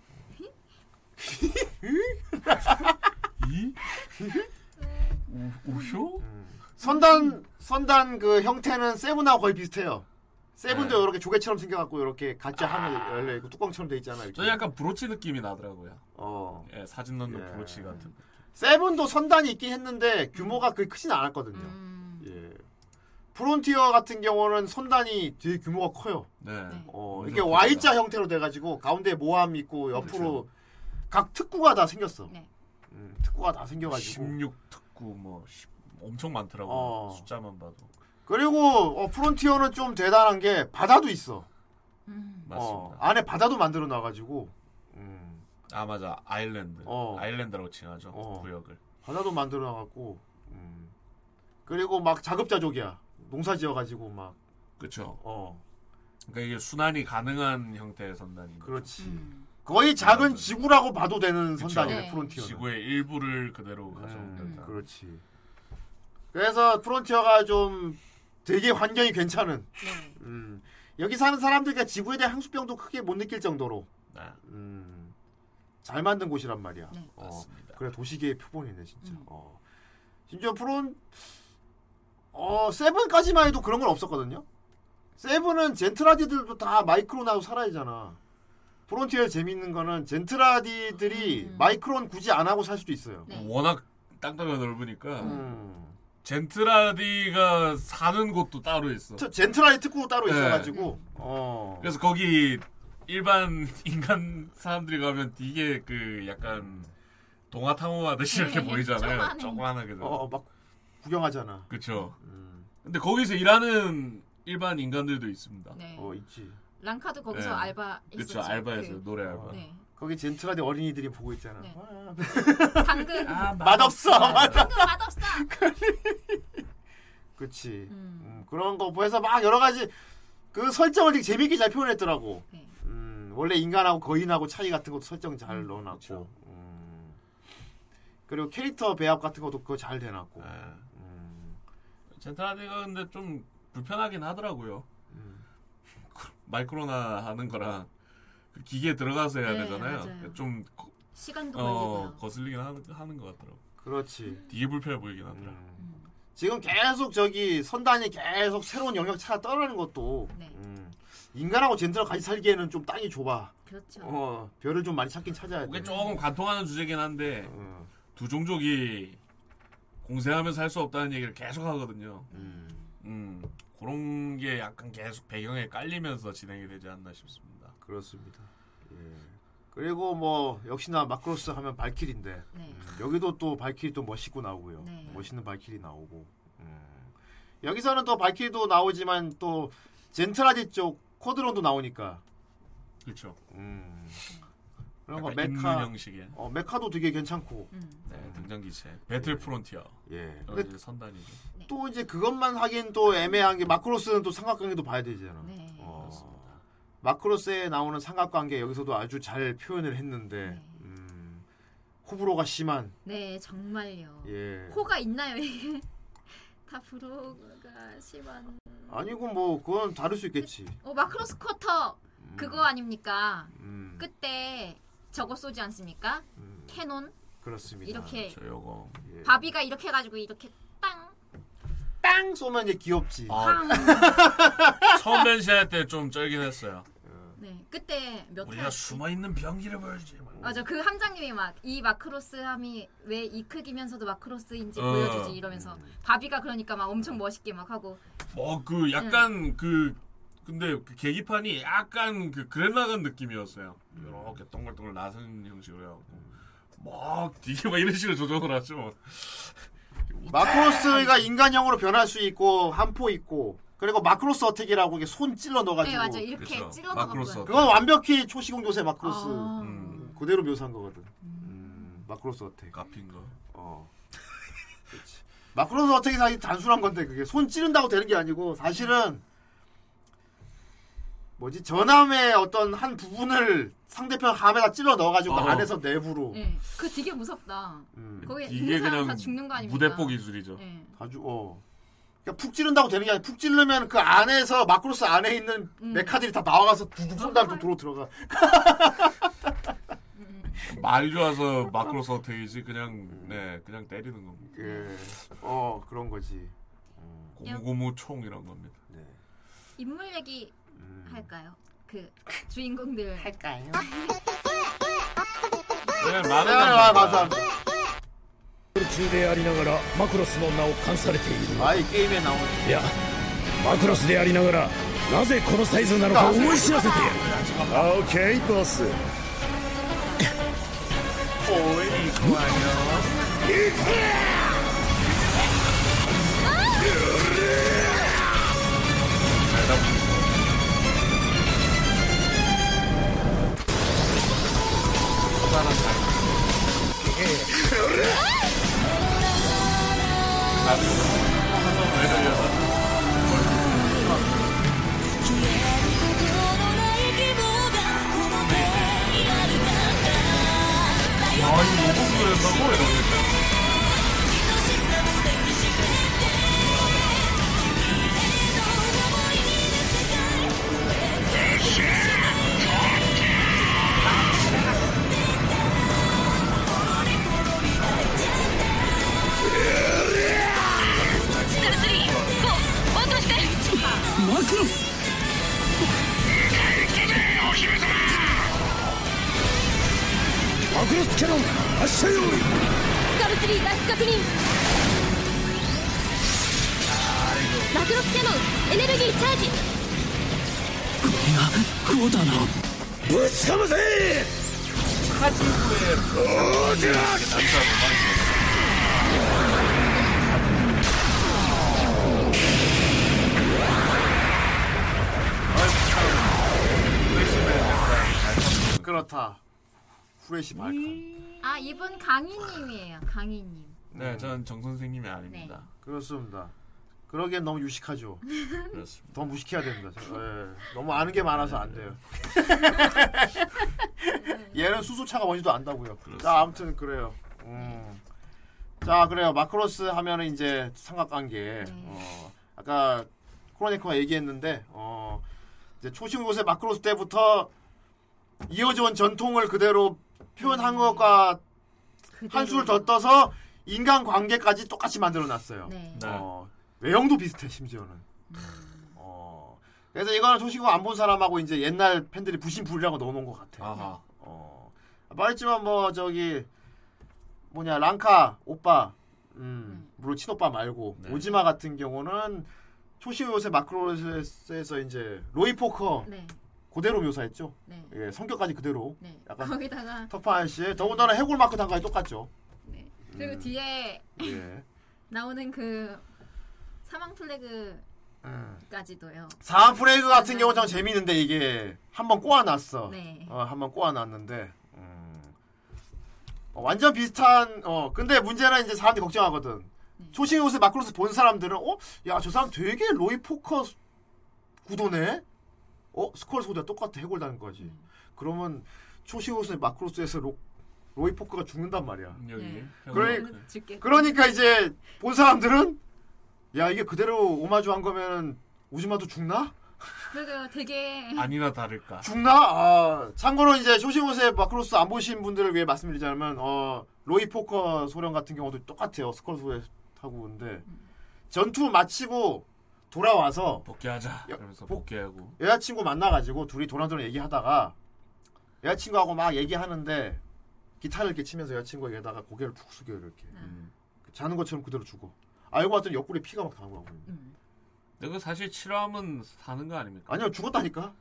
Speaker 6: 이? 우- 우효?
Speaker 4: 선단 선단 그 형태는 세븐하고 거의 비슷해요. 세븐도
Speaker 6: 네. 아.
Speaker 4: 이렇게 조개처럼 생겨갖고 이렇게 가짜 하늘 열려 있고 뚜껑처럼 돼 있잖아요. 이렇게.
Speaker 6: 저는 약간 브로치 느낌이 나더라고요.
Speaker 4: 어.
Speaker 6: 예, 사진 넣는
Speaker 4: 예.
Speaker 6: 브로치 같은.
Speaker 4: 세븐도 선단이 있긴 했는데 규모가 그렇게 크진 않았거든요.
Speaker 8: 음.
Speaker 4: 예. 프론티어 같은 경우는 선단이 되게 규모가 커요.
Speaker 6: 네.
Speaker 8: 네.
Speaker 4: 어,
Speaker 6: 완전
Speaker 4: 이게
Speaker 6: 크다. 그렇죠.
Speaker 4: Y자 형태로 돼가지고 가운데 모함 있고 옆으로 각 특구가 다 생겼어.
Speaker 8: 네.
Speaker 4: 음, 특구가 다 생겨가지고
Speaker 6: 16 특구 뭐 10, 엄청 많더라고요.
Speaker 4: 어.
Speaker 6: 숫자만 봐도.
Speaker 4: 그리고 어, 프론티어는 좀 대단한 게 바다도 있어.
Speaker 8: 음.
Speaker 4: 어,
Speaker 6: 맞습니다.
Speaker 4: 안에 바다도 만들어 놔가지고 음,
Speaker 6: 아 맞아 아일랜드.
Speaker 4: 어.
Speaker 6: 아일랜드라고 칭하죠
Speaker 4: 어.
Speaker 6: 구역을.
Speaker 4: 바다도 만들어 놔갖고 음. 그리고 막 자급자족이야. 농사 지어가지고 막
Speaker 6: 그렇죠.
Speaker 4: 어.
Speaker 6: 그러니까 이게 순환이 가능한 형태의 선단이
Speaker 4: 그렇지. 거의 작은 지구라고 봐도 되는 선단이네
Speaker 6: 네.
Speaker 4: 프론티어.
Speaker 6: 지구의 일부를 그대로 가져온 음,
Speaker 4: 그렇지. 그래서 프론티어가 좀 되게 환경이 괜찮은. 음. 여기 사는 사람들과 지구에 대한 향수병도 크게 못 느낄 정도로 음, 잘 만든 곳이란 말이야. 어, 그래 도시계의 표본이네 진짜. 어. 심지어 프론 어 세븐까지만 해도 그런 건 없었거든요. 세븐은 젠틀라디들도 다 마이크론하고 살아야잖아. 프론티어 재밌는 거는 젠틀라디들이 마이크론 굳이 안 하고 살 수도 있어요.
Speaker 8: 네.
Speaker 6: 뭐 워낙 땅덩이가 넓으니까
Speaker 8: 음.
Speaker 6: 음. 젠트라디가 사는 곳도 따로 있어.
Speaker 4: 저 젠틀라디 특구 따로
Speaker 6: 네.
Speaker 4: 있어가지고 어.
Speaker 6: 그래서 거기 일반 [LAUGHS] 인간 사람들이 가면 되게 그 약간 동화 탐험하듯이 이렇게
Speaker 4: 네,
Speaker 6: 보이잖아요.
Speaker 4: 조그만해.
Speaker 6: 조그만하게.
Speaker 4: 어, 음. 막 구경하잖아.
Speaker 6: 그쵸. 근데 거기서 일하는 일반 인간들도 있습니다.
Speaker 8: 네.
Speaker 4: 어 있지.
Speaker 8: 랑카도 거기서
Speaker 6: 네.
Speaker 8: 알바
Speaker 6: 그쵸,
Speaker 8: 있었죠.
Speaker 6: 알바에서 노래 알바.
Speaker 8: 네.
Speaker 4: 거기 젠틀라디 어린이들이 보고 있잖아.
Speaker 8: 네.
Speaker 4: 당근.
Speaker 8: 그 당근
Speaker 4: 아, 맛없어. [LAUGHS] 맞아.
Speaker 6: 네.
Speaker 8: 당근
Speaker 6: 뭐.
Speaker 8: 맛없어.
Speaker 4: 그치. 음, 그런 거 보여서 막 여러 가지 그 설정을 되게 재밌게 잘 표현했더라고. 음, 원래 인간하고 거인하고 차이 같은 것도 설정 잘 넣어놨고. 음. 그리고 캐릭터 배합 같은 것도 그거 잘 돼놨고.
Speaker 6: 네.
Speaker 4: 음,
Speaker 6: 젠트라디가 근데 좀 불편하긴 하더라고요.
Speaker 4: 음.
Speaker 6: 마이크로나 하는 거랑 그 기계에 들어가서 해야
Speaker 8: 네,
Speaker 6: 되잖아요.
Speaker 8: 맞아요.
Speaker 6: 좀 거-
Speaker 8: 시간도
Speaker 6: 어,
Speaker 8: 걸리고요.
Speaker 6: 거슬리긴 하는, 하는 것 같더라고.
Speaker 4: 그렇지.
Speaker 6: 되게 불편해 보이긴 하더라.
Speaker 4: 음. 지금 계속 저기 선단이 계속 새로운 영역 찾아 떠나는 것도
Speaker 8: 네,
Speaker 4: 음, 인간하고 젠틀하고 같이 살기에는 좀 땅이 좁아.
Speaker 8: 그렇죠.
Speaker 4: 어, 별을 좀 많이 찾긴 찾아야 돼.
Speaker 6: 그게 조금 관통하는 주제긴 한데
Speaker 4: 음,
Speaker 6: 두 종족이 공생하면서 할 수 없다는 얘기를 계속 하거든요.
Speaker 4: 음.
Speaker 6: 그런 게 약간 계속 배경에 깔리면서 진행이 되지 않나 싶습니다.
Speaker 4: 그렇습니다. 예. 그리고 뭐 역시나 마크로스 하면 발키리인데
Speaker 8: 네.
Speaker 4: 음, 여기도 또 발키리 또 멋있고 나오고요.
Speaker 8: 네.
Speaker 4: 멋있는 발키리 나오고 음. 여기서는 또 발키리도 나오지만 또 젠틀라디 쪽 코드론도 나오니까
Speaker 6: 그렇죠.
Speaker 4: 음. 그런 거
Speaker 6: 약간 입문
Speaker 4: 뭐 메카
Speaker 6: 형식의.
Speaker 4: 어 메카도 되게 괜찮고
Speaker 8: 음.
Speaker 6: 네, 등장 기체
Speaker 4: 음.
Speaker 6: 배틀 프론티어.
Speaker 8: 네.
Speaker 4: 예.
Speaker 6: 어, 이제 선단이죠.
Speaker 4: 또 이제 그것만 하긴 또 애매한 게 마크로스는 또 삼각관계도 봐야 되잖아.
Speaker 8: 네.
Speaker 4: 어. 마크로스에 나오는 삼각관계 여기서도 아주 잘 표현을 했는데 음, 호불호가 심한
Speaker 8: 네, 정말요.
Speaker 4: 예
Speaker 8: 호가 있나요 이게? [LAUGHS] 다 브로가 심한.
Speaker 4: 아니고 뭐 그건 다를 수 있겠지.
Speaker 8: 어 마크로스 쿼터
Speaker 6: 음.
Speaker 8: 그거 아닙니까?
Speaker 4: 음.
Speaker 8: 그때 저거 쏘지 않습니까?
Speaker 6: 음.
Speaker 8: 캐논
Speaker 4: 그렇습니다.
Speaker 8: 이렇게.
Speaker 6: 아, 저 요거
Speaker 4: 예.
Speaker 8: 바비가 이렇게 해가지고 이렇게 땅
Speaker 4: 땅 쏘면 이제 귀엽지.
Speaker 6: 아, 처음 변신할 때 좀 쩔긴 했어요.
Speaker 8: 네, 그때 몇
Speaker 6: 우리가
Speaker 8: 회?
Speaker 6: 숨어 있는 병기를 보여주지. 막.
Speaker 8: 맞아, 그 함장님이 막 이 마크로스함이 왜 이 크기면서도 마크로스인지
Speaker 6: 어.
Speaker 8: 보여주지 이러면서
Speaker 4: 음.
Speaker 8: 바비가 그러니까 막 엄청 멋있게 막 하고
Speaker 6: 뭐그 약간 그 근데 그 계기판이 약간 그 그랜라간 느낌이었어요. 이렇게 동글동글 나선 형식으로 해갖고 막 이게 막 이런 식으로 조정을 하죠.
Speaker 4: 마크로스가 인간형으로 변할 수 있고 한포 있고 그리고 마크로스 어택이라고 이게 손 찔러 넣어가지고
Speaker 8: 네, 맞아. 이렇게 어.
Speaker 6: 그쵸.
Speaker 8: 찔러
Speaker 6: 마크로스
Speaker 8: 넣었고요.
Speaker 4: 그건 완벽히 초시공 교세 마크로스
Speaker 8: 아.
Speaker 4: 음, 그대로 묘사한 거거든. 음, 마크로스 어택.
Speaker 6: 갚인 거.
Speaker 4: 어. 그치. 마크로스 어택이 사실 단순한 건데 그게 손 찌른다고 되는 게 아니고 사실은 뭐지 전함의 어떤 한 부분을 상대편 함에다 찔러 넣어가지고
Speaker 6: 어.
Speaker 4: 안에서 내부로 음.
Speaker 8: 네, 그거 되게 무섭다. 거기
Speaker 6: 이게
Speaker 8: 있는 사람 다
Speaker 6: 그냥
Speaker 8: 죽는 거 아닙니까?
Speaker 6: 무대포 기술이죠.
Speaker 8: 네.
Speaker 4: 아주 어. 그러니까 푹 찌른다고 되는 게 아니라 푹 찌르면 그 안에서 마크로스 안에 있는
Speaker 6: 음.
Speaker 4: 메카들이 다 나와가서 두둑 쏜
Speaker 6: 아,
Speaker 4: 다음에 또 도로 들어가.
Speaker 6: 말이 좋아서 마크로스 어택이지 그냥 네 그냥 때리는 겁니다.
Speaker 4: 예. 어 그런 거지.
Speaker 6: 고무고무 총 이런 겁니다.
Speaker 8: 인물 얘기 할까요? 그 주인공들
Speaker 4: 음. 할까요?
Speaker 6: 네,
Speaker 7: マ
Speaker 6: 많은 감사합니다.
Speaker 7: 中でありながらマクロスの名を冠されている
Speaker 4: はいゲームなお
Speaker 7: いやマクロスでありながらなぜこのサイズなのか思い知らせてやるオッケーボスおい
Speaker 6: 行くわよ
Speaker 1: 「消えること
Speaker 5: マクロスマクロスキャノン発射用意
Speaker 12: スカルツリー脱出確認マクロスキャノンエネルギーチャージ
Speaker 5: クォーターのぶちかませ
Speaker 4: 그렇다. 후레시 발칸.
Speaker 8: 아 이분 강희님이에요. 강희님.
Speaker 6: 네, 저는 정 선생님이 아닙니다.
Speaker 4: 그렇습니다. 그러기엔 너무 유식하죠.
Speaker 8: 네.
Speaker 6: 그렇습니다.
Speaker 4: 더 무식해야 됩니다. 저- 예. 너무 아는 게 많아서 안 돼요. 얘는 수소차가 뭔지도 안다고요. 자, 아무튼 그래요. 음. 자, 그래요. 마크로스 하면은 이제 삼각관계. 어, 아까 코로네코가 얘기했는데 어, 이제 초신곳의 마크로스 때부터 이어져 온 전통을 그대로 표현한 것과 한 수를 더 떠서 인간 관계까지 똑같이 만들어 놨어요.
Speaker 8: 네.
Speaker 6: 네.
Speaker 4: 어, 외형도 비슷해 심지어는. 어, 그래서 이거는 조시고 안 본 사람하고 이제 옛날 팬들이 부심부리라고 넣어놓은 것 같아.
Speaker 6: 아하.
Speaker 4: 어, 말했지만 뭐 저기 뭐냐 랑카 오빠, 음, 물론 친오빠 말고
Speaker 6: 네.
Speaker 4: 오지마 같은 경우는 초시고 요새 마크로스에서 이제 로이 포커
Speaker 8: 네.
Speaker 4: 그대로 묘사했죠.
Speaker 8: 네.
Speaker 4: 예, 성격까지 그대로.
Speaker 8: 네.
Speaker 4: 약간-
Speaker 8: 거기다가
Speaker 4: 턱파 씨의 더군다나 해골 마크 단까지 똑같죠.
Speaker 8: 네.
Speaker 4: 음.
Speaker 8: 그리고 뒤에
Speaker 4: 예.
Speaker 8: 나오는 그 사망 플래그까지도요.
Speaker 4: 사안 프레이그 같은 경우는 참 재미있는데 이게 한번 꼬아놨어.
Speaker 8: 네.
Speaker 4: 어, 한번 꼬아놨는데 음. 어, 완전 비슷한. 어 근데 문제는 이제 사람들이 걱정하거든. 초신 옷에 마크로스 본 사람들은 어, 야 저 사람 되게 로이 포커 구도네. 어 스컬 소다 똑같아 해골 다는 거지. 그러면 초신 옷에 마크로스에서 로, 로이 포커가 죽는단 말이야.
Speaker 6: 음, 여기. 음,
Speaker 8: 네.
Speaker 6: 형.
Speaker 4: 그래.
Speaker 8: 그러면 죽겠.
Speaker 4: 그러니까 이제 본 사람들은 야 이게 그대로 오마주 한 거면 오지마도 죽나?
Speaker 8: 그리고 되게
Speaker 6: 아니나 다를까.
Speaker 4: 죽나? 아, 참고로 이제 쇼시모세 마크로스 안 보신 분들을 위해 말씀드리자면 어, 로이 포커 소련 같은 경우도 똑같아요 스컬 소렛하고 근데 전투 마치고 돌아와서
Speaker 6: 복귀하자.
Speaker 4: 야,
Speaker 6: 그러면서
Speaker 4: 복-
Speaker 6: 복귀하고.
Speaker 4: 여자친구 만나가지고 둘이 도란도란 얘기하다가 여자친구하고 막 얘기하는데 기타를 이렇게 치면서 여자친구 얘기하다가 고개를 푹 숙여요 이렇게
Speaker 8: 네.
Speaker 6: 음.
Speaker 4: 자는 것처럼 그대로 죽어 알고 봤더니 옆구리 피가 막 나고 하고
Speaker 6: 근데 그거 사실 치료하면 사는 거 아닙니까?
Speaker 4: 아니요 죽었다니까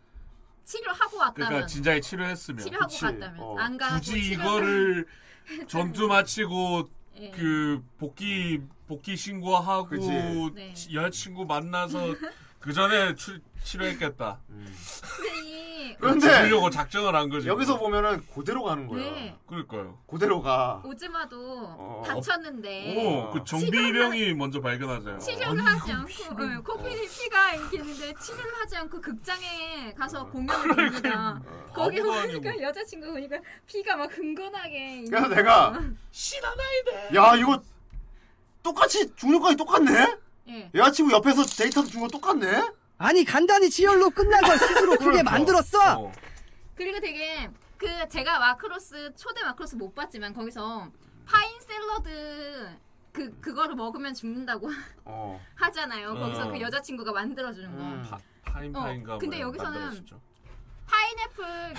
Speaker 8: 치료하고 왔다면
Speaker 6: 그러니까 진작에 치료했으면
Speaker 8: 치료하고
Speaker 4: 그치.
Speaker 8: 갔다면
Speaker 4: 어.
Speaker 8: 안 가고
Speaker 6: 굳이
Speaker 8: 치료를-
Speaker 6: 이거를
Speaker 8: [LAUGHS]
Speaker 6: 전투 마치고
Speaker 8: 예.
Speaker 6: 그 복귀 복귀 신고하고
Speaker 4: 그치.
Speaker 8: 네.
Speaker 6: 치- 여자친구 만나서 그 전에 출- 치료했겠다.
Speaker 8: 선생님.
Speaker 4: 그런데
Speaker 6: 죽으려고 작정을 한 거지. 뭐.
Speaker 4: 여기서 뭐- 보면은 그대로 가는 거야
Speaker 8: 네.
Speaker 6: 그럴까요?
Speaker 4: 그대로 가
Speaker 8: 오즈마도
Speaker 4: 어.
Speaker 8: 다쳤는데
Speaker 6: 오, 그 정비병이 먼저 발견하잖아요.
Speaker 8: 치료를 어, 하지 않고 예,
Speaker 6: 어.
Speaker 8: 코피니 피가 있는데 치료를 하지 않고 극장에 가서 공연을 봅니다. 거기
Speaker 6: 어. 아무도
Speaker 8: 보니까
Speaker 6: 아니고.
Speaker 8: 여자친구 보니까 피가 막 흥건하게 있는
Speaker 4: 그래서 내가
Speaker 6: 신어나이데.
Speaker 4: 야 이거 똑같이 중력까지 똑같네
Speaker 8: 예.
Speaker 4: 여자친구 옆에서 데이터 준거 똑같네
Speaker 5: 아니 간단히 지열로 끝난 걸
Speaker 13: [LAUGHS]
Speaker 5: 스스로
Speaker 13: 그렇죠.
Speaker 5: 크게 만들었어
Speaker 6: 어.
Speaker 8: 그리고 되게 그 제가 마크로스 초대 마크로스 못 봤지만 거기서 파인 샐러드 그 그거를 먹으면 죽는다고 [LAUGHS]
Speaker 4: 어
Speaker 8: 하잖아요. 거기서
Speaker 6: 어.
Speaker 8: 그 여자친구가 만들어주는 거.
Speaker 4: 음.
Speaker 6: 파인파인가
Speaker 8: 어, 근데
Speaker 6: 뭐야,
Speaker 8: 여기서는
Speaker 6: 만들어졌죠.
Speaker 8: 파인애플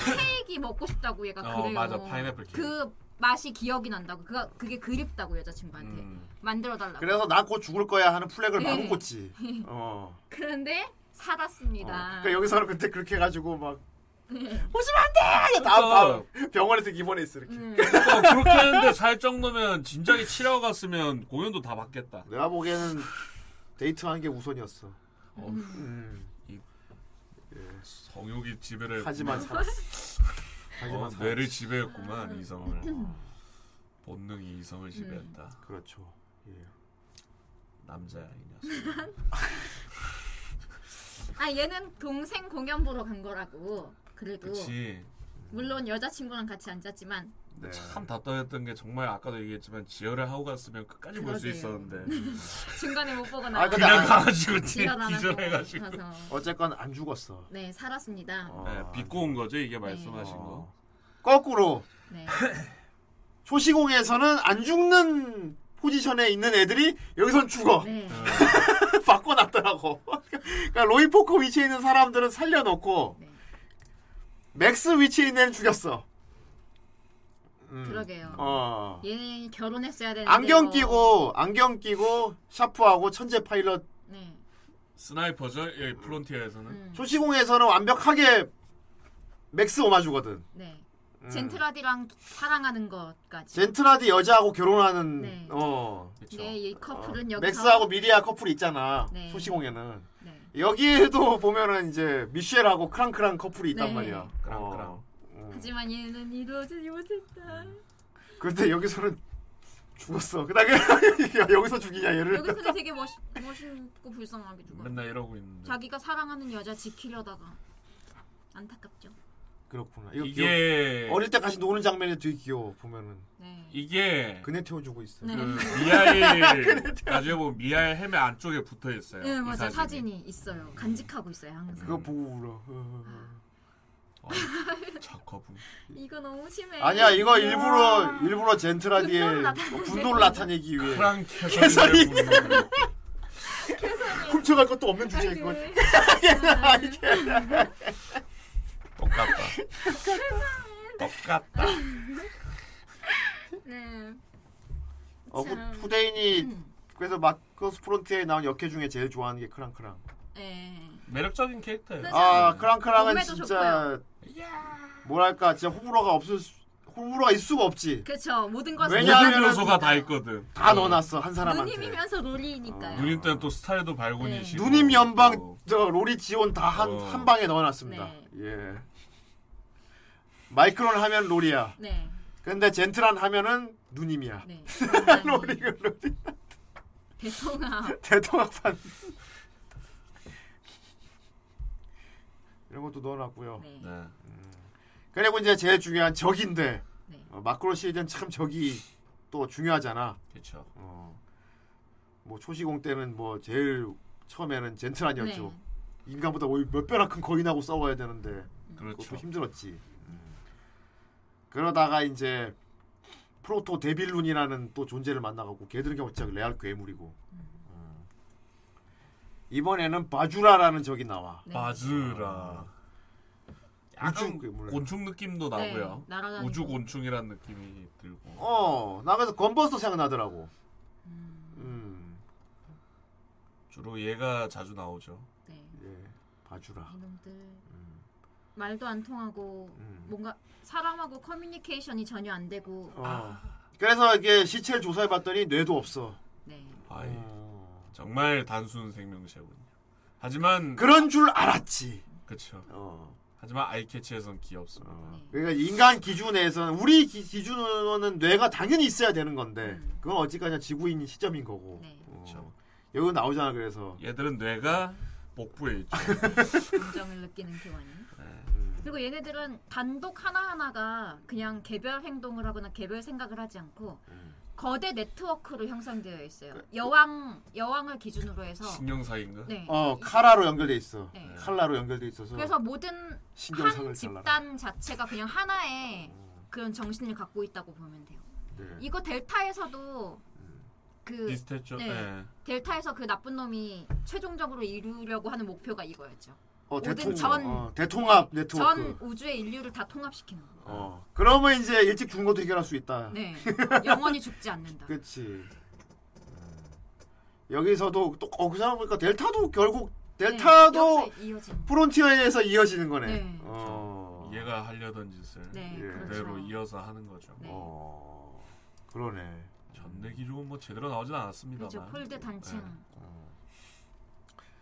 Speaker 8: 케이크 먹고 싶다고 얘가
Speaker 6: 어,
Speaker 8: 그래요.
Speaker 6: 맞아. 파인애플 케이크.
Speaker 8: 그 맛이 기억이 난다고. 그 그게 그립다고 여자친구한테
Speaker 6: 음.
Speaker 8: 만들어 달라고.
Speaker 4: 그래서 나 곧 죽을 거야 하는 플렉을
Speaker 8: 예.
Speaker 4: 마구 꽂지 어, 어.
Speaker 8: 그런데 살았습니다.
Speaker 4: 그러니까 여기서는 근데 그렇게 해가지고 막 오시면 안돼 다음 다음 병원에서 입원해 있어 이렇게
Speaker 8: 음.
Speaker 6: 어, 그렇게 하는데 살 정도면 진작에 치료 갔으면 공연도 다 받겠다.
Speaker 4: 내가 보기에는 데이트하는 게 우선이었어
Speaker 6: 어, 예,
Speaker 4: 음.
Speaker 6: 성욕이 지배를
Speaker 4: 하지만 살았어 하지만
Speaker 6: 네. 어,
Speaker 4: 살았어
Speaker 6: 뇌를 지배했구만
Speaker 8: 음.
Speaker 6: 이성을. 어, 본능이 이성을 지배했다.
Speaker 4: 그렇죠 예.
Speaker 6: 남자야 이
Speaker 8: 음.
Speaker 6: 녀석.
Speaker 8: 아 얘는 동생 공연 보러 간 거라고. 그래도
Speaker 6: 그렇지.
Speaker 8: 물론 여자친구랑 같이 앉았지만
Speaker 4: 네.
Speaker 6: 참 답답했던 게 정말 아까도 얘기했지만 지혈을 하고 갔으면 끝까지 볼 수
Speaker 8: 그러게요.
Speaker 6: 있었는데
Speaker 8: 중간에 못 보거나
Speaker 4: 아, 근데
Speaker 6: 그냥
Speaker 4: 안-
Speaker 6: 가가지고 [LAUGHS]
Speaker 8: 지랄 안 하고
Speaker 6: 기절해가지고
Speaker 8: 가서
Speaker 4: 어쨌건 안 죽었어
Speaker 8: 네 살았습니다.
Speaker 4: 어.
Speaker 6: 네, 비꼬 온 거죠 이게 말씀하신
Speaker 4: 어.
Speaker 6: 거.
Speaker 4: 거꾸로
Speaker 8: 네.
Speaker 4: 초시공에서는 안 죽는 포지션에 있는 애들이 여기선 죽어.
Speaker 8: 네.
Speaker 4: [LAUGHS] 바꿔놨더라고. [LAUGHS] 그러니까 로이 포커 위치에 있는 사람들은 살려놓고
Speaker 8: 네.
Speaker 4: 맥스 위치에 있는 애는 죽였어. 음.
Speaker 14: 그러게요.
Speaker 4: 어.
Speaker 14: 얘는 결혼했어야
Speaker 8: 예.
Speaker 14: 되는데
Speaker 4: 안경
Speaker 8: 네.
Speaker 14: 이거.
Speaker 4: 끼고 안경 끼고 샤프하고 천재 파일럿
Speaker 8: 네,
Speaker 6: 스나이퍼죠? 예,
Speaker 4: 음.
Speaker 6: 여기 플론티어에서는.
Speaker 8: 음.
Speaker 4: 조시공에서는 완벽하게 맥스 오마주거든.
Speaker 8: 네.
Speaker 4: 음.
Speaker 8: 젠트라디랑 사랑하는 것까지.
Speaker 4: 젠틀하디 여자하고 결혼하는
Speaker 8: 네.
Speaker 4: 어
Speaker 8: 네, 이 커플은 여기서
Speaker 4: 맥스하고 미리아 커플이 있잖아.
Speaker 8: 네.
Speaker 4: 소시공에는 여기에도 보면은 이제 미셸하고 크랑크랑 커플이 있단
Speaker 14: 네.
Speaker 4: 말이야. 어.
Speaker 8: 어.
Speaker 4: 크랑크랑.
Speaker 14: 하지만 얘는 이루어지지 못했다.
Speaker 4: 그런데 여기서는 죽었어. 그다음에 [LAUGHS] 여기서 죽이냐 얘를.
Speaker 8: 여기 근데 되게 멋 멋있고 불쌍하게 죽어.
Speaker 4: 네.
Speaker 6: 맨날 이러고 있는.
Speaker 8: 자기가 사랑하는 여자 지키려다가 안타깝죠.
Speaker 4: 그렇구나. 이거
Speaker 6: 이게-
Speaker 4: 귀여워. 어릴 때 같이 노는 장면이 되게 귀여워 보면은.
Speaker 8: 네.
Speaker 6: 이게
Speaker 4: 그네 태워주고
Speaker 8: 음.
Speaker 4: 있어.
Speaker 6: 그
Speaker 4: 요
Speaker 6: 미아일 나중에 보면 미아일 헤매 안쪽에 붙어 있어요.
Speaker 8: 네
Speaker 6: 이
Speaker 8: 맞아 사진이
Speaker 6: 사진이.
Speaker 8: 있어요. 간직하고 있어요 항상.
Speaker 4: 그거 보고 울어.
Speaker 8: 네.
Speaker 4: [LAUGHS]
Speaker 6: 작화분.
Speaker 8: 이거 너무 심해.
Speaker 4: 아니야 이거 일부러 일부러 젠틀하디의
Speaker 8: 분노를 나타내기
Speaker 4: 분노를 나타내기 위해.
Speaker 6: 크랑
Speaker 4: 개선이. 훔쳐갈 것도 없는 주제인 건.
Speaker 6: 똑같다. 똑같다.
Speaker 8: 네.
Speaker 4: 어, 후,
Speaker 8: 참. 음.
Speaker 4: 후대인이 그래서 마커스 프론트에 나온 역해 중에 제일 좋아하는 게 크랑크랑.
Speaker 8: 네.
Speaker 6: 매력적인 캐릭터예요.
Speaker 4: 아 크랑크랑은
Speaker 8: 몸매도
Speaker 4: 진짜 뭐랄까 진짜 호불호가 없을 수, 호불호가 있을 수가 없지.
Speaker 8: 그렇죠. 모든 것은
Speaker 6: 모든
Speaker 4: 왜냐하면은-
Speaker 6: 요소가 다 있거든.
Speaker 4: 다 넣어놨어 한 사람한테.
Speaker 8: 누님이면서 롤이니까요.
Speaker 4: 아,
Speaker 6: 누님 때는 또 스타일도 발군이시고.
Speaker 4: 누님 연방 저 로리 지원 다 한
Speaker 6: 어.
Speaker 4: 한 방에 넣어놨습니다. 예. 마이크론 하면 로리야.
Speaker 8: 네.
Speaker 4: 근데 젠틀한 하면은 누님이야. [LAUGHS]
Speaker 8: 네. [LAUGHS]
Speaker 4: 로리가 로리.
Speaker 8: 대성아.
Speaker 4: 대통합판. 이런 것도 넣어놨고요.
Speaker 6: 네,
Speaker 4: 음. 그리고 이제 제일 중요한 적인데 어, 마크로 시리즈는 참 적이 또 중요하잖아.
Speaker 6: 그렇죠.
Speaker 4: 어. 뭐 초시공 때는 뭐 제일 처음에는 젠틀한
Speaker 6: 네.
Speaker 4: 여주 인간보다 오히려 몇 배나 큰 거인하고 싸워야 되는데
Speaker 6: 그렇죠.
Speaker 4: 그것도 힘들었지. 음. 그러다가 이제 프로토 데빌룬이라는 또 존재를 만나갖고 걔들은 그냥 진짜 레알 괴물이고 음. 이번에는 바주라라는 적이 나와. 아,
Speaker 6: 네. 바주라. 약간 곤충 느낌도 나고요.
Speaker 4: 네, 날아다니고.
Speaker 6: 우주 곤충이라는 느낌이 들고.
Speaker 4: 어, 나 그래서 건버스도 생각나더라고. 음.
Speaker 6: 주로 얘가 자주 나오죠.
Speaker 4: 예, 바주라.
Speaker 8: 네. 이놈들 말도 안 통하고
Speaker 4: 음.
Speaker 8: 뭔가 사람하고 커뮤니케이션이 전혀 안 되고
Speaker 4: 어. 그래서 이게 시체를 조사해봤더니 뇌도 없어.
Speaker 8: 네,
Speaker 6: 아이,
Speaker 4: 음.
Speaker 6: 정말 단순 생명체군요. 하지만
Speaker 4: 그런 줄 알았지.
Speaker 6: 그렇죠.
Speaker 4: 어.
Speaker 6: 하지만 아이캐치에선 귀엽습니다.
Speaker 4: 그러니까 인간 기준에서는 우리 기, 기준으로는 뇌가 당연히 있어야 되는 건데
Speaker 8: 음.
Speaker 4: 그건 어찌까지나 지구인 시점인 거고.
Speaker 8: 네.
Speaker 4: 어. 여기 나오잖아 그래서.
Speaker 6: 얘들은 뇌가 복부에 있죠.
Speaker 8: 감정을 느끼는
Speaker 4: [LAUGHS]
Speaker 8: 교환이.
Speaker 4: 네.
Speaker 8: 그리고 얘네들은 단독 하나하나가 그냥 개별 행동을 하거나 개별 생각을 하지 않고
Speaker 4: 음.
Speaker 8: 거대 네트워크로 형성되어 있어요.
Speaker 4: 그
Speaker 8: 여왕 여왕을 기준으로 해서
Speaker 6: 신경사인가?
Speaker 8: 네.
Speaker 4: 어 카라로 연결돼 있어.
Speaker 8: 네.
Speaker 4: 칼라로 연결돼 있어서.
Speaker 8: 그래서 모든
Speaker 4: 신경상을 잘라라. 음.
Speaker 8: 한 집단 자체가 그냥 하나의 그런 정신을 갖고 있다고 보면 돼요.
Speaker 4: 네.
Speaker 8: 이거 델타에서도
Speaker 4: 음.
Speaker 8: 그
Speaker 6: 비슷했죠.
Speaker 8: 네.
Speaker 6: 네.
Speaker 8: 델타에서 그 나쁜 놈이 최종적으로 이루려고 하는 목표가 이거였죠.
Speaker 4: 어,
Speaker 8: 모든
Speaker 4: 대통,
Speaker 8: 전-
Speaker 4: 어, 대통합
Speaker 8: 전
Speaker 4: 네트워크.
Speaker 8: 우주의 인류를 다 통합시키는 거.
Speaker 4: 어. 그러면 이제 일찍 죽은 것도 해결할 수 있다.
Speaker 8: 네. 영원히 죽지 않는다.
Speaker 4: 그치. 음. 여기서도 또 어, 그 사람 보니까 델타도 결국 델타도
Speaker 8: 네, 이어진.
Speaker 4: 프론티어에서 이어지는 거네.
Speaker 8: 네.
Speaker 4: 어.
Speaker 6: 얘가 하려던 짓을
Speaker 8: 네, 예. 그렇죠. 네.
Speaker 6: 그대로 이어서 하는 거죠.
Speaker 4: 어, 그러네.
Speaker 6: 전내 기록은 뭐 제대로 나오진 않았습니다만. 네.
Speaker 8: 그렇죠. 폴드 단층. 어.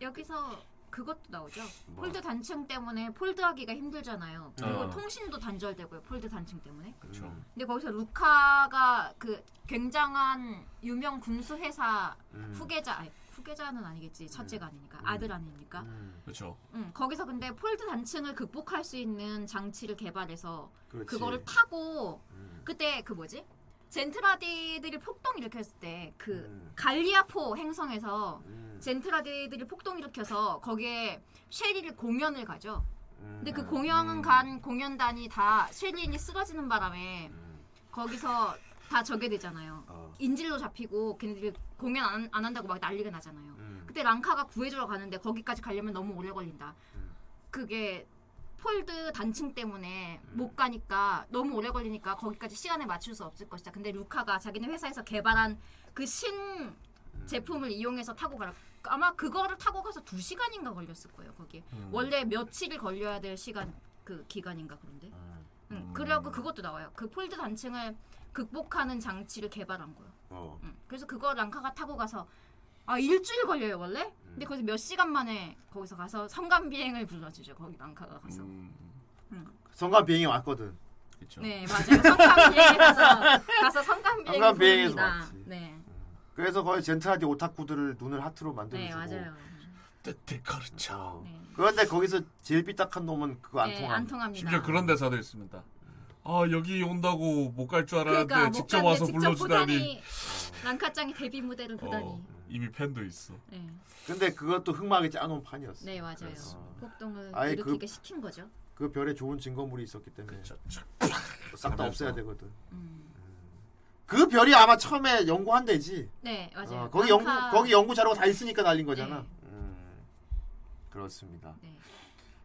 Speaker 8: 여기서 그것도 나오죠.
Speaker 6: 뭐?
Speaker 8: 폴드 단층 때문에 폴드하기가 힘들잖아요. 그리고
Speaker 6: 어.
Speaker 8: 통신도 단절되고요. 폴드 단층 때문에.
Speaker 6: 그렇죠.
Speaker 8: 근데 거기서 루카가 그 굉장한 유명 군수 회사
Speaker 6: 음.
Speaker 8: 후계자 아니, 후계자는 아니겠지. 첫째가 아니니까. 아들 아니니까.
Speaker 6: 그렇죠.
Speaker 8: 음, 거기서 근데 폴드 단층을 극복할 수 있는 장치를 개발해서
Speaker 6: 그렇지.
Speaker 8: 그거를 타고 그때 그 뭐지? 젠틀라디들이 폭동 일으켰을 때 그 갈리아포 행성에서
Speaker 4: 음.
Speaker 8: 젠틀라디들이 폭동 일으켜서 거기에 쉐리를 공연을 가죠. 근데 그 공연 간 공연단이 다 쉐린이 쓰러지는 바람에 거기서 다 저게 되잖아요.
Speaker 4: 어.
Speaker 8: 인질로 잡히고 걔네들이 공연 안, 안 한다고 막 난리가 나잖아요.
Speaker 4: 음.
Speaker 8: 그때 랑카가 구해주러 가는데 거기까지 가려면 너무 오래 걸린다. 그게 폴드 단층 때문에 못 가니까 너무 오래 걸리니까 거기까지 시간에 맞출 수 없을 것이다. 근데 루카가 자기네 회사에서 개발한 그 신 제품을 이용해서 타고 가라. 아마 그거를 타고 가서 두 시간인가 걸렸을 거예요. 거기
Speaker 15: 음.
Speaker 8: 원래 며칠이 걸려야 될 시간 그 기간인가 그런데. 응, 그래갖고 그것도 나와요. 그 폴드 단층을 극복하는 장치를 개발한 거예요.
Speaker 4: 어.
Speaker 8: 그래서 그거 랑카가 타고 가서 아 일주일 걸려요 원래.
Speaker 4: 음.
Speaker 8: 근데 거기서 몇 시간 만에 거기서 가서 성간 비행을 불러주죠. 거기 랑카가 가서.
Speaker 6: 음.
Speaker 8: 응.
Speaker 4: 성간 비행이 왔거든. 음, 그렇죠.
Speaker 8: 네 맞아요. 성간 비행에 가서 가서 성간 비행을
Speaker 4: 성간 비행에서
Speaker 8: 부릅니다.
Speaker 4: 왔지. 음,
Speaker 8: 네.
Speaker 4: 그래서 거의 젠틀하게 오타쿠들을 눈을 하트로
Speaker 8: 네
Speaker 4: 만들어주고.
Speaker 8: 맞아요.
Speaker 4: 데카르차. 그런데 거기서 제일 삐딱한 놈은 그거 안
Speaker 8: 네,
Speaker 4: 통합니다.
Speaker 8: 안 통합니다.
Speaker 6: 심지어 그런 대사도 있습니다. 아 여기 온다고 못 갈 줄 알았는데
Speaker 8: 그러니까 못
Speaker 6: 직접
Speaker 8: 갔는데
Speaker 6: 와서
Speaker 8: 직접
Speaker 6: 불러주다니 어,
Speaker 8: 보다니 랑카짱이 데뷔 무대를 보다니.
Speaker 4: 어.
Speaker 6: 이미 팬도 있어.
Speaker 8: 네.
Speaker 4: 근데 그것도 흑막이 짜놓은 판이었어.
Speaker 8: 네 맞아요. 폭동을
Speaker 4: 아예
Speaker 8: 일으키게
Speaker 4: 그-
Speaker 8: 시킨 거죠.
Speaker 4: 그 별에 좋은 증거물이 있었기 때문에 싹 다 없애야 되거든.
Speaker 8: 음.
Speaker 4: 그 별이 아마 처음에 연구한 데지.
Speaker 8: 네 맞아요.
Speaker 4: 어, 거기 연구
Speaker 8: 랑카- 네.
Speaker 4: 거기 연구 자료가 다 있으니까 날린 거잖아. 음, 그렇습니다.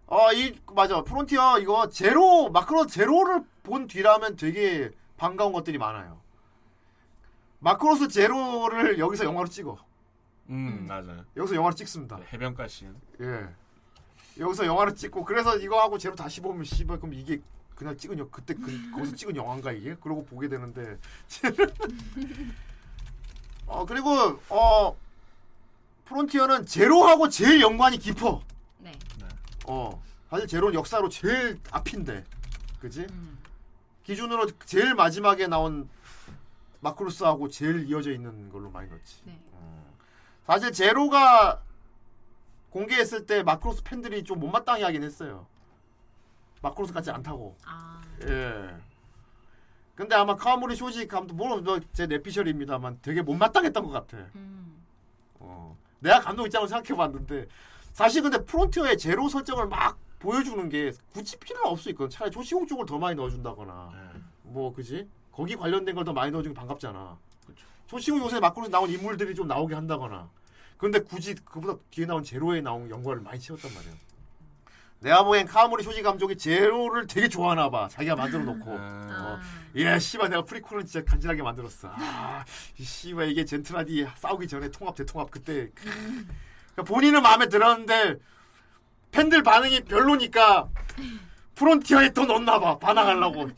Speaker 4: 어 이 맞아 프론티어 이거 제로 마크로 제로를 본 뒤라면 되게 반가운 것들이 많아요. 마크로스 제로를 여기서 영화로 찍어.
Speaker 6: 음 맞아요.
Speaker 4: 여기서 영화로 찍습니다.
Speaker 6: 해변가 씬.
Speaker 4: 예. 여기서 영화를 찍고 그래서 이거 하고 제로 다시 보면 씨발 그럼 이게 그날 찍은 영 그때 그 거기서 찍은 영화인가 이게? 그러고 보게 되는데. [LAUGHS] 어 그리고 어 프론티어는 제로하고 제일 연관이 깊어.
Speaker 8: 네.
Speaker 4: 어 사실 제로는 역사로 제일 앞인데, 그지? 기준으로 제일 마지막에 나온 마크루스하고 제일 이어져 있는 걸로 많이 넣었지.
Speaker 8: 네.
Speaker 4: 음. 사실 제로가 공개했을 때 마크로스 팬들이 좀 못마땅해 하긴 했어요. 마크로스 같지 않다고.
Speaker 8: 아.
Speaker 4: 예. 근데 아마 카와무리 쇼지 감독 물론 뭐 제 내피셜입니다만 되게 못마땅했던 것 같아. 어. 내가 감독 입장을 생각해봤는데 사실 근데 프론티어의 제로 설정을 막 보여주는 게 굳이 필요는 없어 있거든. 차라리 조시공 쪽을 더 많이 넣어준다거나 뭐 그지? 거기 관련된 걸 더 많이 넣어주면 반갑잖아. 조시공 요새 막으로 나온 인물들이 좀 나오게 한다거나. 근데 굳이 그보다 뒤에 나온 제로에 나온 연관을 많이 채웠단 말이야. 내가 보기엔 카모리 쇼지 감독이 제로를 되게 좋아하나 봐. 자기가 만들어 놓고.
Speaker 6: 네.
Speaker 8: 아.
Speaker 4: 어. 예, 씨발 내가 프리퀄은 진짜 간지나게 만들었어. 아, 이 씨발 이게 젠틀하디 싸우기 전에 통합 대통합 그때 그러니까 본인은 마음에 들었는데 팬들 반응이 별로니까 프론티어에 또 넣었나 봐. 반항하려고.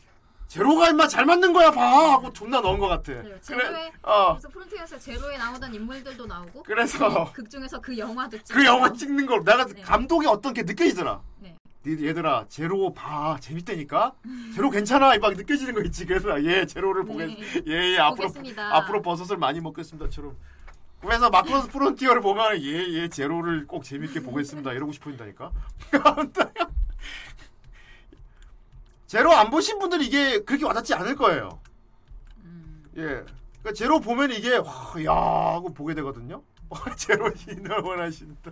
Speaker 4: 제로가 임마 잘 만든 거야 봐 하고 존나 넣은 것 같아.
Speaker 8: 그래요. 제로에
Speaker 4: 그래, 어,
Speaker 8: 그래서 프론티어에서 제로에 나오던 인물들도 나오고
Speaker 4: 그래서-
Speaker 8: 극 중에서 그 영화도 찍고
Speaker 4: 어. 그 영화 찍는 걸 내가 감독이 어떤 게 느껴지더라.
Speaker 8: 네.
Speaker 4: 니- 얘들아 제로 봐 재밌다니까 제로 괜찮아 이 막 느껴지는 거 있지 그래서 예 제로를 보겠
Speaker 8: 네.
Speaker 4: 예예 앞으로
Speaker 8: 보겠습니다.
Speaker 4: 앞으로 버섯을 많이 먹겠습니다처럼 그래서 마크로스 프론티어를 보면 예예 제로를 꼭 재밌게 보겠습니다 이러고 싶어진다니까 [LAUGHS] 제로 안 보신 분들 이게 그렇게 와닿지 않을 거예요
Speaker 8: 음.
Speaker 4: 예 그러니까 제로 보면 이게 와야 하고 보게 되거든요 [LAUGHS] 제로 인을 원하신다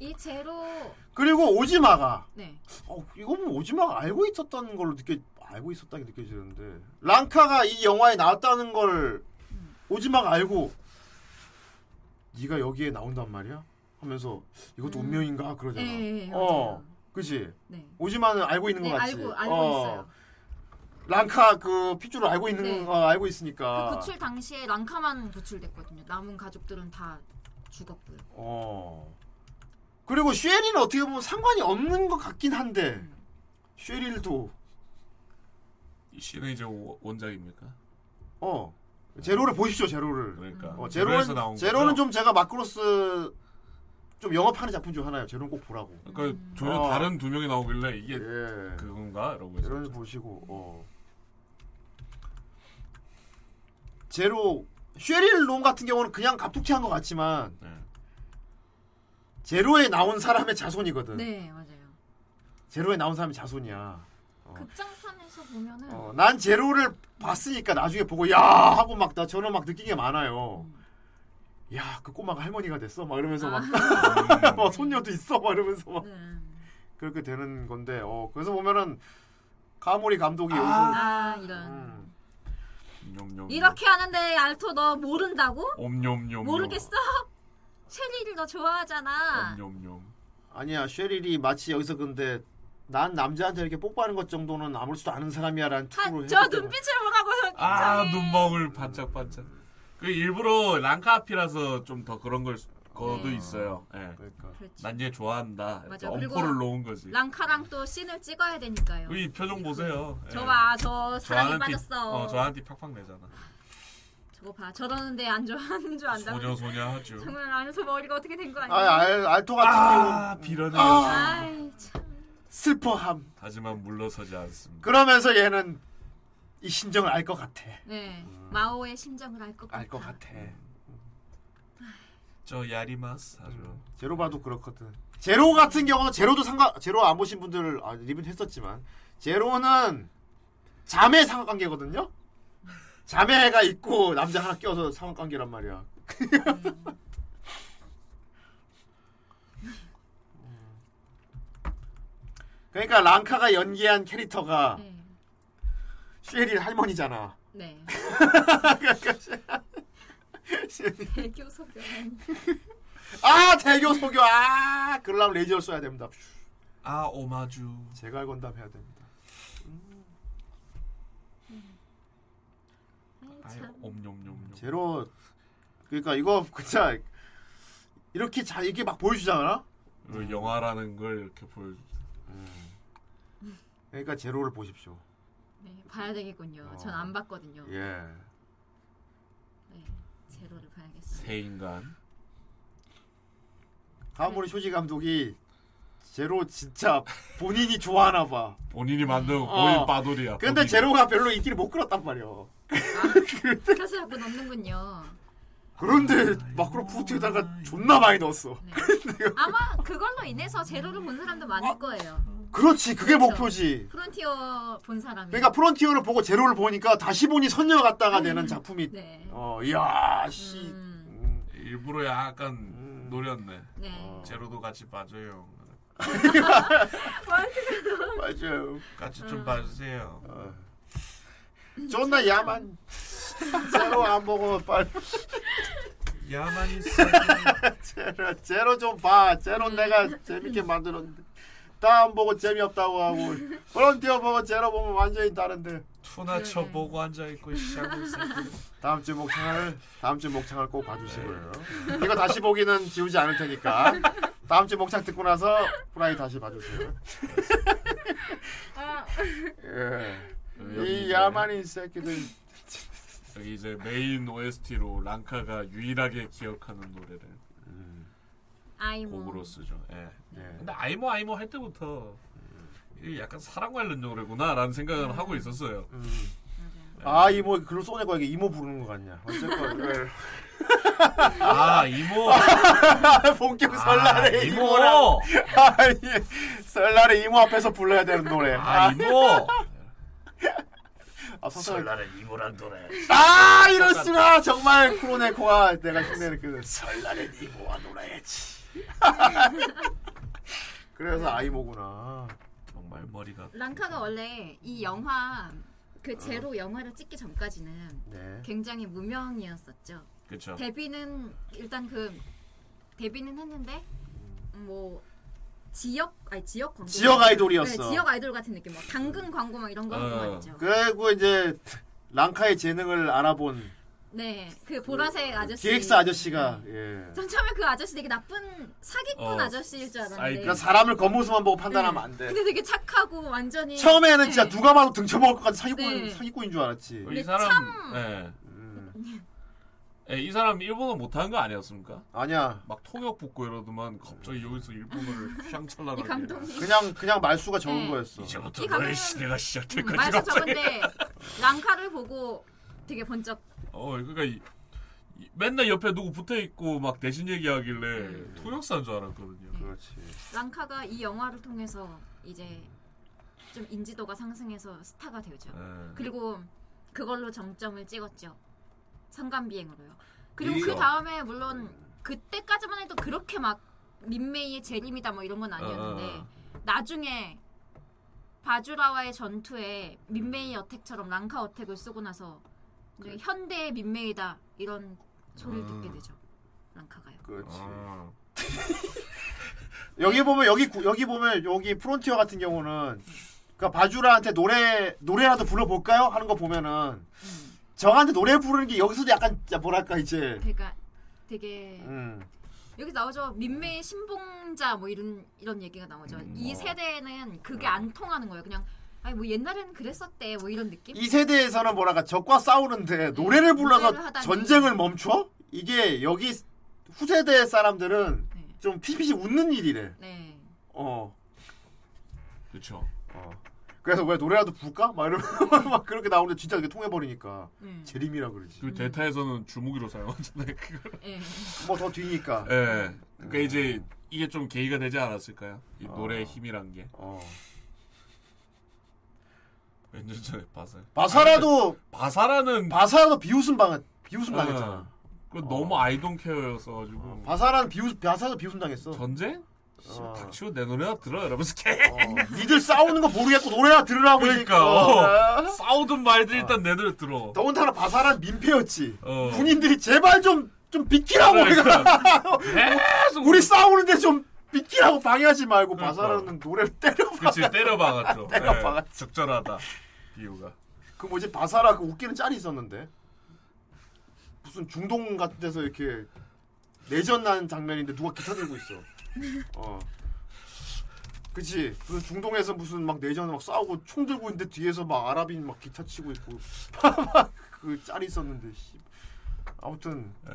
Speaker 8: 이 제로
Speaker 4: 그리고 오지마가
Speaker 8: 네.
Speaker 4: 어, 이거 보면 오지마가 알고 있었다는 걸로 느껴 알고 있었다는 게 느껴지는데 랑카가 이 영화에 나왔다는 걸 오지마가 알고 네가 여기에 나온단 말이야 하면서 이것도 운명인가 그러잖아.
Speaker 8: 음. 예, 예,
Speaker 4: 어, 그지.
Speaker 8: 네.
Speaker 4: 오지마는 알고 있는
Speaker 8: 네,
Speaker 4: 것 같지.
Speaker 8: 알고- 알고 있어요.
Speaker 4: 랑카 그 피주를 알고 있는
Speaker 8: 네.
Speaker 4: 어, 알고
Speaker 8: 그
Speaker 4: 있으니까.
Speaker 8: 구출 당시에 랑카만 구출됐거든요. 남은 가족들은 다 죽었고요.
Speaker 4: 어. 그리고 쉐리는 어떻게 보면 상관이 없는 것 같긴 한데
Speaker 8: 음.
Speaker 4: 쉐리도
Speaker 6: 이 씨는 이제 오- 원작입니까?
Speaker 4: 어 제로를 보십시오 제로를
Speaker 6: 그러니까
Speaker 4: 어,
Speaker 6: 제로에서
Speaker 4: 제로는
Speaker 6: 나온 거죠?
Speaker 4: 제로는 좀 제가 마크로스 좀 영업하는 작품 중 하나예요 제로는 꼭 보라고
Speaker 6: 그러니까
Speaker 8: 음.
Speaker 6: 전혀
Speaker 4: 어.
Speaker 6: 다른 두 명이 나오길래 이게 그건가 예. 이러고 그렇죠. 있었죠.
Speaker 4: 제로는 보시고 어. 제로 쉐릴 롬 같은 경우는 그냥 갑툭튀한 것 같지만
Speaker 6: 네.
Speaker 4: 제로에 나온 사람의 자손이거든
Speaker 8: 네, 맞아요.
Speaker 4: 제로에 나온 사람이 자손이야
Speaker 8: 극장판에서 보면은
Speaker 4: 어, 난 제로를 봤으니까 나중에 보고 야 하고 막 나 저는 막 느낀 게 많아요. 야 그 꼬마가 할머니가 됐어 막 이러면서 막, [LAUGHS]
Speaker 6: 음. 뭐.
Speaker 4: 막 손녀도 있어 막 이러면서 막
Speaker 8: 네.
Speaker 4: 그렇게 되는 아. 건데 어 그래서 보면은 가모리 감독이 여기서
Speaker 8: 아, 이런
Speaker 6: 옴뇸뇸.
Speaker 8: 이렇게 하는데 알토 너 모른다고?
Speaker 4: 음.
Speaker 6: 옴뇸뇸.
Speaker 8: 모르겠어? [LAUGHS] 쉐리를 너 좋아하잖아.
Speaker 4: 아니야 쉐릴이 마치 여기서 근데 난 남자한테 이렇게 뽀뽀하는 것 정도는 아무렇지도 않은 사람이야라는 투구를 했기
Speaker 8: 저
Speaker 4: 때문에.
Speaker 8: 눈빛을 보라고서
Speaker 6: 아 눈멍울 반짝반짝. 그 일부러 랑카 앞이라서 좀 더 그런 걸 수- 거도 있어요. 예.
Speaker 8: 네. 그렇지.
Speaker 6: 난 얘 좋아한다.
Speaker 8: 맞아.
Speaker 6: 엄포를 놓은 거지.
Speaker 8: 랑카랑 또 씬을 찍어야 되니까요.
Speaker 6: 이 표정 보세요.
Speaker 4: 네.
Speaker 6: 예.
Speaker 8: 저봐 저 사랑에
Speaker 6: 저한테-
Speaker 8: 빠졌어.
Speaker 6: 어, 저한테 팍팍 내잖아.
Speaker 8: 저거 봐 저러는데 안 좋아하는 줄 안다.
Speaker 6: 소녀 소녀 하죠.
Speaker 8: 정말 알토 머리가 어떻게 된 거 아니야?
Speaker 4: 아, 알, 알토 같은 경우
Speaker 6: 비련의
Speaker 8: 아이,
Speaker 4: 슬퍼함.
Speaker 6: 하지만 물러서지 않습니다.
Speaker 4: 그러면서 얘는 이 심정을 알 것 같아.
Speaker 8: 네 마오의 심정을 알 것 같아.
Speaker 4: 알 것 같아.
Speaker 6: 저 야리마스 하죠.
Speaker 4: 그렇죠. 제로바도 그렇거든. 제로 같은 경우는 제로도 상관 제로 안 보신 분들 아, 리뷰 했었지만 제로는 자매 상관관계거든요. 자매가 있고 남자 하나 껴서 상관관계란 말이야. [LAUGHS] 그러니까 랑카가 연기한 캐릭터가 쉐릴 할머니잖아. [LAUGHS]
Speaker 8: 네.
Speaker 4: 대교 [LAUGHS]
Speaker 8: 소변.
Speaker 4: 아 대교 소교 아 그러려면 레이저를 써야 됩니다.
Speaker 6: 아 오마주
Speaker 4: 제갈 건담 해야 됩니다.
Speaker 6: 옴뇸뇸뇸.
Speaker 4: 제로 그러니까 이거 [LAUGHS] 진짜 이렇게 자 이게 막 보여주잖아.
Speaker 6: 그 영화라는 걸 이렇게 보여주.
Speaker 4: 그러니까 제로를 보십시오.
Speaker 8: 네, 봐야 되겠군요. 전 안 봤거든요.
Speaker 4: 아. 예.
Speaker 8: 제로를 봐야겠어.
Speaker 6: 새 인간.
Speaker 4: 가모리 쇼지 감독이 제로 진짜 본인이 좋아하나 봐.
Speaker 6: 본인이
Speaker 8: 음.
Speaker 6: 만든
Speaker 4: 어.
Speaker 6: 고일 빠돌이야.
Speaker 4: 근데
Speaker 6: 아, 본인이.
Speaker 4: 제로가 별로 인기를 못 끌었단 말이야.
Speaker 8: 그래서 자꾸 넘는군요.
Speaker 6: 아,
Speaker 4: 그런데 마크로 푸트에다가 존나 많이 넣었어.
Speaker 8: 아마 그걸로 인해서 제로를 본 사람도
Speaker 4: 어?
Speaker 8: 많을 거예요.
Speaker 4: 그렇지 그게 목표지.
Speaker 8: 프론티어 본 사람이.
Speaker 4: 그러니까 프론티어를 보고 제로를 보니까 다시 보니 선녀 같다가 되는 작품이
Speaker 8: 네.
Speaker 4: 어 이야 씨
Speaker 6: 일부러 약간
Speaker 4: 음.
Speaker 6: 노렸네.
Speaker 4: 어.
Speaker 8: 네.
Speaker 6: 제로도 같이 빠져요.
Speaker 4: 맞아요.
Speaker 6: 같이
Speaker 8: 음.
Speaker 6: 좀 봐주세요.
Speaker 4: 어. 음, 존나 [LAUGHS] 야만 제로 안 보고 빨리
Speaker 6: 야만 있어
Speaker 8: [LAUGHS]
Speaker 4: 제로 제로 좀봐 제로 내가 재밌게 만들었는데 다 안 보고 재미없다고 하고 프론티어 보고 제로 보면 완전히 다른데
Speaker 6: 투나 쳐보고 앉아 있고 시작을
Speaker 4: 다음 주 목창을 다음 주 목창을 꼭 봐주시고요 이거 다시 보기는 지우지 않을 테니까 다음 주 목창 듣고 나서 후라이 다시 봐주세요
Speaker 8: 아.
Speaker 4: 예.
Speaker 6: 여기
Speaker 4: 이
Speaker 6: 이제-
Speaker 4: 야만인 새끼들
Speaker 6: 여기 그 이제 메인 OST로 랑카가 유일하게 기억하는 노래를 곡으로
Speaker 8: 아이모. 뭐.
Speaker 6: 쓰죠. 예. 근데 아이모 아이모 할 때부터 이게 약간 사랑 관련 노래구나라는 생각은 하고
Speaker 8: 음.
Speaker 6: 있었어요.
Speaker 4: 아 이모 글로 쏘내고 이게 이모 부르는 거 같냐 어쨌건
Speaker 6: [LAUGHS]
Speaker 4: 예.
Speaker 6: 아 이모
Speaker 4: 본격
Speaker 6: 아,
Speaker 4: 설날에
Speaker 6: 이모.
Speaker 4: 이모 [LAUGHS] 아니 예. 설날에 이모 앞에서 불러야 되는 노래
Speaker 6: 아 이모
Speaker 4: 아, 설날
Speaker 6: 이모란 노래
Speaker 4: 아 이럴 수가 정말 크로네코가 내가 흉내를 끄는 설날에 이모와 놀아야지 [LAUGHS] 그래서 아이모구나
Speaker 6: 예, 정말 머리가
Speaker 8: 랑카가 원래 이 영화 그 제로 영화를 찍기 전까지는
Speaker 4: 네
Speaker 8: 굉장히 무명이었었죠.
Speaker 6: 그쵸.
Speaker 8: 데뷔는 일단 그 데뷔는 했는데 뭐 지역 아니 지역 광고
Speaker 4: 지역 아이돌이었어.
Speaker 8: 네, 지역 아이돌 같은 느낌 막 당근 광고 막 이런 거 하는
Speaker 4: 어.
Speaker 8: 거 있죠.
Speaker 4: 그리고 이제 랑카의 재능을 알아본
Speaker 8: 네, 그 보라색 아저씨.
Speaker 4: 기획사 아저씨가 예
Speaker 8: 전 처음에 그 아저씨 되게 나쁜 사기꾼
Speaker 4: 어,
Speaker 8: 아저씨일 줄 알았는데.
Speaker 4: 그러니까 사람을 겉모습만 보고 판단하면 안돼
Speaker 8: 근데 되게 착하고 완전히.
Speaker 4: 처음에는 진짜 누가 봐도 등쳐먹을 것 같은 사기꾼
Speaker 8: 네.
Speaker 4: 사기꾼인 줄 알았지
Speaker 6: 이 사람 예. 예, 이 사람 일본어 못하는 거 아니었습니까?
Speaker 4: 아니야.
Speaker 6: 막 통역 붙고 이러더만 갑자기 여기서 일본어를 휘황찬란하게.
Speaker 8: 음. 이 감독님.
Speaker 4: 그냥 그냥 말수가 적은
Speaker 8: 네.
Speaker 4: 거였어.
Speaker 6: 이제부터
Speaker 8: 이 감독님-
Speaker 6: 너의 시대가 시작될
Speaker 8: 음,
Speaker 6: 것이다.
Speaker 8: 말도 적은데 랑카를 보고 되게 번쩍.
Speaker 6: 어, 그러니까 이, 이- 맨날 옆에 누구 붙어 있고 막 대신 얘기하길래 통역사인 줄 알았거든요.
Speaker 4: 그렇지.
Speaker 8: 랑카가 이 영화를 통해서 이제 좀 인지도가 상승해서 스타가 되죠.
Speaker 6: 네.
Speaker 8: 그리고 그걸로 정점을 찍었죠. 상간 비행으로요. 그리고
Speaker 6: 이거.
Speaker 8: 그 다음에 물론 그때까지만 해도 그렇게 막 린메이의 재림이다 뭐 이런 건 아니었는데
Speaker 6: 어.
Speaker 8: 나중에 바주라와의 전투에 민메이 어택처럼 랑카 어택을 쓰고 나서 이제 현대의 민메이다 이런 소리를
Speaker 4: 음.
Speaker 8: 듣게 되죠. 랑카가요.
Speaker 4: 그렇지.
Speaker 6: 어. 아,
Speaker 4: 여기 보면 여기 구- 여기 보면 여기 프론티어 같은 경우는 그러니까 바주라한테 노래 노래라도 불러볼까요 하는 거 보면은 저한테 노래 부르는 게 여기서도 약간 진짜 뭐랄까 이제
Speaker 8: 그러니까 되게
Speaker 4: 음.
Speaker 8: 여기 나오죠 민메이 신봉자 뭐 이런 이런 얘기가 나오죠.
Speaker 6: 음,
Speaker 8: 이
Speaker 6: 뭐.
Speaker 8: 세대에는
Speaker 6: 네.
Speaker 8: 그게 안 통하는 거예요. 그냥 아니 뭐 옛날에는 그랬었대 뭐 이런 느낌.
Speaker 4: 이 세대에서는 뭐랄까 적과 싸우는데 노래를 불러서
Speaker 8: 노래를 네, 하다니.
Speaker 4: 전쟁을 멈춰 이게 여기 후세대 사람들은 좀 피피시 웃는 일이래.
Speaker 8: 네.
Speaker 4: 어.
Speaker 6: 그렇죠.
Speaker 4: 어. 그래서 왜 노래라도 부를까? 막 이러면 [LAUGHS] 막 그렇게 나오는데 진짜 이게 통해버리니까
Speaker 8: 음.
Speaker 4: 재림이라 그러지.
Speaker 6: 그 대타에서는 주무기로 사용하잖아요. 그걸.
Speaker 8: 예.
Speaker 4: 뭐더 뒤니까.
Speaker 6: 예. 그러니까 이제 이게 좀 계기가 되지 않았을까요? 이 노래의 힘이란 게.
Speaker 4: 어.
Speaker 6: 몇년 전에 바사.
Speaker 4: 바사라도
Speaker 6: 바사라는
Speaker 4: 바사라도 비웃음 방 비웃음 당했잖아. 아.
Speaker 6: 그 너무 아이돌 케어였어가지고.
Speaker 4: 바사라는 비웃 바사도 비웃음 당했어.
Speaker 6: 전쟁?
Speaker 4: 어.
Speaker 6: 닥치고 내 노래나 들어 이러면서 개.
Speaker 4: 니들 싸우는 거 모르겠고 노래나 들으라고
Speaker 6: 그러니까
Speaker 4: 이러니까.
Speaker 6: 어. 싸우든 말든 일단 내 노래 들어.
Speaker 4: 더군다나 바사란 민폐였지.
Speaker 6: 어.
Speaker 4: 군인들이 제발 좀, 좀 비키라고.
Speaker 6: 그러니까.
Speaker 4: 우리가. 우리 싸우는데 좀 비키라고 방해하지 말고 바사라는 노래를 때려봐.
Speaker 6: 그러니까. 그치 때려박았죠.
Speaker 4: 때려박았죠.
Speaker 6: 예, 적절하다 비유가.
Speaker 4: 그 뭐지, 바사라 그 웃기는 짤이 있었는데. 무슨 중동 같은 데서 이렇게 내전 난 장면인데 누가 기타 들고 있어. 어. 그치. 무슨 중동에서 무슨 막 내전 막 싸우고 총 들고 있는데 뒤에서 막 아랍인 막 기타 치고 [LAUGHS] 있고. 그 짤이 있었는데, 씨. 아무튼.
Speaker 6: 예,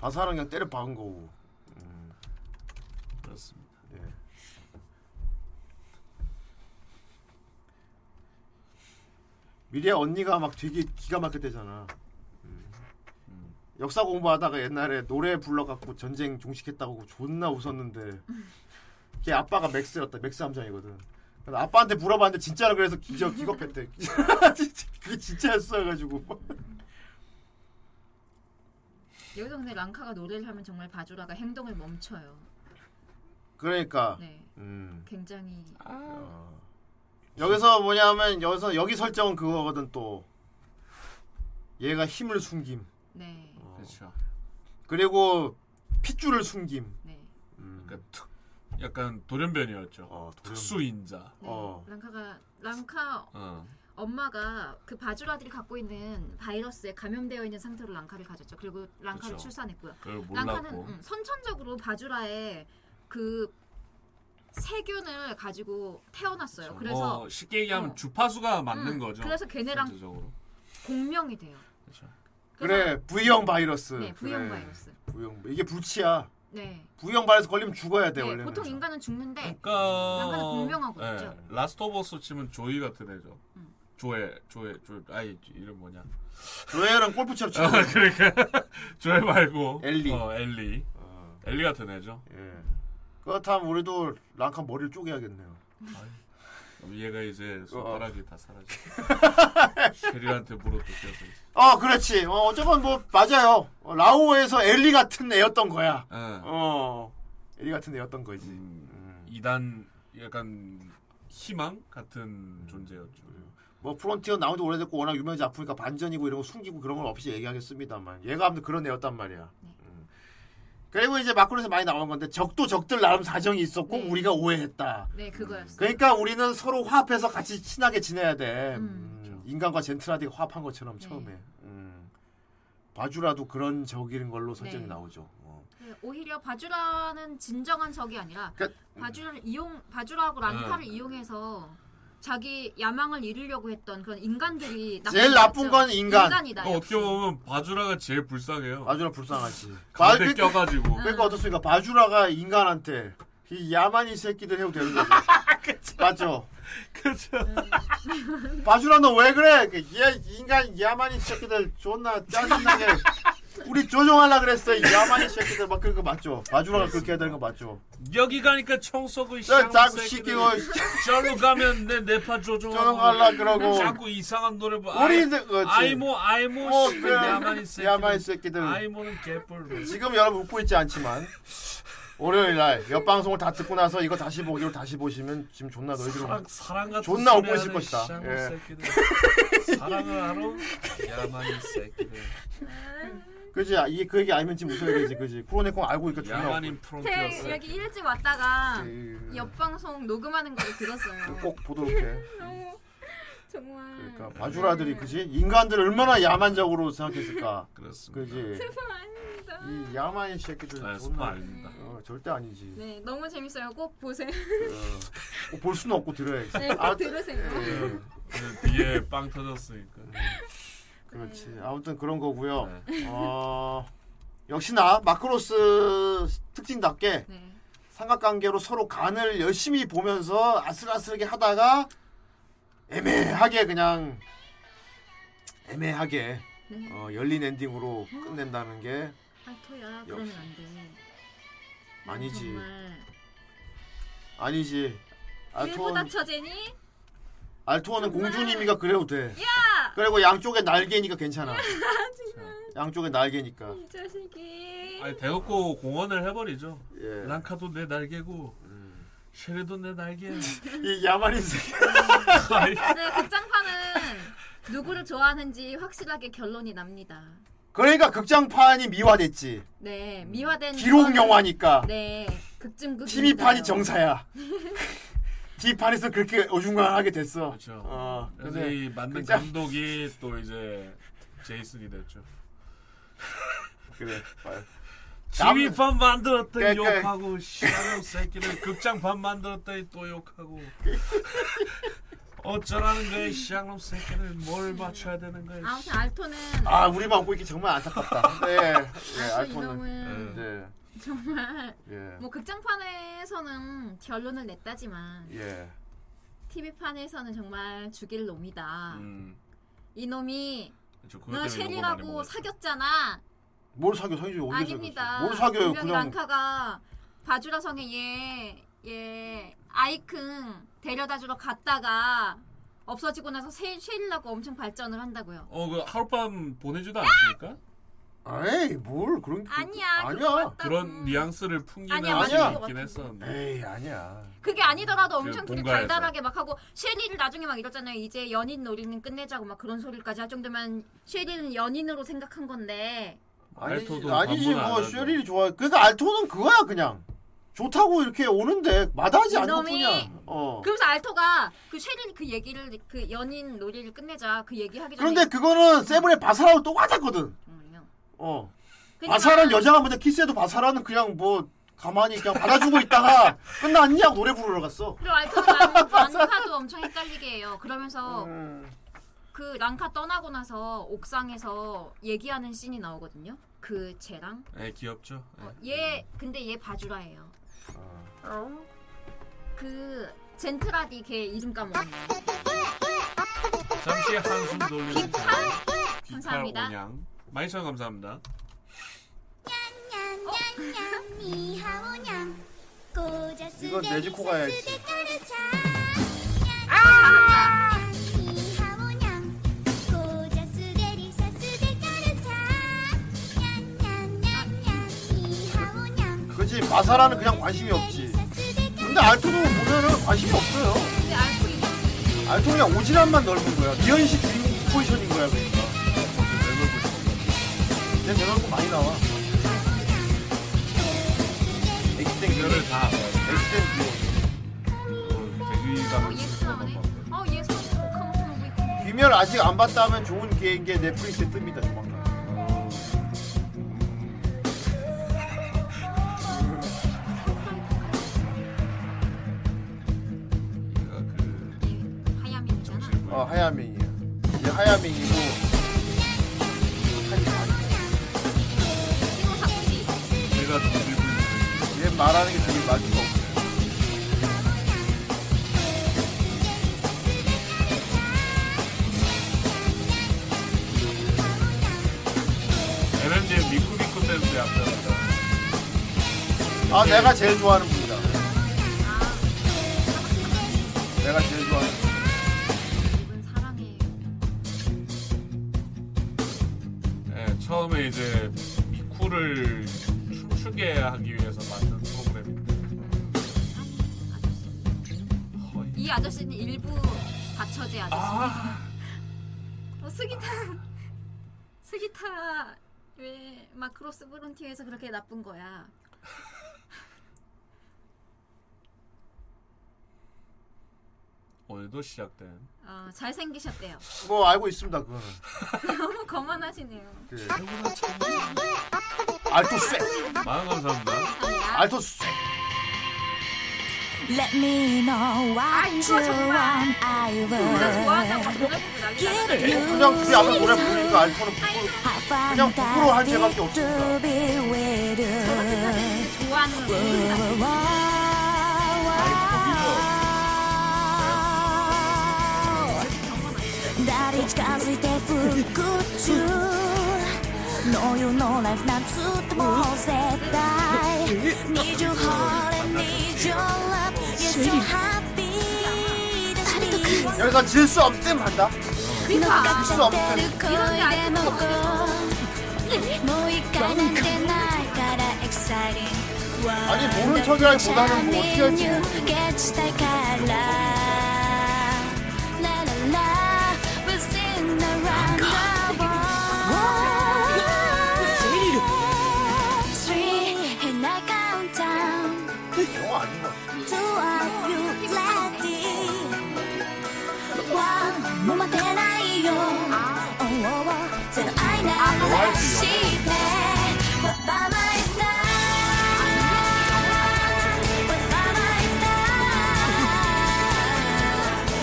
Speaker 4: 바사랑 그냥 때려 박은 거고.
Speaker 6: 그렇습니다.
Speaker 4: 예. 미리야 언니가 막 되게 기가 막혔대잖아.
Speaker 6: 음.
Speaker 4: 역사 공부하다가 옛날에 노래 불러갖고 전쟁 종식했다고 존나 웃었는데 걔 아빠가 맥스였다. 맥스 함장이거든. 그래서 아빠한테 물어봤는데 진짜라 그래서 기적 기겁했대. [LAUGHS] 그게 진짜였어 가지고.
Speaker 8: 여기서 근데 랑카가 노래를 하면 정말 바주라가 행동을 멈춰요.
Speaker 4: 그러니까.
Speaker 8: 네.
Speaker 4: 음.
Speaker 8: 굉장히
Speaker 4: 여기서 뭐냐면 여기서 여기 설정은 그거거든 또 얘가 힘을 숨김
Speaker 8: 네.
Speaker 6: 그렇죠.
Speaker 4: 그리고 핏줄을 숨김
Speaker 8: 네.
Speaker 4: 음.
Speaker 6: 약간 특, 약간 돌연변이었죠. 그러니까
Speaker 4: 어,
Speaker 6: 특수인자.
Speaker 8: 네. 랑카가 랑카
Speaker 6: 어.
Speaker 8: 엄마가 그 바주라들이 갖고 있는 바이러스에 감염되어 있는 상태로 랑카를 가졌죠. 그리고 랑카를
Speaker 6: 그쵸.
Speaker 8: 출산했고요.
Speaker 6: 그걸 몰랐고.
Speaker 8: 랑카는 음, 선천적으로 바주라에 그 세균을 가지고 태어났어요. 그래서
Speaker 6: 어, 쉽게 얘기하면 주파수가 맞는
Speaker 8: 음,
Speaker 6: 거죠.
Speaker 8: 그래서 걔네랑-
Speaker 6: 전체적으로.
Speaker 8: 공명이 돼요.
Speaker 6: 그렇죠.
Speaker 4: 그래 V형 바이러스
Speaker 8: 네, V형
Speaker 4: 그래.
Speaker 8: 바이러스.
Speaker 4: V형 이게 불치야
Speaker 8: 네.
Speaker 4: V형 바이러스 걸리면 죽어야 돼
Speaker 8: 네,
Speaker 4: 원래는 그렇죠.
Speaker 8: 보통 인간은 죽는데
Speaker 6: 그러니까
Speaker 8: 랑카는 네. 공명하고
Speaker 6: 예,
Speaker 8: 있죠.
Speaker 6: 라스트 오브 어스 치면 조이 같은 애죠. 조에 조에 조 아이 이름 뭐냐? [LAUGHS]
Speaker 4: 조엘은 골프채로 치고
Speaker 6: 아, 그러니까 [LAUGHS] 조엘 말고
Speaker 4: 엘리.
Speaker 6: 어, 엘리. 엘리 같은 애죠.
Speaker 4: 예. 그렇다면 우리도 랑카 머리를 쪼개야겠네요
Speaker 6: 그럼 얘가 이제 손가락이 다 [LAUGHS] 사라지고 쉐리한테 물어 뜯겨서 이제.
Speaker 4: 어 그렇지 어, 어쨌건 뭐 맞아요 어, 라오에서 엘리 같은 애였던 거야
Speaker 6: 예.
Speaker 4: 어 엘리 같은 애였던 거지
Speaker 6: 음.
Speaker 4: 음.
Speaker 6: 이단 약간 희망 같은 존재였죠.
Speaker 4: 뭐 프론티어 나온 지 오래됐고 워낙 유명하지 않으니까 반전이고 이런 거 숨기고 그런 건 없이 얘기하겠습니다만 얘가 아무튼 그런 애였단 말이야.
Speaker 8: 네.
Speaker 4: 음. 그리고 이제 마크로에서 많이 나온 건데 적도 적들 나름 사정이 있었고 우리가 오해했다.
Speaker 8: 네, 그거였어요.
Speaker 4: 그러니까 우리는 서로 화합해서 같이 친하게 지내야 돼. 음,
Speaker 6: 그렇죠.
Speaker 4: 인간과 젠틀하디가 화합한 것처럼 처음에. 음. 봐주라도 그런 적인 걸로 설정이
Speaker 8: 네.
Speaker 4: 나오죠. 어.
Speaker 6: 음.
Speaker 8: 네, 오히려 바주라는 진정한 적이 아니라
Speaker 4: 그러니까,
Speaker 8: 바주라를 이용 바주라하고 란카를
Speaker 4: 음.
Speaker 8: 이용해서 자기 야망을 이루려고 했던 그런 인간들이
Speaker 4: 제일 나쁜 건 인간.
Speaker 8: 이다
Speaker 6: 그러니까 어떻게 보면 바주라가 제일 불쌍해요.
Speaker 4: 바주라
Speaker 6: [LAUGHS]
Speaker 4: 불쌍하지.
Speaker 6: 가운데
Speaker 4: 바-
Speaker 6: 껴가지고.
Speaker 4: 그러니까 어떻습니까? 바주라가 인간한테 이 야만이 새끼들 해도 되는
Speaker 6: [LAUGHS]
Speaker 4: 거죠. 맞죠?
Speaker 6: 그렇죠.
Speaker 4: 바주라 너 왜 그래? 그 얘 인간 야만이 새끼들 존나 짜증나게 우리 조종하려 그랬어. 이 야만이 새끼들 막 그런 거 맞죠? 바주라가 그렇게 해야 되는 거 맞죠?
Speaker 6: 여기 가니까 청소고
Speaker 4: 야, 자꾸 시키고.
Speaker 6: 저로 가면 내 내파 조종하고
Speaker 4: 조종하려 그러고.
Speaker 6: 자꾸 이상한 노래 봐.
Speaker 4: 우리
Speaker 6: 아이-
Speaker 4: 이제 그렇지.
Speaker 6: 아이모 아이모 씨발 어, 야만이 새끼들.
Speaker 4: 야만이 새끼들.
Speaker 6: 아이모는 개뿔.
Speaker 4: 지금 여러분 웃고 있지 않지만 월요일 날 옆 방송을 다 듣고 나서 이거 다시 보기로 다시 보시면 지금 존나 너희들
Speaker 6: 사랑 사랑 같은
Speaker 4: 존나
Speaker 6: 소리
Speaker 4: 웃고 있을
Speaker 6: 하는
Speaker 4: 것이다.
Speaker 6: 쌍
Speaker 4: 예.
Speaker 6: 새끼들. 사랑을 알아? 야만인 새끼들.
Speaker 4: 그지 이게 그 얘기 알면 지금 웃어야 되지 그지 프로네콘 알고 있니까 존나
Speaker 6: 야만인
Speaker 4: 웃고.
Speaker 8: 제 여기 일찍 왔다가
Speaker 4: 제-
Speaker 8: 옆 방송 녹음하는 걸 들었어요.
Speaker 4: 꼭 보도록 해
Speaker 8: 너무 정말
Speaker 4: 그러니까 바주라들이 그지 인간들을 얼마나 야만적으로 생각했을까
Speaker 6: 그렇습니다
Speaker 4: 그지
Speaker 8: 죄송합니다.
Speaker 4: 이 야만인 새끼들
Speaker 6: 아, 스포
Speaker 4: 존나
Speaker 6: 아닙니다.
Speaker 4: 어, 절대 아니지
Speaker 8: 네 너무 재밌어요. 꼭 보세요.
Speaker 4: 어, 볼 수는 없고 들어야지
Speaker 8: 네, 꼭 들으세요.
Speaker 4: 예.
Speaker 6: 뒤에 빵 터졌으니까.
Speaker 4: 그렇지.
Speaker 8: 네.
Speaker 4: 아무튼 그런 거고요. 어, 역시나 마크로스 특징답게
Speaker 8: 네.
Speaker 4: 삼각관계로 서로 간을 열심히 보면서 아슬아슬하게 하다가 애매하게 그냥 애매하게
Speaker 8: 네.
Speaker 4: 어, 열린 엔딩으로 끝낸다는 게
Speaker 8: 아, 알토야
Speaker 4: 역시.
Speaker 8: 그러면 안 돼.
Speaker 4: 아니지.
Speaker 8: 네, 정말
Speaker 4: 아니지.
Speaker 8: 일보다
Speaker 4: 알토원,
Speaker 8: 처제니?
Speaker 4: 알토원은 공주님이가 그래도 돼.
Speaker 8: 야!
Speaker 4: 그리고 양쪽에 날개니까 괜찮아.
Speaker 8: [LAUGHS] 진짜 음.
Speaker 4: 양쪽에 날개니까.
Speaker 8: 이 자식이.
Speaker 6: 아니 대놓고 공헌을 해버리죠.
Speaker 4: 예. 음.
Speaker 6: 랑카도 내 날개고 쉐리도 내
Speaker 4: [LAUGHS]
Speaker 6: 날개. 아,
Speaker 4: 이 야만인 새끼.
Speaker 8: 네 극장판은 누구를 좋아하는지 확실하게 결론이 납니다.
Speaker 4: 그러니까 극장판이 미화됐지.
Speaker 8: 네 미화된
Speaker 4: 기록
Speaker 8: 이거는-
Speaker 4: 영화니까.
Speaker 8: 네 극중극
Speaker 4: TV판이 정사야. [LAUGHS] TV판에서 그렇게 어중간하게 됐어.
Speaker 6: 그렇죠.
Speaker 4: 어,
Speaker 6: 그래서
Speaker 4: 근데
Speaker 6: 이 만든
Speaker 4: 극장-
Speaker 6: 감독이 또 이제 제이슨이 됐죠.
Speaker 4: 그래.
Speaker 6: TV판 만들었더니
Speaker 4: 그러니까-
Speaker 6: 욕하고 시아놈 새끼들 극장판 만들었더니 또 욕하고 어쩌라는 거야 시아놈 새끼들 뭘 맞춰야 되는 거야
Speaker 8: 아무튼 알토는
Speaker 4: 아 우리만 웃고 있기 정말 안타깝다.
Speaker 8: [LAUGHS]
Speaker 4: 네, 예,
Speaker 8: 알토
Speaker 4: 알토는.
Speaker 8: 이놈은
Speaker 4: 네,
Speaker 8: 정말
Speaker 4: 예,
Speaker 8: 뭐 극장판에서는 결론을 냈다지만
Speaker 4: 예.
Speaker 8: TV판에서는 정말 죽일 놈이다. 이놈이
Speaker 6: 저 음. 그것
Speaker 8: 너
Speaker 6: 때문에 욕을 많이
Speaker 8: 셸이라고
Speaker 6: 먹었어요.
Speaker 8: 사겼잖아.
Speaker 4: 뭘 사겨? 사겨 어디
Speaker 8: 아닙니다.
Speaker 4: 뭘 사겨요?
Speaker 8: 분명히
Speaker 4: 그냥
Speaker 8: 랑카가 바주라 성에 얘, 얘 아이큰 데려다주러 갔다가 없어지고 나서 쉐- 쉐일라고 엄청 발전을 한다고요.
Speaker 6: 어, 그 하룻밤
Speaker 8: 아,
Speaker 6: 보내주다 않습니까?
Speaker 8: 음.
Speaker 4: 에이, 뭘 그런
Speaker 8: 아니야. 그거
Speaker 6: 아니야.
Speaker 8: 같다고.
Speaker 6: 그런 뉘앙스를 풍기는
Speaker 8: 아니야,
Speaker 6: 맛이
Speaker 8: 맞는 것
Speaker 6: 있긴
Speaker 8: 같은데.
Speaker 6: 했었는데.
Speaker 4: 에이, 아니야.
Speaker 8: 그게 아니더라도 엄청
Speaker 6: 그
Speaker 8: 둘이
Speaker 6: 본가에서.
Speaker 8: 달달하게 막 하고 쉐리를 나중에 막 이러잖아요. 이제 연인 놀이는 끝내자고 막 그런 소리까지 할 정도면 쉐리는 연인으로 생각한 건데
Speaker 4: 아니지,
Speaker 6: 알토도
Speaker 4: 아니지
Speaker 6: 반문 안
Speaker 4: 뭐
Speaker 6: 하죠.
Speaker 4: 쉐리이 좋아. 그러니까 알토는 그거야 그냥. 좋다고 이렇게 오는데 마다하지 않는
Speaker 8: 이놈이-
Speaker 4: 뿐이야. 어.
Speaker 8: 그러면서 알토가 그 쉐리 그 얘기를 그 연인 놀이를 끝내자 그 얘기하기 전에 음,
Speaker 4: 그런데 그거는 세븐의 바사라고 똑같았거든. 어.
Speaker 8: 그러니까.
Speaker 4: 바사라는 여자가 먼저 키스해도 바사라는 그냥 뭐 가만히 그냥 받아주고 있다가
Speaker 8: [LAUGHS]
Speaker 4: 끝났냐 노래 부르러 갔어.
Speaker 8: 그리고 알토가 랑카도 엄청 헷갈리게 해요. 그러면서 그 랑카 떠나고 나서 옥상에서 얘기하는 씬이 나오거든요. 그 쟤랑
Speaker 6: 예, 귀엽죠. 예.
Speaker 8: 어. 얘 근데 얘 바주라예요. 그 젠틀하디 걔 이름 까먹었네.
Speaker 6: 잠시 한숨 돌리는 자.
Speaker 8: 아, 네, 감사합니다.
Speaker 6: 오냥. 많이 참 감사합니다.
Speaker 4: 이건 내지코 가야지. 그렇지 바사라는 그냥 관심이 없지. 근데 알토도 보면은 관심이 없어요.
Speaker 8: 근데 알토 이름
Speaker 4: 알토 그냥 오지랖만 넓은 거야. 미연씨 주인 포지션인 거야 그러니까. 내 대놓고 많이 나와. 엑스땡
Speaker 6: 이거를 다
Speaker 4: 엑스땡
Speaker 6: 대기감을
Speaker 8: 어, 얘 손으로 캉캉 오고 있고.
Speaker 4: 귀멸 아직 안 봤다면 좋은 기회인 게 넷플릭스에 뜹니다 조만간.
Speaker 8: 하야민이잖아.
Speaker 4: 어 하야밍이야. 이제 하야밍이고
Speaker 6: 내가 들고 있는
Speaker 4: 얘 말하는 게 되게 맞지가 없어요.
Speaker 6: LMG 미쿠미쿠 댄스 앞서간다.
Speaker 4: 아 내가 제일 좋아하는 분이다. 내가 제일 좋아하는. 분.
Speaker 8: 이분 사랑해요.
Speaker 6: 예, 처음에 이제 미쿠를 춤추게 하기 위해서 만든 프로그램인데
Speaker 8: 이 아저씨는 일부 받쳐제 아저씨.
Speaker 6: 아
Speaker 16: 어, 스기타 스기타 왜 마크로스 브론티에서 그렇게 나쁜 거야?
Speaker 6: 오늘도 시작된
Speaker 16: 어, 잘생기셨대요. [LAUGHS]
Speaker 4: 뭐 알고 있습니다 그거는.
Speaker 16: 너무 거만하시네요.
Speaker 4: 그. 알토스.
Speaker 6: 많은 감사합니다.
Speaker 4: 알토스.
Speaker 1: Let me know what you want. I will give you
Speaker 4: 그냥 그게 아까 노래 부르니까 알토는
Speaker 1: 그냥
Speaker 4: 부끄러워 할 제가 밖에
Speaker 1: 없습니다.
Speaker 16: 좋아하는
Speaker 1: 날이 가을때 불꽃주 No you know life 난 tutto more set die Need your heart and need your love Yes you're happy that's me
Speaker 4: 여기서 질 수 없음 한다.
Speaker 1: 누가
Speaker 4: 수 없음.
Speaker 1: 잣대를 걸대 놓고 뭐 이까는 게 나이까라 exciting
Speaker 4: 아니 모른 척이라기보다는 뭐 어떻게 할지
Speaker 1: You get that color. La la la, we'll sing around the world. Three, and I count down.
Speaker 4: 영화 아닌 것 같아.
Speaker 1: Two, are you ready? One, 뭐만 되나요? Oh, oh, oh, till I never let she play. But by my side, but by my side,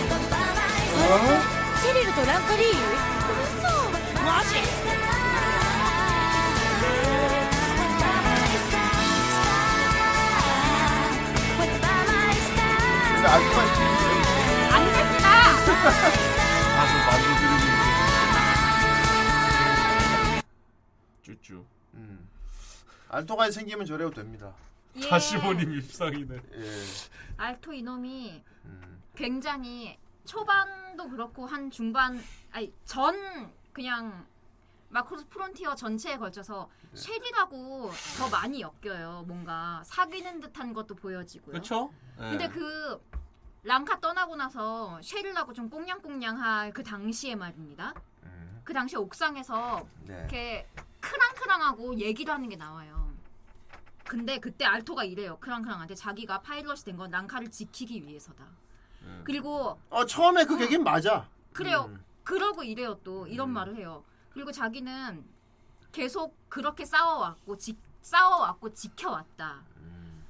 Speaker 1: but by my side. シリルとランカリー嘘マジ
Speaker 16: 안 됐다.
Speaker 6: 가서 마주 들으니 쭈쭈
Speaker 4: 음. 알토가 생기면 저래도 됩니다. 예.
Speaker 16: 예.
Speaker 6: 다시 보니 밉상이네
Speaker 8: 알토 이놈이
Speaker 6: 음.
Speaker 8: 굉장히 초반도 그렇고 한 중반 아니 전 그냥 마크로스 프론티어 전체에 걸쳐서
Speaker 6: 네.
Speaker 8: 쉘이라고 더 많이 엮여요. 뭔가 사귀는 듯한 것도 보여지고요.
Speaker 6: 그쵸? 예.
Speaker 8: 근데 그 랑카 떠나고 나서 쉘이라고 좀 꽁냥꽁냥할 그 당시에 말입니다.
Speaker 6: 음.
Speaker 8: 그 당시 옥상에서
Speaker 4: 네.
Speaker 8: 이렇게 크랑크랑하고 얘기를 하는 게 나와요. 근데 그때 알토가 이래요. 크랑크랑한테 자기가 파일럿이 된 건 랑카를 지키기 위해서다. 그리고
Speaker 4: 어 처음에 그 계긴 맞아.
Speaker 8: 그래요.
Speaker 4: 음.
Speaker 8: 그러고 이래요 또 이런 말을 해요. 그리고 자기는 계속 그렇게 싸워왔고 지, 싸워왔고 지켜왔다.
Speaker 4: 음.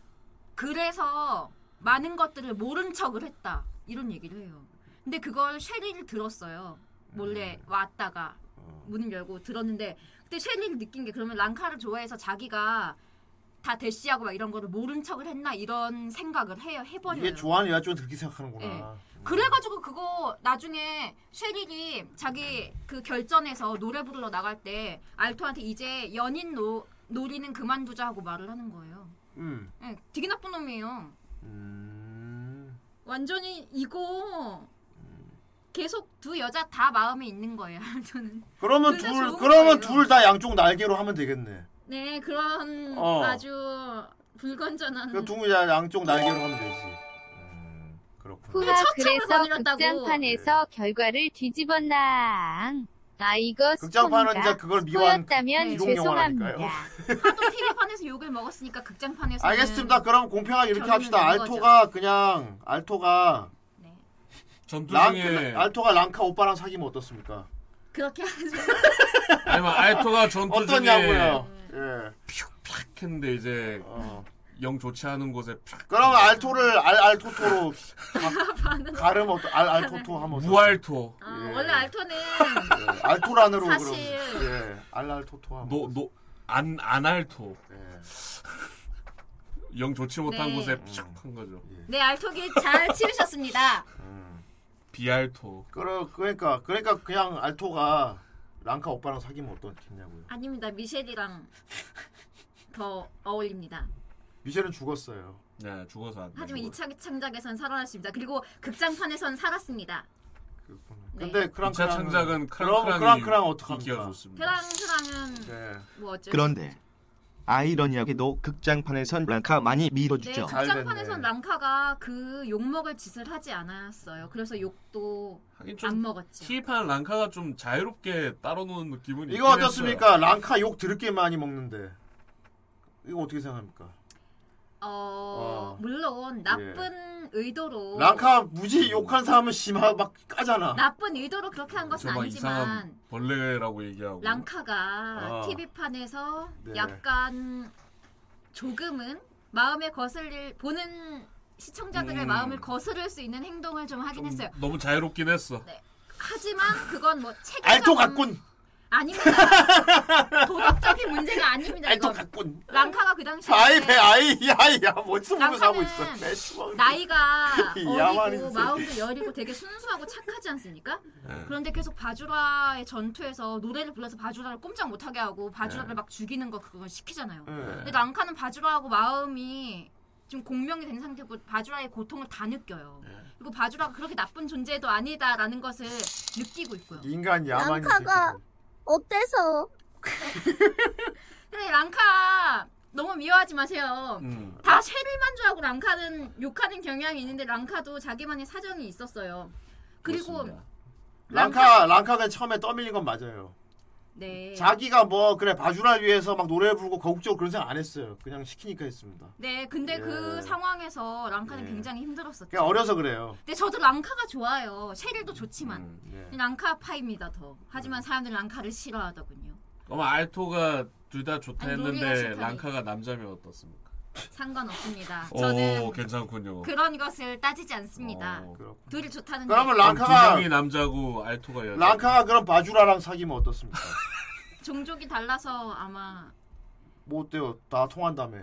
Speaker 8: 그래서 많은 것들을 모른 척을 했다 이런 얘기를 해요. 근데 그걸 쉐린이 들었어요. 몰래
Speaker 4: 음.
Speaker 8: 왔다가
Speaker 4: 어.
Speaker 8: 문을 열고 들었는데 그때 쉐린이 느낀 게 그러면 랑카를 좋아해서 자기가 다 대시하고 막 이런 거를 모른 척을 했나 이런 생각을 해요 해버려요. 예.
Speaker 4: 이게 좋아하는 여자쪽은 그렇게 생각하는구나.
Speaker 8: 그래가지고 그거 나중에 쉐릴이 자기 그 결전에서 노래 부르러 나갈 때 알토한테 이제 연인 노, 놀이는 그만두자 하고 말을 하는 거예요.
Speaker 4: 음.
Speaker 8: 예, 되게 나쁜 놈이에요.
Speaker 4: 음.
Speaker 8: 완전히 이거 계속 두 여자 다 마음에 있는 거예요. 저는.
Speaker 4: 그러면
Speaker 8: 근데
Speaker 4: 둘
Speaker 8: 좋은
Speaker 4: 그러면
Speaker 8: 거예요.
Speaker 4: 둘 다 양쪽 날개로 하면 되겠네.
Speaker 8: 네 그런
Speaker 4: 어.
Speaker 8: 아주 불건전한.
Speaker 4: 그럼 둘 다 양쪽 날개로 하면 되지. 음, 그렇군.
Speaker 2: 후라 그래서
Speaker 8: 건드렸다고.
Speaker 2: 극장판에서 결과를 뒤집었나. 아 이거
Speaker 4: 극장판은 이제
Speaker 2: 스폰이다.
Speaker 4: 그걸 미워한
Speaker 2: 소였다면
Speaker 4: 이동 영화라니까요.
Speaker 2: 죄송합니다.
Speaker 8: 하도 TV판에서 욕을 먹었으니까 극장판에서.
Speaker 4: 알겠습니다. 그럼 공평하게 이렇게
Speaker 8: 결론은
Speaker 4: 합시다.
Speaker 8: 이거죠.
Speaker 4: 알토가 그냥 알토가
Speaker 6: 전투
Speaker 4: 랑
Speaker 6: 그 중에
Speaker 4: 알토가 랑카 오빠랑 사귀면 어떻습니까?
Speaker 8: 그렇게 하죠.
Speaker 4: 예.
Speaker 6: 아니면 뭐 알토가 전투
Speaker 4: 어떠냐고요?
Speaker 8: 네.
Speaker 4: 예. 어.
Speaker 6: 중에 퓨팍 했는데 이제 영 좋지 않은 곳에 팍
Speaker 4: 그러면 알토를 알
Speaker 8: [LAUGHS]
Speaker 4: 알토토로 가, 름 어떠 알 알토토 하면 어떠-
Speaker 6: 무알토
Speaker 8: 아, 원래 알토는
Speaker 4: 예, 알토란으로
Speaker 8: 사실-
Speaker 4: 그럼 예 알알토토 하면 예.
Speaker 6: 노노안 안알토 영 좋지 못한
Speaker 8: 네.
Speaker 6: 곳에 팍한 거죠
Speaker 8: 네 알토기 잘 치르셨습니다.
Speaker 6: 비알토
Speaker 4: 그러 그러니까 그러니까 그냥 알토가 랑카 오빠랑 사귀면 어떻겠냐고요.
Speaker 8: 아닙니다. 미셸이랑 더 어울립니다.
Speaker 4: 미셸은 죽었어요.
Speaker 6: 네 죽어서 안
Speaker 8: 하지만 이차 창작에선 살아났습니다. 그리고 극장판에선 살았습니다. 네.
Speaker 4: 근데 크랑크랑
Speaker 6: 이차
Speaker 4: 그럼
Speaker 6: 창작은 크랑크랑이 네.
Speaker 4: 크랑크랑 어떡합니까?
Speaker 6: 기기가 좋습니다
Speaker 8: 크랑크랑은
Speaker 4: 네.
Speaker 8: 뭐 어째
Speaker 17: 그런데
Speaker 5: 아이러니하게도 극장판에선 랑카 많이 밀어주죠.
Speaker 8: 네, 극장판에선 랑카가 그 욕먹을 짓을 하지 않았어요. 그래서 욕도 안 먹었지.
Speaker 6: 티판 랑카가 좀 자유롭게 따로 노는 기분이
Speaker 4: 이거 어떻습니까? 랑카 욕 드럽게 많이 먹는데 이거 어떻게 생각합니까?
Speaker 8: 어,
Speaker 4: 어.
Speaker 8: 물론 나쁜 의도로
Speaker 4: 예. 랑카 무지 욕한 사람은 심하 막 까잖아.
Speaker 8: 나쁜 의도로 그렇게 한 것은
Speaker 6: 저막
Speaker 8: 아니지만
Speaker 6: 이상한 벌레라고 얘기하고
Speaker 8: 랑카가
Speaker 6: 아.
Speaker 8: TV판에서
Speaker 6: 네.
Speaker 8: 약간 조금은 마음에 거슬릴 보는 시청자들의
Speaker 6: 음.
Speaker 8: 마음을 거스를 수 있는 행동을 좀 하긴 했어요. 네,
Speaker 6: 너무 자유롭긴 했어.
Speaker 8: 하지만 그건 뭐 책임
Speaker 6: 알토 같군.
Speaker 8: 아닙니다. 도덕적인 문제가 아닙니다.
Speaker 4: 알토
Speaker 8: 이건
Speaker 4: 같군.
Speaker 8: 네, 랑카가 그 당시에
Speaker 4: 아이 배 아이 야야 어디서 보면서 하고 있어.
Speaker 8: 랑카는
Speaker 4: 매시방.
Speaker 8: 나이가
Speaker 4: [LAUGHS] 이 야만인
Speaker 8: 어리고
Speaker 4: 새끼.
Speaker 8: 마음도 여리고 되게 순수하고 착하지 않습니까?
Speaker 4: 네.
Speaker 8: 그런데 계속 바주라의 전투에서 노래를 불러서 바주라를 꼼짝 못하게 하고 바주라를
Speaker 4: 네.
Speaker 8: 막 죽이는 거 그걸 시키잖아요.
Speaker 1: 네.
Speaker 8: 근데 랑카는 바주라하고 마음이 지금 공명이 된 상태고 바주라의 고통을 다 느껴요.
Speaker 4: 네.
Speaker 8: 그리고 바주라가 그렇게 나쁜 존재도 아니다라는 것을 느끼고 있고요.
Speaker 4: 인간 야만인 새끼.
Speaker 18: 랑카가 어때서?
Speaker 8: 근데 랑카 너무 미워하지 마세요.
Speaker 4: 음.
Speaker 8: 다 쉐릴만 좋아하고 랑카는 욕하는 경향이 있는데 랑카도 자기만의 사정이 있었어요. 그리고
Speaker 4: 랑카 랑카가 처음에 떠밀린 건 맞아요.
Speaker 8: 네.
Speaker 4: 자기가 뭐 그래 바주라 위해서 막 노래 부르고 거국적으로 그런 생각 안 했어요. 그냥 시키니까 했습니다.
Speaker 8: 네, 근데
Speaker 4: 예.
Speaker 8: 그 상황에서 랑카는
Speaker 4: 예.
Speaker 8: 굉장히 힘들었었죠.
Speaker 4: 그냥 어려서 음. 그래요.
Speaker 8: 근데 저도 랑카가 좋아요. 쉐릴도 좋지만
Speaker 6: 음.
Speaker 4: 예.
Speaker 8: 랑카 파입니다 더.
Speaker 4: 음.
Speaker 8: 하지만 사람들 이 랑카를 싫어하더군요.
Speaker 6: 그럼 알토가 둘 다 좋다
Speaker 8: 아니, 로리가
Speaker 6: 했는데
Speaker 8: 싫다니.
Speaker 6: 랑카가 남자면 어떻습니까?
Speaker 8: 상관없습니다.
Speaker 4: 어,
Speaker 6: 오
Speaker 8: 저는
Speaker 6: 괜찮군요. 어.
Speaker 8: 그런 것을 따지지 않습니다. 둘이 좋다는
Speaker 4: 어. 그러면
Speaker 8: 게
Speaker 4: 랑카가-
Speaker 6: 두 명이 남자고 알토가 여자.
Speaker 4: 랑카가 그럼 바주라랑 사귀면 어떻습니까?
Speaker 8: 종족이 달라서 아마
Speaker 4: 뭐 어때요? 다 통한다며.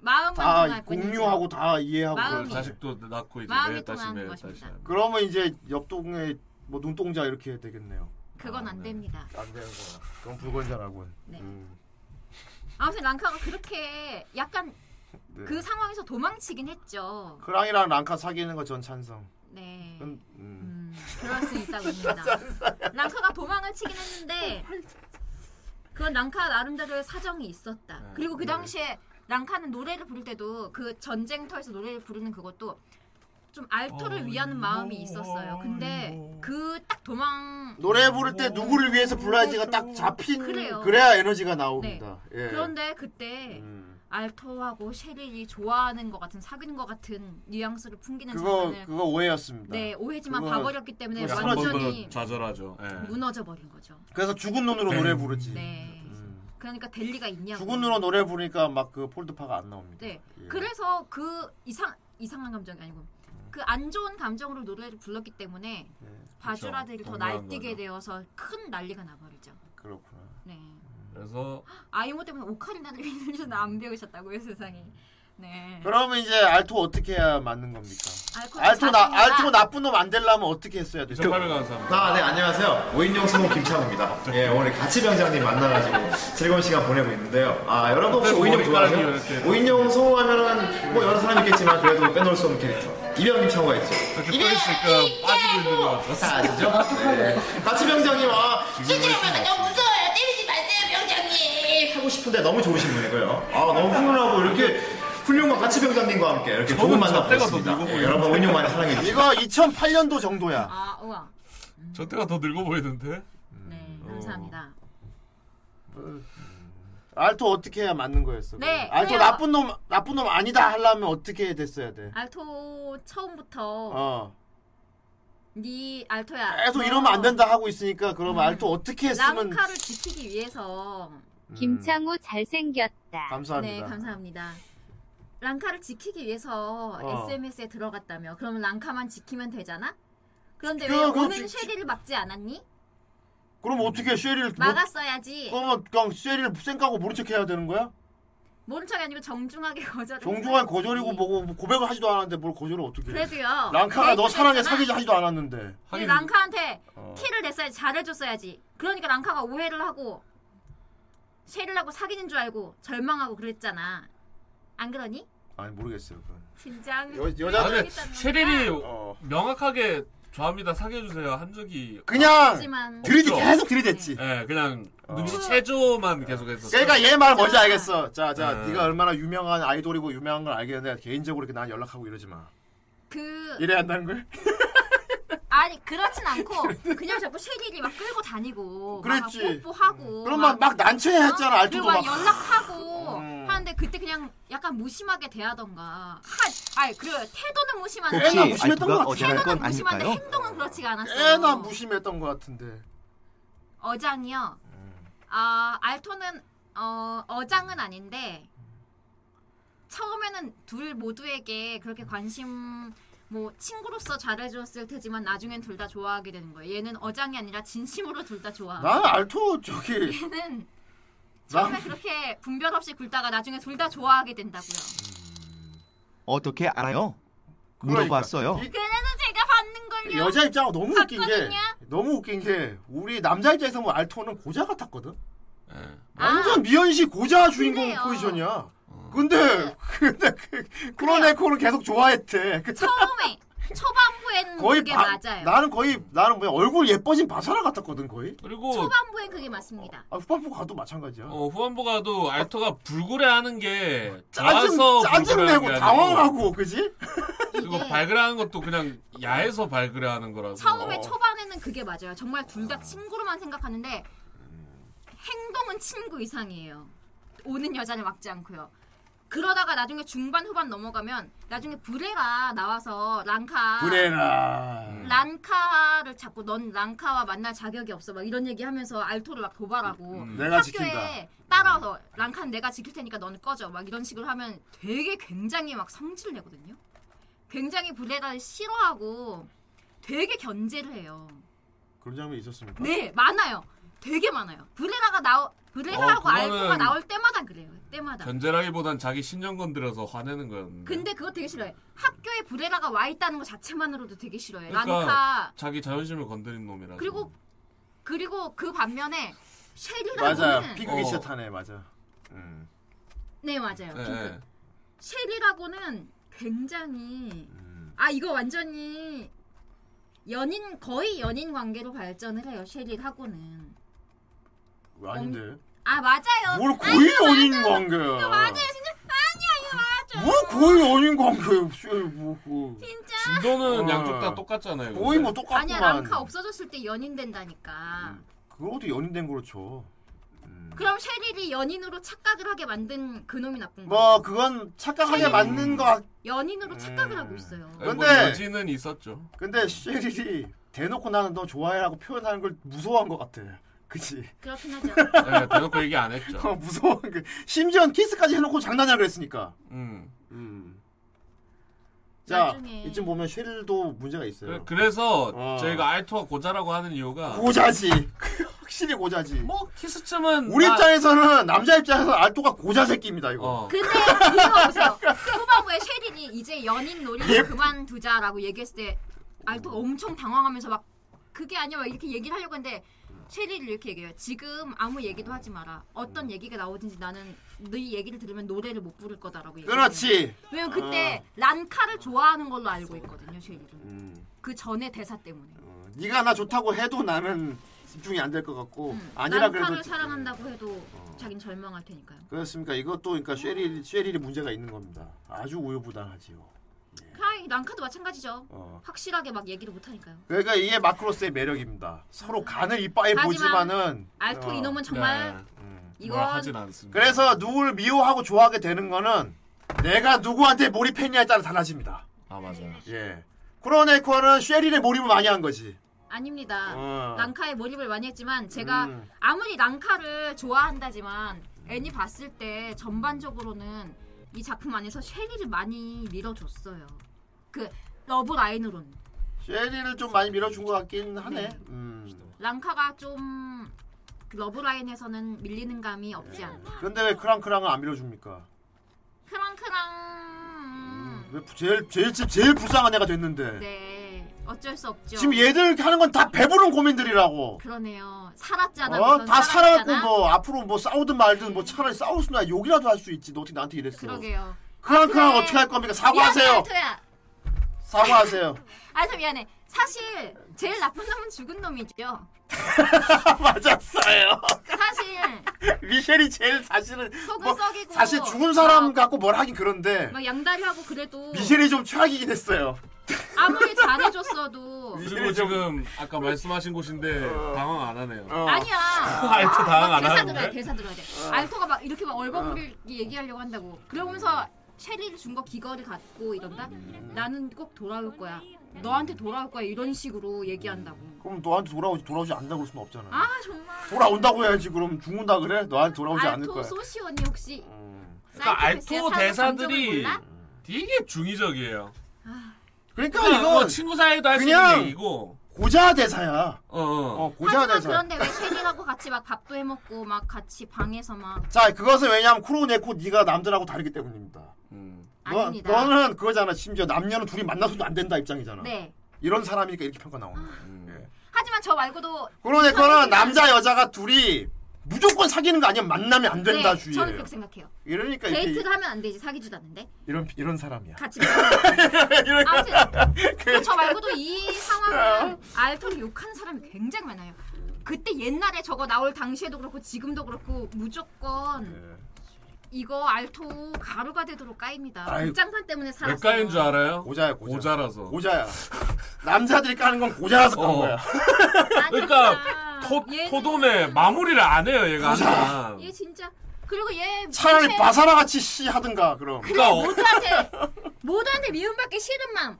Speaker 8: 마음은
Speaker 4: 다
Speaker 8: 통할 뿐이죠.
Speaker 4: 아, 공유하고 다 이해하고
Speaker 8: 마음이.
Speaker 4: 그러죠.
Speaker 6: 자식도 낳고 이제
Speaker 8: 마음이
Speaker 6: 매 다시
Speaker 8: 통하는
Speaker 6: 매 다시.
Speaker 8: 것입니다.
Speaker 4: 그러면 이제 옆동에 뭐 눈동자 이렇게 아, 되겠네요.
Speaker 8: 그건 안 됩니다.
Speaker 4: 안 되는 거야. 그럼 불건자라군.
Speaker 8: 네.
Speaker 4: 음.
Speaker 8: 아무튼 랑카가 그렇게 약간
Speaker 4: 네.
Speaker 8: 그 상황에서 도망치긴 했죠.
Speaker 4: 크랑이랑 랑카 사귀는 거 전 찬성.
Speaker 8: 네.
Speaker 4: 음, 음.
Speaker 8: 그럴 수 있다고 봅니다.
Speaker 4: [LAUGHS]
Speaker 8: 랑카가 도망을 치긴 했는데 그건 랑카 나름대로의 사정이 있었다.
Speaker 4: 네.
Speaker 8: 그리고 그 당시에 랑카는 노래를 부를 때도 그 전쟁터에서 노래를 부르는 그것도 좀 알토를 위하는 마음이 있었어요. 근데 그 딱 도망
Speaker 4: 노래 부를 때 누구를 위해서 불러야지가 딱 잡힌
Speaker 8: 그래요. 네.
Speaker 4: 그래야 에너지가 나옵니다. 예.
Speaker 8: 그런데 그때
Speaker 4: 음.
Speaker 8: 알토하고 셰릴이 좋아하는 것 같은 사귀는 것 같은 뉘앙스를 풍기는
Speaker 4: 그거
Speaker 8: 장면을
Speaker 4: 그거 오해였습니다.
Speaker 8: 네 오해지만
Speaker 4: 그거-
Speaker 8: 봐버렸기 때문에
Speaker 4: 그거
Speaker 8: 완전히
Speaker 6: 좌절하죠. 예.
Speaker 8: 무너져 버린 거죠.
Speaker 4: 그래서 죽은 눈으로 노래 부르지.
Speaker 8: 네. 그러니까 될 리가 있냐고.
Speaker 4: 음. 죽은 눈으로 노래 부르니까 막 그 폴드파가 안 나옵니다.
Speaker 8: 네.
Speaker 4: 예.
Speaker 8: 그래서 그 이상 이상한 감정이 아니고 그 안 좋은 감정으로 노래를 불렀기 때문에
Speaker 4: 네,
Speaker 8: 바주라들이 더
Speaker 6: 동요한
Speaker 8: 날뛰게
Speaker 6: 거죠.
Speaker 8: 되어서 큰 난리가 나버리죠.
Speaker 4: 그렇구나.
Speaker 8: 네.
Speaker 6: 그래서
Speaker 8: 아이모 때문에 오카리나를 일주일 안 배우셨다고요 세상에. 네.
Speaker 4: 그러면 이제 알토 어떻게 해야 맞는 겁니까?
Speaker 8: 알토
Speaker 4: 알토 나
Speaker 8: 자신이나-
Speaker 4: 알토 나쁜 놈 안 되려면 어떻게 했어야 되죠?
Speaker 6: 전파를 가는 사람.
Speaker 19: 아, 네, 안녕하세요. 오인용 수모 김창우입니다. 예, 오늘 같이 병장님 만나가지고 즐거운 시간 보내고 있는데요. 아, 여러분 혹시 오인용 좋아하세요? 오인용 수모 하면은 뭐 여러 사람이 있겠지만 그래도 빼놓을 수 없는 캐릭터. 이병 김창우가 있죠.
Speaker 4: 뭐
Speaker 19: 이병 있으니까 빠지고 있는 것 같아요. 다 아시죠? 네. 같이 병장님, 아, 실제로 보면 너무
Speaker 1: 무서워요. 때리지 마세요, 병장님.
Speaker 19: 하고 싶은데 너무 좋으신 분이고요. 아, 너무 훈훈하고 이렇게 훌륭한 같이 병장님과 함께 이렇게
Speaker 4: 뭐
Speaker 19: 좋은 만남 보냈습니다. 예, 여러분 오인용 많이 사랑해 주시고.
Speaker 4: 이거 2008년도 정도야.
Speaker 8: 아 우와.
Speaker 6: 저 때가 더 늙어 보이는데.
Speaker 4: 음,
Speaker 8: 네,
Speaker 4: 어.
Speaker 8: 감사합니다.
Speaker 4: 알토 어떻게 해야 맞는 거였어?
Speaker 8: 네,
Speaker 4: 알토
Speaker 8: 그래요.
Speaker 4: 나쁜 놈 나쁜 놈 아니다 하려면 어떻게 됐어야 돼?
Speaker 8: 알토 처음부터
Speaker 4: 어.
Speaker 8: 네 알토야.
Speaker 4: 계속
Speaker 8: 너
Speaker 4: 이러면 안 된다 하고 있으니까 그러면
Speaker 8: 음.
Speaker 4: 알토 어떻게 했으면
Speaker 8: 랑카를 지키기 위해서
Speaker 4: 음.
Speaker 2: 김창우 잘생겼다.
Speaker 4: 감사합니다.
Speaker 8: 네, 감사합니다. 랑카를 지키기 위해서
Speaker 4: 어.
Speaker 8: SMS에 들어갔다며. 그러면 랑카만 지키면 되잖아? 그런데
Speaker 4: 그,
Speaker 8: 왜
Speaker 4: 그거
Speaker 8: 오는
Speaker 4: 지- 뭐? 지-
Speaker 8: 쉐리를 막지 않았니?
Speaker 4: 그럼 어떻게 쉐리를 뭐-
Speaker 8: 막았어야지.
Speaker 4: 그러면 그냥 쉐리를 생각하고 모른 척 해야 되는 거야?
Speaker 8: 모른 척이 아니고 정중하게 [LAUGHS] 거절을
Speaker 4: 정중한
Speaker 8: 했어야지.
Speaker 4: 거절이고 뭐고 뭐 고백을 하지도 않았는데 뭘 거절을 어떻게 해?
Speaker 8: 그래도요.
Speaker 4: 랑카가 너
Speaker 8: 데이트도
Speaker 4: 사랑해
Speaker 8: 했잖아.
Speaker 4: 사귀자 하지도 않았는데.
Speaker 8: 근데 랑카한테
Speaker 4: 어.
Speaker 8: 키를 냈어야지. 잘해줬어야지. 그러니까 랑카가 오해를 하고 쉐리를 하고 사귀는 줄 알고 절망하고 그랬잖아. 안 그러니?
Speaker 4: 아니 모르겠어요. 그건.
Speaker 8: 진장.
Speaker 4: 어.
Speaker 8: 어.
Speaker 6: 아, 근데 쉐릴이 명확하게 좌합니다 사귀어주세요 한 적이
Speaker 4: 그냥
Speaker 6: 없지만-
Speaker 4: 들이대-
Speaker 6: 없죠.
Speaker 4: 계속 어. 들이댔지.
Speaker 6: 네 그냥 눈치체조만 계속했어
Speaker 4: 그러니까 얘 말
Speaker 8: 아.
Speaker 4: 뭔지 알겠어. 자, 자,
Speaker 5: 아.
Speaker 4: 네가 얼마나 유명한 아이돌이고 유명한 걸 알겠는데 개인적으로 이렇게 난 연락하고 이러지 마.
Speaker 8: 아. 그
Speaker 4: 이래야 한다는 걸? [LAUGHS]
Speaker 8: 아니 그렇진 않고 그냥 자꾸 쉐리를 막 끌고 다니고
Speaker 4: 그랬지. 음.
Speaker 8: 막 뽀뽀하고
Speaker 4: 그럼 막, 막 난처해했잖아. 알투도
Speaker 8: 그리고 막
Speaker 4: 막. 음.
Speaker 8: 연락하고 하는데 그때 그냥 약간 무심하게 대하던가 하, 아니 그 태도는 무심한데
Speaker 4: 애나 무심했던 것
Speaker 5: 알투가
Speaker 4: 같아.
Speaker 5: 어지간할 건
Speaker 8: 무심한데
Speaker 5: 아닐까요?
Speaker 8: 행동은 그렇지가 않았어요
Speaker 4: 애나 무심했던 것 같은데.
Speaker 8: 어장이요 아 알토는 어, 어장은 아닌데 처음에는 둘 모두에게 그렇게 관심 뭐 친구로서 잘해줬을 테지만 나중엔 둘 다 좋아하게 되는 거예요 얘는 어장이 아니라 진심으로 둘 다 좋아
Speaker 4: 난 알토
Speaker 8: [LAUGHS]
Speaker 4: 저기
Speaker 8: 얘는 처음에
Speaker 4: 난
Speaker 8: 그렇게 분별 없이 굴다가 나중에 둘 다 좋아하게 된다고요.
Speaker 5: 어떻게 알아요?
Speaker 4: 그러니까.
Speaker 5: 물어봤어요.
Speaker 8: 그래서 제가 받는 걸요.
Speaker 4: 여자 입장하고 너무 웃긴 게
Speaker 8: 봤거든요?
Speaker 4: 너무 웃긴 게 우리 남자 입장에서 보면 알토는 고자 같았거든.
Speaker 8: 아.
Speaker 5: 예.
Speaker 4: 완전 미연씨 고자 주인공
Speaker 8: 그래요. 네.
Speaker 4: 포지션이야.
Speaker 5: 어.
Speaker 4: 근데 [LAUGHS] 근데 그, 그런 애코는 계속 좋아했대. 그-
Speaker 8: 처음에 초반부엔
Speaker 4: 거의
Speaker 8: 그게
Speaker 4: 바-
Speaker 8: 맞아요.
Speaker 4: 나는 거의 나는 뭐야 얼굴 예뻐진 바사라 같았거든 거의.
Speaker 6: 그리고
Speaker 8: 초반부엔 그게 맞습니다.
Speaker 4: 아, 후반부 가도 마찬가지야.
Speaker 6: 어, 후반부가도 알토가 불고래하는 게
Speaker 4: 짜증
Speaker 6: 좋아서 불고래하는 게
Speaker 4: 짜증내고
Speaker 6: 아니고
Speaker 4: 당황하고 그지?
Speaker 6: 그리고 발그레하는 것도 그냥 야에서 발그레하는 거라서
Speaker 4: 어.
Speaker 8: 처음에 초반에는 그게 맞아요. 정말 둘 다 친구로만 생각하는데 행동은 친구 이상이에요. 오는 여자를 막지 않고요. 그러다가 나중에 중반 후반 넘어가면 나중에 브레가 나와서 랑카
Speaker 4: 브레라.
Speaker 8: 음. 란카를 자꾸 넌 란카와 만날 자격이 없어 막 이런 얘기하면서 알토를 막 도발하고
Speaker 4: 음, 내가
Speaker 8: 학교에
Speaker 4: 지킨다.
Speaker 8: 따라서 란카는 내가 지킬 테니까 넌 꺼져 막 이런 식으로 하면 되게 굉장히 막 성질 내거든요. 굉장히 브레다를 싫어하고 되게 견제를 해요.
Speaker 4: 그런 장면 있었습니까?
Speaker 8: 네 많아요. 되게 많아요. 브레라가 나오 브레라하고
Speaker 6: 어, 그거는
Speaker 8: 알토가 나올 때마다 그래요. 때마다.
Speaker 6: 견제라기보단 자기 신념 건드려서 화내는 거였는데
Speaker 8: 근데 그거 되게 싫어해. 학교에 브레라가 와 있다는 것 자체만으로도 되게 싫어해.
Speaker 6: 그러니까
Speaker 8: 란카
Speaker 6: 자기 자존심을 건드린 놈이라서
Speaker 8: 그리고 그리고 그 반면에 셰리라고는
Speaker 4: 맞아. 피그기
Speaker 6: 어.
Speaker 4: 시타네 맞아. 음.
Speaker 8: 네 맞아요.
Speaker 6: 예.
Speaker 8: 셰리라고는 굉장히
Speaker 4: 음.
Speaker 8: 아 이거 완전히 연인 거의 연인 관계로 발전을 해요. 셰리하고는
Speaker 4: 아닌데.
Speaker 8: 아 맞아요.
Speaker 4: 뭘 거의
Speaker 8: 아, 이거
Speaker 4: 연인
Speaker 8: 맞아요.
Speaker 4: 관계야.
Speaker 8: 이거 맞아요 진짜 아니야 이거 맞아.
Speaker 4: 뭐 거의 연인 관계야. 씨, 뭐, 뭐.
Speaker 8: 진짜
Speaker 6: 진도는
Speaker 4: 어.
Speaker 6: 양쪽 다 똑같잖아요
Speaker 4: 거의 뭐
Speaker 6: 근데.
Speaker 4: 똑같구만. 음,
Speaker 8: 아니야 랑카 없어졌을 때 연인 된다니까.
Speaker 4: 그것도 연인된 거로 쳐.
Speaker 8: 음. 그럼 셰리를 연인으로 착각을 하게 만든 그놈이 나쁜 거.
Speaker 4: 뭐 그건
Speaker 6: 음.
Speaker 4: 착각하게 맞는 거 같.
Speaker 8: 연인으로 착각을 하고 있어요.
Speaker 4: 근데
Speaker 6: 뭐 여지는 있었죠.
Speaker 4: 근데 쉐릴이 대놓고 나는 너 좋아해라고 표현하는 걸 무서워한 것 같아. 그치?
Speaker 8: 그렇긴 하죠.
Speaker 6: 네, 대놓고 얘기 안 했죠.
Speaker 4: [LAUGHS] 어, 무서운 게 심지어 키스까지 해놓고 장난이라 그랬으니까.
Speaker 6: 음.
Speaker 4: 자
Speaker 6: 나중에.
Speaker 4: 이쯤 보면 쉐릴도 문제가 있어요.
Speaker 6: 그, 래서
Speaker 4: 어.
Speaker 6: 저희가 알토가 고자라고 하는 이유가
Speaker 4: 고자지. [LAUGHS] 확실히 고자지.
Speaker 6: 뭐 아. 키스쯤은
Speaker 4: 우리
Speaker 6: 나-
Speaker 4: 입장에서는 남자 입장에서 알토가 고자 새끼입니다 이거.
Speaker 6: 어.
Speaker 8: 근데 이거 보세요. 후반부에 쉐린이 이제 연인 놀이를
Speaker 4: 예?
Speaker 8: 그만두자라고 얘기했을 때 알토가 엄청 당황하면서 막 그게 아니야 막 이렇게 얘기를 하려고 했는데 쉐린이 이렇게 얘기해요. 지금 아무 얘기도 하지 마라. 어떤 얘기가 나오든지 나는 네 얘기를 들으면 노래를 못 부를 거다라고 얘기해요.
Speaker 4: 그렇지. 아.
Speaker 8: 왜냐면 그때 란카를 좋아하는 걸로 알고 있거든요. 쉐린은.
Speaker 4: 음.
Speaker 8: 그 전에 대사 때문에.
Speaker 4: 네가 나 좋다고 해도 나는 집중이 안 될 것 같고
Speaker 6: 음.
Speaker 4: 아니라 그래도 어.
Speaker 8: 란카를 사랑한다고 해도 자긴 절망할 테니까요.
Speaker 4: 그렇습니까? 이것도 그러니까 쉐릴 쉐릴이 문제가 있는 겁니다. 아주 우유부단하지요.
Speaker 8: 그냥 란카도 마찬가지죠.
Speaker 4: 어.
Speaker 8: 확실하게 막 얘기를 못 하니까요.
Speaker 4: 그러니까 이게 마크로스의 매력입니다. 서로 간을 이빠에
Speaker 8: 하지만
Speaker 4: 보지만은
Speaker 8: 알토
Speaker 4: 어. 음.
Speaker 8: 이놈은 정말 이건
Speaker 6: 네. 뭐라 하진 않습니다.
Speaker 4: 그래서 누굴 미워하고 좋아하게 되는 거는 내가 누구한테 몰입했냐에 따라 달라집니다.
Speaker 6: 아 맞아요.
Speaker 4: 예. 크로네코는 쉐릴에 몰입을 많이 한 거지.
Speaker 8: 아닙니다.
Speaker 4: 어.
Speaker 8: 랑카에 몰입을 많이 했지만 제가
Speaker 4: 음.
Speaker 8: 아무리 랑카를 좋아한다지만 애니 봤을 때 전반적으로는 이 작품 안에서 쉐리를 많이 밀어줬어요. 그 러브 라인으로는
Speaker 4: 쉐릴을 좀 많이 밀어준 것 같긴 하네.
Speaker 8: 네.
Speaker 4: 음.
Speaker 8: 랑카가 좀그 러브 라인에서는 밀리는 감이 없지 않나.
Speaker 4: 근데 왜 크랑크랑은 안 밀어줍니까?
Speaker 8: 크랑크랑.
Speaker 4: 왜 부- 제일 제일 제- 제일 불쌍한 애가 됐는데
Speaker 8: 네. 어쩔 수 없죠.
Speaker 4: 지금 얘들 하는 건 다 배부른 고민들이라고.
Speaker 8: 그러네요. 살았잖아.
Speaker 4: 어?
Speaker 8: 우선
Speaker 4: 다 살았고
Speaker 8: 살았잖아.
Speaker 4: 뭐 앞으로 뭐 싸우든 말든 뭐 차라리 싸우수나 욕이라도 할 수 있지. 너 어떻게 나한테 이랬어?
Speaker 8: 그러게요.
Speaker 4: 크랑크랑 어떻게 할 겁니까? 사과하세요.
Speaker 8: 미안해, 토야.
Speaker 4: [LAUGHS] 사과하세요.
Speaker 8: 아, 저 미안해. 사실 제일 나쁜 놈은 죽은 놈이죠.
Speaker 4: 맞았어요. [LAUGHS]
Speaker 8: 사실
Speaker 4: 미셸이 제일 사실은
Speaker 8: 속을
Speaker 4: 뭐
Speaker 8: 썩이고 어.
Speaker 4: 사실 죽은 사람 갖고 뭘 하긴 그런데
Speaker 8: 막 양다리하고 그래도
Speaker 4: 미셸이 좀 최악이긴 했어요.
Speaker 8: 아무리 잘해줬어도
Speaker 6: 그리고 지금 아까 말씀하신 곳인데
Speaker 4: 어.
Speaker 6: 당황 안 하네요.
Speaker 4: [LAUGHS]
Speaker 8: 아니야.
Speaker 6: 알트 당황
Speaker 8: 아,
Speaker 6: 안
Speaker 8: 대사 들어야 돼,
Speaker 6: 하는데.
Speaker 8: 대사 들어야 돼. 알토가 막 이렇게 막 얼버무리게 얘기하려고 한다고. 그러면서 셰리를 준 거 기거를 갖고 이런다. 나는 꼭 돌아올 거야. 너한테 돌아올 거야 이런 식으로 얘기한다고.
Speaker 4: 그럼 너한테 돌아오지 돌아오지 않는다고 할 수는 없잖아.
Speaker 8: 아 정말.
Speaker 4: 돌아온다고 해야지 그럼 죽는다 그래? 너한테 돌아오지 않을
Speaker 8: 알토
Speaker 4: 거야.
Speaker 8: 소시 언니 혹시
Speaker 6: 그러니까
Speaker 8: 사이코패스야?
Speaker 6: 알토
Speaker 8: 사람의 감정을
Speaker 6: 대사들이
Speaker 8: 몰라?
Speaker 6: 되게 중의적이에요.
Speaker 4: 그러니까
Speaker 6: 그냥
Speaker 4: 이건
Speaker 6: 뭐 친구 사이도 할 수
Speaker 4: 그냥
Speaker 6: 있는 얘기고.
Speaker 4: 고자 대사야.
Speaker 6: 어, 어.
Speaker 4: 고자
Speaker 8: 하지만
Speaker 4: 대사.
Speaker 8: 그런데 왜 셰리하고 같이 막 밥도 해 먹고 막 같이 방에서 막
Speaker 4: 자 그것은 왜냐하면 쿠로네코 네가 남자라고 다르기 때문입니다.
Speaker 6: 음.
Speaker 4: 너,
Speaker 8: 아닙니다.
Speaker 4: 너는 그거잖아. 심지어 남녀는 둘이 만나서도 안 된다 입장이잖아.
Speaker 8: 네. 아.
Speaker 4: 이런 사람이니까 이렇게 평가 나오는 거야. 예.
Speaker 8: 하지만 저 말고도 그러니까
Speaker 4: 쿠로네코는 남자 여자가 둘이 무조건 사귀는 거 아니면 만나면 안 된다
Speaker 8: 네,
Speaker 4: 주의예요.
Speaker 8: 저는 그렇게 생각해요.
Speaker 4: 이러니까 이렇게
Speaker 8: 데이트를 하면 안 되지 사귀주다는데
Speaker 4: 이런 이런 사람이야.
Speaker 8: 같이
Speaker 4: [LAUGHS]
Speaker 8: 그저 말고도 이
Speaker 4: 어.
Speaker 8: 상황을 알토를 욕하는 사람이 굉장히 많아요. 그때 옛날에 저거 나올 당시에도 그렇고 지금도 그렇고 무조건
Speaker 4: 네.
Speaker 8: 이거 알토 가루가 되도록 까입니다.
Speaker 4: 아이고.
Speaker 8: 극장판 때문에
Speaker 6: 몇
Speaker 8: 살았어.
Speaker 6: 가인 줄 알아요?
Speaker 4: 고자야,
Speaker 6: 고자. 라서 어.
Speaker 4: 고자야. 남자들이 까는 건 고자라서 깐 거야.
Speaker 8: 아,
Speaker 6: 그러니까 토, 토돔에 마무리를 안 해요, 얘가 항상.
Speaker 8: 얘 진짜 그리고 얘
Speaker 4: 차라리
Speaker 8: 미셸-
Speaker 4: 바사라 같이 씨 하든가 그럼.
Speaker 8: 그래 모두한테 모두한테 미움받기 싫은 마음.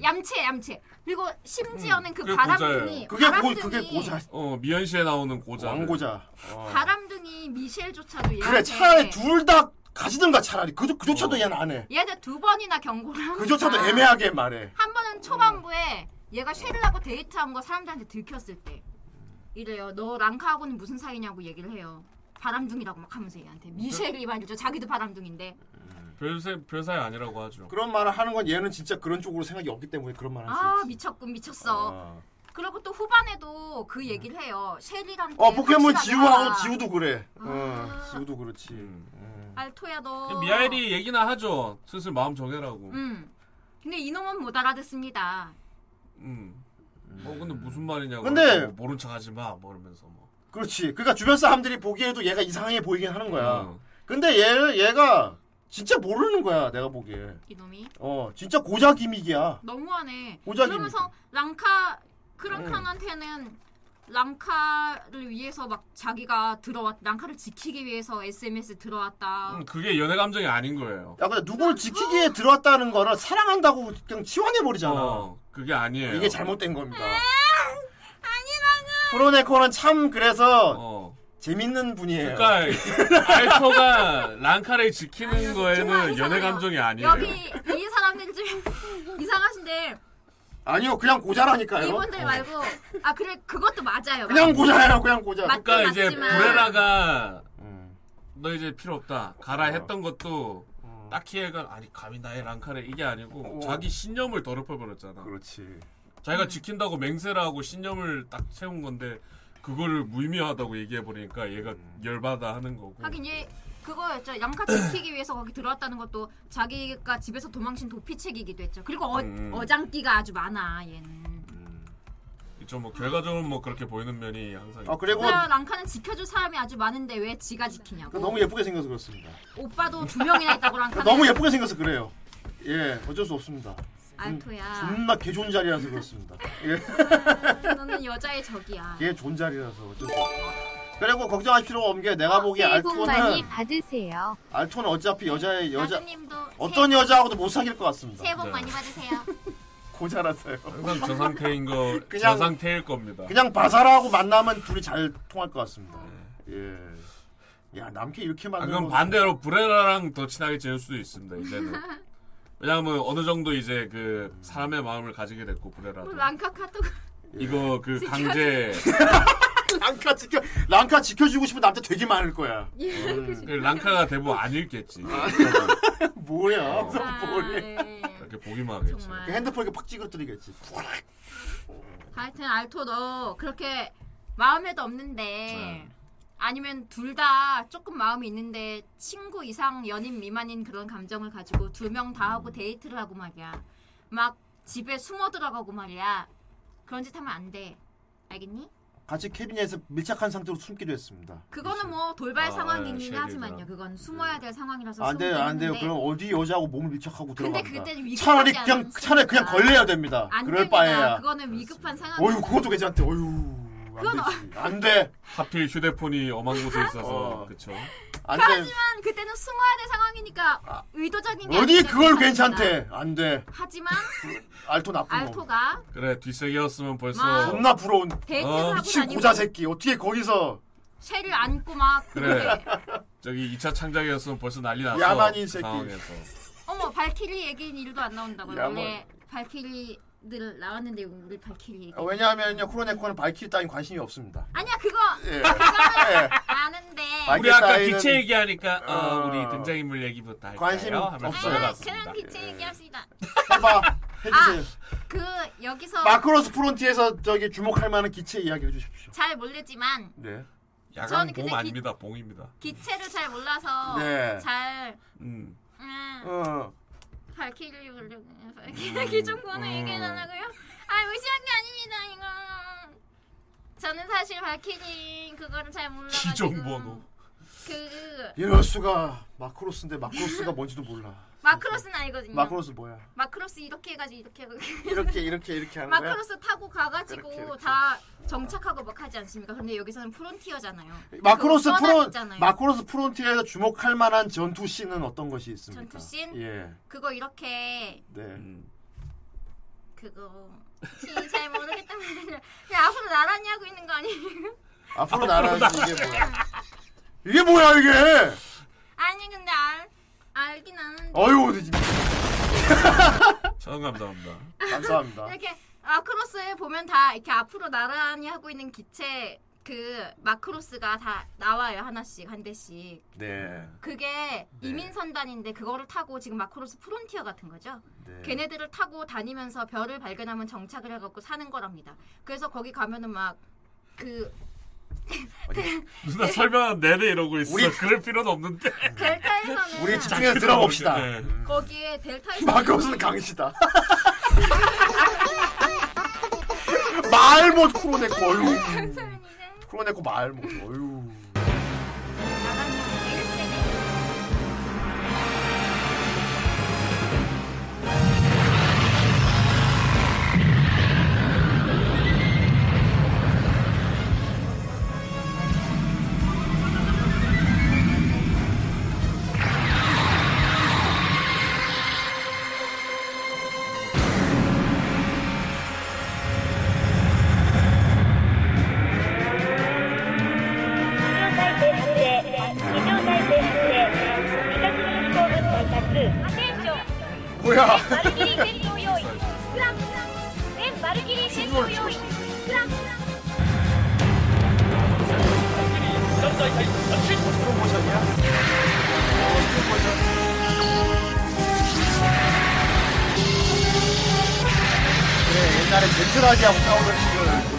Speaker 8: 얌체 얌체. 그리고 심지어는 그
Speaker 6: 그게
Speaker 8: 바람둥이
Speaker 6: 고자예요.
Speaker 8: 바람둥이
Speaker 6: 어, 미연 씨에 나오는 어, 고자.
Speaker 4: 왕고자.
Speaker 8: 바람둥이 미셸조차도 얘한테
Speaker 4: 그래 차라리 둘 다 가지든가 차라리 그조,
Speaker 6: 어.
Speaker 4: 그조차도 얘는 안 해.
Speaker 8: 얘한테 두 번이나 경고를 하고
Speaker 4: 그조차도 애매하게 말해.
Speaker 8: 한 번은 초반부에 얘가 쉐를 하고 데이트한 거 사람들한테 들켰을 때 이래요. 너 랑카하고는 무슨 사이냐고 얘기를 해요. 바람둥이라고 막 하면서 얘한테 미셸이 말이죠. 자기도 바람둥이인데.
Speaker 6: 별사, 별사이 아니라고 하죠.
Speaker 4: 그런 말을 하는 건 얘는 진짜 그런 쪽으로 생각이 없기 때문에 그런 말을 하지.
Speaker 8: 아 미쳤군 미쳤어. 그리고 또 후반에도 그 얘기를 해요. 쉐리한테
Speaker 4: 네. 어 포켓몬
Speaker 8: 확실하게
Speaker 4: 지우하고
Speaker 8: 하라.
Speaker 4: 지우도 그래.
Speaker 8: 아.
Speaker 4: 어 지우도 그렇지. 음.
Speaker 8: 알토야 너.
Speaker 6: 미아엘이 얘기나 하죠. 슬슬 마음 정해라고.
Speaker 8: 어. 음. 근데 이놈은 못 알아듣습니다.
Speaker 6: 음. 어 근데 무슨 말이냐고.
Speaker 4: 근데-
Speaker 6: 뭐, 모른 척하지 마. 뭐 이러면서 뭐.
Speaker 4: 그렇지. 그러니까 주변 사람들이 보기에도 얘가 이상해 보이긴 하는 거야.
Speaker 6: 어. 음.
Speaker 4: 근데 얘 얘가 진짜 모르는 거야 내가 보기에.
Speaker 8: 이놈이
Speaker 4: 어 진짜 고자 기믹이야.
Speaker 8: 너무하네.
Speaker 4: 오작이네.
Speaker 8: 그러면서 랑카
Speaker 4: 음.
Speaker 8: 크랑칸한테는 랑카를 위해서 막 자기가 들어왔 랑카를 지키기 위해서 SMS 들어왔다.
Speaker 6: 음, 그게 연애 감정이 아닌 거예요.
Speaker 4: 야 근데 누굴
Speaker 8: 아.
Speaker 4: 지키기에 들어왔다는 거를 사랑한다고 그냥 치환해 버리잖아.
Speaker 6: 어, 그게 아니에요.
Speaker 4: 이게 잘못된 겁니다.
Speaker 8: 아,
Speaker 4: 프로네코는 참 그래서
Speaker 6: 어.
Speaker 4: 재밌는 분이에요. [LAUGHS]
Speaker 6: 그러니까 알토가 랑카를 지키는 거에는 연애 감정이 아니에요.
Speaker 8: 여기 이 사람들 좀 [LAUGHS] 이상하신데
Speaker 4: 아니요 그냥 고자라니까요.
Speaker 6: 어.
Speaker 8: 이분들 말고 아 그래 그것도 맞아요.
Speaker 4: 그냥 고자예요 그냥 고자.
Speaker 8: 맞긴
Speaker 6: 그러니까 이제
Speaker 8: 맞지만.
Speaker 6: 브레라가
Speaker 4: 음.
Speaker 6: 너 이제 필요 없다 가라
Speaker 4: 어.
Speaker 6: 했던 것도 딱히 애가 아니 감히 나의 랑카를 이게 아니고 자기 신념을 더럽혀 버렸잖아.
Speaker 4: 어. 그렇지.
Speaker 6: 자기가 지킨다고 맹세를 하고 신념을 딱 세운 건데 그거를 무의미하다고 얘기해 버리니까 얘가
Speaker 4: 음.
Speaker 6: 열받아 하는 거고.
Speaker 8: 하긴 얘 그거였죠. 양카
Speaker 4: [CLEARS THROAT]
Speaker 8: 지키기 위해서 거기 들어왔다는 것도 자기가 집에서 도망친 도피책이기도 했죠. 그리고 어,
Speaker 6: 음.
Speaker 8: 어장기가 아주 많아 얘는.
Speaker 6: 있죠 뭐 결과적으로 뭐 그렇게 보이는 면이 항상.
Speaker 8: 어,
Speaker 4: 아, 그리고-
Speaker 8: 그래야 랑카는 지켜줄 사람이 아주 많은데 왜 지가 지키냐고.
Speaker 4: 너무 예쁘게 생겨서 그렇습니다.
Speaker 8: 오빠도 두 명이나 있다고
Speaker 4: [LAUGHS]
Speaker 8: 랑카.
Speaker 4: 너무 예쁘게 생겨서 그래요. 예 어쩔 수 없습니다.
Speaker 20: 아.
Speaker 8: 알토야.
Speaker 4: 존나 개 좋은 자리라서 그렇습니다. 예.
Speaker 8: 너는 여자의 적이야.
Speaker 4: 걔 존잘이라서 어쩔 수 없어. 그리고 걱정할 필요가 없는 게 내가 보기에
Speaker 20: 새해 복 많이
Speaker 4: 알토는
Speaker 20: 받으세요. 아,
Speaker 4: 알토는 어차피 여자의 여자
Speaker 8: 님도
Speaker 4: 어떤 네. 여자하고도 못 사귈 것 같습니다.
Speaker 8: 새해 복 많이 받으세요.
Speaker 4: 고자라서요.
Speaker 6: 항상
Speaker 8: [LAUGHS]
Speaker 6: 저 상태인 거,
Speaker 4: 그냥-
Speaker 6: 저 상태일 겁니다.
Speaker 4: 그냥 바사라하고 만나면 둘이 잘 통할 것 같습니다. 예. 야 남캐 이렇게
Speaker 6: 네. 아,
Speaker 4: 만나면
Speaker 6: 그럼 반대로 브레라랑 더 친하게 지낼 수도 있습니다. 이제는. [LAUGHS] 왜냐하면 뭐 어느 정도 이제 그 사람의 마음을 가지게 됐고 브레라도
Speaker 8: 뭐 랑카
Speaker 4: [LAUGHS]
Speaker 8: 카톡.
Speaker 6: 이거 그
Speaker 8: [LAUGHS]
Speaker 6: 강제
Speaker 4: 랑카 지켜 랑카 지켜주고 싶은 남자 되게 많을 거야.
Speaker 20: 예.
Speaker 6: 그 랑카가 대부분 안 읽겠지.
Speaker 8: 아.
Speaker 20: 아.
Speaker 4: [LAUGHS] 뭐야? 뭐래?
Speaker 6: 이렇게 보기만 하겠지.
Speaker 8: 정말.
Speaker 4: 핸드폰 이렇게 팍 찌그러뜨리겠지.
Speaker 8: 하여튼 알토 너 그렇게 마음에도
Speaker 4: 네.
Speaker 8: 없는데 아니면 둘 다 조금 마음이 있는데 친구
Speaker 4: 음.
Speaker 8: 이상 연인 미만인 그런 감정을 가지고 두 명 다 하고 데이트를 하고 말이야. 막 집에 숨어 들어가고 말이야. 그런 짓 하면 안 돼. 알겠니?
Speaker 4: 같이 캐비넷에서 밀착한 상태로 숨기로 했습니다.
Speaker 8: 그거는 뭐 돌발
Speaker 4: 아,
Speaker 8: 상황이긴
Speaker 4: 셰리드랑. 네.
Speaker 8: 하지만요. 그건 숨어야 될 상황이라서
Speaker 4: 안 돼요,
Speaker 8: 숨기는
Speaker 4: 안 돼요.
Speaker 8: 건데
Speaker 4: 그럼 어디 여자하고 몸을 밀착하고
Speaker 8: 근데
Speaker 4: 들어갑니다.
Speaker 8: 그때는 위급하지
Speaker 4: 차라리 그냥
Speaker 8: 않습니까?
Speaker 4: 차라리 그냥 걸려야 됩니다.
Speaker 8: 안
Speaker 4: 그럴
Speaker 8: 됩니다.
Speaker 4: 바에야.
Speaker 8: 그거는 위급한 상황.
Speaker 4: 어휴, 그것도 괜찮대. 어휴,
Speaker 8: 그건 어-
Speaker 4: 안 돼.
Speaker 6: 하필 휴대폰이 엄한 곳에 있어서 그쵸.
Speaker 4: 안 돼.
Speaker 8: 하지만 그때는 숨어야 될 상황이니까 의도적인 게
Speaker 4: 아. 어디
Speaker 8: 아니니까
Speaker 4: 그걸
Speaker 8: 괜찮습니다.
Speaker 4: 괜찮대. 안 돼.
Speaker 8: 하지만
Speaker 4: 알토 나쁜 놈.
Speaker 8: 아, 알토가
Speaker 6: 그래 뒷세계였으면 벌써 어?
Speaker 8: 막
Speaker 4: 존나 부러운.
Speaker 8: 데이트를 하고
Speaker 4: 미친
Speaker 8: 다니고.
Speaker 4: 고자 새끼. 어떻게 거기서
Speaker 8: 쇠를 안고 막
Speaker 6: 그래 저기 2차 창작이었으면 벌써 난리 났어.
Speaker 4: 야만인
Speaker 6: 그
Speaker 4: 새끼.
Speaker 6: 상황에서.
Speaker 8: 어머 발키리 얘기는 일도 안 나온다고요.
Speaker 4: 야, 뭐.
Speaker 8: 원래 발키리들 나왔는데 우리 발키리 얘기.
Speaker 4: 아, 왜냐하면요 코로네코는 발키리 따윈 관심이 없습니다.
Speaker 8: 아니야 그거
Speaker 4: 예.
Speaker 8: 그거는
Speaker 4: 예.
Speaker 8: 아는데.
Speaker 6: 우리
Speaker 4: 알겠다,
Speaker 6: 아까
Speaker 4: 이는-
Speaker 6: 기체 얘기하니까 어,
Speaker 4: 어.
Speaker 6: 우리 등장인물 얘기부터 할까요?
Speaker 4: 관심
Speaker 6: 하면서
Speaker 4: 없어요.
Speaker 6: 들어갔습니다.
Speaker 8: 그냥
Speaker 4: 예.
Speaker 8: 기체 얘기합시다. [LAUGHS]
Speaker 4: 해봐 해주세요.
Speaker 8: 그 여기서
Speaker 4: 마크로스 프론티에서 저기 주목할 만한 기체 이야기 해주십시오.
Speaker 8: 잘 모르지만
Speaker 4: 네.
Speaker 8: 저는
Speaker 6: 야간
Speaker 8: 근데
Speaker 6: 봉
Speaker 8: 기-
Speaker 6: 아닙니다. 봉입니다.
Speaker 8: 기체를 잘 몰라서
Speaker 6: 네.
Speaker 8: 잘
Speaker 6: 음.
Speaker 8: 음,
Speaker 4: 예. 어. 음.
Speaker 8: 발키리 발키리 기존권을
Speaker 6: 음.
Speaker 8: 얘기해달라고요? 아 무시한 게 아닙니다 이거. 저는 사실 발키리 그거를 잘 몰라가지고.
Speaker 4: 기존번호.
Speaker 8: 그
Speaker 4: 이럴 수가 마크로스인데 마크로스가 뭔지도 몰라.
Speaker 8: 마크로스는 아니거든요.
Speaker 4: 마크로스 뭐야?
Speaker 8: 마크로스 이렇게 해가지고 이렇게 해가지고
Speaker 4: [LAUGHS] 이렇게 이렇게 이렇게 하는 거야?
Speaker 8: 마크로스 타고 가가지고
Speaker 4: 이렇게, 이렇게.
Speaker 8: 다 정착하고 막 하지 않습니까? 근데 여기서는 프론티어잖아요.
Speaker 4: 마크로스
Speaker 8: 그
Speaker 4: 프론
Speaker 8: 뻔하잖아요.
Speaker 4: 마크로스 프론티에서 주목할 만한 전투 씬은 어떤 것이 있습니까?
Speaker 8: 전투 씬?
Speaker 4: 예.
Speaker 8: 그거 이렇게
Speaker 4: 네.
Speaker 8: 그거 혹시 잘 모르겠다. [LAUGHS] 그냥 앞으로 나란히 하고 있는 거 아니에요? [LAUGHS]
Speaker 4: 앞으로 나라는 이게 뭐야? 이게 뭐야 이게?
Speaker 8: 아니 근데 알 알긴 아는데.
Speaker 4: 어휴 어디 지금
Speaker 6: 저는 감사합니다.
Speaker 4: 감사합니다.
Speaker 8: 이렇게 마크로스에 보면 다 이렇게 앞으로 나란히 하고 있는 기체 그 마크로스가 다 나와요 하나씩 한 대씩.
Speaker 4: 네.
Speaker 8: 그게 이민선단인데 그거를 타고 지금 마크로스 프론티어 같은 거죠.
Speaker 4: 네.
Speaker 8: 걔네들을 타고 다니면서 별을 발견하면 정착을 해갖고 사는 거랍니다. 그래서 거기 가면은 막그
Speaker 6: 누나 설명한 내내 이러고 있어.
Speaker 4: 우리-
Speaker 6: 그럴 필요는 없는데. [LAUGHS]
Speaker 8: 델타에서는
Speaker 4: 우리 집중해서 들어봅시다.
Speaker 6: 네.
Speaker 8: 거기에
Speaker 4: [LAUGHS]
Speaker 8: 델타에서
Speaker 4: 마크로스는 강시다. 말못 크로네코
Speaker 8: [LAUGHS]
Speaker 4: 어휴. 크로네코 말못 어휴. 뭐야?
Speaker 21: マルキリー戦闘用意スクラム全マルキリー戦闘用意スクラム
Speaker 4: 네 옛날에 제트라기하고 싸우던 시절.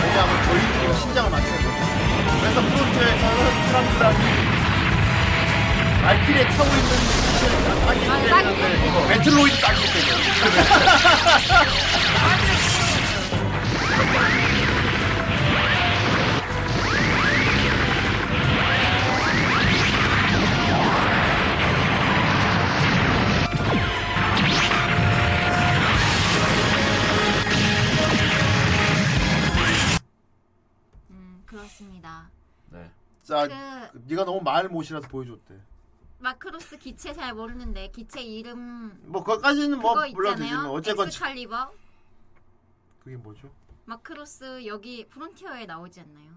Speaker 4: 왜냐하면 저희들이 신장을 맞추는 거죠. 그래서 프론트에서는 트럼프랑이 알피에 타고 있는 기체를 딱하기 때문에 벤틀로이드 딱기 때문에.
Speaker 8: 음 그렇습니다. 그
Speaker 4: 자, 네가 너무 말 못이라서 보여줬대.
Speaker 8: 마크로스 기체 잘 모르는데 기체 이름
Speaker 4: 뭐 그것까지는 뭐
Speaker 8: 그거
Speaker 4: 몰라도 되지
Speaker 8: 있잖아요.
Speaker 4: 뭐 어쨌건 지-
Speaker 8: 엑스칼리버
Speaker 4: 그게 뭐죠?
Speaker 8: 마크로스 여기 프론티어에 나오지 않나요?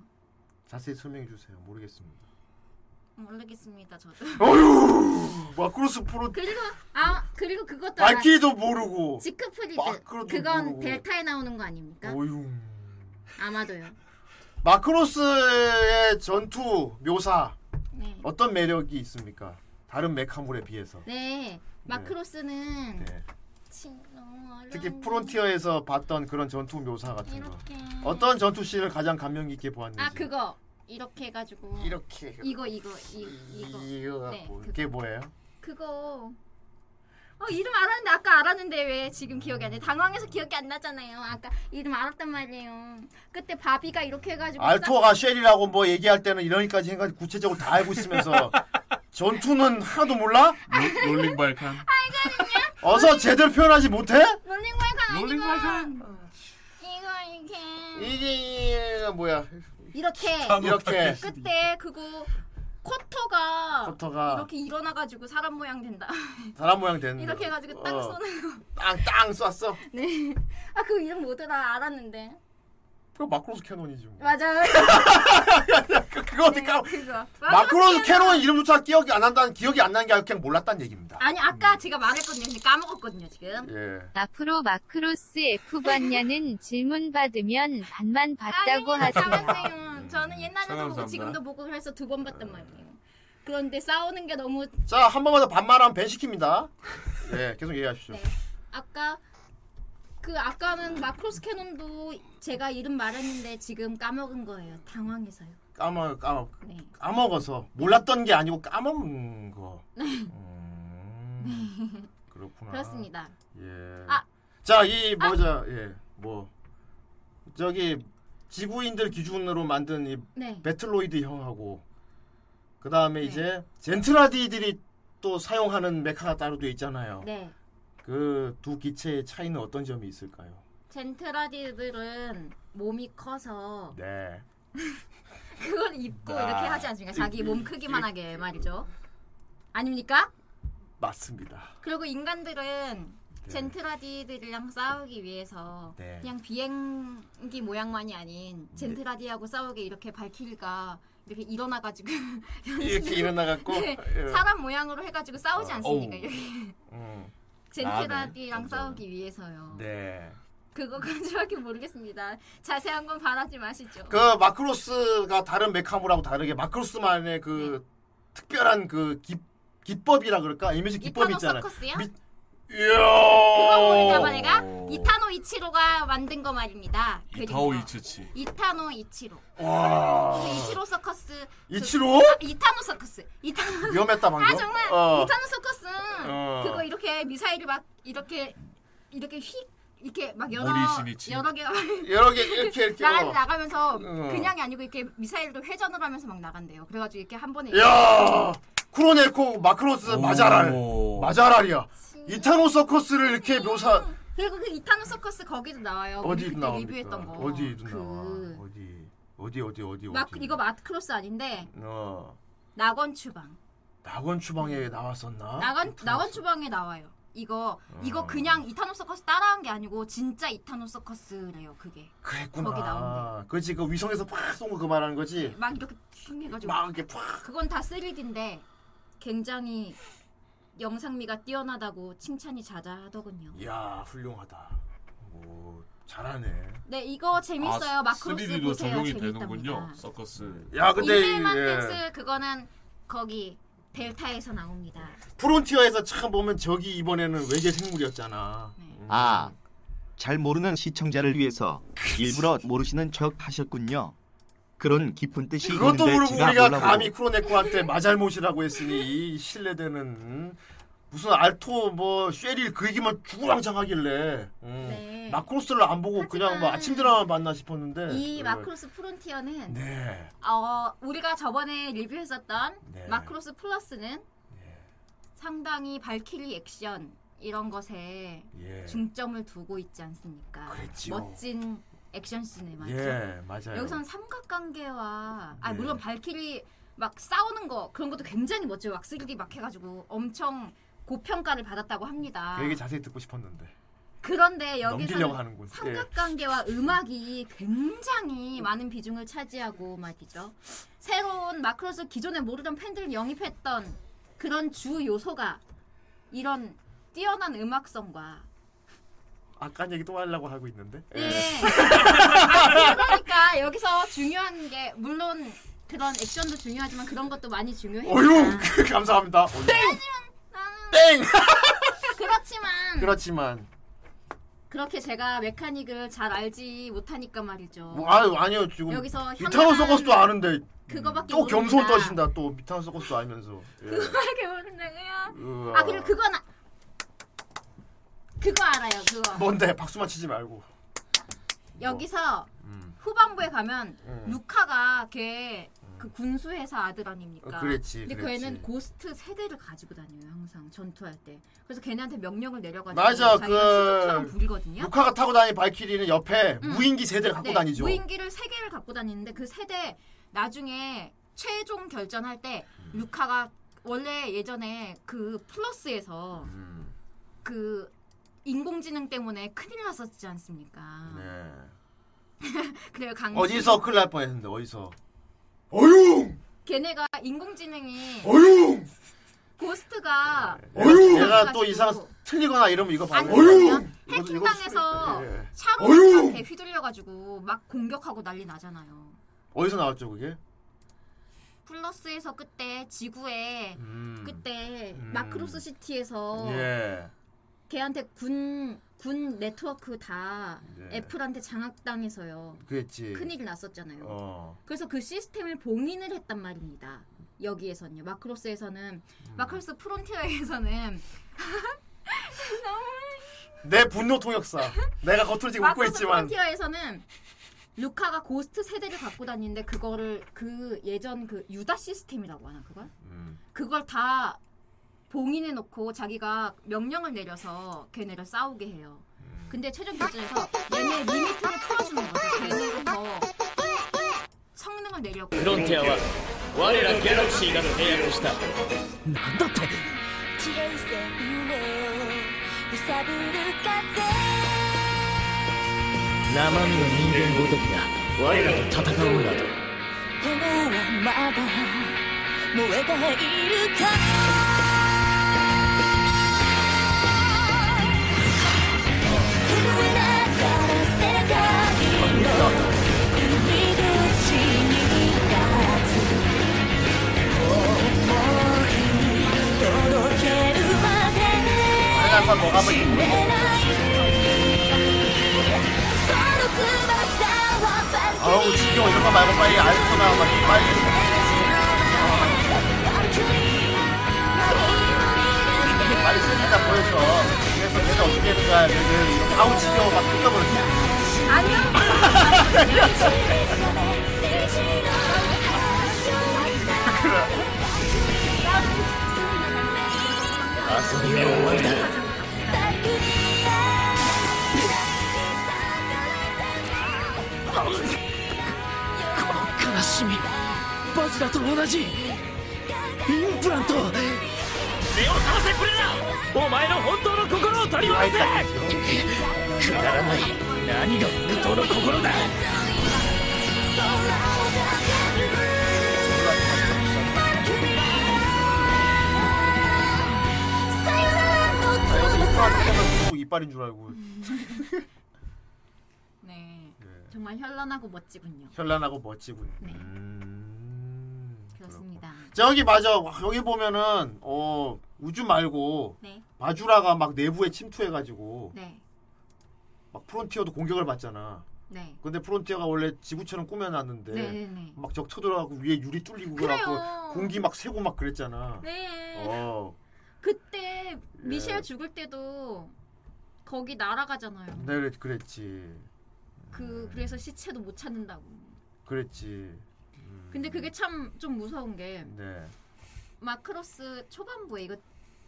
Speaker 4: 자세히 설명해 주세요. 모르겠습니다.
Speaker 8: 음, 모르겠습니다 저도. [LAUGHS]
Speaker 4: 어휴, 마크로스 프로
Speaker 8: 그리고 아 그리고 그것도 알아.
Speaker 4: 밝히도 모르고.
Speaker 8: 지크프리드
Speaker 4: 마크로도 뭐.
Speaker 8: 그건
Speaker 4: 모르고.
Speaker 8: 델타에 나오는 거 아닙니까?
Speaker 4: 어휴.
Speaker 8: 아마도요.
Speaker 4: 마크로스의 전투 묘사
Speaker 8: 네.
Speaker 4: 어떤 매력이 있습니까? 다른 메카물에 비해서.
Speaker 8: 네, 마크로스는
Speaker 4: 네.
Speaker 8: 그치 너무 어려운
Speaker 4: 특히 프론티어에서 봤던 그런 전투 묘사 같은 거. 어떤 전투 씬을 가장 감명 깊게 보았는지.
Speaker 8: 아 그거 이렇게 해가지고
Speaker 4: 이렇게.
Speaker 8: 이거 이거 이, 이거
Speaker 4: 이거
Speaker 8: 네,
Speaker 4: 뭐,
Speaker 8: 그거.
Speaker 4: 이게 뭐예요?
Speaker 8: 그거 어 이름 알았는데 아까 알았는데 왜 지금 기억이 안 나? 당황해서 기억이 안 나잖아요. 아까 이름 알았단 말이에요. 그때 바비가 이렇게 해가지고
Speaker 4: 알토가 쉘이라고 뭐 얘기할 때는 이러니까지 생각 구체적으로 다 알고 있으면서
Speaker 8: [LAUGHS]
Speaker 4: 전투는 하나도 몰라?
Speaker 6: 롤링 발칸.
Speaker 4: 어서 제대로 표현하지 못해?
Speaker 8: 롤링 발칸 아니고
Speaker 6: 롤링 발칸.
Speaker 8: 이거 이렇게
Speaker 4: 이게 이게 뭐야?
Speaker 8: 이렇게
Speaker 4: 이렇게.
Speaker 8: 그때 그거 코터가
Speaker 4: 코터가.
Speaker 8: 이렇게 일어나가지고 사람 모양 된다. [LAUGHS]
Speaker 4: 사람 모양 된.
Speaker 8: 이렇게 해가지고 딱
Speaker 4: 어.
Speaker 8: 쏘는 거.
Speaker 4: 땅땅 쐈어.
Speaker 8: 네. [LAUGHS] 아 그거 이름 뭐더라 알았는데.
Speaker 4: 그거 마크로스 캐논이지. 뭐. [LAUGHS]
Speaker 8: 맞아요. 네,
Speaker 4: 그거 어디 까?
Speaker 8: 그거.
Speaker 4: 마크로스 캐논 이름조차 기억이 안 난다는 기억이 안 나는 게 아니라 그냥 몰랐다는 얘기입니다.
Speaker 8: 아니 아까 제가 말했거든요. 근데 까먹었거든요 지금.
Speaker 4: 예.
Speaker 9: 앞으로 마크로스 F 봤냐는 질문 받으면 반만 봤다고
Speaker 8: 아니,
Speaker 9: 하세요.
Speaker 8: 잡았어요. 저는 옛날에도 보고
Speaker 4: 감사합니다.
Speaker 8: 지금도 보고 그래서 두 번 봤단 말이에요. 그런데 싸우는 게 너무
Speaker 4: 자, 한 번만 더 반말하면 벤 시킵니다. 예, 계속 얘기하십시오.
Speaker 8: 네. 아까 그 아까는 마크로스 캐논도 제가 이름 말했는데 지금 까먹은 거예요. 당황해서요.
Speaker 4: 까먹 까먹
Speaker 8: 네.
Speaker 4: 까먹어서 몰랐던 게 아니고 까먹은 거. 음.
Speaker 8: 네.
Speaker 4: 그렇구나.
Speaker 8: 그렇습니다.
Speaker 4: 예.
Speaker 8: 아.
Speaker 4: 자, 이 뭐죠? 예. 뭐 저기 지구인들 기준으로 만든 이
Speaker 8: 네.
Speaker 4: 배틀로이드 형하고 그다음에 이제 젠트라디들이 또 사용하는 메카가 따로 돼 있잖아요.
Speaker 8: 네.
Speaker 4: 그 두 기체의 차이는 어떤 점이 있을까요?
Speaker 8: 젠틀라디들은 몸이 커서
Speaker 4: 네.
Speaker 8: 그걸 입고
Speaker 4: 아. 음.
Speaker 8: 이렇게 하지 않습니까? 자기 몸 크기만 하게 말이죠. 아닙니까? [LAUGHS]
Speaker 4: 맞습니다.
Speaker 8: 그리고 인간들은 젠틀라디들이랑 싸우기 위해서
Speaker 4: 네.
Speaker 8: 그냥 비행기 모양만이 아닌 젠틀라디하고 싸우게 이렇게 발키리가 이렇게 일어나가지고 [LAUGHS]
Speaker 4: 이렇게 일어나 갖고 예.
Speaker 8: 네, 사람 모양으로 해가지고 싸우지
Speaker 4: 아,
Speaker 8: 않습니까?
Speaker 4: 어우.
Speaker 8: 이렇게
Speaker 4: 음.
Speaker 8: 젠틀라디랑 싸우기 위해서요.
Speaker 4: 네.
Speaker 8: 그거 건 정확히 모르겠습니다. 자세한 건 바라지 마시죠.
Speaker 4: 그 마크로스가 다른 메카무라고 다르게 마크로스만의 그
Speaker 8: 네.
Speaker 4: 특별한 그 기, 기법이라 그럴까? 이미지 기법이
Speaker 8: 이타노
Speaker 4: 있잖아요.
Speaker 8: 서커스요?
Speaker 4: 이야. 어.
Speaker 8: 그거 모르나봐 내가 그러니까 이타노 이치로가 만든 거 말입니다.
Speaker 6: 이타오 이츠치.
Speaker 8: 이타노 이치로.
Speaker 4: 와.
Speaker 8: 그 이치로 서커스. 그-
Speaker 4: 아. 이치로?
Speaker 8: 아, 이타노 서커스.
Speaker 4: [LAUGHS]
Speaker 8: 이타노.
Speaker 4: 위험했다, 방금.
Speaker 8: [LAUGHS] 아 정말.
Speaker 4: 어.
Speaker 8: 이타노 서커스.
Speaker 4: 어.
Speaker 8: 그거 이렇게 미사일을 막 이렇게 이렇게 휙 이렇게 막 여러
Speaker 6: 모리 신이치.
Speaker 4: [LAUGHS]
Speaker 8: 여러 개가
Speaker 4: 여러 개 이렇게, 이렇게,
Speaker 8: [LAUGHS] 나가
Speaker 4: 어.
Speaker 8: 나가면서
Speaker 4: 어.
Speaker 8: 그냥이 아니고 이렇게 미사일도 회전을 하면서 막 나간대요. 그래가지고 이렇게 한 번에.
Speaker 4: 야. 크로네코 마크로스 마자랄. 마자랄이야. 이타노 서커스를 이렇게 묘사
Speaker 8: 그리고 그 이타노 서커스 거기도 나와요. 우리
Speaker 4: 어디
Speaker 8: 어, 그때
Speaker 4: 나옵니까?
Speaker 8: 리뷰했던 거. 그
Speaker 4: 어디 나와? 어디 어디 어디 어디
Speaker 8: 마,
Speaker 4: 어디?
Speaker 8: 이거 마크로스 아닌데
Speaker 4: 어.
Speaker 8: 낙원 추방.
Speaker 4: 낙원 추방에 나왔었나?
Speaker 8: 낙원
Speaker 6: 아, 그렇죠.
Speaker 8: 낙원 추방에 나와요. 이거
Speaker 4: 어.
Speaker 8: 이거 그냥 이타노 서커스 따라한 게 아니고 진짜 이타노 서커스래요. 그게.
Speaker 4: 그랬구나.
Speaker 8: 거기
Speaker 4: 그렇지 그 위성에서 팍 쏜 거 그 말하는 거지.
Speaker 8: 막 이렇게 튕 해가지고.
Speaker 4: 막 이렇게 팍.
Speaker 8: 그건 다 3D인데 굉장히 영상미가 뛰어나다고 칭찬이 자자하더군요.
Speaker 4: 이야 훌륭하다. 오 잘하네.
Speaker 8: 네 이거 재밌어요. 마크로스
Speaker 6: 3D도
Speaker 8: 보세요.
Speaker 6: 아, 적용이
Speaker 8: 재밌답니다.
Speaker 6: 되는군요. 서커스.
Speaker 4: 야 근데 이-
Speaker 8: 일만 댄스
Speaker 4: 네, 예.
Speaker 8: 그거는 거기 델타에서 나옵니다.
Speaker 4: 프론티어에서 참 보면 저기 이번에는 외계 생물이었잖아.
Speaker 8: 네.
Speaker 13: 아, 잘 모르는 시청자를 위해서 일부러 모르시는 척 하셨군요. 그런 깊은 뜻이
Speaker 4: 그것도
Speaker 13: 있는데
Speaker 4: 모르고
Speaker 13: 제가
Speaker 4: 우리가
Speaker 13: 몰라보고
Speaker 4: 감히 크로네코한테 마잘못이라고 했으니 이 신뢰되는 음, 무슨 알토 뭐 쉐릴 그 얘기만 주구장창 하길래 음,
Speaker 8: 네.
Speaker 4: 마크로스를 안 보고 그냥 뭐 아침 드라마 봤나 싶었는데
Speaker 8: 이
Speaker 6: 네.
Speaker 4: 어,
Speaker 8: 마크로스 프론티어는
Speaker 4: 네.
Speaker 8: 어, 우리가 저번에 리뷰했었던
Speaker 4: 네.
Speaker 8: 마크로스 플러스는 상당히 발키리 액션 이런 것에
Speaker 4: 예.
Speaker 8: 중점을 두고 있지 않습니까?
Speaker 4: 그랬지요.
Speaker 8: 멋진 액션 씬에 맞죠.
Speaker 4: 예, 맞아요.
Speaker 8: 여기선 삼각관계와 아
Speaker 4: 네.
Speaker 8: 물론 발키리 막 싸우는 거 그런 것도 굉장히 멋져요. 막 3D 막 해가지고 엄청 고평가를 받았다고 합니다.
Speaker 4: 그 얘기 자세히 듣고 싶었는데
Speaker 8: 그런데
Speaker 4: 넘기려고
Speaker 8: 여기서
Speaker 4: 하는군. 예.
Speaker 8: 삼각관계와 음악이 굉장히 많은 비중을 차지하고 말이죠. 새로운 마크로스 기존에 모르던 팬들을 영입했던 그런 주 요소가 이런 뛰어난 음악성과
Speaker 4: 아까 한 얘기 또 하려고 하고 있는데.
Speaker 8: 네.
Speaker 4: 예.
Speaker 8: 그러니까 여기서 중요한 게 물론 그런 액션도 중요하지만 그런
Speaker 4: [LAUGHS]
Speaker 8: 것도 많이 중요해요.
Speaker 4: 어휴 감사합니다. 땡. [LAUGHS] 땡.
Speaker 8: 그렇 그렇지만
Speaker 4: 그렇지만
Speaker 8: 그렇게 제가 메카닉을 잘 알지 못하니까 말이죠.
Speaker 4: 뭐 아유 아니요 지금
Speaker 8: 어. 여기서
Speaker 4: 미타노
Speaker 8: 현란
Speaker 4: 서커스도 아는데
Speaker 8: 그거밖에
Speaker 4: 또 겸손
Speaker 8: 모른다.
Speaker 4: 떠신다 또 미타노 서커스도 알면서 예.
Speaker 8: 그거밖에 모른다고요?
Speaker 4: 으아.
Speaker 8: 아 그리고 그건 아... 그거 알아요. 그거.
Speaker 4: 뭔데 박수만 치지 말고
Speaker 8: 여기서 후반부에 가면
Speaker 4: 음.
Speaker 8: 루카가 걔 그 군수 회사 아들 아닙니까?
Speaker 4: 어, 그랬지,
Speaker 8: 그러니까. 근데
Speaker 4: 그랬지.
Speaker 8: 걔는 고스트 세대를 가지고 다녀요 항상 전투할 때. 그래서 걔네한테 명령을 내려가지고
Speaker 4: 맞아
Speaker 8: 자기가 수족처럼
Speaker 4: 그
Speaker 8: 부리거든요.
Speaker 4: 루카가 타고 다니는 발키리는 옆에
Speaker 8: 음.
Speaker 4: 무인기 세대를 갖고
Speaker 8: 네,
Speaker 4: 다니죠
Speaker 8: 무인기를 세 개를 갖고 다니는데 그 세대 나중에 최종 결전할 때
Speaker 4: 음.
Speaker 8: 루카가 원래 예전에 그 플러스에서
Speaker 4: 음.
Speaker 8: 그 인공지능 때문에 큰일 났었지 않습니까?
Speaker 4: 네.
Speaker 8: 음. 그래요 강
Speaker 4: 어디서 큰일 날 뻔했는데 어디서
Speaker 8: 걔네가 인공지능이
Speaker 4: 어휴
Speaker 8: 고스트가 아,
Speaker 4: 내가 또 이상 틀리거나 이러면 이거 봐요
Speaker 8: 해킹당해서
Speaker 4: 예, 예. 어휴!
Speaker 8: 샤론한테 휘둘려가지고 막 공격하고 난리 나잖아요.
Speaker 4: 어디서 나왔죠 그게
Speaker 8: 플러스에서 그때 지구에
Speaker 4: 음.
Speaker 8: 그때
Speaker 4: 음.
Speaker 8: 마크로스 시티에서
Speaker 4: 예
Speaker 8: 걔한테 군, 군 네트워크 다
Speaker 4: 네.
Speaker 8: 애플한테 장악당해서요.
Speaker 4: 그랬지
Speaker 8: 큰일이 났었잖아요.
Speaker 4: 어.
Speaker 8: 그래서 그 시스템을 봉인을 했단 말입니다. 여기에서는요. 마크로스에서는
Speaker 4: 음.
Speaker 8: 마크로스 프론티어에서는
Speaker 4: 내 분노 통역사 내가 겉으로 지금 [LAUGHS] 웃고
Speaker 8: 마크로스
Speaker 4: 있지만
Speaker 8: 프론티어에서는 루카가 고스트 세대를 갖고 다니는데 그거를 그 예전 그 유다 시스템이라고 하나 그걸?
Speaker 4: 음.
Speaker 8: 그걸 다 봉인해 놓고 자기가 명령을 내려서 걔네를 싸우게 해요.
Speaker 4: 음.
Speaker 8: 근데 최종 결전에서 얘네 리미트를 풀어주는 거죠. 걔네를 더 성능을 내려고. 네.
Speaker 22: フロンティアは我らギャラクシーが契約した
Speaker 2: なんだと地平線夢を揺さぶる風
Speaker 22: 生身の人間ごときが我らと戦おうなど
Speaker 2: 炎はまだ燃えているか震えながら世界の入り口に立つ想い届けるまで死ねないその翼はバル
Speaker 4: 아우 지겨워 이런 거 말고 빨리 알코나 빨리 빨리 빨리 쓰니까 보여줘 그래서 내가 어떻게 해야 되나 얘는 아우 지겨워 막
Speaker 22: 遊びが終わりだ
Speaker 2: こ
Speaker 22: の悲しみバズラと同じインプラント目を覚ませプレラお前の本当の心を取り戻せくだらない何が本当の心だ
Speaker 4: 끝까버려 또 음. 이빨인 줄 알고
Speaker 8: 네. 정말 현란하고 멋지군요.
Speaker 4: 현란하고 멋지군
Speaker 8: 네. 그렇습니다.
Speaker 4: 음. 저기 맞아 여기 보면은 어 우주 말고
Speaker 8: 네.
Speaker 4: 마주라가 막 내부에 침투해가지고
Speaker 8: 네.
Speaker 4: 막 프론티어도 공격을 받잖아
Speaker 8: 네.
Speaker 4: 근데 프론티어가 원래 지구처럼 꾸며놨는데
Speaker 8: 네네네.
Speaker 4: 막 적 쳐들어가고 위에 유리 뚫리고 그래갖고 공기 막 새고 막 그랬잖아
Speaker 8: 네.
Speaker 4: 어
Speaker 8: 그때 미셸 죽을 때도 거기 날아가잖아요.
Speaker 4: 네, 그랬- 그랬지
Speaker 8: 그 그래서 시체도 못 찾는다고.
Speaker 4: 그랬지
Speaker 8: 근데 그게 참 좀 무서운 게
Speaker 4: 네
Speaker 8: 마크로스 초반부에 이거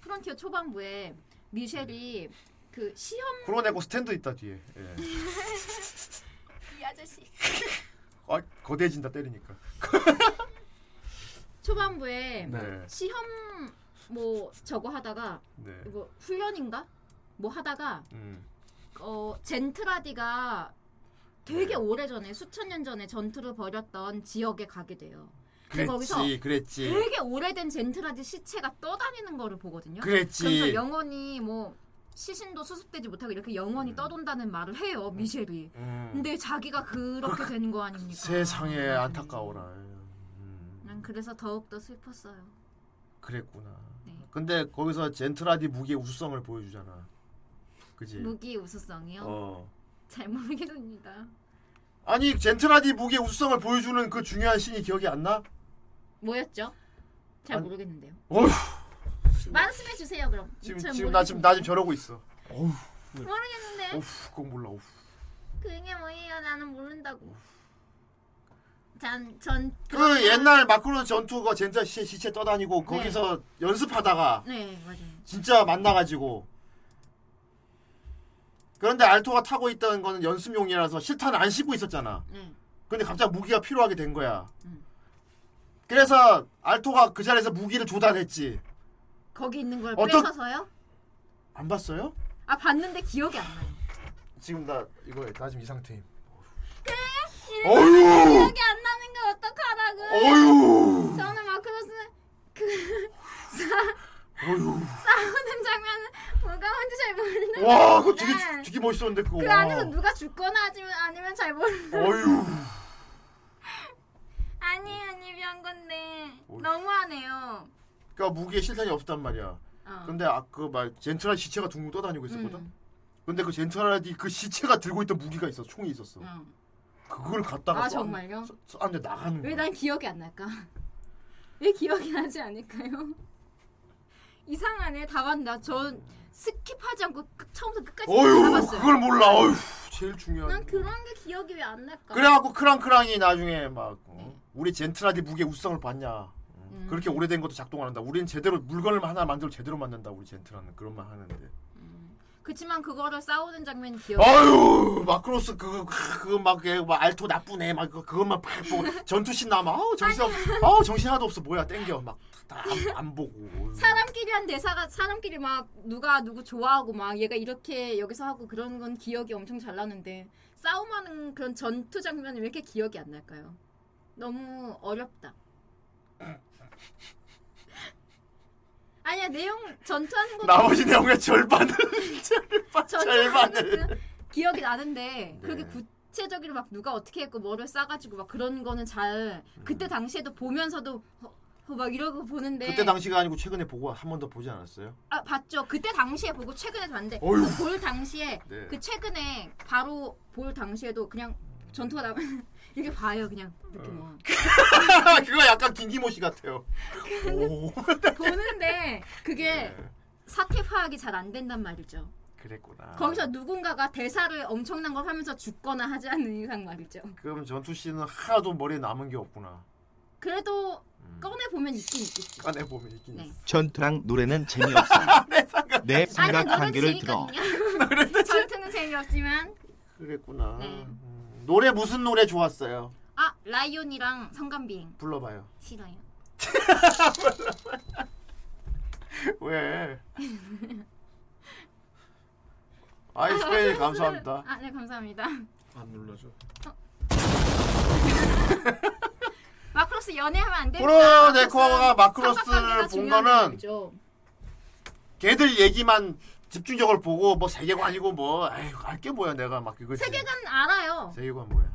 Speaker 8: 프론티어 초반부에 미셸이 그 시험
Speaker 4: 그러네고 스탠드 있다 뒤에 예.
Speaker 8: [LAUGHS] 이 아저씨
Speaker 4: 아, 거대해진다 때리니까
Speaker 8: 초반부에
Speaker 4: 네.
Speaker 8: 시험 뭐 저거 하다가
Speaker 4: 네.
Speaker 8: 이거 훈련인가 뭐 하다가
Speaker 4: 음.
Speaker 8: 어 젠트라디가
Speaker 4: 네.
Speaker 8: 되게 오래 전에 수천 년 전에 전투를 벌였던 지역에 가게 돼요. 근데
Speaker 4: 그랬지, 그랬지.
Speaker 8: 되게 오래된 젠트라디 시체가 떠다니는 거를 보거든요.
Speaker 4: 그랬지.
Speaker 8: 그래서 영원히 뭐 시신도 수습되지 못하고 이렇게 영원히 떠돈다는 말을 해요 미셸이.
Speaker 4: 음.
Speaker 8: 근데 자기가 그렇게 된 거 아닙니까? 음.
Speaker 4: 세상에 안타까워라
Speaker 8: 난 그래서 더욱 더 슬펐어요.
Speaker 4: 음. 그랬구나.
Speaker 8: 네.
Speaker 4: 근데 거기서 젠틀하디 무기의 우수성을 보여주잖아. 그지?
Speaker 8: 무기 우수성이요?
Speaker 4: 예. 어.
Speaker 8: 잘 모르겠습니다.
Speaker 4: 아니 젠틀하디 무기의 우수성을 보여주는 그 중요한 신이 기억이 안 나?
Speaker 8: 뭐였죠? 잘
Speaker 4: 안-
Speaker 8: 모르겠는데요.
Speaker 4: 어휴.
Speaker 8: 말씀해 주세요 그럼.
Speaker 4: 지금
Speaker 8: 잘
Speaker 4: 지금 나 지금 나 지금 저러고 있어. 어휴.
Speaker 8: 모르겠는데.
Speaker 4: 어휴 그건 몰라. 어휴.
Speaker 8: 그게 뭐예요? 나는 모른다고. 전전
Speaker 4: 그 옛날 마크로 전투가 젠자 시체, 시체 떠다니고 거기서 연습하다가
Speaker 8: 네 맞아요.
Speaker 4: 진짜 만나가지고 그런데 알토가 타고 있던 거는 연습용이라서 실탄 안 씻고 있었잖아.
Speaker 8: 네. 음.
Speaker 4: 근데 갑자기 무기가 필요하게 된 거야. 그래서 알토가 그 자리에서 무기를 조달했지.
Speaker 8: 거기 있는 걸
Speaker 4: 어떤-
Speaker 8: 뺏어서요?
Speaker 4: 안 봤어요?
Speaker 8: 아 봤는데 기억이 안 나요.
Speaker 4: 지금 나 이거 나 지금 이 상태임.
Speaker 8: 그래?
Speaker 4: 어휴!
Speaker 8: 기억이 안 나는 거 어떡하라고?
Speaker 4: 어휴!
Speaker 8: 저는 마크로스 그
Speaker 4: 어휴.
Speaker 8: 싸우는 장면은 뭐가 뭔지 잘 모르는데.
Speaker 4: 와, 그거 되게
Speaker 8: 네.
Speaker 4: 되게 멋있었는데 그거.
Speaker 8: 그
Speaker 4: 와.
Speaker 8: 안에서 누가 죽거나 아니면 아니면 잘 모르는.
Speaker 4: 어휴.
Speaker 8: 아니 아니 병건데 너무하네요.
Speaker 4: 어. 그러니까 무기에 실탄이 없단 말이야.
Speaker 8: 어. 음.
Speaker 4: 근데 아그말 젠틀한 시체가 둥둥 떠다니고 있었거든. 근데 그 젠틀한이 그 시체가 들고 있던 무기가 있어. 총이 있었어. 그걸 갖다가
Speaker 8: 아 정말요?
Speaker 4: 쏘는데 나가는 거야.
Speaker 8: 왜 난 기억이 안 날까? 왜 기억이 나지 않을까요? 이상하네 다 봤나? 전 스킵하지 않고 끝- 처음부터 끝까지 다
Speaker 4: 어휴,
Speaker 8: 봤어요.
Speaker 4: 그걸 몰라. 어휴, 제일 중요한.
Speaker 8: 난 그런 게 기억이 왜 안 날까?
Speaker 4: 그래갖고 크랑크랑이 나중에 막 어, 우리 젠틀한이 무게 우수성을 봤냐. 어,
Speaker 8: 음.
Speaker 4: 그렇게 오래된 것도 작동 안 한다. 우리는 제대로 물건을 하나 만들어 제대로 만든다. 우리 젠틀한은 그런 말 하는데.
Speaker 8: 그치만 그거를 싸우는 장면
Speaker 4: 어,
Speaker 8: 기억.
Speaker 4: 아유 마크로스 그거 크, 그거 막, 얘, 막 알토 나쁘네 막 그거- 그것만 팍 보고 전투신 남아 아우 정신 없어 아우 정신 하나도 없어 뭐야 땡겨 막다안 안 보고
Speaker 8: 사람끼리 한 대사가 사람끼리 막 누가 누구 좋아하고 막 얘가 이렇게 여기서 하고 그런 건 기억이 엄청 잘 나는데 싸움하는 그런 전투 장면이 왜 이렇게 기억이 안 날까요? 너무 어렵다. 아니야 내용 전투하는 거
Speaker 4: 나머지 내용의 절반을
Speaker 8: 전투하는
Speaker 4: 절반을.
Speaker 8: 거 기억이 나는데
Speaker 4: 네.
Speaker 8: 그렇게 구체적으로 막 누가 어떻게 했고 뭐를 싸가지고 막 그런 거는 잘 그때 당시에도 보면서도 어, 어, 막 이러고 보는데
Speaker 4: 음. 그때 당시가 아니고 최근에 보고 한 번 더 보지
Speaker 8: [LAUGHS]
Speaker 4: 않았어요?
Speaker 8: 아 봤죠. 그때 당시에 보고 최근에 봤는데
Speaker 4: 어휴.
Speaker 8: 그 볼 당시에
Speaker 4: 네.
Speaker 8: 그 최근에 바로 볼 당시에도 그냥 전투가 나면 [LAUGHS] 이렇게 봐요 그냥
Speaker 4: 어.
Speaker 8: 느낌은
Speaker 4: 그거 약간 김기모 씨 같아요.
Speaker 8: 보는데 그게
Speaker 4: 네.
Speaker 8: 사태 파악이 잘 안 된단 말이죠.
Speaker 4: 그랬구나.
Speaker 8: 거기서 누군가가 대사를 엄청난 걸 하면서 죽거나 하지 않는 이상 말이죠.
Speaker 4: 그럼 전투신은 하나도 머리에 남은 게 없구나.
Speaker 8: 그래도
Speaker 4: 음.
Speaker 8: 꺼내 보면 있긴 있겠지.
Speaker 4: 꺼내 보면 있긴
Speaker 8: 네.
Speaker 4: 있어.
Speaker 13: 전투랑 노래는 재미없어.
Speaker 4: [LAUGHS]
Speaker 13: 내
Speaker 4: 그러니까
Speaker 13: 생각
Speaker 8: 아니,
Speaker 13: 한 개를 들어.
Speaker 8: 전투는 재미없지만
Speaker 4: 그랬구나.
Speaker 8: 네.
Speaker 4: 음, 노래 무슨 노래 좋았어요?
Speaker 8: 아 라이온이랑 성간비행
Speaker 4: 불러봐요. [LAUGHS]
Speaker 8: 싫어요.
Speaker 4: 왜? 아이스페이 감사합니다.
Speaker 8: 아네 감사합니다. 어?
Speaker 6: 안 눌러줘.
Speaker 8: [LAUGHS] 마크로스 연애하면 안 돼.
Speaker 4: 프로 네코가 마크로스를 본 거는
Speaker 8: 거죠.
Speaker 4: 걔들 얘기만 집중적으로 보고 뭐 세계관이고 뭐 아유 알게 뭐야 내가 막 이거
Speaker 8: 세계관 알아요.
Speaker 4: 세계관 뭐야?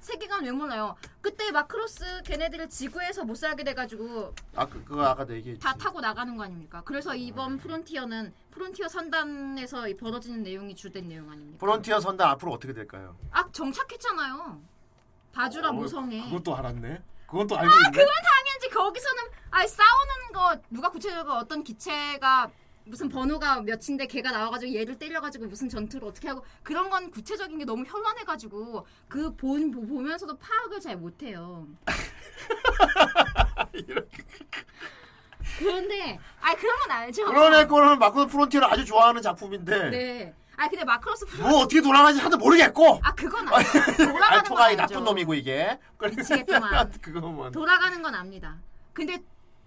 Speaker 8: 세계관 왜 몰라요? 그때 마크로스 걔네들을 지구에서 못 살게 돼가지고
Speaker 4: 아 그, 그거 아까 내 얘기했지.
Speaker 8: 다 타고 나가는 거 아닙니까? 그래서 이번 프론티어는 프론티어 선단에서 이 벌어지는 내용이 주된 내용 아닙니까?
Speaker 4: 프론티어 선단 앞으로 어떻게 될까요?
Speaker 8: 아 정착했잖아요. 바주라
Speaker 4: 어,
Speaker 8: 모성에.
Speaker 4: 그것도 알았네. 그건 또
Speaker 8: 아
Speaker 4: 알고 있네.
Speaker 8: 그건 당연지 거기서는 아 싸우는 거 누가 구체적으로 어떤 기체가 무슨 번호가 몇인데 걔가 나와가지고 얘를 때려가지고 무슨 전투를 어떻게 하고 그런 건 구체적인 게 너무 현란해가지고 그 본 보면서도 파악을 잘
Speaker 4: [LAUGHS]
Speaker 8: 못해요. 그런데 아 그런 건 알죠.
Speaker 4: 그런 애거는 마크로스 프론티어를 아주 좋아하는 작품인데
Speaker 8: 네. 아 근데 마크로스 프로
Speaker 4: 뭐 어떻게 돌아가는지 하나도 모르겠고
Speaker 8: 아 그건 알죠. 돌아가는 건
Speaker 4: 알토가 이
Speaker 8: 알죠.
Speaker 4: 나쁜 놈이고 이게 그러니까
Speaker 8: 미치겠구만.
Speaker 4: [LAUGHS] 그거만 뭐.
Speaker 8: 돌아가는 건 압니다. 근데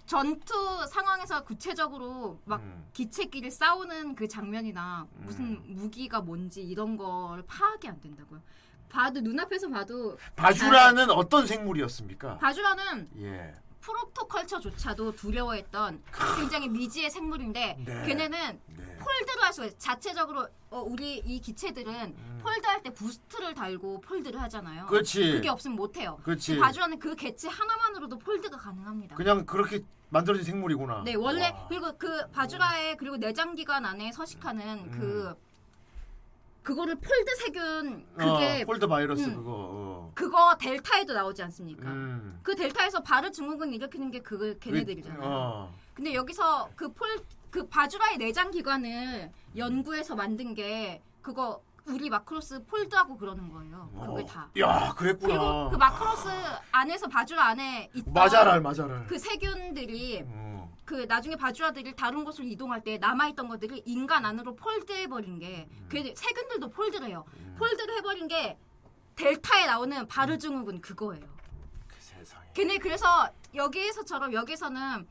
Speaker 8: 전투 상황에서 구체적으로 막
Speaker 4: 음.
Speaker 8: 기체끼리 싸우는 그 장면이나 무슨 무기가 뭔지 이런 걸 파악이 안 된다고요. 봐도 눈앞에서 봐도
Speaker 4: 바주라는 어떤 생물이었습니까?
Speaker 8: 바주라는
Speaker 4: 예.
Speaker 8: 프로토컬처조차도 두려워했던 굉장히 미지의 생물인데
Speaker 10: 네.
Speaker 8: 걔네는 폴드를 할 수가 있어요. 자체적으로 어, 우리 이 기체들은 폴드할 때 부스트를 달고 폴드를 하잖아요.
Speaker 4: 음. 그렇지.
Speaker 8: 그게 없으면 못해요.
Speaker 4: 그렇지.
Speaker 8: 근데 바주라는 그 개체 하나만으로도 폴드가 가능합니다.
Speaker 4: 그냥 그렇게 만들어진 생물이구나.
Speaker 8: 네 원래 그리고 그 바주라의 그리고 내장기관 안에 서식하는
Speaker 4: 음.
Speaker 8: 그 그거를 폴드 세균 그게
Speaker 4: 어, 폴드 바이러스
Speaker 8: 음,
Speaker 4: 그거. 어.
Speaker 8: 그거 델타에도 나오지 않습니까?
Speaker 4: 음.
Speaker 8: 그 델타에서 바르 증후군 일으키는 게 그 걔네들이잖아요.
Speaker 4: 어.
Speaker 8: 근데 여기서 그 폴 그 바주라의 내장 기관을 연구해서 만든 게 그거 우리 마크로스 폴드하고 그러는 거예요. 그게 다.
Speaker 4: 야, 어. 그랬구나.
Speaker 8: 그리고 그 마크로스 안에서 바주라 안에 있던
Speaker 4: 마자랄, 마자랄. 어.
Speaker 8: 그 세균들이 그 나중에 바주라들이 다른 곳으로 이동할 때 남아있던 것들을 인간 안으로 폴드해버린 게 그 세균들도 폴드를 해요. 폴드를 해버린 게 델타에 나오는 바르증후군 그거예요. 걔네 그래서 여기에서처럼 여기서는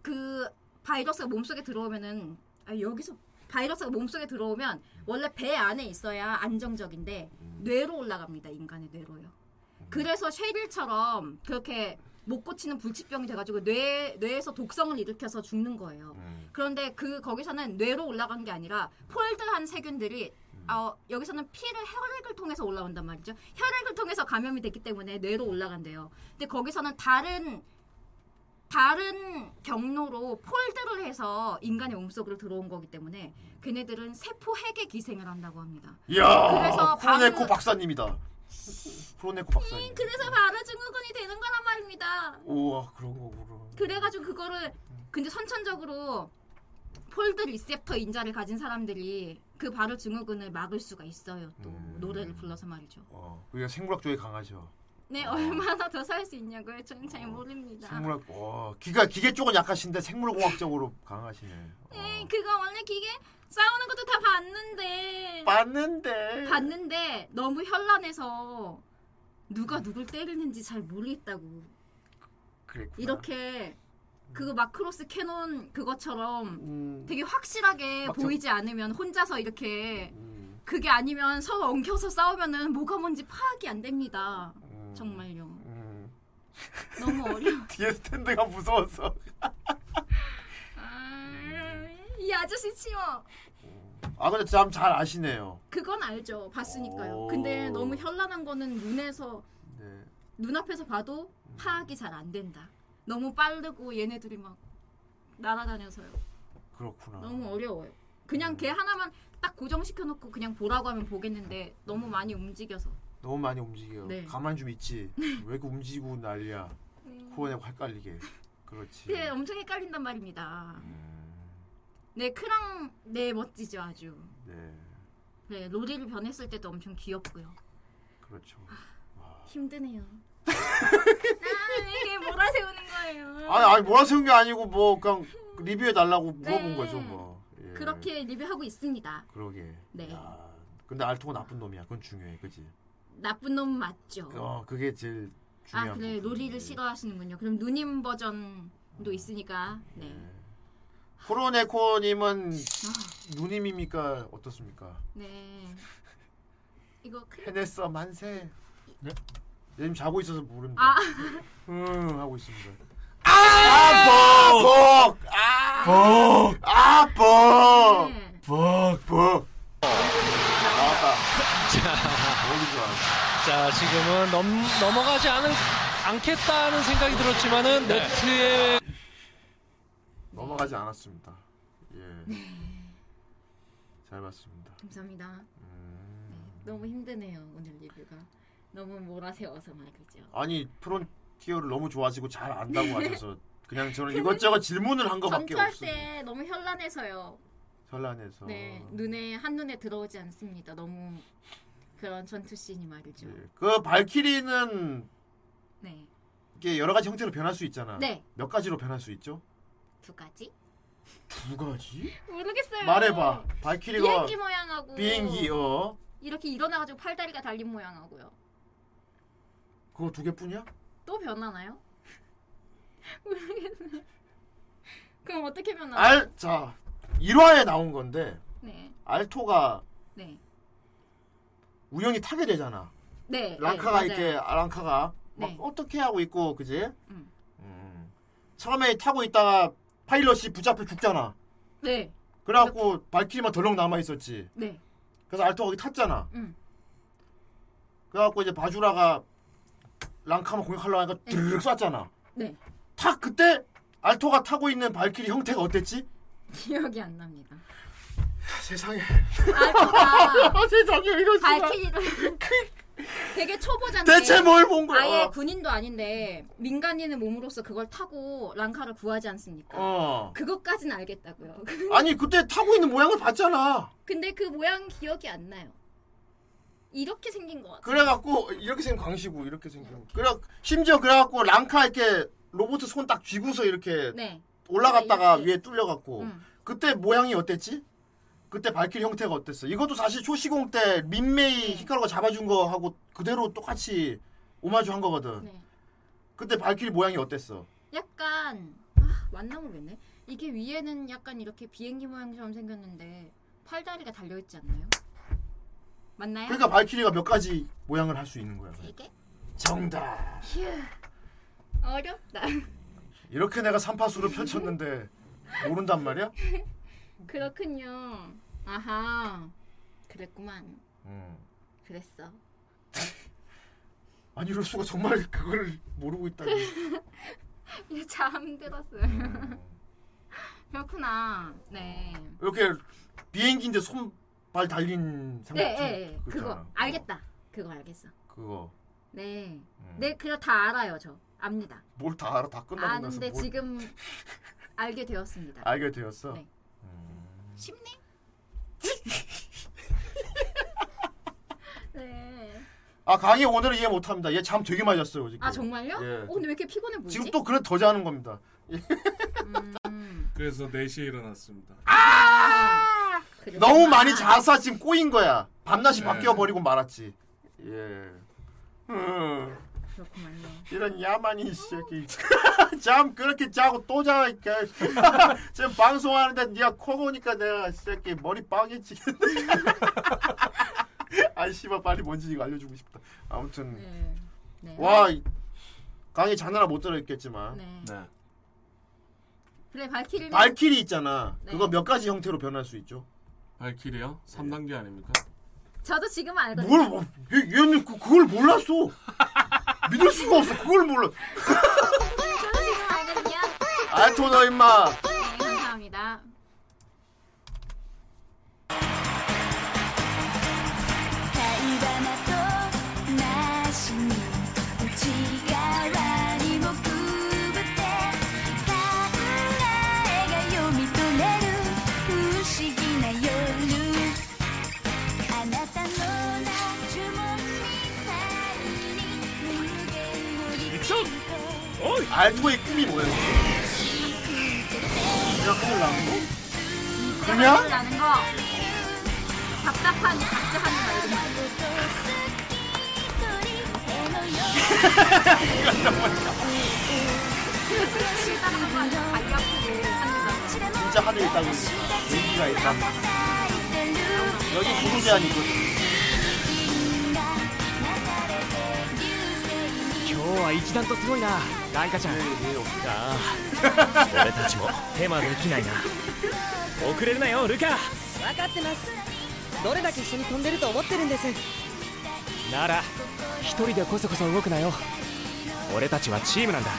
Speaker 8: 그 바이러스가 몸속에 들어오면은 아 여기서 바이러스가 몸속에 들어오면 원래 배 안에 있어야 안정적인데 뇌로 올라갑니다 인간의 뇌로요. 그래서 쉐릴처럼 그렇게 못 고치는 불치병이 돼가지고 뇌 뇌에서 독성을 일으켜서 죽는 거예요. 그런데 그 거기서는 뇌로 올라간 게 아니라 폴드한 세균들이 어, 여기서는 피를 혈액을 통해서 올라온단 말이죠. 혈액을 통해서 감염이 됐기 때문에 뇌로 올라간대요. 근데 거기서는 다른 다른 경로로 폴드를 해서 인간의 몸속으로 들어온 거기 때문에 걔네들은 세포 핵에 기생을 한다고 합니다.
Speaker 4: 야.
Speaker 8: 그래서
Speaker 4: 프로네코
Speaker 8: 바로- [LAUGHS]
Speaker 4: 박사님이다. 프로네코 박사님.
Speaker 8: 잉, 그래서 바로 증후군이 되는 거란 말입니다.
Speaker 4: 우와, 그런 거구나.
Speaker 8: 그래가지고 그거를 근데 선천적으로 폴드 리셉터 인자를 가진 사람들이 그 바로 증후군을 막을 수가 있어요. 또
Speaker 4: 음.
Speaker 8: 노래를 불러서 말이죠.
Speaker 4: 어, 우리가 생물학 쪽에 강하죠. 어.
Speaker 8: 네 얼마나 더 살 수 있냐고요? 저는 잘 모릅니다.
Speaker 4: 생물학. 와, 기가 기계 쪽은 약하신데 생물공학적으로 강하시네. 어.
Speaker 8: 네, 그거 원래 기계 싸우는 것도 다 봤는데.
Speaker 4: 봤는데.
Speaker 8: 봤는데 너무 현란해서 누가 누굴 때리는지 잘 모르겠다고.
Speaker 4: 그랬구나.
Speaker 8: 이렇게 그거 마크로스 캐논 그것처럼
Speaker 4: 음.
Speaker 8: 되게 확실하게
Speaker 4: 막 저-
Speaker 8: 보이지 않으면 혼자서 이렇게
Speaker 4: 음,
Speaker 8: 그게 아니면 서로 엉켜서 싸우면은 뭐가 뭔지 파악이 안 됩니다.
Speaker 4: 음.
Speaker 8: 정말요. 너무 어려워.
Speaker 4: 뒤에 스탠드가 무서워서.
Speaker 8: [LAUGHS] 이 아저씨 치워.
Speaker 4: 아 근데 참 잘 아시네요.
Speaker 8: 그건 알죠. 봤으니까요.
Speaker 4: 오.
Speaker 8: 근데 너무 현란한 거는 눈에서
Speaker 4: 네.
Speaker 8: 눈앞에서 봐도 파악이 잘 안 된다. 너무 빠르고 얘네들이 막 날아다녀서요.
Speaker 4: 그렇구나.
Speaker 8: 너무 어려워요. 그냥 걔 하나만 딱 고정시켜 놓고 그냥 보라고 하면 보겠는데 너무 많이 움직여서.
Speaker 4: 너무 많이 움직여.
Speaker 8: 네. 음.
Speaker 4: 가만 좀 있지. 왜 이렇게 움직이고 난리야. 코어내고 헷갈리게. 그렇지.
Speaker 8: 네, 엄청 헷갈린단 말입니다. 네, 크랑 네 멋지죠 아주.
Speaker 4: 네.
Speaker 8: 네, 로리를 변했을 때도 엄청 귀엽고요.
Speaker 4: 그렇죠.
Speaker 8: 힘드네요. 아, 이게 몰아세우는 거예요.
Speaker 4: 아니 아니 뭐라 세운 게 아니고 뭐 그냥 리뷰해 달라고 물어본
Speaker 8: 네.
Speaker 4: 거죠 뭐. 예.
Speaker 8: 그렇게 리뷰하고 있습니다.
Speaker 4: 그러게.
Speaker 8: 네,
Speaker 4: 근데 알통은 나쁜 놈이야. 그건 중요해, 그지?
Speaker 8: 나쁜 놈 맞죠.
Speaker 4: 어, 그게 제일 중요한.
Speaker 8: 아 그래 로리를 싫어하시는군요. 그럼 누님
Speaker 4: 음.
Speaker 8: 버전도 있으니까 네.
Speaker 4: 프로네코님은
Speaker 8: 아.
Speaker 4: 누님입니까? 어떻습니까?
Speaker 8: 네. 이거 클-
Speaker 4: 해냈어 만세. 네? 요즘 자고 있어서 모릅니다. [LAUGHS]
Speaker 8: 아
Speaker 4: 음 하고 있습니다. 아, 복, 아, 복, 아, 복,
Speaker 8: 네.
Speaker 4: 복, 복. [LAUGHS]
Speaker 23: 자, 지금은 넘, 넘어가지 않을, 않겠다는 생각이 들었지만은 네트에
Speaker 4: 넘어가지 않았습니다. 예,
Speaker 8: 네.
Speaker 4: 잘 봤습니다.
Speaker 8: 감사합니다.
Speaker 4: 음.
Speaker 8: 네, 너무 힘드네요 오늘 리뷰가 너무 몰아세워서 말이죠.
Speaker 4: 아니 프론티어를 너무 좋아하시고 잘 안다고 하셔서 그냥 저는 이것저것 질문을 한 거밖에
Speaker 8: 네. 전투할
Speaker 4: 없어요.
Speaker 8: 때 너무 현란해서요.
Speaker 4: 전란에서.
Speaker 8: 네 눈에 한 눈에 들어오지 않습니다. 너무 그런 전투 씬이 말이죠.
Speaker 4: 그 발키리는
Speaker 8: 네.
Speaker 4: 이게 여러 가지 형태로 변할 수 있잖아.
Speaker 8: 네.
Speaker 4: 몇 가지로 변할 수 있죠?
Speaker 8: 두 가지?
Speaker 4: 두 가지?
Speaker 8: 모르겠어요.
Speaker 4: 말해봐. 발키리가
Speaker 8: 네. 비행기 뭐. 모양하고
Speaker 4: 비행기, 어
Speaker 8: 이렇게 일어나가지고 팔다리가 달린 모양하고요.
Speaker 4: 그거 두 개뿐이야?
Speaker 8: 또 변하나요? [LAUGHS] 모르겠어요. 그럼 어떻게 변하나요?
Speaker 4: 알, 자 1화에 나온 건데
Speaker 8: 네.
Speaker 4: 알토가
Speaker 8: 네.
Speaker 4: 우연히 타게 되잖아.
Speaker 8: 네.
Speaker 4: 랑카가
Speaker 8: 네,
Speaker 4: 이렇게
Speaker 8: 맞아요.
Speaker 4: 랑카가 막
Speaker 8: 네.
Speaker 4: 어떻게 하고 있고 그지?
Speaker 8: 음.
Speaker 4: 음. 처음에 타고 있다가 파일럿이 붙잡혀 죽잖아.
Speaker 8: 네.
Speaker 4: 그래갖고 발키리만 덜렁 남아 있었지.
Speaker 8: 네.
Speaker 4: 그래서 알토가 거기 탔잖아.
Speaker 8: 응.
Speaker 4: 그래갖고 이제 바주라가 랑카만 공격하려고 하니까 드르륵 쐈잖아.
Speaker 8: 네.
Speaker 4: 탁 그때 알토가 타고 있는 발키리 형태가 어땠지?
Speaker 8: 기억이
Speaker 4: [LAUGHS]
Speaker 8: 안 납니다.
Speaker 4: 세상에.
Speaker 8: 알토가
Speaker 4: 아, 세상에 이런
Speaker 8: 발키리를 되게 초보잖아요.
Speaker 4: 대체 뭐 뭘본 거야? 어.
Speaker 8: 아예 그 군인도 아닌데 민간인의 몸으로서 그걸 타고 랑카를 구하지 않습니까?
Speaker 4: 어.
Speaker 8: 그것까진 알겠다고요. [LAUGHS]
Speaker 4: 아니 그때 타고 있는 모양을 봤잖아.
Speaker 8: 근데 그 모양 기억이 안 나요. 이렇게 생긴 것 같아요.
Speaker 4: 그래갖고 이렇게 생긴 광시고 이렇게 생긴. 그래 심지어 그래갖고 랑카 이렇게 로봇 손 딱 쥐고서 이렇게
Speaker 8: 네. 음.
Speaker 4: 올라갔다가 위에 뚫려갖고 그때 모양이 어땠지? 그때 발키리 형태가 어땠어? 이것도 사실 초시공 때 민메이
Speaker 8: 네.
Speaker 4: 히카루가 잡아준 거하고 그대로 똑같이 오마주한 거거든.
Speaker 8: 네.
Speaker 4: 그때 발키리 모양이 어땠어?
Speaker 8: 약간 아, 만나을 왜네? 이게 위에는 약간 이렇게 비행기 모양처럼 생겼는데 팔다리가 달려 있지 않나요? 맞나요?
Speaker 4: 그러니까 발키리가 몇 가지 모양을 할 수 있는 거야.
Speaker 8: 이게
Speaker 4: 정답.
Speaker 8: 휴 어렵다. [LAUGHS]
Speaker 4: 이렇게 내가 삼파수를 펼쳤는데 모른단 말이야?
Speaker 8: 그렇군요. 아하 그랬구만.
Speaker 4: 음.
Speaker 8: 그랬어.
Speaker 4: 아니 이럴 수가 정말 그거를 모르고 있다니.
Speaker 8: 얘 잠들었어요.
Speaker 4: 음.
Speaker 8: [LAUGHS] 그렇구나. 네.
Speaker 4: 이렇게 비행기인데 손발 달린
Speaker 8: 네,
Speaker 4: 상태.
Speaker 8: 예, 예. 그거
Speaker 4: 그거잖아.
Speaker 8: 알겠다. 그거 알겠어.
Speaker 4: 그거 음.
Speaker 8: 네. 네, 그거 다 알아요, 저. 압니다.
Speaker 4: 뭘 다 알아 다 끝나고 나서
Speaker 8: 아는데
Speaker 4: 뭘 아.
Speaker 8: 지금 알게 되었습니다.
Speaker 4: 알게 되었어.
Speaker 8: 네. 쉽네. 네.
Speaker 4: 아 강희 오늘은 이해 못합니다. 얘 잠 되게 많이 잤어요 지금.
Speaker 8: 아 정말요?
Speaker 4: 예.
Speaker 8: 어, 근데 왜 이렇게 피곤해 보이지?
Speaker 4: 지금 또 그래 더 자는 겁니다.
Speaker 6: 그래서 4시에 일어났습니다.
Speaker 8: 아!
Speaker 4: 너무 많이 자서 지금 꼬인 거야. 밤낮이
Speaker 6: 네.
Speaker 4: 바뀌어 버리고 말았지. 예. 음.
Speaker 8: 그렇구만요.
Speaker 4: 이런 야만인 새끼. [LAUGHS] 잠 그렇게 자고 또 자. 이렇게. [LAUGHS] 지금 방송하는데 네가 코고니까 내가 이 새끼 머리 빵해지겠네. [LAUGHS] 아이 씨발 빨리 뭔지 이거 알려주고 싶다. 아무튼
Speaker 8: 네.
Speaker 4: 와 이- 강의 장난아 못 들어있겠지만
Speaker 8: 네. 그래 발키리는
Speaker 4: 발키리 있잖아.
Speaker 8: 네.
Speaker 4: 그거 몇 가지 형태로 변할 수 있죠.
Speaker 6: 발키리요? 3단계 아닙니까?
Speaker 8: 저도 지금 알거든요.
Speaker 4: 뭘 뭐, 얘, 얘는 그, 그걸 몰랐어. 믿을 수가 없어. 그걸 몰라.
Speaker 8: 저도 지금 알거든요.
Speaker 4: 알토 너 임마.
Speaker 8: 네, 감사합니다.
Speaker 1: 「貝花となしに内側にもくべて」「考えが読み取れる不思議な夜」「あなたのな呪文みたいに無限の理屈」
Speaker 4: 알토의 꿈이 뭐예요? 내가 큰일 나는 거? 그냥?
Speaker 8: 라는 거 답답한 답답한 말
Speaker 4: 진짜 하늘 있다고 얘기가 있다. 여기 구르제아니든
Speaker 7: 今日は一段とすごいなライカちゃんああ [LAUGHS] 俺たちも手間できないな遅れるなよルカ
Speaker 5: 分かってますどれだけ一緒に飛んでると思ってるんです
Speaker 7: なら一人でこそこそ動くなよ俺たちはチームなんだ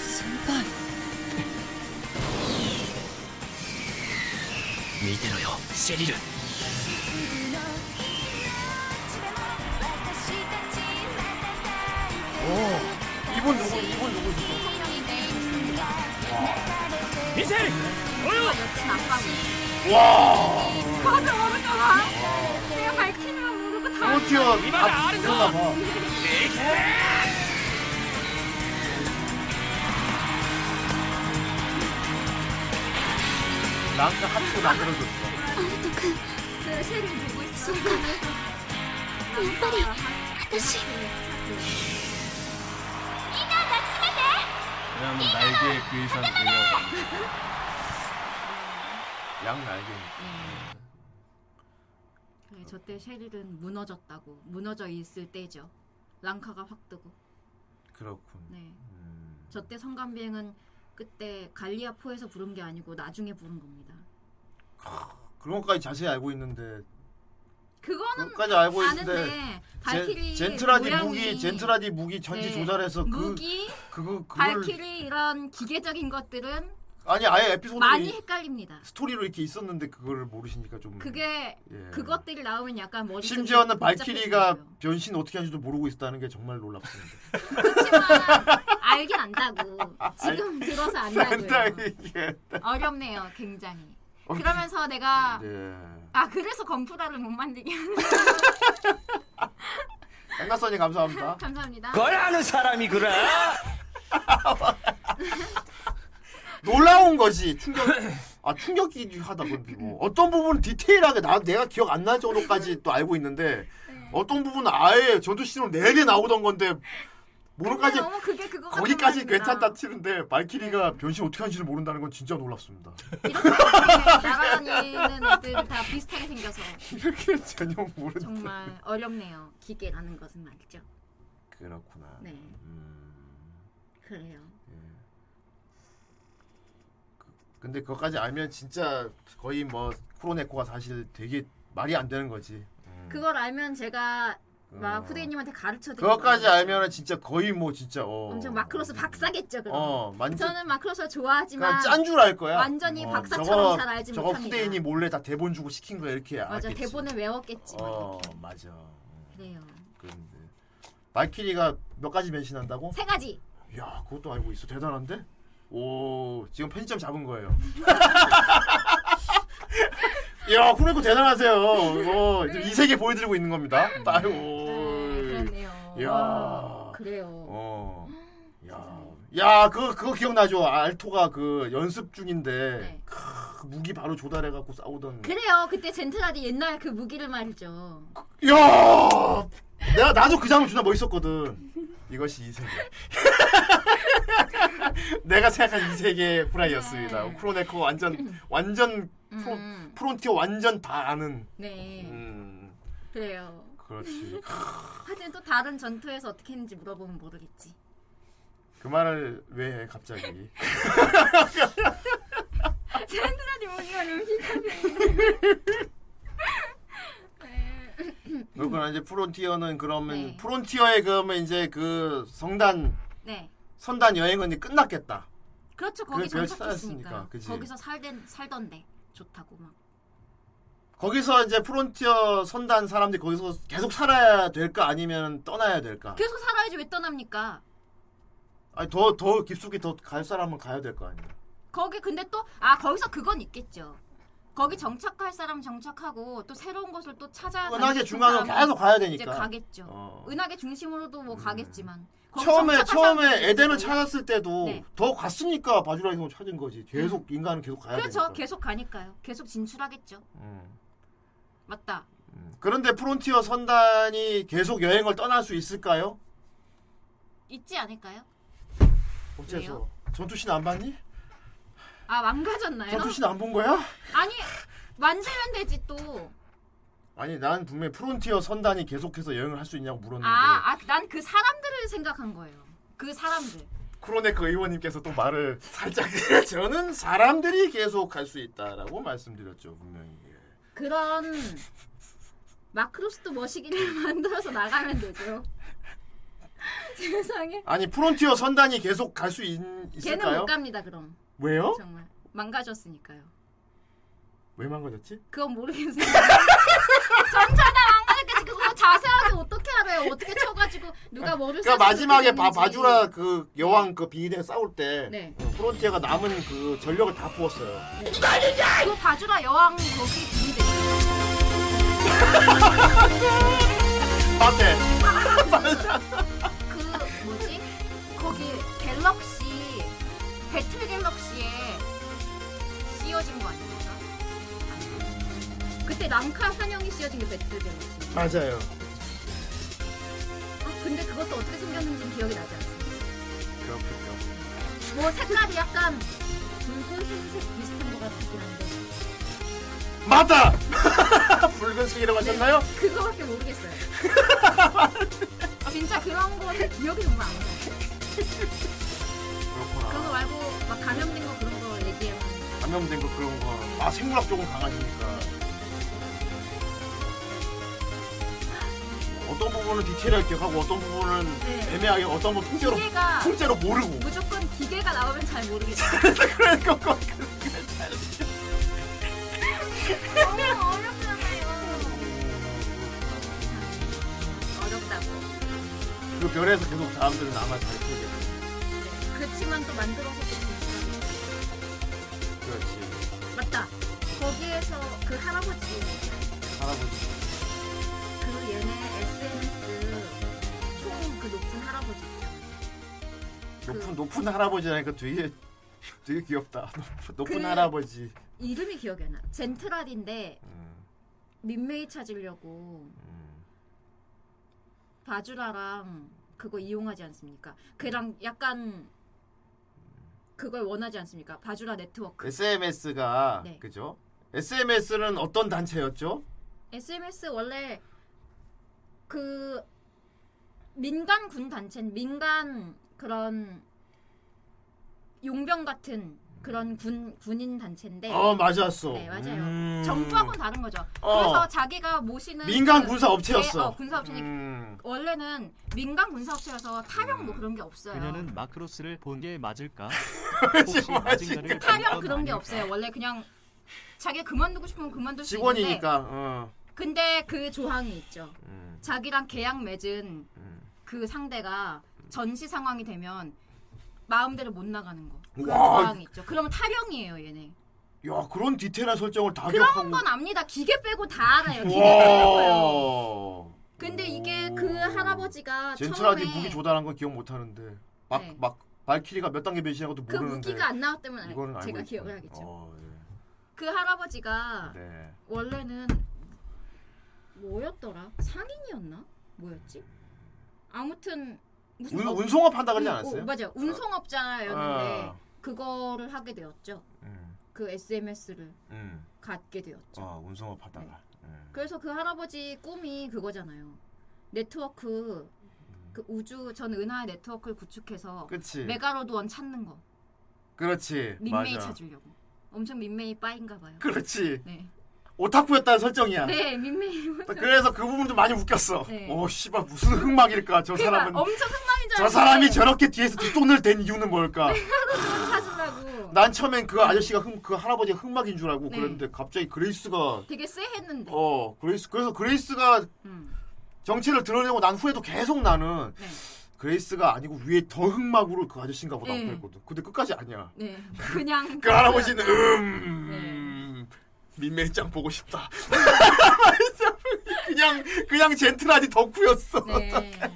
Speaker 5: 先輩
Speaker 7: 見てろよシェリル
Speaker 4: おイボンズイボンズ
Speaker 7: 미셀
Speaker 4: 와.
Speaker 8: 맞아 모를까 봐 내가 밝히는 모르고 다
Speaker 4: 프론티어
Speaker 8: 이마다
Speaker 4: 앞
Speaker 8: 아는 거.
Speaker 4: 들어가 봐. 랑카 합쳐 만들어줬어.
Speaker 24: アルト君そうかやっぱり私みんな抱きしめて
Speaker 6: 그냥 날개에 그 이상 들려.
Speaker 4: 양 날개.
Speaker 8: 그래, 네, 저때 쉐릴은 무너졌다고 무너져 있을 때죠 랑카가 확 뜨고
Speaker 4: 그렇군.
Speaker 8: 네
Speaker 4: 음.
Speaker 8: 저 때 성간비행은 그때 갈리아포에서 부른 게 아니고 나중에 부른 겁니다.
Speaker 4: 그런 것까지 자세히 알고 있는데
Speaker 8: 그거는
Speaker 4: 그것까지 알고
Speaker 8: 아는데
Speaker 4: 있는데
Speaker 8: 발키리
Speaker 4: 젠, 트라디
Speaker 8: 모양이-
Speaker 4: 무기 젠트라디 무기 전지
Speaker 8: 네.
Speaker 4: 조절해서 그
Speaker 8: 무기,
Speaker 4: 그거 그걸 음.
Speaker 8: 발키리 이런 기계적인 것들은
Speaker 4: 아니 아예 에피소드
Speaker 8: 많이 헷갈립니다.
Speaker 4: 스토리로 이렇게 있었는데 그거를 모르시니까 좀
Speaker 8: 그게
Speaker 4: 예.
Speaker 8: 그것들이 나오면 약간 머리
Speaker 4: 심지어는 발키리가 변신 어떻게 하는지도 모르고 있었다는 게 정말 놀랍습니다.
Speaker 8: 알긴 안다고 지금
Speaker 4: 아니,
Speaker 8: 들어서 안다고요.
Speaker 4: 산다, 이게.
Speaker 8: 어렵네요, 굉장히. 그러면서 내가
Speaker 4: 네.
Speaker 8: 아 그래서 건프라를 못 만들게 하는
Speaker 4: 앵가선이 감사합니다.
Speaker 8: [LAUGHS] 감사합니다.
Speaker 4: 사람이 그래? 놀라운 거지 충격. 아 충격이 하다 보니 뭐 어떤 부분 디테일하게 나 내가 기억 안 날 정도까지 또 알고 있는데
Speaker 8: 네.
Speaker 4: 어떤 부분 은 아예 전투 시즌 내내 나오던 건데 모르까지
Speaker 8: 너무 그게 그거
Speaker 4: 거기까지 괜찮다 치는데 발키리가 변신 어떻게 하는지를 모른다는 건 진짜 놀랍습니다.
Speaker 8: 나가다니는 애들 다 비슷하게 생겨서
Speaker 4: 이렇게 [LAUGHS] 전혀 모르는.
Speaker 8: 정말 어렵네요. 기계라는 것은 말이죠.
Speaker 4: 그렇구나.
Speaker 8: 네. 그래요.
Speaker 4: 근데 그것까지 알면 진짜 거의 뭐 코로네코가 사실 되게 말이 안 되는 거지.
Speaker 8: 그걸 알면 제가 막
Speaker 4: 어.
Speaker 8: 후대님한테 가르쳐 드리고
Speaker 4: 그것까지 알면은 진짜 거의 뭐 진짜 어.
Speaker 8: 엄청 마크로스 박사겠죠. 그럼.
Speaker 4: 어, 완전-
Speaker 8: 저는 마크로스 좋아하지만
Speaker 4: 그냥 짠 줄 알 거야.
Speaker 8: 완전히
Speaker 4: 어,
Speaker 8: 박사처럼
Speaker 4: 저거-
Speaker 8: 잘 알지
Speaker 4: 저거
Speaker 8: 못합니다.
Speaker 4: 후대인이 몰래 다 대본 주고 시킨 거야 이렇게
Speaker 8: 맞아
Speaker 4: 알겠지.
Speaker 8: 대본을 외웠겠지.
Speaker 4: 어 맞아.
Speaker 8: 그래요.
Speaker 4: 그런데 발키리가 몇 가지 변신한다고?
Speaker 8: 세 가지.
Speaker 4: 야 그것도 알고 있어 대단한데? 오 지금 편집점 잡은 거예요. [LAUGHS] 야 코네코 대단하세요. 어, 지금 이 세계 보여드리고 있는 겁니다. 아유.
Speaker 8: 그렇네요.
Speaker 4: 야.
Speaker 8: 그래요. [GASPS]
Speaker 4: 어. 야. 야, 그거 그거 기억나죠? 알토가 그 연습 중인데 크, 무기 바로 조달해 갖고 싸우던
Speaker 8: 네. 그래요. 그때 젠틀하디 옛날 그 무기를 말이죠.
Speaker 4: 야! 내가 나도 그 장면 존나
Speaker 8: [LAUGHS]
Speaker 4: 멋있었거든. 이것이 이 세계. [LAUGHS] 내가 생각한 이 세계의 후라이였습니다. 크로네코 완전
Speaker 8: 음.
Speaker 4: 완전 프로, 프론티어 완전 다 아는.
Speaker 8: 네.
Speaker 4: 음.
Speaker 8: 그래요.
Speaker 4: 그렇지.
Speaker 8: 하여튼 또 다른 전투에서 어떻게 했는지 물어보면
Speaker 4: [LAUGHS]
Speaker 8: 모르겠지.
Speaker 4: 그 말을 왜 해,
Speaker 8: [LAUGHS]
Speaker 4: 갑자기?
Speaker 8: 젠틀하디 무기가 너무
Speaker 4: 그렇구나. 이제 프론티어는 그러면 프론티어에 그러면 이제 그 성단
Speaker 8: 네.
Speaker 4: 선단 여행은 이제 끝났겠다.
Speaker 8: 그렇죠.
Speaker 4: 그래,
Speaker 8: 거기
Speaker 4: 별
Speaker 8: 정착했으니까.
Speaker 4: 쌓였으니까, 그지?
Speaker 8: 거기서 살던 살던데 좋다고 막.
Speaker 4: 거기서 이제 프론티어 선단 사람들이 거기서 계속 살아야 될까 아니면 떠나야 될까?
Speaker 8: 계속 살아야지 왜 떠납니까?
Speaker 4: 아니 더 더 깊숙이 더 갈 사람은 가야 될 거 아니야.
Speaker 8: 거기 근데 또 아 거기서 그건 있겠죠. 거기 정착할 사람 정착하고 또 새로운 곳을 또 찾아.
Speaker 4: 은하계 중앙으로 계속 가야 되니까.
Speaker 8: 이제 가겠죠.
Speaker 4: 어. 음.
Speaker 8: 은하계 중심으로도 뭐 가겠지만. 거기
Speaker 4: 처음에
Speaker 8: 정착할
Speaker 4: 처음에
Speaker 8: 사람들이
Speaker 4: 에덴을
Speaker 8: 있고.
Speaker 4: 찾았을 때도
Speaker 8: 네.
Speaker 4: 더 갔으니까 바주라기 성을 찾은 거지. 계속 인간은 계속 가야
Speaker 8: 그렇죠.
Speaker 4: 되니까.
Speaker 8: 계속 가니까요. 계속 진출하겠죠.
Speaker 4: 음.
Speaker 8: 맞다.
Speaker 4: 그런데 프론티어 선단이 계속 여행을 떠날 수 있을까요?
Speaker 8: 있지 않을까요?
Speaker 4: 어째서 전투신 안 봤니?
Speaker 8: 아 망가졌나요?
Speaker 4: 전투신 안 본 거야?
Speaker 8: 아니 만들면 되지 또.
Speaker 4: 아니 난 분명히 프론티어 선단이 계속해서 여행을 할 수 있냐고 물었는데 네.
Speaker 8: 아난 그 사람들을 생각한 거예요. 그 사람들.
Speaker 4: 크로네크 그 의원님께서 또 말을 살짝 [LAUGHS] 저는 사람들이 계속 할 수 있다라고 말씀드렸죠 분명히 예.
Speaker 8: 그런 마크로스도 머시기를 [LAUGHS] 만들어서 나가면 되죠. [LAUGHS] 세상에.
Speaker 4: 아니 프론티어 선단이 계속 갈 수
Speaker 8: 걔는
Speaker 4: 있을까요?
Speaker 8: 못 갑니다 그럼.
Speaker 4: 왜요?
Speaker 8: 정말 망가졌으니까요.
Speaker 4: 왜 망가졌지?
Speaker 8: 그건 모르겠어요. [LAUGHS] 정차다 망가졌겠지. 그거 자세하게 어떻게 알아요? 어떻게 쳐가지고 누가 뭐를.
Speaker 4: 그러니까
Speaker 8: 써서
Speaker 4: 마지막에
Speaker 8: 그렇게
Speaker 4: 바,
Speaker 8: 됐는지.
Speaker 4: 바주라 그 여왕 그 비인에 싸울 때
Speaker 8: 네.
Speaker 4: 프론티어가 남은 그 전력을 다 부었어요
Speaker 8: 그거 봐주라 여왕 거기 비대.
Speaker 4: 맞대
Speaker 8: 그 뭐지? 거기 갤럭시 배틀 갤럭시에 씌워진 거 아닙니까? 그때 랑카 환영이 씌워진 게 배틀 갤럭시.
Speaker 4: 맞아요
Speaker 8: 아, 근데 그것도 어떻게 생겼는지는 기억이 나지 않습니다.
Speaker 4: 그렇군요
Speaker 8: 뭐 색깔이 약간 붉은색 비슷한 것 같긴 한데
Speaker 4: 맞다! [LAUGHS] 붉은색이라고 하셨나요?
Speaker 8: 네,
Speaker 4: [LAUGHS]
Speaker 8: 그거밖에 모르겠어요. 아, 진짜 그런 거는 기억이 정말 안 나요. 그런 거 말고 막 감염된 거 그런 거 얘기하면
Speaker 4: 감염된 거 그런 거. 아 생물학 쪽은 강하시니까. 어떤 부분은 디테일하게 기억하고 어떤 부분은
Speaker 8: 네. 뭐
Speaker 4: 애매하게 어떤 부분 통째로
Speaker 8: 기계가
Speaker 4: 통째로 모르고.
Speaker 8: 무조건 기계가 나오면 잘 모르겠어.
Speaker 4: 그러니까 그거
Speaker 8: [LAUGHS] 너무 어렵잖아요. 어렵다고.
Speaker 4: 그 별에서 계속 사람들은 남아 가르치게.
Speaker 8: 네, 그렇지만 또 만들어서 볼수 있어.
Speaker 4: 그렇지.
Speaker 8: 맞다. 거기에서 그 할아버지
Speaker 4: 할아버지.
Speaker 8: 그 얘네 SNS 총 그 높은 할아버지 있잖아. 그
Speaker 4: 높은 높은 할아버지라니까 되게 되게 귀엽다. 높은, 높은
Speaker 8: 그-
Speaker 4: 할아버지.
Speaker 8: 이름이 기억이 안 나. 젠틀알인데 민메이 찾으려고 바주라랑 그거 이용하지 않습니까? 그랑 약간 그걸 원하지 않습니까? 바주라 네트워크.
Speaker 4: SMS가
Speaker 8: 그 네.
Speaker 4: 그죠? SMS는 어떤 단체였죠?
Speaker 8: SMS 원래 그 민간 군 단체, 민간 그런 용병 같은 그런 군 군인 단체인데.
Speaker 4: 어, 맞았어.
Speaker 8: 네 맞아요.
Speaker 4: 음.
Speaker 8: 정부하고는 다른 거죠.
Speaker 4: 어.
Speaker 8: 그래서 자기가 모시는
Speaker 4: 민간
Speaker 8: 그
Speaker 4: 군사 업체였어.
Speaker 8: 네, 어, 군사 업체니
Speaker 4: 음.
Speaker 8: 원래는 민간 군사 업체라서 타령 뭐 그런 게 없어요.
Speaker 13: 그녀는 마크로스를 본 게 맞을까? 혹시 마징가를
Speaker 8: 타령 그런 게 없어요. 원래 그냥 자기가 그만두고 싶으면 그만둘 수 있는데.
Speaker 4: 직원이니까. 어.
Speaker 8: 근데 그 조항이 있죠.
Speaker 4: 음.
Speaker 8: 자기랑 계약 맺은 그 상대가 전시 상황이 되면 마음대로 못 나가는 거. 그런
Speaker 4: 와.
Speaker 8: 조항이 있죠. 그러면 타령이에요, 얘네.
Speaker 4: 야 그런 디테일한 설정을 다
Speaker 8: 그런
Speaker 4: 기억하고.
Speaker 8: 건 압니다. 기계 빼고 다 알아요. 기계 빼고.
Speaker 4: 와.
Speaker 8: 근데 이게 그 할아버지가
Speaker 4: 젠틀하디
Speaker 8: 처음에
Speaker 4: 무기 조달한 건 기억 못 하는데 막
Speaker 8: 네.
Speaker 4: 막 발키리가 몇 단계 몇이라는 것도
Speaker 8: 그
Speaker 4: 모르는데.
Speaker 8: 무기가 안 나왔다면 알-
Speaker 4: 이거는 알고
Speaker 8: 제가
Speaker 4: 있구나.
Speaker 8: 기억을 하겠죠.
Speaker 4: 어,
Speaker 8: 그 할아버지가
Speaker 4: 네.
Speaker 8: 원래는 뭐였더라? 상인이었나? 뭐였지? 아무튼
Speaker 4: 운-
Speaker 8: 업-
Speaker 4: 운송업 한다 그러지
Speaker 8: 음,
Speaker 4: 않았어요?
Speaker 8: 어, 맞아요. 운송업자였는데
Speaker 4: 아.
Speaker 8: 그거를 하게 되었죠.
Speaker 4: 음.
Speaker 8: 그 SMS를
Speaker 4: 음.
Speaker 8: 갖게 되었죠.
Speaker 4: 아 운송업 하다가. 음.
Speaker 8: 그래서 그 할아버지 꿈이 그거잖아요. 네트워크 그 우주 전 은하의 네트워크를 구축해서
Speaker 4: 그치.
Speaker 8: 메가로드 원 찾는 거.
Speaker 4: 그렇지.
Speaker 8: 민메이
Speaker 4: 맞아.
Speaker 8: 찾으려고. 엄청 민메이 빠인가 봐요.
Speaker 4: 그렇지.
Speaker 8: 네.
Speaker 4: 오타쿠였다는 설정이야.
Speaker 8: 네, 민메이.
Speaker 4: 그래서 그 부분도 많이 웃겼어.
Speaker 8: 네.
Speaker 4: 오 씨발 무슨 흑막일까 저
Speaker 8: [LAUGHS] 그러니까
Speaker 4: 사람은.
Speaker 8: 엄청 흑막인
Speaker 4: 저
Speaker 8: 줄 알았는데
Speaker 4: 사람이 저렇게 뒤에서 뒷돈을 댄 이유는
Speaker 8: 네.
Speaker 4: 뭘까?
Speaker 8: 메가로드 원 찾으라고.
Speaker 4: 난 처음엔 그 아저씨가 흑, 그 할아버지가 흑막인 줄 알고
Speaker 8: 네.
Speaker 4: 그랬는데 갑자기 그레이스가
Speaker 8: 되게 쎄했는데.
Speaker 4: 어 그레이스 그래서 그레이스가
Speaker 8: 음.
Speaker 4: 정체를 드러내고 난 후에도 계속 나는
Speaker 8: 네.
Speaker 4: 그레이스가 아니고 위에 더 흑막으로 그 아저씨인가 보다
Speaker 8: 네.
Speaker 4: 그랬거든. 근데 끝까지 아니야.
Speaker 8: 네. 그냥
Speaker 4: 그 할아버지는
Speaker 8: 네.
Speaker 4: 음 민매장 보고 싶다. [LAUGHS] 그냥 그냥 젠틀하지 덕후였어.
Speaker 8: 네.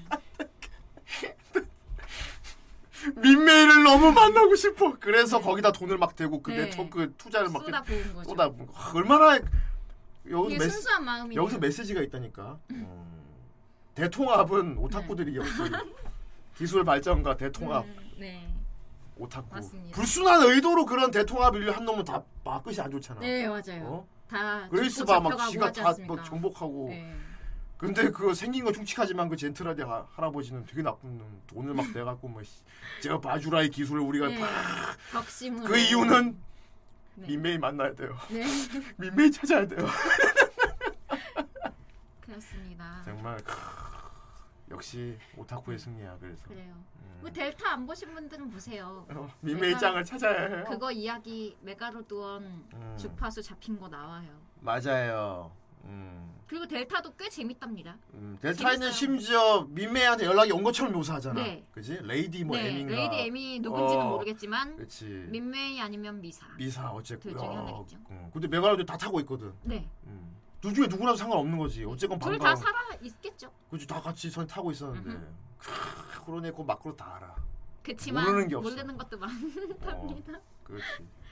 Speaker 4: 민매를 너무 만나고 싶어. 그래서 거기다 돈을 막 대고 그
Speaker 8: 네.
Speaker 4: 네트워크 투자를 막
Speaker 8: 쏟아 부은 거죠.
Speaker 4: 쏟아 부은 거. 아, 얼마나 여기서
Speaker 8: 이게
Speaker 4: 메시-
Speaker 8: 순수한 마음이에요.
Speaker 4: 여기서 메시지가 있다니까. 음.
Speaker 8: 네.
Speaker 4: 대통합은 오타쿠들이
Speaker 8: [LAUGHS]
Speaker 4: 역시 기술 발전과 대통합
Speaker 8: 네.
Speaker 4: 오타쿠
Speaker 8: 맞습니다.
Speaker 4: 불순한 의도로 그런 대통합 인류 한 놈은 다, 다 끝이 안 좋잖아.
Speaker 8: 네, 맞아요.
Speaker 4: 어?
Speaker 8: 다
Speaker 4: 그레이스
Speaker 8: 죽고
Speaker 4: 봐막
Speaker 8: 잡혀가고
Speaker 4: 지가
Speaker 8: 하지
Speaker 4: 다뭐
Speaker 8: 않습니까?
Speaker 4: 막 정복하고.
Speaker 8: 네.
Speaker 4: 근데 그 생긴 건 흉측하지만 그 젠틀하디 하- 할아버지는 되게 나쁜 놈. 돈을
Speaker 8: [LAUGHS]
Speaker 4: 막 내갖고 뭐 씨, 제가 바주라의 기술을 우리가
Speaker 8: 네.
Speaker 4: 팍-
Speaker 8: 덕심으로.
Speaker 4: 그 이유는 민메이 만나야 돼요. [LAUGHS]
Speaker 8: 네.
Speaker 4: 민메이 찾아야 돼요.
Speaker 8: 그렇습니다.
Speaker 4: 정말 크, 역시 오타쿠의 승리야. 그래서
Speaker 8: 그래요.
Speaker 4: 음.
Speaker 8: 뭐 델타 안 보신 분들은 보세요.
Speaker 4: 어, 민메이 짱을 찾아야 해요.
Speaker 8: 그거 이야기 메가로드원
Speaker 4: 음.
Speaker 8: 주파수 잡힌 거 나와요.
Speaker 4: 맞아요. 음,
Speaker 8: 그리고 델타도 꽤 재밌답니다.
Speaker 4: 음, 델타에는 심지어 민메이한테 연락이 온 것처럼 묘사하잖아.
Speaker 8: 네.
Speaker 4: 그지? 레이디 뭐
Speaker 8: 네,
Speaker 4: 에밍가.
Speaker 8: 레이디 에미 누군지는 모르겠지만
Speaker 4: 그치.
Speaker 8: 민메이 아니면 미사.
Speaker 4: 미사
Speaker 8: 둘
Speaker 4: 어쨌고요.
Speaker 8: 중에 하나겠죠.
Speaker 4: 음, 근데 메가로드 다 타고 있거든. 음.
Speaker 8: 네.
Speaker 4: 둘 중에 누구랑 상관없는 거지. 어쨌건
Speaker 8: 둘
Speaker 4: 반가워.
Speaker 8: 다 살아 있겠죠.
Speaker 4: 그치 다 같이 선 타고 있었는데. 크, 그러네 그 마크로 다
Speaker 8: [LAUGHS]
Speaker 4: 알아.
Speaker 8: 그렇지만
Speaker 4: 모르는 게 어. 없어.
Speaker 8: 모르는 것도 많답니다.
Speaker 4: 그렇지.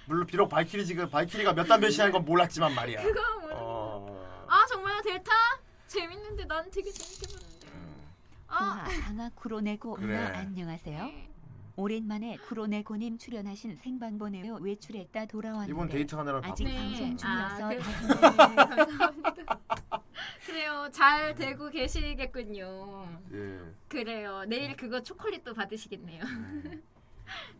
Speaker 4: 물론 비록 발키리 지금 발키리가 몇 단 몇이라는 건 몰랐지만 말이야.
Speaker 8: 그거 모르.
Speaker 4: 어.
Speaker 8: 아 정말 델타 재밌는데 난 되게 재밌게 봤는데. 아.
Speaker 25: 우와, 강아 쿠로네고
Speaker 4: 그래.
Speaker 25: 누나 안녕하세요. 오랜만에 쿠로네고님 출연하신 생방송에요 외출했다 돌아왔는데
Speaker 4: 이번 데이트 하느라
Speaker 25: 아직
Speaker 4: 바쁘네.
Speaker 25: 방송 중이어서
Speaker 8: 아,
Speaker 25: 다시
Speaker 8: [LAUGHS] 그래요. 잘 되고 계시겠군요.
Speaker 4: 예.
Speaker 8: 그래요. 내일 그거 초콜릿도 [LAUGHS] 받으시겠네요.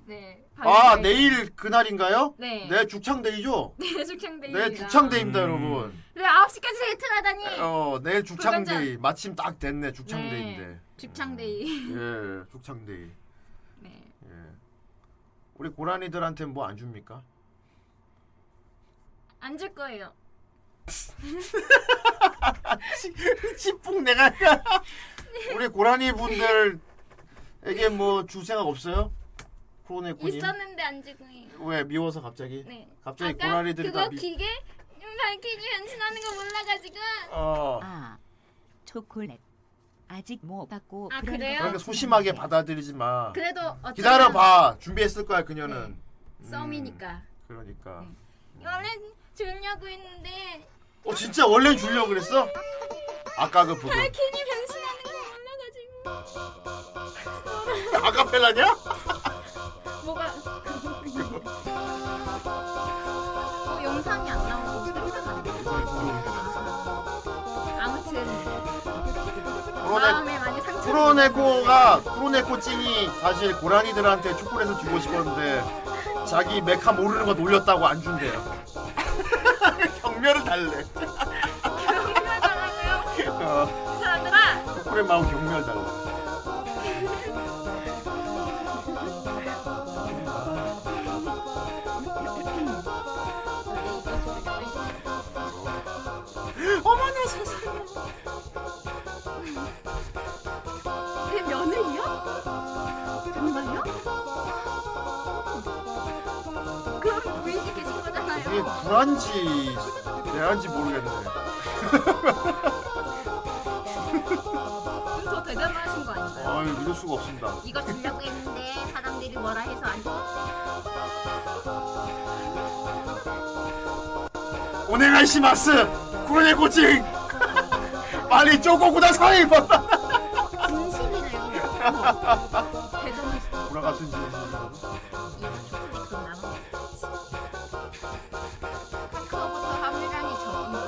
Speaker 8: 네.
Speaker 4: 아
Speaker 8: 발레-
Speaker 4: 내일 그날인가요?
Speaker 8: 네.
Speaker 4: 네 죽창데이죠.
Speaker 8: 네, 죽창데이입니다.
Speaker 4: 네 죽창데이입니다 여러분.
Speaker 8: 네, 9시까지 세트하다니.
Speaker 4: 어 내일 죽창데이
Speaker 8: 불가능.
Speaker 4: 마침 딱 됐네 죽창데이인데.
Speaker 8: 죽창데이. [LAUGHS]
Speaker 4: 예 죽창데이.
Speaker 8: 네.
Speaker 4: 예. 우리 고라니들한테 뭐 안 줍니까?
Speaker 8: 안 줄 거예요.
Speaker 4: 시풍 내가 [LAUGHS] 우리 고라니 분들에게 뭐 줄 생각 없어요? 코로네코님
Speaker 8: 있었는데 안 줄 거예요.
Speaker 4: 왜 미워서 갑자기?
Speaker 8: 네.
Speaker 4: 갑자기
Speaker 8: 아까
Speaker 4: 고라니들이
Speaker 8: 그거
Speaker 4: 다 미...
Speaker 8: 기계 밝히지 변신하는 거 몰라가지고.
Speaker 4: 어.
Speaker 5: 아, 초콜릿. 아직 못 받고
Speaker 8: 아,
Speaker 5: 그런
Speaker 8: 그래요?
Speaker 5: 거
Speaker 4: 그렇게 소심하게 받아들이지 마.
Speaker 8: 그래도 어쩌면 음.
Speaker 4: 기다려봐. 준비했을 거야 그녀는.
Speaker 8: 네.
Speaker 4: 음,
Speaker 8: 썸이니까.
Speaker 4: 그러니까.
Speaker 8: 원래 주려고 했는데
Speaker 4: 어 진짜 원래 주려고 그랬어? 아까 그 부분.
Speaker 8: 발키니 변신하는 거 몰라가지고
Speaker 4: 아카펠라냐?
Speaker 8: 뭐가 어,
Speaker 25: 음.
Speaker 8: 영상이 안 나오고 아무튼 마음에 많이 상처
Speaker 4: 프로네코가 프로네코 찡이 사실 고라니들한테 초콜릿을 주고 싶었는데 자기 메카 모르는 거 놀렸다고 안 준대요. [LAUGHS] 경멸을 달래. 어,
Speaker 8: 그 사람들아
Speaker 4: 초콜릿 마음 경멸 달래.
Speaker 8: 어머나 세상에 내 며느리요? 정말요? 그럼 부인이
Speaker 4: 이게
Speaker 8: 계신 거잖아요
Speaker 4: 불안지 내한지 모르겠네.
Speaker 8: 좀더 대단하신 거 아닌가요?
Speaker 4: 아유 믿을 수가 없습니다.
Speaker 8: 이거 주려고 했는데 사람들이 뭐라 해서 안
Speaker 4: 오네가이시마스 프로네코 찡 [LAUGHS] 빨리 쪼꼬구다 사이 [LAUGHS] 받아.
Speaker 8: 진심이네요 대단하시
Speaker 4: 보라 같은 진심이라고.
Speaker 8: 카카오부터 함유량이 적은 거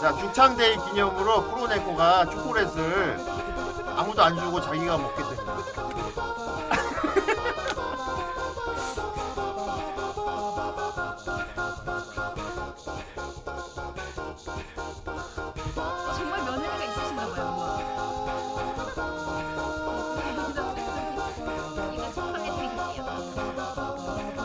Speaker 4: 자, 죽창데이 기념으로 프로네코가 초콜릿을 아무도 안 주고 자기가 먹게 됩니다.
Speaker 8: 정말 며느리가 있으신가 봐요 뭐. 이거 초콜릿 드릴게요 이렇게 안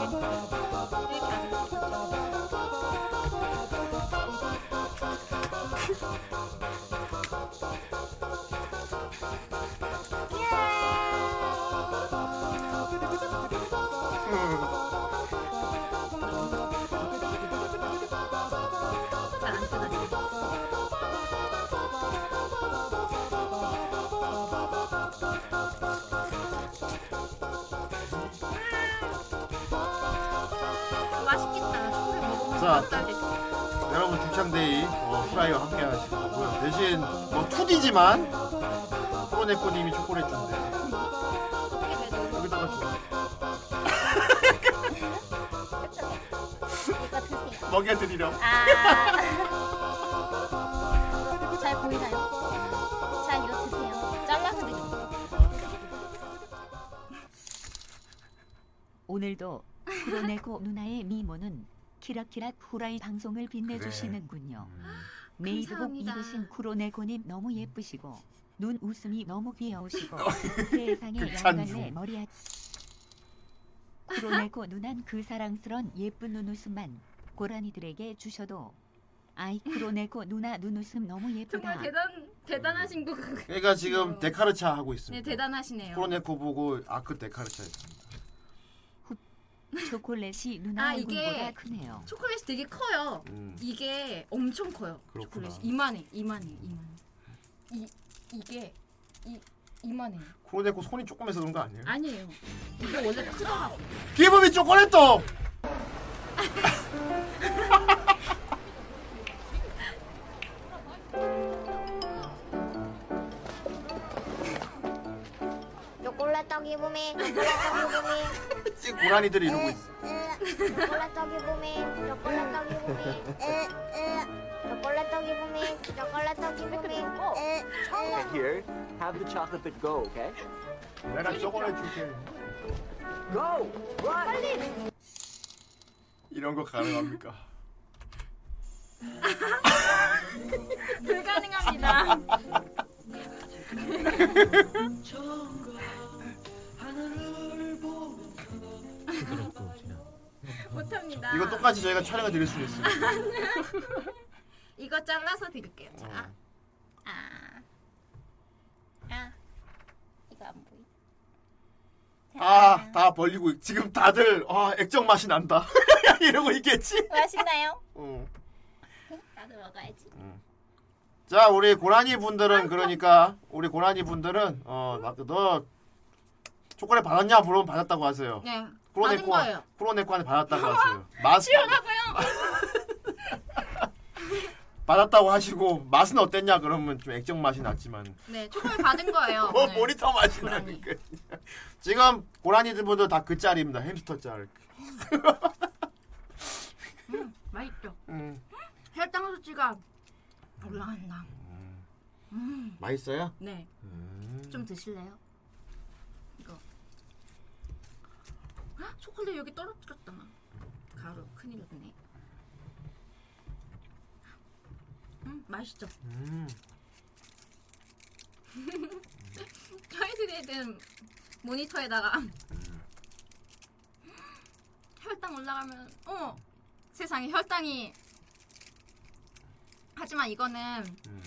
Speaker 8: 그러니까 맛있겠다 초콜릿 먹으면
Speaker 4: 자.
Speaker 8: 맛깔 됐어
Speaker 4: 여러분 죽창데이 어, 프라이와 함께 하시고 요 대신 뭐 2D지만 프로네코님이 초콜릿 준대요. 여기다가 줘. [LAUGHS] 먹여드리렴.
Speaker 8: 아. 잘 보이나요? 자 이거 드세요. 잘라서 드릴게요.
Speaker 5: 오늘도 그로네고 누나의 미모는 키라키라 후라이 방송을 빛내주시는군요. 메이드복
Speaker 8: 음. 감사합니다.
Speaker 5: 입으신 쿠로네고님 너무 예쁘시고 눈 웃음이 너무 귀여우시고 세상에
Speaker 4: 극찬 중.
Speaker 5: 영감의 머리 아 쿠로네고 누난 그 사랑스런 예쁜 눈웃음만 고라니들에게 주셔도 아이 쿠로네고 누나 눈웃음 너무 예쁘다. 그
Speaker 8: 정말 대단 대단하신 거 같아요.
Speaker 4: 그러니까 지금 데카르차 하고
Speaker 8: 네
Speaker 4: 있습니다.
Speaker 8: 대단하시네요.
Speaker 4: 프로네코 보고 아크 그 데카르차 했습니다.
Speaker 5: 초콜릿이
Speaker 8: 아
Speaker 5: 누나 얼굴보다
Speaker 8: 이게
Speaker 5: 크네요.
Speaker 8: 초콜릿이 되게 커요. 이게 엄청 커요.
Speaker 4: 음. 그렇구나.
Speaker 8: 초콜릿이 이만해 이만해 이만해. 이 이게 이 이만해.
Speaker 4: 프로네코 손이 조금해서 그런 거 아니에요?
Speaker 8: 아니에요. 이게 원래 크더라고.
Speaker 4: 아. 기브미 초콜릿 도
Speaker 1: 초콜릿 떡이 봄에 초콜릿 떡이 봄에
Speaker 4: 지금 고라니들이 이러고 있어.
Speaker 1: 초콜릿 떡이 봄에 초콜릿 떡이 봄에 초콜릿 떡이
Speaker 26: 기쁨이 초콜릿 기쁨이 에, 에.
Speaker 27: And here, have the chocolate, but go, okay?
Speaker 4: 내가 초콜릿 줄게.
Speaker 27: Go! Run!
Speaker 4: 이런 거 가능합니까?
Speaker 8: [LAUGHS] 불가능합니다. 못합니다.
Speaker 4: 이거 똑같이 저희가 촬영을 드릴 수도 있어요.
Speaker 8: 이거 잘라서 드릴게요. 자. 아. 아. 이거 안 보이.
Speaker 4: 아, 다 벌리고 지금 다들 아, 액정 맛이 난다. [LAUGHS] 이러고 있겠지?
Speaker 8: 맛있나요?
Speaker 4: 어.
Speaker 8: 나도 먹어야지.
Speaker 4: 자, 우리 고라니 분들은 그러니까 우리 고라니 분들은 어, 나- 너 초콜릿 받았냐? 물으면 받았다고 하세요.
Speaker 8: 네. 받은
Speaker 4: 쿠로네코
Speaker 8: 거예요.
Speaker 4: 쿠로네코한테 받았다고 하세요. 맛
Speaker 8: 시원하고요.
Speaker 4: 받았다고 하시고 맛은 어땠냐? 그러면 좀 액정 맛이 났지만
Speaker 8: 네, 초콜릿 받은 거예요.
Speaker 4: 뭐
Speaker 8: 네.
Speaker 4: 모니터 맛이 나니까 지금 고라니들 분들 다 그 짤입니다. 햄스터 짤.
Speaker 8: 음, 맛있죠.
Speaker 4: 음,
Speaker 8: 혈당 수치가 올라간다. 음.
Speaker 4: 맛있어요?
Speaker 8: 네.
Speaker 4: 음.
Speaker 8: 좀 드실래요? 이거. 헉, 초콜릿 여기 떨어뜨렸다. 가루 큰일 났네. 음, 맛있죠? [LAUGHS]
Speaker 4: 음.
Speaker 8: 저희들이 애들은 모니터에다가 혈당 올라가면 어 세상에 혈당이 하지만 이거는
Speaker 4: 음.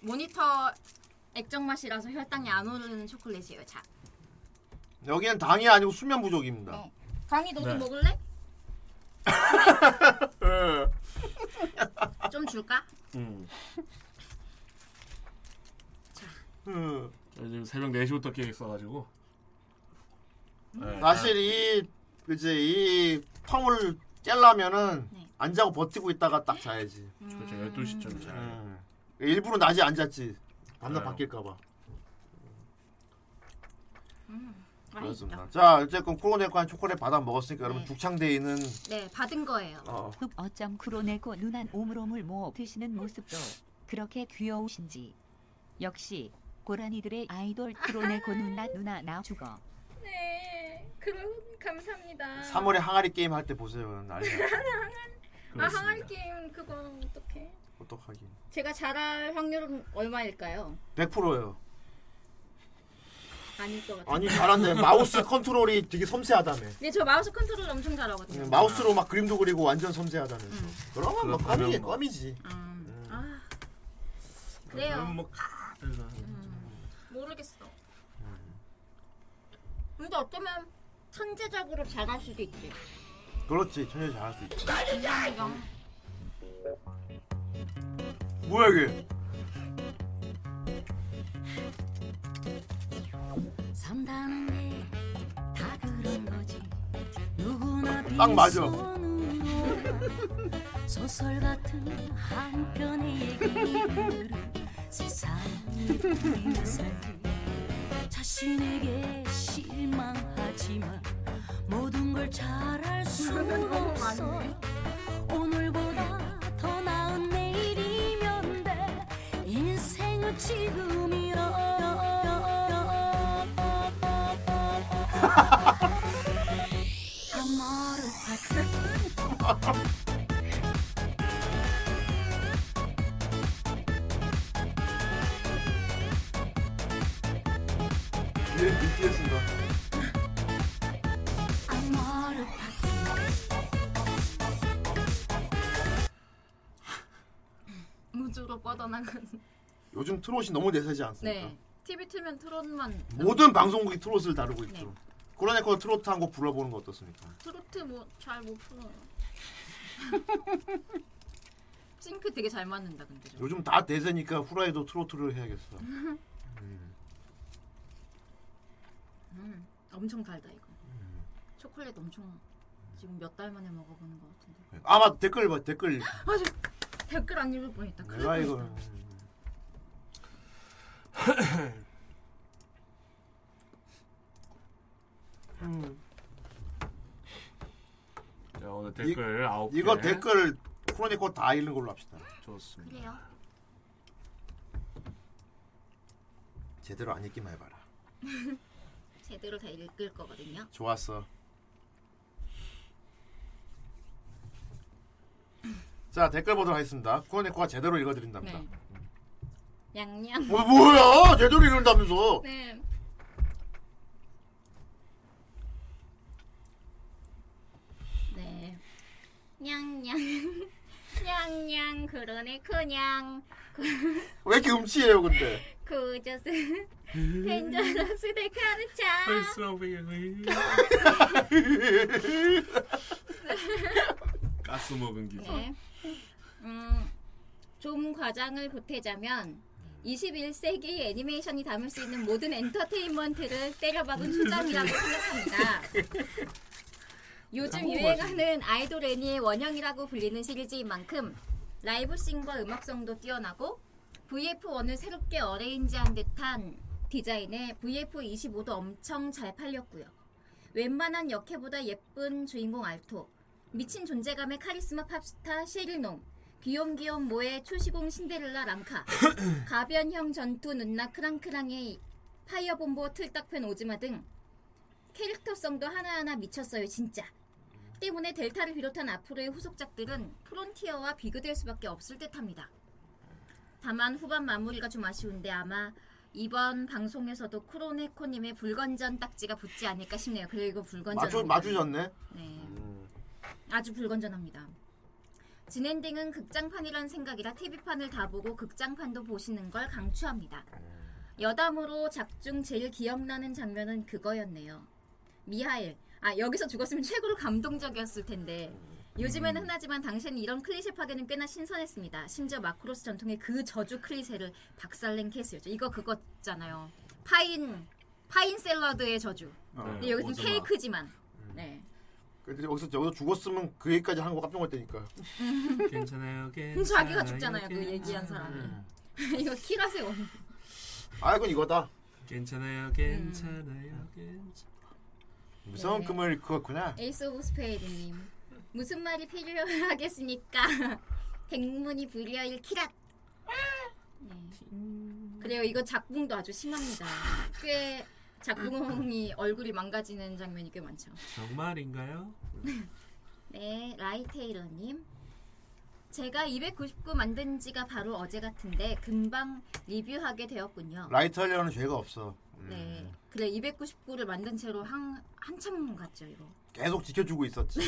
Speaker 8: 모니터 액정 맛이라서 혈당이 안 오르는 초콜릿이에요. 자,
Speaker 4: 여기는 당이 아니고 수면 부족입니다.
Speaker 8: 강이 너도
Speaker 4: 네. [LAUGHS]
Speaker 8: 먹을래?
Speaker 4: 예. 네.
Speaker 8: 좀 줄까?
Speaker 6: 음.
Speaker 4: 음.
Speaker 6: 저 지금 새벽 4시부터 깨 있어가지고.
Speaker 8: 음.
Speaker 6: 네,
Speaker 4: 사실 이 이제 이 텀을 깨려면은
Speaker 8: 네.
Speaker 4: 안 자고 버티고 있다가 딱 자야지.
Speaker 6: 그렇죠. 12시쯤 잘.
Speaker 4: 음. 일부러 낮에 안 잤지. 밤낮
Speaker 6: 네.
Speaker 4: 바뀔까봐. 그렇습니다. 자 어쨌건 쿠로네코한 초콜릿 받아 먹었으니까 여러분 죽창대이는
Speaker 8: 네, 받은 거예요.
Speaker 4: 어,
Speaker 25: 흡 어쩜 그로네고 눈안 오물오물 모어 드시는 모습도 그렇게 귀여우신지 역시 고라니들의 아이돌 그로네고 누나 누나 나 죽어
Speaker 8: 네, 그럼 감사합니다.
Speaker 4: 3월에 항아리 게임 할 때 보세요. 난리 났죠.
Speaker 8: [LAUGHS] 아
Speaker 4: 그렇습니다.
Speaker 8: 항아리 게임 그거 어떡해?
Speaker 4: 어떡하긴.
Speaker 8: 제가 잘할 확률은 얼마일까요?
Speaker 4: 100%예요.
Speaker 8: 아닐 것 같아요.
Speaker 4: 아니 잘한데
Speaker 8: [LAUGHS]
Speaker 4: 마우스 컨트롤이 되게 섬세하다며.
Speaker 8: 네, 저 마우스 컨트롤 엄청 잘하거든요.
Speaker 4: 음, 마우스로 막 그림도 그리고 완전 섬세하다면서.
Speaker 8: 음.
Speaker 4: 그러면 뭐 껌이지,
Speaker 6: 그렇다면 뭐.
Speaker 4: 껌이지.
Speaker 8: 아, 그래요.
Speaker 6: 그럼 뭐 그래서
Speaker 8: 모르겠어. 근데 어쩌면 천재적으로 잘할 수도 있지. 아.
Speaker 4: 그렇지, 전혀 잘할 수 있지.
Speaker 8: 인간이랑. 음.
Speaker 4: 뭐야 이게?
Speaker 2: 산다는 게 다 그런 거지 누구나
Speaker 4: 딱 맞아.
Speaker 2: 빈손으로 소설 같은 한 편의 얘기를 세상이 우리는 살지 자신에게 실망하지만 모든 걸 잘할 수는 없어 오늘보다 더 나은 내일이면 돼 인생은 지금이야 아마루 하트
Speaker 4: 얘 네, BTS인가?
Speaker 2: 아마루
Speaker 8: 우주로 뻗어나간.
Speaker 4: 요즘 트롯이 너무 내세지 않습니까?
Speaker 8: [LAUGHS]
Speaker 4: 뭐?
Speaker 8: 네. TV 틀면 트롯만.
Speaker 4: 모든 방송국이 트롯을 다루고
Speaker 8: 네.
Speaker 4: 있죠. 그러네코 트로트 한 곡 불러보는 거 어떻습니까?
Speaker 8: 트로트 뭐 잘 못 풀어. [LAUGHS] 싱크 되게 잘 맞는다 근데. 좀.
Speaker 4: 요즘 다 대세니까 후라이도 트로트를 해야겠어. 네.
Speaker 8: 음, 엄청 달다 이거. 초콜릿 엄청 지금 몇 달 만에 먹어보는 것 같은데.
Speaker 4: 아마 댓글 봐 댓글.
Speaker 8: 맞아. 댓글 안 읽을 뻔했다. 큰일
Speaker 4: 내가
Speaker 8: 날
Speaker 4: 이거
Speaker 8: 뻔했다.
Speaker 6: 자, 오늘 댓글 아홉 개
Speaker 4: 이거 댓글 쿠로네코 다 읽는 걸로 합시다.
Speaker 6: 좋습니다.
Speaker 8: 그래요.
Speaker 4: 제대로 안 읽기만 해봐라.
Speaker 8: 제대로 다 읽을 거거든요.
Speaker 4: 좋았어. 자 댓글 보도록 하겠습니다. 쿠어네코가 제대로 읽어드린답니다.
Speaker 8: 네. 양양.
Speaker 4: 뭐, 뭐야 제대로 읽는다면서?
Speaker 8: 네. 네. 냥냥. 냥냥 그러네 그냥.
Speaker 4: 왜 이렇게 음치해요 근데?
Speaker 8: 고저스. 펜저러스 데카르차.
Speaker 6: 벌써
Speaker 8: [LAUGHS]
Speaker 6: 가스 먹은 기분.
Speaker 8: 네. 음, 좀 과장을 보태자면 21세기 애니메이션이 담을 수 있는 모든 엔터테인먼트를 때려박은 소장이라고 생각합니다. 요즘 유행하는 아이돌 애니의 원형이라고 불리는 시리즈인 만큼 라이브 싱과 음악성도 뛰어나고 VF1을 새롭게 어레인지한 듯한 디자인에 VF25도 엄청 잘 팔렸고요. 웬만한 역해보다 예쁜 주인공 알토, 미친 존재감의 카리스마 팝스타 셰릴농, 귀염귀염 모의 초시공 신데렐라 랑카,
Speaker 4: [COUGHS]
Speaker 8: 가변형 전투 눈나 크랑크랑의 파이어본보 틀딱팬 오즈마 등 캐릭터성도 하나하나 미쳤어요 진짜. 때문에 델타를 비롯한 앞으로의 후속작들은 프론티어와 비교될 수밖에 없을 듯합니다. 다만 후반 마무리가 좀 아쉬운데 아마 이번 방송에서도 쿠로네코님의 불건전 딱지가 붙지 않을까 싶네요. 그리고 불건전
Speaker 4: 마주 마주셨네.
Speaker 8: 네. 아주 불건전합니다. 진엔딩은 극장판이란 생각이라 TV판을 다 보고 극장판도 보시는 걸 강추합니다. 여담으로 작중 제일 기억나는 장면은 그거였네요. 미하일. 아, 여기서 죽었으면 최고로 감동적이었을 텐데. 요즘에는 흔하지만 당시에는 이런 클리셰 파괴는 꽤나 신선했습니다. 심지어 마크로스 전통의 그 저주 클리셰를 박살낸 케이스였죠. 이거 그거잖아요. 파인 파인 샐러드의 저주.
Speaker 4: 네,
Speaker 8: 근데 여기는
Speaker 4: 오즈마.
Speaker 8: 케이크지만. 네.
Speaker 4: 근데 여기서 여기서 죽었으면 그 얘기까지 한거 깜짝 놀 테니까.
Speaker 6: 괜찮아요.
Speaker 8: 자기가 죽잖아요. 그 얘기한 사람이. [LAUGHS] 이거 키라세 원.
Speaker 4: 아 이건 이거다.
Speaker 6: 괜찮아요. 괜찮아요. 괜찮.
Speaker 4: 무서운
Speaker 8: 네.
Speaker 4: 금을 그었구나.
Speaker 8: 에이스 오브 스페이드님 무슨 말이 [LAUGHS] 필요하겠습니까? [LAUGHS] 백문이 불여일 키라. 네. 그래요. 이거 작붕도 아주 심합니다. 꽤 작붕이 얼굴이 망가지는 장면이 꽤 많죠.
Speaker 6: 정말인가요?
Speaker 8: 네, 라이테일러님. 제가 299 만든 지가 바로 어제 같은데 금방 리뷰하게 되었군요.
Speaker 4: 라이트 하려는 죄가 없어. 음,
Speaker 8: 네, 그래 299를 만든 채로 한 한참 갔죠 이거.
Speaker 4: 계속 지켜주고
Speaker 8: [LAUGHS]
Speaker 4: 있었지.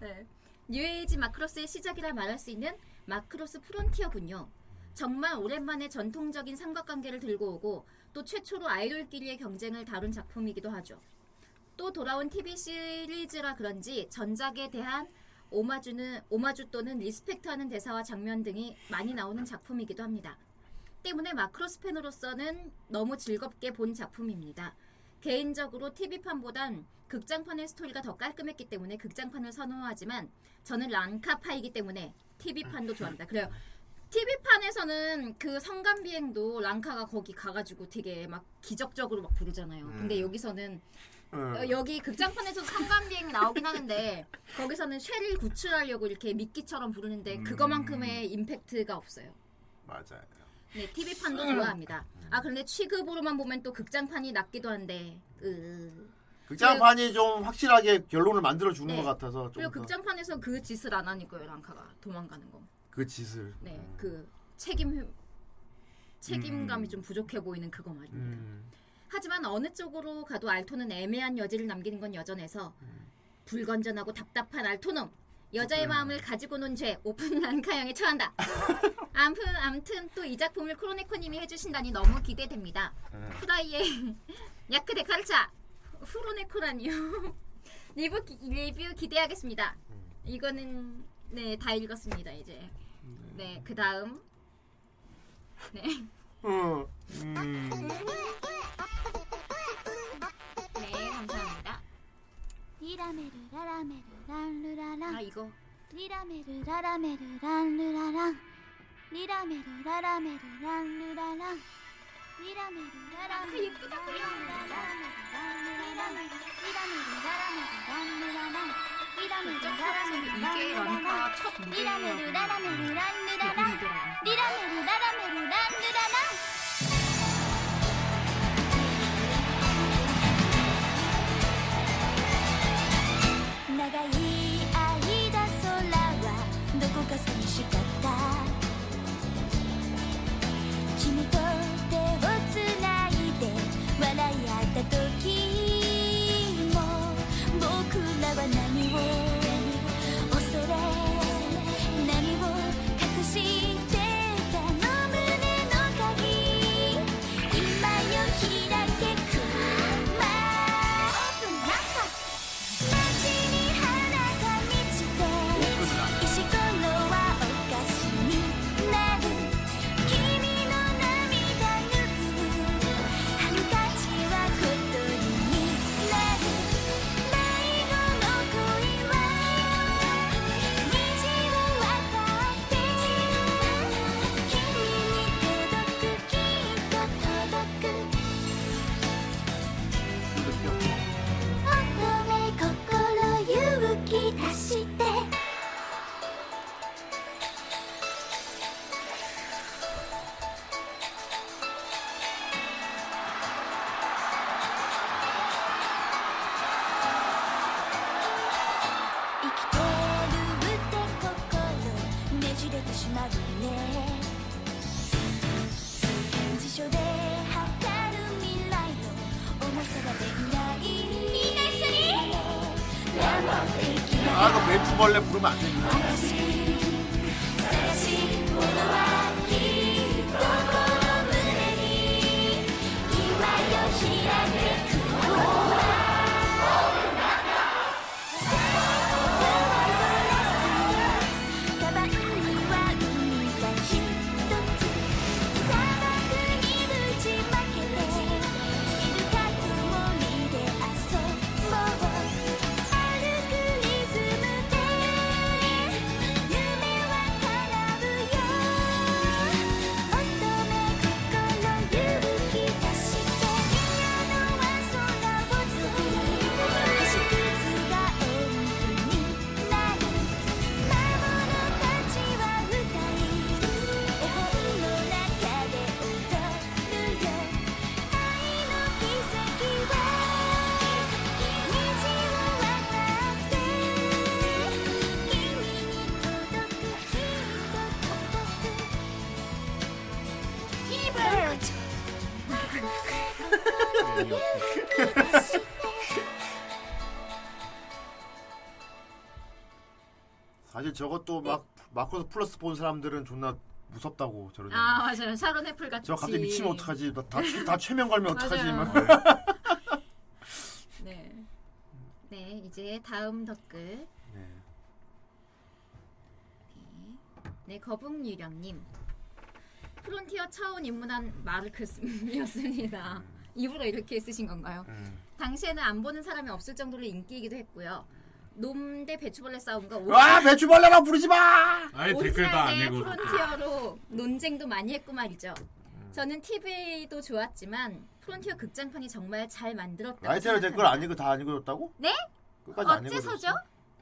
Speaker 8: 네. 뉴에이지 마크로스의 시작이라 말할 수 있는 마크로스 프론티어군요. 정말 오랜만에 전통적인 삼각관계를 들고 오고 또 최초로 아이돌끼리의 경쟁을 다룬 작품이기도 하죠. 또 돌아온 TV 시리즈라 그런지 전작에 대한 오마주는 오마주 또는 리스펙트하는 대사와 장면 등이 많이 나오는 작품이기도 합니다. 때문에 마크로스 팬으로서는 너무 즐겁게 본 작품입니다. 개인적으로 TV판보단 극장판의 스토리가 더 깔끔했기 때문에 극장판을 선호하지만 저는 랑카파이기 때문에 TV판도 좋아합니다. 그래요. TV판에서는 그 성간 비행도 랑카가 거기 가가지고 되게 막 기적적으로 막 부르잖아요. 근데
Speaker 10: 음.
Speaker 8: 여기서는
Speaker 10: 음.
Speaker 8: 어, 여기 극장판에서 성간 비행 나오긴 하는데 거기서는 쉐릴 구출하려고 이렇게 미끼처럼 부르는데
Speaker 10: 음.
Speaker 8: 그거만큼의 임팩트가 없어요.
Speaker 4: 맞아요.
Speaker 8: 네, TV판도 좋아합니다. 아, 그런데 취급으로만 보면 또 극장판이 낫기도 한데. 으.
Speaker 4: 극장판이 좀 확실하게 결론을 만들어 주는
Speaker 8: 그 네.
Speaker 4: 것 같아서
Speaker 8: 그리고
Speaker 4: 좀그
Speaker 8: 극장판에서 그 짓을 안 하니까요, 랑카가 도망가는 거.
Speaker 4: 짓을.
Speaker 8: 네, 그 책임 책임감이
Speaker 4: 음.
Speaker 8: 좀 부족해 보이는 그거 말입니다.
Speaker 4: 음.
Speaker 8: 하지만 어느 쪽으로 가도 알토는 애매한 여지를 남기는 건 여전해서 불건전하고 답답한 알토놈 여자의 마음을 가지고 논 죄 오픈 [LAUGHS] 난카형에 처한다. 암튼 암튼 또 이 작품을 크로네코님이 해주신다니 너무 기대됩니다. 프라이의 [LAUGHS] 야크 데카르차 후로네코라니요. [LAUGHS] 리뷰 기- 리뷰 기대하겠습니다. 이거는 네 다 읽었습니다 이제. 음. 네 그 다음 네. 네, 감사합니다.
Speaker 2: 리라메르 라라메르 란루라랑
Speaker 8: 아 이거
Speaker 2: 리라메르 라라메르 란루라랑 리라메르 라라메르 란루라랑 리라메르 라라메르
Speaker 8: 이게 런카 첫 무대예요.
Speaker 2: 리라메르 라라메르 란루라랑 리라메르 라라메르 란루라랑
Speaker 4: 아, 외투벌레 부르면 안 됩니다.
Speaker 1: 探し物はきっとこの胸に今よ開けく雲は多くなったカバンには海がひとつ砂漠にぶちまけてイルカ雲見で遊ぼう歩くリズムで夢は叶うよ乙女心勇気出して夜の空を作る星屑が演技になる魔物たちは歌い絵本の中で踊るよ愛の奇跡は虹を渡って
Speaker 4: 사실 저것도
Speaker 8: 네.
Speaker 4: 막 마커스 플러스 본 사람들은 존나 무섭다고 저런.
Speaker 8: 아 맞아요. 샤론 애플 같이.
Speaker 4: 저 갑자기 미치면 어떡하지? 나, 다, 다 최면 걸면 어떡하지?
Speaker 8: [LAUGHS] 맞아요.
Speaker 4: 막.
Speaker 8: 네. 네 이제 다음 댓글.
Speaker 4: 네.
Speaker 8: 네 거북유령님. 프론티어 차원 입문한 마르크스였습니다.
Speaker 4: 음.
Speaker 8: 일부러 그 이렇게 쓰신 건가요? 당시에는 안 보는 사람이 없을 정도로 인기이기도 했고요. 놈대 배추벌레 싸움과
Speaker 4: 와 배추벌레라 부르지 마.
Speaker 6: 아니, 댓글 다안
Speaker 8: 오스라의
Speaker 6: 읽어도
Speaker 8: 네 프론티어로 논쟁도 많이 했고 말이죠. 저는 TV도 좋았지만 프론티어 극장판이 정말 잘 만들었다고
Speaker 4: 라이트를 댓글 안 읽고 다 안 읽어줬다고?
Speaker 8: 네?
Speaker 4: 끝까지 안
Speaker 8: 어째서죠?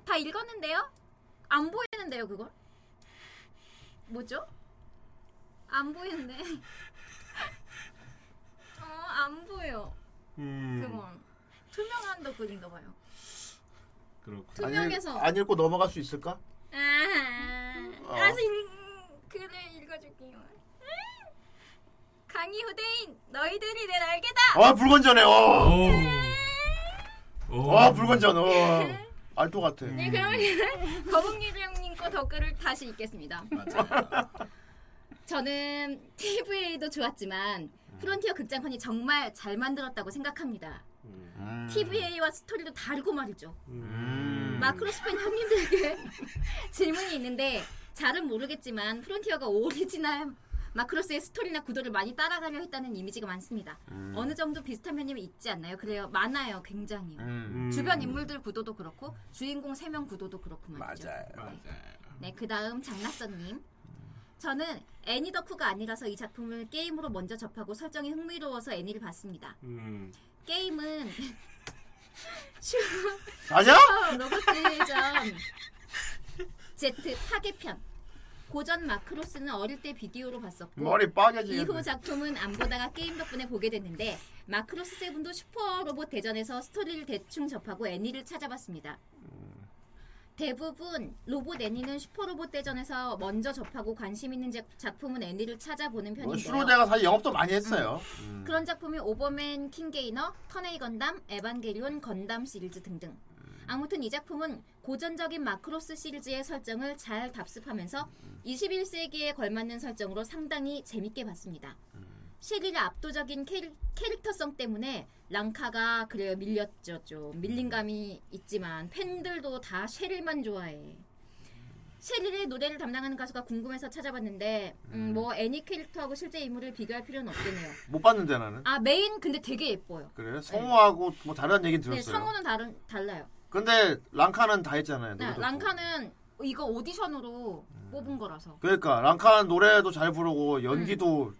Speaker 8: 다 읽었는데요? 안 보이는데요 그걸? 뭐죠? 안 보이는데 [LAUGHS] 어 안 보여
Speaker 6: 음,
Speaker 8: 그건 투명한 덕글인가 봐요
Speaker 6: 그렇고.
Speaker 8: 투명해서.
Speaker 4: 안, 읽, 안 읽고 넘어갈 수 있을까?
Speaker 8: 아,
Speaker 4: 어.
Speaker 8: 아직 글을 읽어줄게요. 강의 후대인 너희들이 내 날개다.
Speaker 4: 아 불건전해.
Speaker 8: 네.
Speaker 4: 어. 아 불건전.
Speaker 8: [LAUGHS]
Speaker 4: 어. 알토 같아.
Speaker 8: 네 그러면 거북유령님 거 댓글을 다시 읽겠습니다. 저는 TV도 좋았지만 프론티어 극장판이 정말 잘 만들었다고 생각합니다. TVA와 스토리도 다르고 말이죠.
Speaker 4: 음,
Speaker 1: 음.
Speaker 8: 마크로스팬 형님들에게 [LAUGHS] 질문이 있는데 잘은 모르겠지만 프론티어가 오리지널 마크로스의 스토리나 구도를 많이 따라가려 했다는 이미지가 많습니다.
Speaker 1: 음.
Speaker 8: 어느 정도 비슷한 면이 있지 않나요? 그래요, 많아요, 굉장히요.
Speaker 1: 음.
Speaker 8: 주변 인물들 구도도 그렇고 주인공 세 명 구도도 그렇고 말이죠. 네, 그 다음 장나선님. 저는 애니 덕후가 아니라서 이 작품을 게임으로 먼저 접하고 설정이 흥미로워서 애니를 봤습니다.
Speaker 6: 음.
Speaker 8: 게임은 슈
Speaker 4: 아니야?
Speaker 8: 슈퍼 로봇 대전 Z 파괴편 고전 마크로스는 어릴 때 비디오로 봤었고
Speaker 4: 머리 빠개지겠네.
Speaker 8: 이후 작품은 안 보다가 게임 덕분에 보게 됐는데 마크로스 세븐도 슈퍼 로봇 대전에서 스토리를 대충 접하고 애니를 찾아봤습니다. 대부분 로봇 애니는 슈퍼 로봇 대전에서 먼저 접하고 관심 있는 작- 작품은 애니를 찾아보는
Speaker 4: 뭐,
Speaker 8: 편인데요.
Speaker 4: 슈로데가 사실 영업도 많이 했어요. 음.
Speaker 8: 그런 작품이 오버맨 킹게이너, 터네이 건담, 에반게리온 건담 시리즈 등등. 아무튼 이 작품은 고전적인 마크로스 시리즈의 설정을 잘 답습하면서 21세기에 걸맞는 설정으로 상당히 재밌게 봤습니다. 셰리의 압도적인 캐릭, 캐릭터성 때문에 랑카가 그래요 밀렸죠 좀 밀린 감이 있지만 팬들도 다 셰리만 좋아해. 셰리의 노래를 담당하는 가수가 궁금해서 찾아봤는데 음, 뭐 애니 캐릭터하고 실제 인물을 비교할 필요는 없겠네요.
Speaker 4: 못 봤는데 나는.
Speaker 8: 아 메인 근데 되게 예뻐요.
Speaker 4: 그래요? 성우하고 뭐 다른 얘기 들었어요.
Speaker 8: 네 성우는 다른 달라요.
Speaker 4: 근데 랑카는 다 했잖아요.
Speaker 8: 네,
Speaker 4: 노래도.
Speaker 8: 랑카는 이거 오디션으로
Speaker 4: 음.
Speaker 8: 뽑은 거라서.
Speaker 4: 그러니까 랑카는 노래도 잘 부르고 연기도
Speaker 8: 음.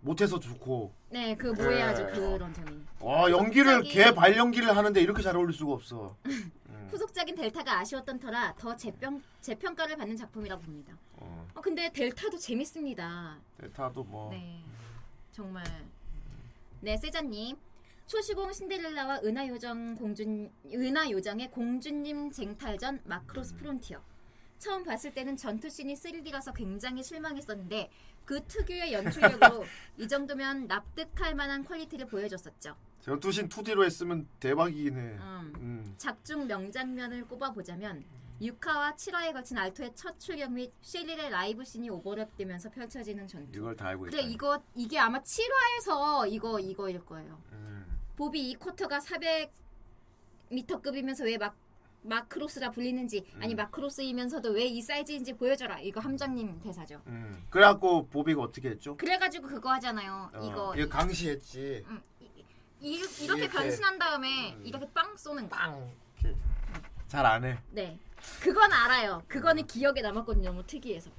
Speaker 4: 못해서 좋고.
Speaker 8: 네 그
Speaker 4: 네.
Speaker 8: 뭐해야죠 그런 점이.
Speaker 4: 와 연기를
Speaker 8: 갑자기- 음.
Speaker 4: 개 발연기를 하는데 이렇게 잘 어울릴 수가 없어.
Speaker 8: 후속작인 델타가 아쉬웠던 터라 더 재평 재평가를 받는 작품이라고 봅니다.
Speaker 4: 어,
Speaker 8: 어, 근데 델타도 재밌습니다.
Speaker 4: 데타도 뭐.
Speaker 8: 네, 정말. 네, 세자님. 초시공 신데렐라와 은하 요정 공준 은하 요정의 공주님 쟁탈전 마크로스 프론티어. 처음 봤을 때는 전투 씬이 3D라서 굉장히 실망했었는데 그 특유의 연출력으로 이 정도면 납득할 만한 퀄리티를 보여줬었죠.
Speaker 4: 전투신 2D로 했으면 대박이긴 해.
Speaker 8: 음.
Speaker 4: 음.
Speaker 8: 작중 명장면을 꼽아보자면 6화와 7화에 걸친 알토의 첫 출격 및 쉘리의 라이브 씬이 오버랩되면서 펼쳐지는 전투.
Speaker 4: 이걸 다 알고 있다.
Speaker 8: 근데 이거 이게 아마 7화에서 이거 이거일 거예요.
Speaker 4: 음.
Speaker 8: 보비 이 쿼터가 400m급이면서 왜 막 마크로스라 불리는지
Speaker 4: 음.
Speaker 8: 아니 마크로스이면서도 왜 이 사이즈인지 보여줘라. 이거 함장님 대사죠.
Speaker 4: 음. 그래갖고 보비가 어떻게 했죠?
Speaker 8: 그래가지고 그거 하잖아요.
Speaker 4: 어,
Speaker 8: 이거 음.
Speaker 4: 이거 강시했지.
Speaker 8: 이, 렇게
Speaker 4: 이렇게.
Speaker 8: 변신한 다음에 이렇게 빵 쏘는 거.
Speaker 4: 잘 안 해.
Speaker 8: 네. 그건 알아요.
Speaker 4: 음.
Speaker 8: 그거는 기억에 남았거든요. 너무 특이해서.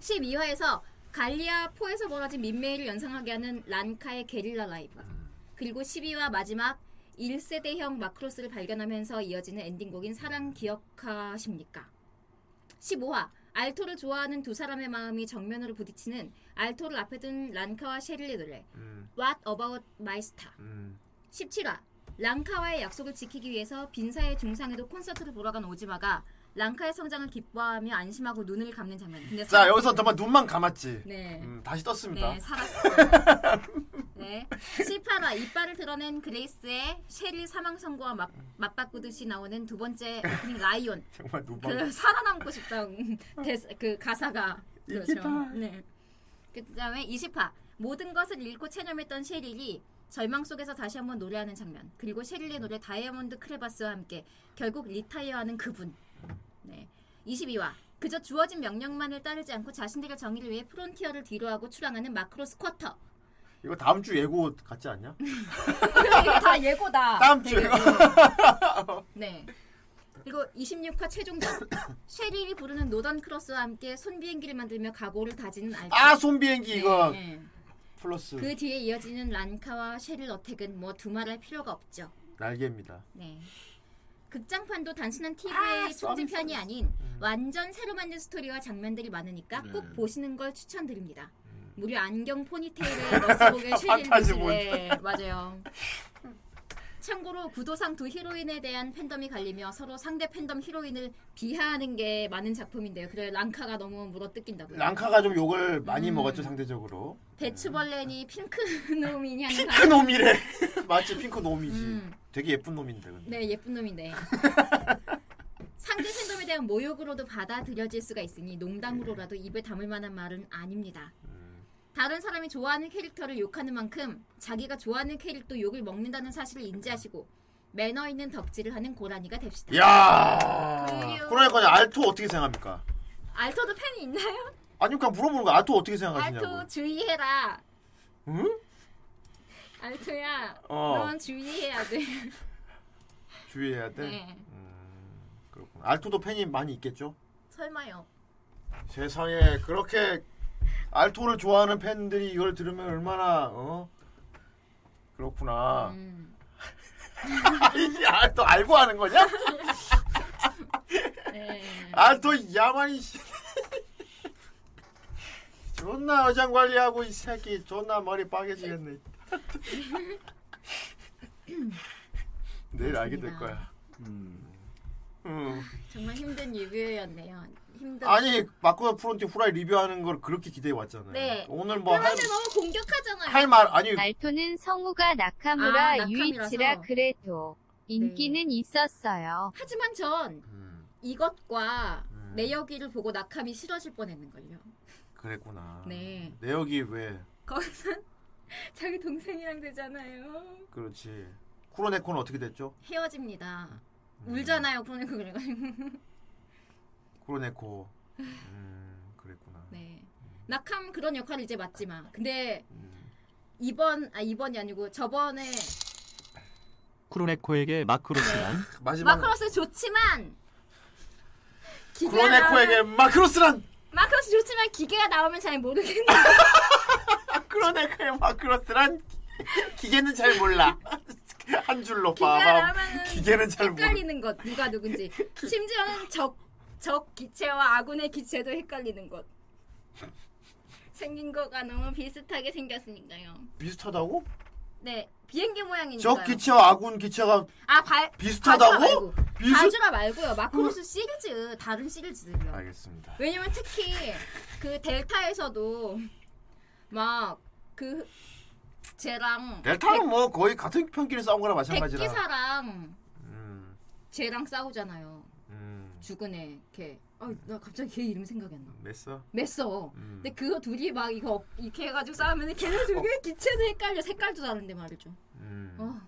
Speaker 8: 12화에서 갈리아 포에서 벌어진 민매를 연상하게 하는 란카의 게릴라 라이브. 그리고 12화 마지막 1세대형 마크로스를 발견하면서 이어지는 엔딩곡인 사랑 기억하십니까? 15화 알토를 좋아하는 두 사람의 마음이 정면으로 부딪히는 알토를 앞에 둔 란카와 셰릴리 노래 What About My Star 17화 랑카와의 약속을 지키기 위해서 빈사의 중상에도 콘서트를 보러 간 오지마가 랑카의 성장을 기뻐하며 안심하고 눈을 감는 장면. 근데
Speaker 4: 자
Speaker 8: 사람-
Speaker 4: 여기서 정말 눈만 감았지.
Speaker 8: 네.
Speaker 4: 음, 다시 떴습니다.
Speaker 8: 네, 살았어. 네. 18화 이빨을 드러낸 그레이스의 셰릴 사망 선고와 맞, 맞바꾸듯이 나오는 두 번째 오프닝 라이온.
Speaker 4: 정말 눈만.
Speaker 8: 그 살아남고 [LAUGHS] 싶다 대사, 그 가사가 그렇죠.
Speaker 4: 이기다.
Speaker 8: 네. 그다음에 20화 모든 것을 잃고 체념했던 셰릴이 절망 속에서 다시 한번 노래하는 장면. 그리고 셰릴의 노래 다이아몬드 크레바스와 함께 결국 리타이어하는 그분. 네. 22화 그저 주어진 명령만을 따르지 않고 자신들의 정의를 위해 프론티어를 뒤로하고 출항하는 마크로스 쿼터.
Speaker 4: 이거 다음 주 예고 같지 않냐?
Speaker 8: 이거 다 예고다.
Speaker 4: 다음 주
Speaker 8: 되게.
Speaker 4: 예고. [LAUGHS]
Speaker 8: 네. 그리고 26화 최종전 쉐릴이 부르는 노던 크로스와 함께 손 비행기를 만들며 각오를 다지는 알토.
Speaker 4: 아 손비행기 이거
Speaker 8: 네, 네.
Speaker 4: 플러스
Speaker 8: 그 뒤에 이어지는 란카와 쉐릴 어택은 뭐 두말할 필요가 없죠.
Speaker 4: 날개입니다.
Speaker 8: 네. 극장판도 단순한 TV의 숙제편이 아닌 완전 새로 만든 스토리와 장면들이 많으니까 꼭 보시는 걸 추천드립니다. 무료 안경 포니테일의 머스복의 쉐릴
Speaker 4: 판타지
Speaker 8: 모습.
Speaker 4: 몬.
Speaker 8: 네, 맞아요. 참고로 구도상 두 히로인에 대한 팬덤이 갈리며 서로 상대 팬덤 히로인을 비하하는 게 많은 작품인데요. 그래 랑카가 너무 물어뜯긴다고요.
Speaker 4: 랑카가 좀 욕을
Speaker 8: 음.
Speaker 4: 많이 먹었죠 상대적으로.
Speaker 8: 배추벌레니 핑크놈이니 [LAUGHS] 하는
Speaker 4: 핑크 놈이래. [LAUGHS] 맞지 핑크 놈이지.
Speaker 8: 음.
Speaker 4: 되게 예쁜 놈인데 근데.
Speaker 8: 네,
Speaker 4: [LAUGHS]
Speaker 8: 예쁜 놈인데. 상대 팬덤에 대한 모욕으로도 받아들여질 수가 있으니 농담으로라도 입에 담을 만한 말은 아닙니다.
Speaker 4: 음.
Speaker 8: 다른 사람이 좋아하는 캐릭터를 욕하는 만큼 자기가 좋아하는 캐릭터 욕을 먹는다는 사실을 인지하시고 매너 있는 덕질을 하는 고라니가 됩시다.
Speaker 4: 야.
Speaker 8: 네. 그리고-
Speaker 4: 그러니까 알토 어떻게 생각합니까?
Speaker 8: 알토도 팬이 있나요?
Speaker 4: 아니 그냥 물어보는 거 알토 어떻게 생각하시냐고.
Speaker 8: 알토 주의해라.
Speaker 4: 아, 뭐. 응?
Speaker 8: 알토야,
Speaker 4: 어.
Speaker 8: 넌 주의해야
Speaker 4: [LAUGHS]
Speaker 8: 돼.
Speaker 4: 주의해야 돼.
Speaker 8: 네.
Speaker 4: 그렇구나. 알토도 팬이 많이 있겠죠?
Speaker 8: 설마요.
Speaker 4: 세상에 그렇게 알토를 좋아하는 팬들이 이걸 들으면 얼마나 어 그렇구나. [LAUGHS] 이알또 알고 하는 거냐? 알토 야만이 씨. 존나 어장 관리하고 이 새끼 존나 머리 빠개지겠네. 내일 알게 될 거야. 음.
Speaker 8: 정말 힘든 리뷰였네요. 힘든.
Speaker 4: 아니 마크와 프론티 후라이 리뷰하는 걸 그렇게 기대해 왔잖아요.
Speaker 8: 네.
Speaker 4: 오늘 뭐
Speaker 8: 그러면
Speaker 4: 할-
Speaker 8: 너무 공격하잖아요.
Speaker 4: 할 말 아니
Speaker 9: 날토는 성우가
Speaker 8: 아,
Speaker 9: 나카무라
Speaker 8: 나카미라서.
Speaker 9: 유이치라 그래도 인기는
Speaker 2: 네.
Speaker 9: 있었어요.
Speaker 8: 하지만 전
Speaker 4: 음,
Speaker 8: 이것과 내역이를 보고 낙함이 싫어질 뻔했는걸요.
Speaker 4: 그랬구나.
Speaker 8: 네.
Speaker 4: 내역이 왜
Speaker 8: 거기선 [LAUGHS] 자기 동생이랑 되잖아요.
Speaker 4: 그렇지. 쿠로네코는 어떻게 됐죠?
Speaker 8: 헤어집니다.
Speaker 4: 음.
Speaker 8: 울잖아요. 그러니까 그래가지고.
Speaker 4: 쿠로네코. 음, 그랬구나.
Speaker 8: 네.
Speaker 4: 음.
Speaker 8: 낙함 그런 역할을 이제 맡지 마. 근데 이번 아 이번이 아니고 저번에
Speaker 13: 쿠로네코에게 마크로스란
Speaker 8: 마크로스 좋지만 기계가
Speaker 4: 쿠로네코에게
Speaker 8: 나오면-
Speaker 4: 마크로스란
Speaker 8: 마크로스 좋지만 기계가 나오면
Speaker 4: [LAUGHS]
Speaker 8: 잘 모르겠네.
Speaker 4: 아, 쿠로네코의 마크로스란 기- 기계는 잘 몰라. [LAUGHS] 한 줄로 봐봐.
Speaker 8: 나오면은
Speaker 4: 아, 기계는 잘 모르.
Speaker 8: 헷갈리는 것
Speaker 4: [LAUGHS]
Speaker 8: 누가 누군지 심지어는 적, 적 기체와 아군의 기체도 헷갈리는 것 생긴 거가 너무 비슷하게 생겼으니까요
Speaker 4: 비슷하다고?
Speaker 8: 네 비행기 모양이니까요
Speaker 4: 적 기체와 아군 기체가
Speaker 8: 아 발,
Speaker 4: 비슷하다고?
Speaker 8: 바주라 말고
Speaker 4: 비슷- 음.
Speaker 8: 바주라 말고요 마크로스 시리즈 다른 시리즈들요
Speaker 4: 알겠습니다.
Speaker 8: 왜냐면 특히 그 델타에서도 막 그 쟤랑
Speaker 4: 델타는 뭐 거의 같은 편끼리 싸운 거랑
Speaker 8: 백-
Speaker 4: 마찬가지라.
Speaker 8: 백기사랑
Speaker 4: 음,
Speaker 8: 쟤랑 싸우잖아요
Speaker 4: 음.
Speaker 8: 죽은 애 걔. 아, 나 갑자기 걔 이름 생각이 안 나.
Speaker 4: 맸어?
Speaker 8: 맸어.
Speaker 4: 음. 어.
Speaker 8: 근데 그거 둘이 막 이거 엎- 이렇게 해가지고 싸우면 걔네 둘이 기체도 헷갈려. 색깔도 다른데 말이죠.
Speaker 4: 음,
Speaker 8: 어.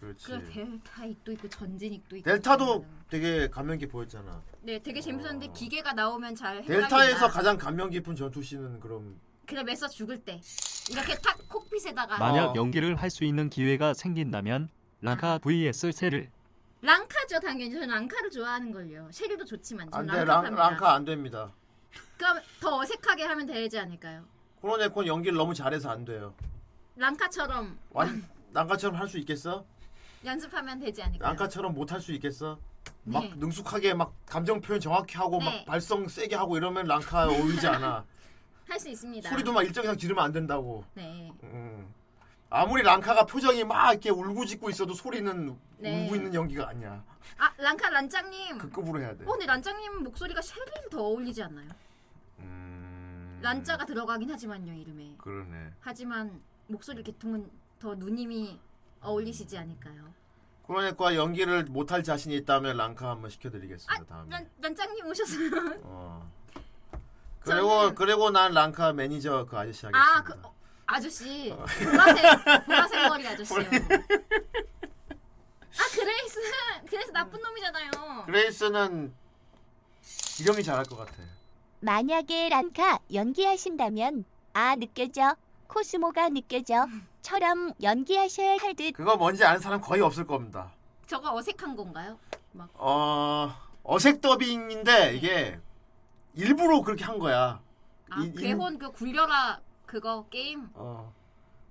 Speaker 4: 그렇지.
Speaker 8: 그래 델타 익도 있고 전진익도 있고.
Speaker 4: 델타도 되게 감명 깊어했잖아.
Speaker 8: 네, 되게 재밌었는데 기계가 나오면 잘 헷갈린다.
Speaker 4: 델타에서 가장 감명 깊은 전투씬은 그럼
Speaker 8: 그래 맸어 죽을 때 이렇게 탁 콕핏에다가 어.
Speaker 28: 만약 연기를 할 수 있는 기회가 생긴다면 랑카 vs 세를
Speaker 8: 랑카죠 당연히 저는 랑카를 좋아하는 걸요. 쉐리도 좋지만 저는
Speaker 4: 안돼
Speaker 8: 랑카 랍니다.
Speaker 4: 랑카 안 됩니다.
Speaker 8: 그럼 더 어색하게 하면 되지 않을까요?
Speaker 4: 코로네콘 연기를 너무 잘해서 안 돼요.
Speaker 8: 랑카처럼
Speaker 4: 완
Speaker 8: 아.
Speaker 4: 랑카처럼 할 수 있겠어?
Speaker 8: 연습하면 되지 않을까요?
Speaker 4: 랑카처럼 못 할 수 있겠어? 막
Speaker 8: 네.
Speaker 4: 능숙하게 막 감정 표현 정확히 하고
Speaker 8: 네.
Speaker 4: 막 발성 세게 하고 이러면 랑카 어울리지
Speaker 8: [LAUGHS]
Speaker 4: 않아.
Speaker 8: 할 수 있습니다.
Speaker 4: 소리도 막 일정 이상 지르면 안 된다고.
Speaker 8: 네.
Speaker 4: 음. 아무리 랑카가 표정이 막 이렇게 울고짖고 있어도 소리는
Speaker 8: 네.
Speaker 4: 울고 있는 연기가 아니야.
Speaker 8: 아 랑카 란짱님.
Speaker 4: 그 급으로 해야 돼.
Speaker 8: 어, 근데 란짱님 목소리가 쉐리를 더 어울리지 않나요?
Speaker 4: 음.
Speaker 8: 란자가 들어가긴 하지만요 이름에.
Speaker 4: 그러네.
Speaker 8: 하지만 목소리 계통은 더 누님이 어울리시지
Speaker 4: 음.
Speaker 8: 않을까요?
Speaker 4: 코로네코와 연기를 못할 자신이 있다면 랑카 한번 그 시켜드리겠습니다. 다음에.
Speaker 8: 아, 란 란짱님 오셨어요.
Speaker 4: [LAUGHS] 어. 그리고 그리고 난 랑카 매니저 그 아저씨 하겠습니다.
Speaker 8: 아, 그 어, 아저씨.
Speaker 4: [LAUGHS]
Speaker 8: 보라색 보라색 머리 아저씨요. 아, 그레이스. 그래서 나쁜 놈이잖아요.
Speaker 4: 그레이스는 이름이 잘할 것 같아.
Speaker 29: 만약에 란카 연기하신다면 아 느껴져 코스모가 느껴져 처럼 연기하셔야 할 듯.
Speaker 4: 그거 뭔지 아는 사람 거의 없을 겁니다.
Speaker 8: 저거 어색한 건가요? 막
Speaker 4: 어 어색 더빙인데 이게 일부러 그렇게 한 거야.
Speaker 8: 아,
Speaker 4: 이- 이-
Speaker 8: 괴혼 그 굴려라 그거 게임.
Speaker 4: 어.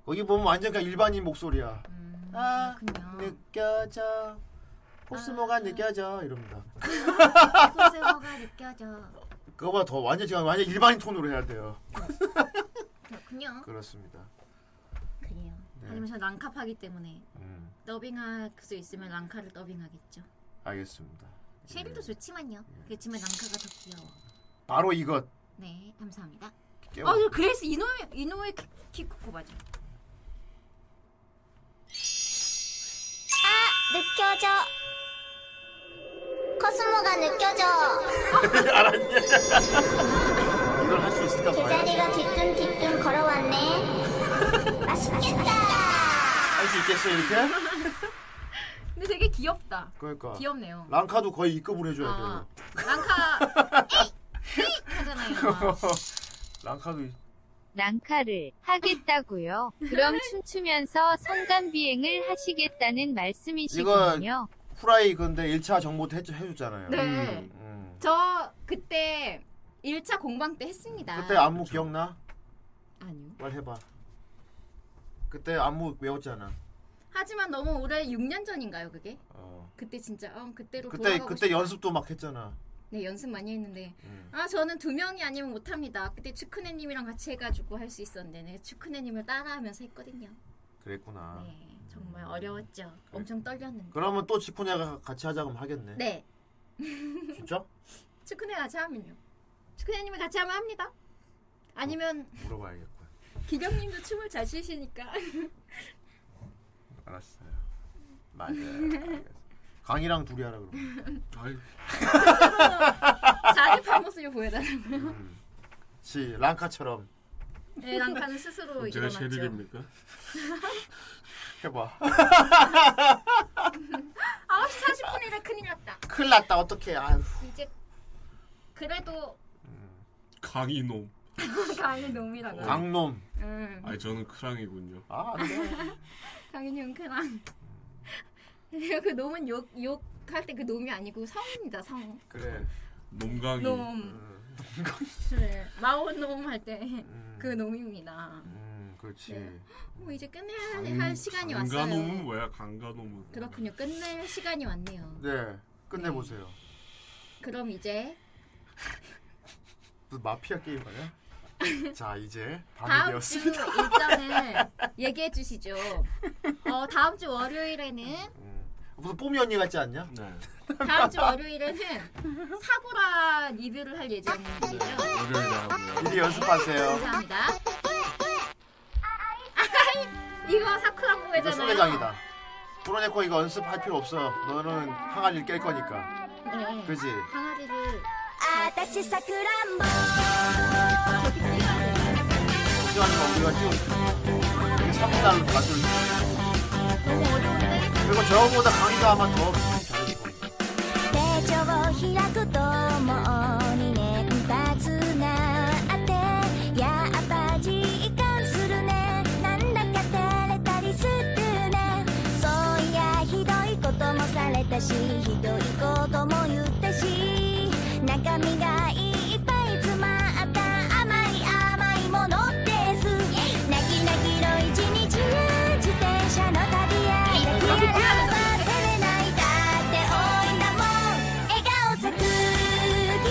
Speaker 4: 거기 보면 완전 그냥 일반인 목소리야. 아,
Speaker 8: 음,
Speaker 4: 느껴져. 코스모가 느껴져. 이럽니다.
Speaker 8: 코스모가 느껴져.
Speaker 4: 그거보다 더 완전 지금 완전 일반인 톤으로 해야 돼요.
Speaker 8: 그렇군요.
Speaker 4: 그렇습니다.
Speaker 8: 그래요.
Speaker 4: 네.
Speaker 8: 하지만 저 랑카파기 때문에
Speaker 4: 음,
Speaker 8: 더빙할 수 있으면 랑카를 더빙하겠죠.
Speaker 4: 네. 알겠습니다.
Speaker 8: 쉐리도 좋지만요.
Speaker 4: 네.
Speaker 8: 그렇지만 랑카가 더 귀여워.
Speaker 4: 바로 이것.
Speaker 8: 네, 감사합니다.
Speaker 4: 깨워.
Speaker 8: 아, 저 그레이스 이노 이노의 키쿠코 맞아.
Speaker 26: 느껴져. 코스모가 느껴져.
Speaker 4: 알았냐? 이걸 할 수 있을까
Speaker 26: 개자리가 뒤뚱뒤뚱
Speaker 1: [LAUGHS]
Speaker 26: 걸어왔네. 맛있겠다.
Speaker 4: 할 수 있겠어 이렇게?
Speaker 8: 근데 되게 귀엽다.
Speaker 4: 그러니까.
Speaker 8: 귀엽네요.
Speaker 4: 랑카도 거의 이급으로 해줘야
Speaker 8: 아,
Speaker 4: [LAUGHS] 돼요.
Speaker 8: 랑카 에이! 에이!
Speaker 4: [LAUGHS] 음,
Speaker 8: 하잖아요.
Speaker 4: 랑카도 이-
Speaker 9: 랑카를 하겠다고요. 그럼 춤추면서 성감 비행을 하시겠다는 말씀이시군요.
Speaker 4: 후라이 근데 1차 정보 때 해주- 해줬잖아요.
Speaker 8: 네.
Speaker 4: 음, 음.
Speaker 8: 저 그때 1차 공방 때 했습니다.
Speaker 4: 그때 안무 기억나?
Speaker 8: 아니요.
Speaker 4: 말해봐. 그때 안무 외웠잖아.
Speaker 8: 하지만 너무 오래 6년 전인가요, 그게?
Speaker 4: 어.
Speaker 8: 그때 진짜 어, 그때로
Speaker 4: 그때
Speaker 8: 돌아가고
Speaker 4: 그때
Speaker 8: 싶다.
Speaker 4: 연습도 막 했잖아.
Speaker 8: 네, 연습 많이 했는데. 아, 저는 두 명이 아니면 못 합니다. 그때 추크네 님이랑 같이 해 가지고 할 수 있었는데 네, 추크네 님을 따라하면서 했거든요. 아.
Speaker 4: 그랬구나.
Speaker 8: 네. 정말 어려웠죠. 엄청 떨렸는데.
Speaker 4: 그러면 또 지코네가 같이 하자 그럼 하겠네.
Speaker 8: 네.
Speaker 4: 진짜?
Speaker 8: 축구네 같이 하면요. 축구네님이 같이 하면 합니다. 아니면
Speaker 4: 물어봐야겠고.
Speaker 8: 기령님도 춤을 잘 [LAUGHS] 추시니까.
Speaker 4: 알았어요. 맞아. 강이랑 둘이 하라 그러면.
Speaker 6: 아이.
Speaker 8: 자기 발모습을 보여달라고.
Speaker 4: 지 랑카처럼
Speaker 8: 네, 랑카는 스스로
Speaker 6: 제가
Speaker 8: 일어났죠.
Speaker 6: 쉐리입니까?
Speaker 4: 해봐. [LAUGHS]
Speaker 8: 9시 40분이라 큰일 났다.
Speaker 4: 큰일 났다. 어떡해. 아휴.
Speaker 8: 이제 [LAUGHS] 그래도
Speaker 6: 강이 놈.
Speaker 8: 강의 놈이라고.
Speaker 4: 강놈.
Speaker 8: 응.
Speaker 6: 아니 저는 크랑이군요.
Speaker 4: 아,
Speaker 8: 강인이 형크랑. [LAUGHS] 그 놈은 욕 욕할 때 그 놈이 아니고 성입니다.
Speaker 4: 음.
Speaker 8: 성.
Speaker 4: 그래.
Speaker 6: 놈강이.
Speaker 8: 놈.
Speaker 4: 음.
Speaker 8: 그래. 마온 놈할 때 그 놈입니다.
Speaker 4: 음, 그렇지.
Speaker 8: 뭐 이제 끝내야 할, 할 시간이
Speaker 6: 강가 놈은
Speaker 8: 왔어요.
Speaker 6: 뭐야? 강가 놈은.
Speaker 8: 그렇군요. 끝낼 시간이 왔네요.
Speaker 4: 네. 끝내 보세요.
Speaker 8: 그럼 이제
Speaker 4: 무슨 마피아 게임 아니야?
Speaker 8: [LAUGHS]
Speaker 4: 자, 이제 밤이
Speaker 8: 다음 주
Speaker 4: 되었습니다.
Speaker 8: 일정을 얘기해 주시죠. 어, 다음 주 월요일에는
Speaker 4: 무슨 뽀미 언니 같지 않냐? 네.
Speaker 8: 다음 주 월요일에는 사고라 리뷰를 할 예정이에요.
Speaker 4: 월요일에 하고요.
Speaker 8: 음.
Speaker 4: 미리 연습하세요.
Speaker 8: 감사합니다. 아이, 이거
Speaker 4: 이거
Speaker 8: 사쿠라고잖아요.
Speaker 4: 소매장이다. 프로네코 이거 연습할 필요 없어. 너는 항아리를 깰 거니까.
Speaker 8: 네.
Speaker 4: 그지?
Speaker 8: 항아리 소리를
Speaker 1: 私さくらんぼ
Speaker 4: 우리가 지금 이게 3분할로 맞출
Speaker 8: 너무 어려운데
Speaker 4: 그리고 저보다 강의가 아마 더 잘했을 겁니다.
Speaker 1: 手帳を開くともう2年経つなってやっぱ実感するねなんだか照れたりするねそういやひどいこともされたしひどいことも言ったし中身がいっぱい詰まった甘い甘いものです泣き泣きの一日は自転車の旅や泣きやらばせれないだって多いんだもん笑顔咲く君と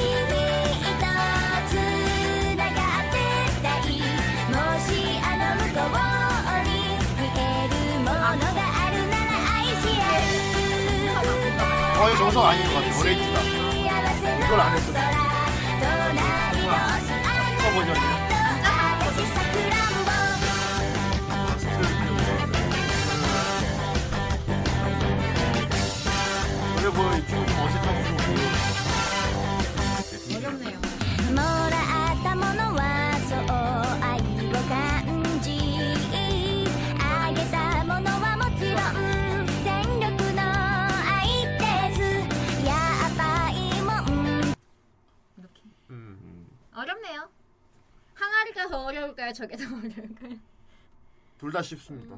Speaker 1: 繋がってたいもしあの向こうに見えるものがあるなら愛し合う
Speaker 4: 거의 정성 아닌 것 같아. 오래 있다. 이걸 안 했어. 이거 버전이야. 원래 뭐이 친구 좀 어색하고 좀
Speaker 8: 어렵네요.
Speaker 1: もらったものはそう愛を感じあげたものはもちろん全力の愛ですやっぱいいもん
Speaker 8: 어렵네요. 항아리가 더 어려울까요? 저게 더 어려울까요?
Speaker 4: 둘다 쉽습니다.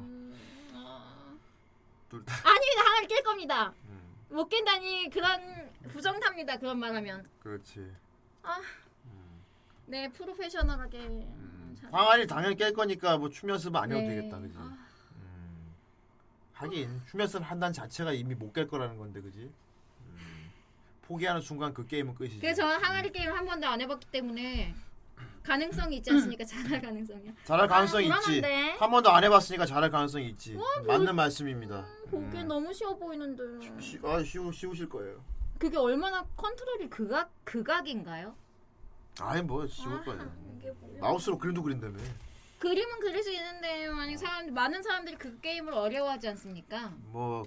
Speaker 4: 둘 다.
Speaker 8: 아닙니다. 항아리 깰 겁니다. 못 깬다니 그런 부정탑니다. 그런 말하면.
Speaker 4: 그렇지.
Speaker 8: 아, 네 프로페셔널하게. 음, 잘-
Speaker 4: 항아리 당연히 깰 거니까 뭐 춤 연습 안 해도
Speaker 8: 네.
Speaker 4: 되겠다, 그지? 음. 하긴 춤 연습 한다는 자체가 이미 못 깰 거라는 건데, 그지? 음. 포기하는 순간 그 게임은 끝이지.
Speaker 8: 그래서 저는 항아리 게임 한 번도 안 해봤기 때문에 가능성이
Speaker 4: [CLEARS THROAT]
Speaker 8: 있지 않습니까? 잘할 가능성이야.
Speaker 4: 잘할 가능성이
Speaker 8: 아,
Speaker 4: 있지.
Speaker 8: 불안한데? 뭐.
Speaker 4: 한 번도 안 해봤으니까 잘할 가능성이 있지. 맞는 말씀입니다.
Speaker 8: 보기 너무 쉬워 보이는데.
Speaker 4: 쉬, 아, 쉬우, 쉬우실 거예요.
Speaker 8: 그게 얼마나 컨트롤이 극악 극악인가요?
Speaker 4: 아니 뭐 쉬울 거예요. 마우스로 그림도 그린다며.
Speaker 8: 그림은 그릴 수 있는데 많이 사람 많은 사람들이 그 게임을 어려워하지 않습니까?
Speaker 4: 뭐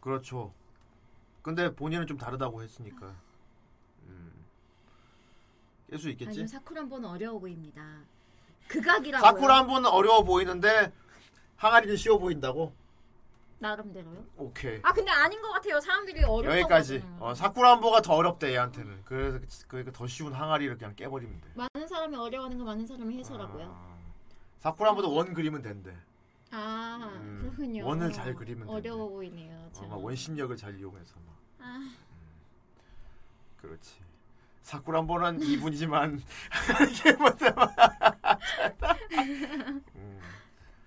Speaker 4: 그렇죠. 근데 본인은 좀 다르다고 했으니까. 음. 깰 수 있겠지?
Speaker 8: 아니요 사쿠란 번 어려워 보입니다. 극악이라고요.
Speaker 4: 사쿠라 한 번은 어려워 보이는데 항아리는 쉬워 보인다고?
Speaker 8: 나름대로요.
Speaker 4: 오케이.
Speaker 8: 아 근데 아닌 것 같아요. 사람들이 어렵다고.
Speaker 4: 여기까지.
Speaker 8: 하잖아요.
Speaker 4: 어, 사쿠라 한보가 더 어렵대 얘한테는. 그래서 그러니까 더 쉬운 항아리를 그냥 깨버리면 돼. 아.
Speaker 8: 많은 사람이 어려워하는 거 많은 사람이 해설하고요.
Speaker 4: 사쿠라 한보다 원 그리면 된대.
Speaker 8: 아, 그렇군요.
Speaker 4: 음. 원을 잘 그리면 되네.
Speaker 8: 어려워 보이네요.
Speaker 4: 어,
Speaker 8: 참.
Speaker 4: 막 원심력을 잘 이용해서 막.
Speaker 8: 그렇죠. 아,
Speaker 4: 그렇지. 사쿠라 한보는 2분이지만 [LAUGHS] 항아리
Speaker 8: 네.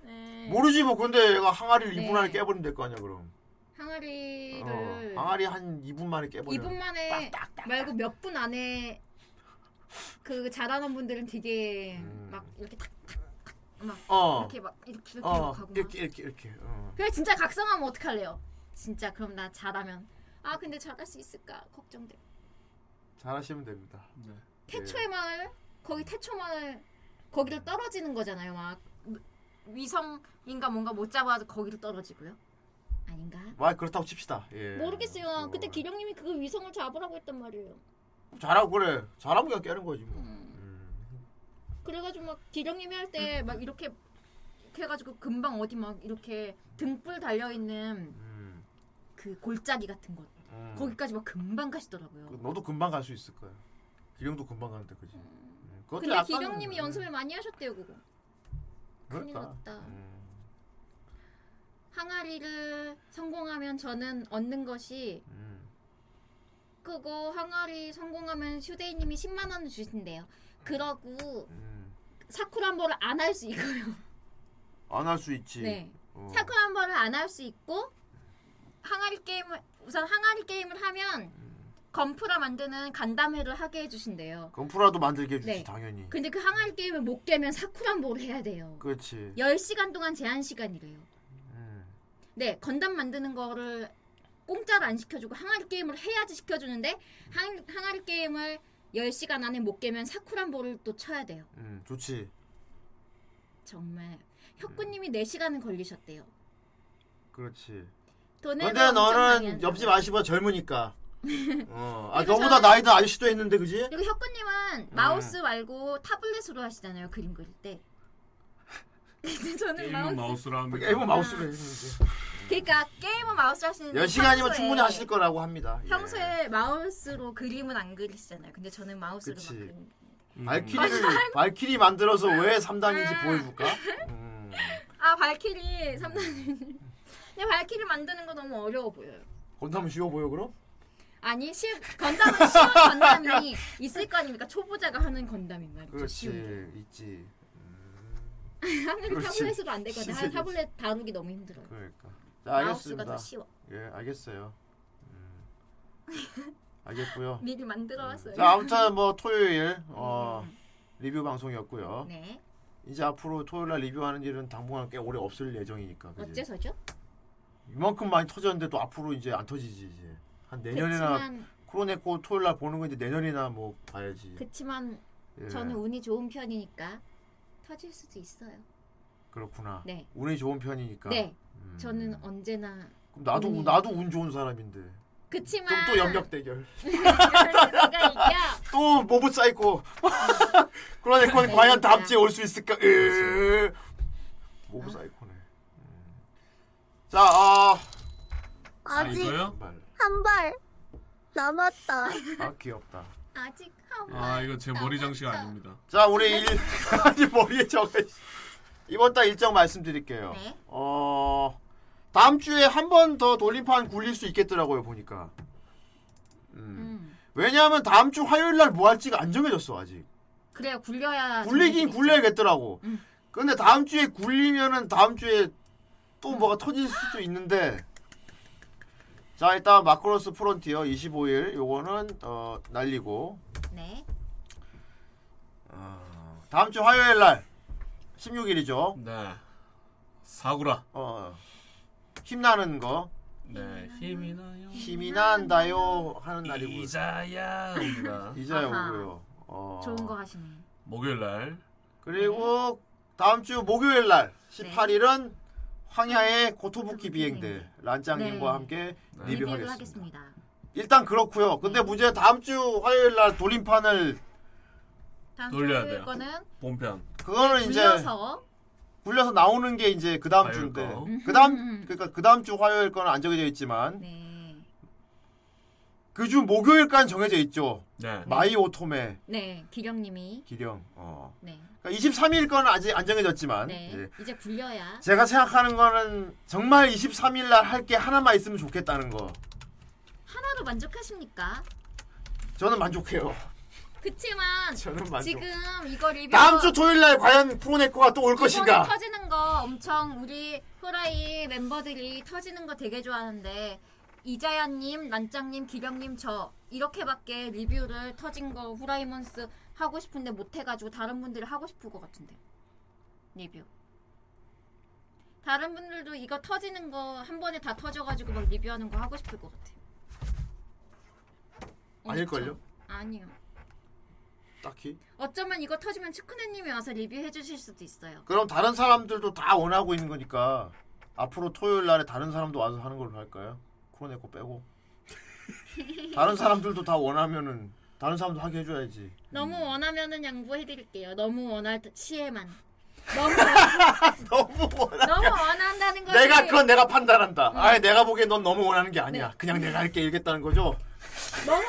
Speaker 4: 음. 모르지 뭐 근데 얘가 항아리를
Speaker 8: 네.
Speaker 4: 2분 안에 깨버리면 될 거 아니야 그럼.
Speaker 8: 항아리를
Speaker 4: 어, 항아리 한 2분 만에 깨버려.
Speaker 8: 2분 만에 말고 몇 분 안에 그 잘하는 분들은 되게 막 이렇게 탁탁탁 막
Speaker 4: 음. 어.
Speaker 8: 이렇게 막 이렇게 이렇게
Speaker 4: 어,
Speaker 8: 막 하고 막.
Speaker 4: 이렇게 이렇게 이렇게. 어.
Speaker 8: 그래 진짜 각성하면 어떡할래요? 진짜 그럼 나 잘하면 아 근데 잘할 수 있을까 걱정돼.
Speaker 4: 잘하시면 됩니다. 예.
Speaker 8: 태초의 마을 거기 태초 마을 거기로 떨어지는 거잖아요. 막 위성인가 뭔가 못 잡아서 거기로 떨어지고요. 아닌가?
Speaker 4: 와 그렇다고 칩시다. 예.
Speaker 8: 모르겠어요. 그때 기령님이 그 위성을 잡으라고 했단 말이에요.
Speaker 4: 잘하고 그래. 잘하면 그냥 깨는 거지 뭐.
Speaker 8: 음. 그래가지고 막 기령님이 할 때
Speaker 4: 음.
Speaker 8: 막 이렇게 이렇게 해가지고 금방 어디 막 이렇게 등불 달려 있는 그 골짜기 같은 곳
Speaker 4: 음.
Speaker 8: 거기까지 막 금방 가시더라고요.
Speaker 4: 그, 너도 금방 갈 수 있을 거야. 기령도 금방 가는데 그지. 예, 그것도
Speaker 8: 음. 근데
Speaker 4: 약간은-
Speaker 8: 기령님이 연습을 많이 하셨대요 그거. 큰일
Speaker 4: 그럴까? 음.
Speaker 8: 났다. 항아리를 성공하면 저는 얻는 것이
Speaker 4: 음.
Speaker 8: 그거 항아리 성공하면 휴대인님이 10만 원을 주신대요. 그러고
Speaker 4: 음.
Speaker 8: 사쿠란보를 안 할 수 있고요.
Speaker 4: 안 할 수 있지.
Speaker 8: 네.
Speaker 4: 어.
Speaker 8: 사쿠란보를 안 할 수 있고 항아리 게임을 우선 항아리 게임을 하면
Speaker 4: 음.
Speaker 8: 건프라 만드는 간담회를 하게 해주신대요.
Speaker 4: 건프라도 만들게 해주지
Speaker 8: 네.
Speaker 4: 당연히.
Speaker 8: 근데 그 항아리 게임을 못 깨면 사쿠란보를 해야 돼요.
Speaker 4: 그렇지.
Speaker 8: 10시간 동안 제한 시간이래요.
Speaker 4: 음.
Speaker 8: 네, 건담 만드는 거를 공짜로 안 시켜주고 항아리 게임을 해야지 시켜주는데 항, 항아리 게임을 10시간 안에 못 깨면 사쿠란보를 또 쳐야 돼요.
Speaker 4: 음 좋지.
Speaker 8: 정말
Speaker 4: 음.
Speaker 8: 혁구님이 4시간은 걸리셨대요.
Speaker 4: 그렇지.
Speaker 8: 돈을
Speaker 4: 근데
Speaker 8: 네, 엄청 많이
Speaker 4: 너는
Speaker 8: 한다고. [LAUGHS]
Speaker 4: 옆집 아시버 젊으니까 어. 아 너보다 나이든 아저씨도 했는데 그지?
Speaker 8: 그리고 혁구님은
Speaker 4: 네.
Speaker 8: 마우스 말고 타블렛으로 하시잖아요 그림 그릴 때. [LAUGHS] 근데
Speaker 4: 예.
Speaker 8: 저는
Speaker 6: 게임은
Speaker 8: 마우스.
Speaker 6: 마우스로 하면
Speaker 4: 게임은
Speaker 8: 아.
Speaker 4: 마우스로 해요.
Speaker 8: 그러니까 게임은 마우스로 하시는데.
Speaker 4: 10시간이면
Speaker 8: 평소에-
Speaker 4: 충분히 하실 거라고 합니다. 예.
Speaker 8: 평소에 마우스로 그림은 안 그리시잖아요. 근데 저는 마우스로 막
Speaker 4: 그치.
Speaker 8: 그림.
Speaker 4: 음. 발키리를 발키리 만들어서 왜 3단인지
Speaker 8: [LAUGHS]
Speaker 4: 보여줄까?
Speaker 8: 아 발키리 3단님. 근데 발키리 만드는 거 너무 어려워 보여요.
Speaker 4: 건담은 쉬워 보여 그럼?
Speaker 8: 아니 시
Speaker 4: [LAUGHS]
Speaker 8: 건담은 쉬운 건담이 있을 거 아닙니까? 초보자가 하는 건담인 말이죠.
Speaker 4: 그렇지
Speaker 8: 쉬운 게.
Speaker 4: 있지.
Speaker 8: 하늘이
Speaker 4: 그렇지.
Speaker 8: 타블렛으로 안 되거든요. 하늘
Speaker 4: 시세지.
Speaker 8: 타블렛 다루기 너무 힘들어요.
Speaker 4: 그러니까. 자,
Speaker 8: 마우스가
Speaker 4: 알겠습니다.
Speaker 8: 더 쉬워.
Speaker 4: 예 알겠어요.
Speaker 8: [LAUGHS]
Speaker 4: 음. 알겠고요.
Speaker 8: 미리 만들어 왔어요.
Speaker 4: 자 아무튼 뭐 토요일 어, 리뷰 방송이었고요.
Speaker 8: 음. 네.
Speaker 4: 이제 앞으로 토요일 날 리뷰하는 일은 당분간 꽤 오래 없을 예정이니까. 그지?
Speaker 8: 어째서죠?
Speaker 4: 이만큼 많이 터졌는데 또 앞으로 이제 안 터지지 이제 한 내년이나
Speaker 8: 그치만-
Speaker 4: 코로네코 토요일 날 보는 거 이제 내년이나 뭐 봐야지.
Speaker 8: 그치만
Speaker 4: 예.
Speaker 8: 저는 운이 좋은 편이니까 터질 수도 있어요.
Speaker 4: 그렇구나.
Speaker 8: 네.
Speaker 4: 운이 좋은 편이니까. 음.
Speaker 8: 네. 저는 언제나
Speaker 4: 그럼 나도
Speaker 8: 운이- 아!
Speaker 4: 나도 운 좋은 사람인데.
Speaker 8: 그치만
Speaker 4: 그럼 또 염력 대결.
Speaker 8: 내가 이겨.
Speaker 4: 또 모브 [LAUGHS] 사이코. 코로네코는
Speaker 2: 아,
Speaker 4: 과연 다음 주에 올 수 있을까? 으.
Speaker 2: 아.
Speaker 4: 모브 사이코네. 음. 자, 아,
Speaker 2: 아직
Speaker 4: 말.
Speaker 2: 한 발 남았다.
Speaker 4: 아 귀엽다.
Speaker 8: 아직 한
Speaker 6: 아 이거
Speaker 8: 네.
Speaker 6: 제 머리 장식 아닙니다.
Speaker 4: 자, 우리 일 [LAUGHS] 아니 머리에 저거 씨. 이번 달 일정 말씀드릴게요.
Speaker 6: 네.
Speaker 4: 어 다음 주에 한 번 더 돌림판 굴릴 수 있겠더라고요 보니까. 음. 왜냐하면 다음 주 화요일 날 뭐 할지가 안 정해졌어 아직.
Speaker 8: 그래요 굴려야
Speaker 4: 굴리긴 굴려야겠더라고. 근데 아, 다음 주에 굴리면은 다음 주에 또 뭐가 터질 수도 있는데. 자 일단 마크로스 프론티어 25일 요거는 어, 날리고
Speaker 8: 네.
Speaker 4: 다음 주 화요일 날 16일이죠.
Speaker 6: 네. 사구라.
Speaker 4: 어. 힘나는 거.
Speaker 6: 네. 힘이 나요.
Speaker 4: 힘이 난다요 하는 날이고요.
Speaker 6: 이자야 옵니다.
Speaker 4: 이자야
Speaker 6: 아하.
Speaker 4: 오고요. 어.
Speaker 8: 좋은 거 하시네.
Speaker 6: 목요일 날.
Speaker 4: 그리고 다음 주 목요일 날 18일은 황야의 고토부키 비행대 란짱님과
Speaker 8: 네.
Speaker 4: 함께
Speaker 8: 리뷰를
Speaker 4: 리뷰하겠습니다.
Speaker 8: 하겠습니다.
Speaker 4: 일단 그렇고요. 근데
Speaker 8: 네.
Speaker 4: 문제 다음 주 화요일 날 돌림판을
Speaker 8: 다음
Speaker 4: 돌려야
Speaker 8: 토요일
Speaker 4: 돼요.
Speaker 8: 거는
Speaker 6: 본편.
Speaker 4: 그거는 이제
Speaker 8: 굴려서
Speaker 4: 굴려서 나오는 게 이제 그 다음
Speaker 6: 화요일
Speaker 4: 주인데
Speaker 6: 거.
Speaker 4: 그 다음 그러니까 그 다음 주 화요일 거는 안 정해져
Speaker 8: 네.
Speaker 4: 있지만 그 주 목요일까지 정해져 있죠.
Speaker 6: 네.
Speaker 4: 마이 오토메
Speaker 8: 네 기령님이
Speaker 4: 기령. 어.
Speaker 8: 네.
Speaker 4: 그러니까 23일 거는 아직 안 정해졌지만
Speaker 8: 네.
Speaker 4: 예.
Speaker 8: 이제 굴려야
Speaker 4: 제가 생각하는 거는 정말 23일 날 할 게 하나만 있으면 좋겠다는 거.
Speaker 8: 하나로 만족하십니까?
Speaker 4: 저는 만족해요.
Speaker 8: 그치만
Speaker 4: 저는 만족.
Speaker 8: 지금 이거 리뷰
Speaker 4: 다음 주 토요일 날 과연 프로네코가 또 올
Speaker 8: 이번에
Speaker 4: 것인가?
Speaker 8: 터지는 거 엄청 우리 후라이 멤버들이 터지는 거 되게 좋아하는데 이자연님, 난짱님, 기령님 저 이렇게밖에 리뷰를 터진 거 후라이몬스 하고 싶은데 못 해가지고 다른 분들이 하고 싶을 것 같은데 리뷰. 다른 분들도 이거 터지는 거 한 번에 다 터져가지고 막 리뷰하는 거 하고 싶을 것 같아.
Speaker 4: 아닐걸요?
Speaker 8: 아니요.
Speaker 4: 딱히.
Speaker 8: 어쩌면 이거 터지면 츠쿠네님이 와서 리뷰해 주실 수도 있어요.
Speaker 4: 그럼 다른 사람들도 다 원하고 있는 거니까 앞으로 토요일 날에 다른 사람도 와서 하는 걸로 할까요? 코로네코 빼고 다른 사람들도 다 원하면은 다른 사람도 하게 해줘야지.
Speaker 8: 너무 원하면은 양보해드릴게요. 너무 원할 시에만. [LAUGHS] 너무 원- 너무 원한다는 거지.
Speaker 4: 내가 그건 내가 판단한다. 아예 내가 보기엔 넌 너무 원하는 게 아니야.
Speaker 8: 네.
Speaker 4: 그냥 내가 할게 이겠다는 거죠.
Speaker 8: 너무